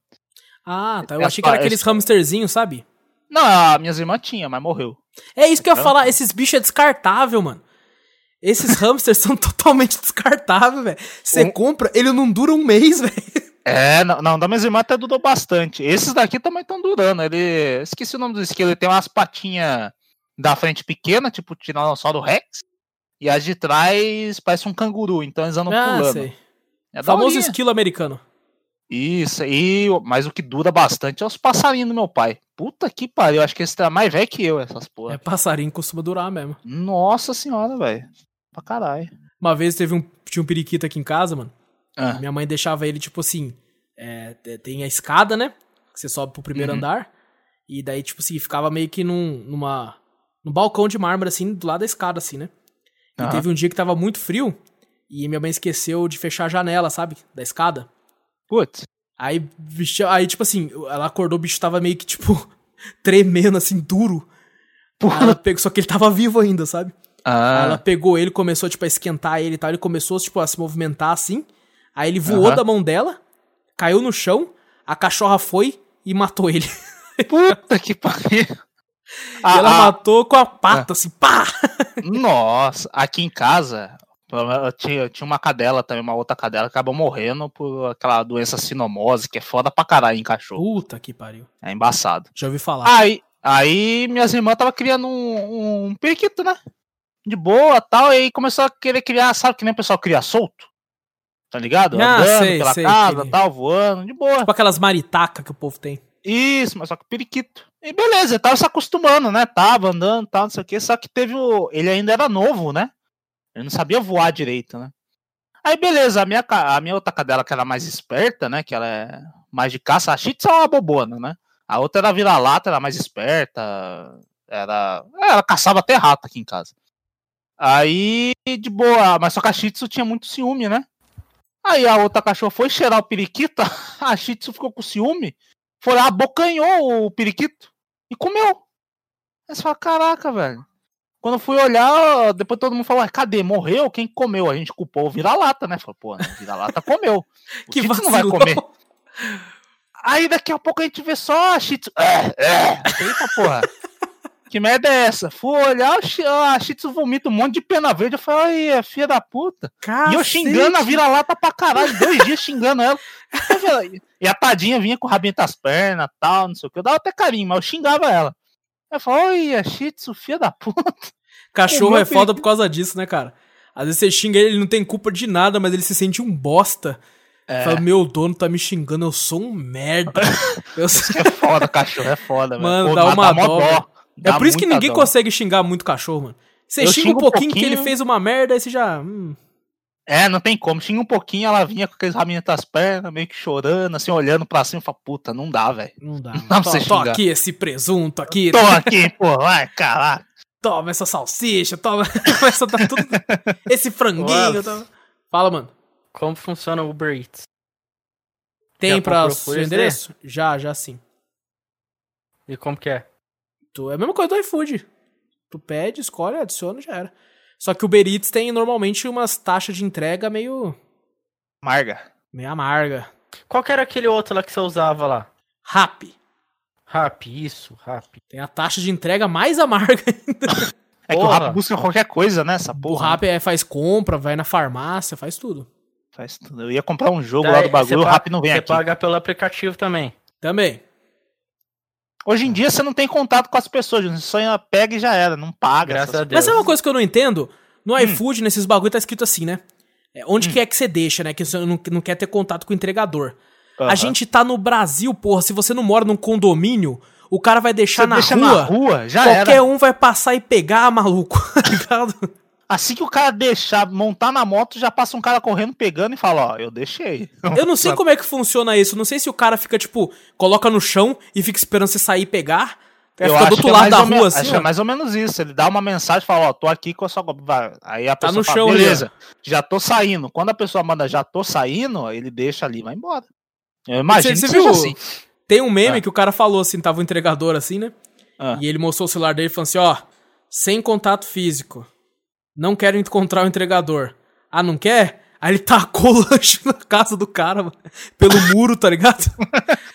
Speaker 1: Ah, tá. Eu
Speaker 3: É,
Speaker 1: achei que era
Speaker 3: pa-
Speaker 1: aqueles hamsterzinhos, sabe?
Speaker 3: Não, a minhas irmãs tinha, mas morreu.
Speaker 1: É isso que eu ia
Speaker 3: Não.
Speaker 1: falar, esses bichos é descartável, mano. Esses hamsters são totalmente descartáveis, velho. Você
Speaker 3: Um-
Speaker 1: compra, ele não dura um mês, velho.
Speaker 3: É, não, não, da minha irmã até durou bastante. Esses daqui também estão durando. Ele. Esqueci o nome do esquilo, ele tem umas patinhas da frente pequena, tipo Tiranossauro Rex. E as de trás parece um canguru, então eles andam pulando. É
Speaker 1: Ah, Famoso
Speaker 3: daorinha.
Speaker 1: esquilo americano.
Speaker 3: Isso, e, o- mas o que dura bastante é os passarinhos do meu pai. Puta que pariu, acho que esse tá mais velho que eu, essas porra.
Speaker 1: É passarinho que costuma durar mesmo.
Speaker 3: Nossa senhora, velho. Pra caralho.
Speaker 1: Uma vez teve um. Tinha um periquito aqui em casa, mano.
Speaker 3: Ah.
Speaker 1: Minha mãe deixava ele, tipo assim. é, te- tem a escada, né? Que você sobe pro primeiro
Speaker 3: Uhum.
Speaker 1: andar. E daí, tipo assim, ficava meio que num, numa. num balcão de mármore, assim, do lado da escada, assim, né? E
Speaker 3: Aham.
Speaker 1: teve um dia que tava muito frio. E minha mãe esqueceu de fechar a janela, sabe? Da escada.
Speaker 3: Putz,
Speaker 1: Aí, bicho, aí, tipo assim, ela acordou, o bicho tava meio que, tipo, tremendo, assim, duro. Aí Ela pegou, só que ele tava vivo ainda, sabe? Aí Ela
Speaker 3: Ah,
Speaker 1: pegou ele, começou, tipo, a esquentar ele e tal. Ele começou, tipo, a se movimentar assim. Aí ele voou
Speaker 3: Aham.
Speaker 1: da mão dela, caiu no chão, a cachorra foi e matou ele.
Speaker 3: puta que pariu.
Speaker 1: e ela
Speaker 3: Ah, ah,
Speaker 1: matou com a pata, assim, pá!
Speaker 3: nossa, aqui em casa pelo menos, eu tinha, eu tinha uma cadela também, uma outra cadela, que acabou morrendo por aquela doença sinomose, que é foda pra caralho em cachorro.
Speaker 1: Puta que pariu.
Speaker 3: É embaçado.
Speaker 1: Já ouvi falar.
Speaker 3: Aí, aí minhas irmãs tava criando um, um periquito, né? De boa tal, e aí começou a querer criar, sabe que nem o pessoal cria solto? Tá ligado?
Speaker 1: Ah,
Speaker 3: Andando
Speaker 1: sei,
Speaker 3: pela
Speaker 1: sei,
Speaker 3: casa,
Speaker 1: aquele-
Speaker 3: tal, voando, de boa.
Speaker 1: Tipo aquelas maritacas que o povo tem.
Speaker 3: Isso, mas só que periquito. E beleza, ele tava se acostumando, né? Tava andando, tal, não sei o quê. Só que teve o. Ele ainda era novo, né? Ele não sabia voar direito, né? Aí beleza, a minha, ca- a minha outra cadela, que era mais esperta, né? Que ela é mais de caça, a Shih Tzu é uma bobona, né? A outra era vira-lata, era mais esperta. Era. é, Ela caçava até rato aqui em casa. Aí, de boa, mas só que a Shih Tzu tinha muito ciúme, né? Aí a outra cachorra foi cheirar o periquito, a Shih Tzu ficou com ciúme foi lá, abocanhou o periquito e comeu. Aí você fala, caraca, velho. Quando eu fui olhar, depois todo mundo falou, "Ué, cadê? Morreu? Quem comeu? A gente culpou o vira-lata, né? Falou, pô, né, o vira-lata comeu. O
Speaker 1: Que
Speaker 3: Shih Tzu não vai
Speaker 1: vacilão.
Speaker 3: comer. Aí daqui a pouco a gente vê só a Shih Tzu. É, é. Eita porra. Que merda é essa? Fui olhar, o Shi- a Shih Tzu vomita um monte de pena verde. Eu falei, ai, é filha da puta. E eu
Speaker 1: Cacete.
Speaker 3: xingando a vira-lata pra caralho, dois dias xingando ela. Eu falei, E a tadinha vinha com o rabinho das pernas tal, não sei o que. Eu dava até carinho, mas eu xingava ela. Ela falou, olha, é shih tzu, filha da puta.
Speaker 1: Cachorro
Speaker 3: Comeu
Speaker 1: é foda por causa disso, né, cara? Às vezes você xinga ele, ele não tem culpa de nada, mas ele se sente um bosta.
Speaker 3: É.
Speaker 1: Fala, meu dono tá me xingando, eu sou um merda. Eu sou-
Speaker 3: É foda, cachorro, é foda, velho.
Speaker 1: Mano,
Speaker 3: Pô,
Speaker 1: dá uma
Speaker 3: mó
Speaker 1: dó, velho. É
Speaker 3: Dá
Speaker 1: por isso que
Speaker 3: muita
Speaker 1: ninguém
Speaker 3: dó.
Speaker 1: consegue xingar muito cachorro, mano. Você
Speaker 3: Eu
Speaker 1: xinga um
Speaker 3: xingo um
Speaker 1: pouquinho, que ele
Speaker 3: pouquinho.
Speaker 1: fez uma merda, aí você já. hum.
Speaker 3: É, não tem como. Xinga um pouquinho, ela vinha com aqueles rabinhos das pernas, meio que chorando, assim, olhando pra cima. Eu falei, puta, não dá, velho.
Speaker 1: não dá.
Speaker 3: Não
Speaker 1: mano.
Speaker 3: dá pra
Speaker 1: Tó-
Speaker 3: você
Speaker 1: tó
Speaker 3: xingar.
Speaker 1: aqui esse presunto aqui,
Speaker 3: Tô aqui, pô, vai, caralho.
Speaker 1: toma essa salsicha, toma, toma essa, tá tudo... esse franguinho.
Speaker 2: Nossa.
Speaker 1: toma- Fala, mano.
Speaker 2: Como funciona o Uber Eats?
Speaker 1: Tem
Speaker 2: Já
Speaker 1: pra
Speaker 2: comprou
Speaker 1: seu
Speaker 2: por esse
Speaker 1: endereço? Já, já sim.
Speaker 2: E como que é?
Speaker 1: Tu- é a mesma coisa do iFood. Tu pede, escolhe, adiciona e já era. Só que o Uber Eats tem normalmente umas taxas de entrega meio,
Speaker 3: Marga.
Speaker 1: meio amarga.
Speaker 2: Qual que era aquele outro lá que você usava lá?
Speaker 1: Rap.
Speaker 2: Rap, isso, rap.
Speaker 1: Tem a taxa de entrega mais amarga.
Speaker 3: É que o
Speaker 2: Porra.
Speaker 3: rap busca qualquer coisa, né? Essa
Speaker 1: O
Speaker 3: porra.
Speaker 1: Rap é, faz compra, vai na farmácia, faz tudo.
Speaker 3: Faz tudo. Eu ia comprar um jogo lá do bagulho, o
Speaker 2: rap
Speaker 3: rap não vem
Speaker 2: Tá, é, Você
Speaker 3: aqui.
Speaker 2: paga pelo aplicativo também.
Speaker 1: Também.
Speaker 3: Hoje em dia você não tem contato com as pessoas, você só pega e já era, não paga.
Speaker 2: Graças
Speaker 3: essas-
Speaker 2: a Deus.
Speaker 1: Mas sabe uma coisa que eu não entendo?
Speaker 3: Hum.
Speaker 1: No iFood, nesses bagulho, tá escrito assim, né? É, onde quer que você deixa, né? Que você não, não quer ter contato com o entregador. A
Speaker 3: Aham.
Speaker 1: gente tá no Brasil, porra. Se você não mora num condomínio, o cara vai deixar tá
Speaker 3: Você
Speaker 1: na,
Speaker 3: deixa
Speaker 1: rua,
Speaker 3: na rua, já
Speaker 1: Qualquer
Speaker 3: era.
Speaker 1: um vai passar e pegar, maluco. tá ligado?
Speaker 3: Assim que o cara deixar, montar na moto, já passa um cara correndo, pegando e fala, ó, eu deixei.
Speaker 1: Eu não sei como é que funciona isso. Não sei se o cara fica, tipo, coloca no chão e fica esperando você sair e pegar. Vai
Speaker 3: Eu
Speaker 1: ficar do
Speaker 3: acho
Speaker 1: outro
Speaker 3: que é
Speaker 1: lado
Speaker 3: mais
Speaker 1: da
Speaker 3: ou me-
Speaker 1: rua, assim,
Speaker 3: acho que é
Speaker 1: ó.
Speaker 3: mais ou menos isso. Ele dá uma mensagem e fala, ó, tô aqui com a sua. vai. Aí a
Speaker 1: Tá
Speaker 3: pessoa
Speaker 1: no
Speaker 3: fala,
Speaker 1: chão ali,
Speaker 3: beleza, já tô saindo. Quando a pessoa manda já tô saindo, ele deixa ali, e vai embora. Eu imagino
Speaker 1: Você-
Speaker 3: que
Speaker 1: você
Speaker 3: seja
Speaker 1: viu?
Speaker 3: assim.
Speaker 1: Tem um meme
Speaker 3: Ah.
Speaker 1: que o cara falou assim, tava o entregador assim, né?
Speaker 3: Ah.
Speaker 1: E ele mostrou o celular dele e falou assim, ó, sem contato físico. Não quero encontrar o entregador. Ah, não quer? Aí ele tacou o lanche na casa do cara, mano, pelo muro, tá ligado?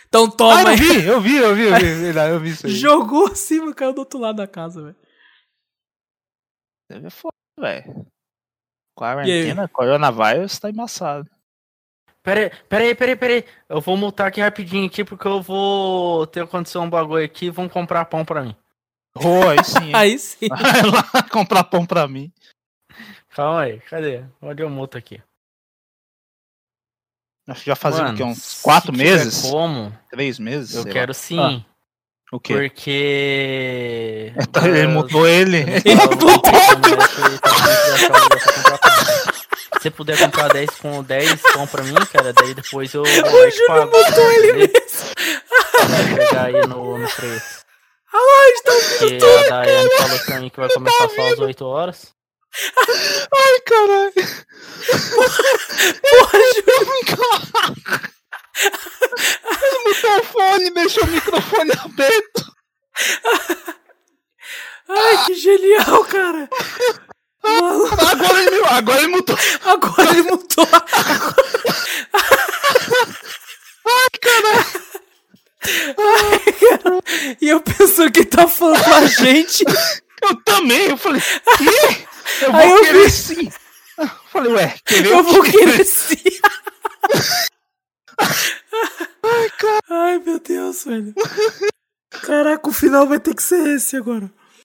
Speaker 1: Então
Speaker 3: Ah,
Speaker 1: toma,
Speaker 3: eu
Speaker 1: aí.
Speaker 3: vi, eu vi, eu vi, eu vi, verdade, eu vi isso aí.
Speaker 1: jogou assim, mano, caiu do outro lado da casa, velho.
Speaker 3: É foda, velho. Quarentena, coronavírus tá embaçado.
Speaker 2: Peraí, peraí, peraí, peraí. Eu vou multar aqui rapidinho aqui, porque eu vou ter acontecido um bagulho aqui e vão comprar pão pra mim.
Speaker 3: Pô, aí sim. hein?
Speaker 1: Aí sim.
Speaker 3: Vai lá comprar pão pra mim.
Speaker 2: Calma aí, cadê? Onde eu multo aqui?
Speaker 3: Acho que já fazia o
Speaker 2: Mano,
Speaker 3: quê? Uns quatro
Speaker 2: se tiver
Speaker 3: meses?
Speaker 2: Como?
Speaker 3: Três meses?
Speaker 2: Eu
Speaker 3: sei lá.
Speaker 2: quero sim.
Speaker 3: Ah, O quê?
Speaker 2: Porque.
Speaker 3: Então, ele mutou ele.
Speaker 2: Ele Se puder comprar 10 com 10 pão pra mim, cara, daí depois eu. O Júnior botou ele mesmo. Vai pegar aí no, no preço.
Speaker 1: Ah, É
Speaker 2: Porque a Daiane falou pra mim que vai começar só às 8 horas.
Speaker 3: Ai, caralho. Porra, Ele mutou o fone, deixou o microfone aberto.
Speaker 1: Ai, que genial, cara. Mano,
Speaker 3: Agora ele, agora ele mutou.
Speaker 1: agora ele mudou.
Speaker 3: Caralho.
Speaker 1: E eu pensando que ele tá falando com a gente.
Speaker 3: Eu também. Eu falei, "Ih, eu vou
Speaker 1: Aí eu
Speaker 3: querer
Speaker 1: vi.
Speaker 3: sim. Eu falei, ué, querer
Speaker 1: Eu
Speaker 3: o
Speaker 1: vou
Speaker 3: quê?"
Speaker 1: querer sim. Ai, meu Deus, velho. Caraca, o final vai ter que ser esse agora.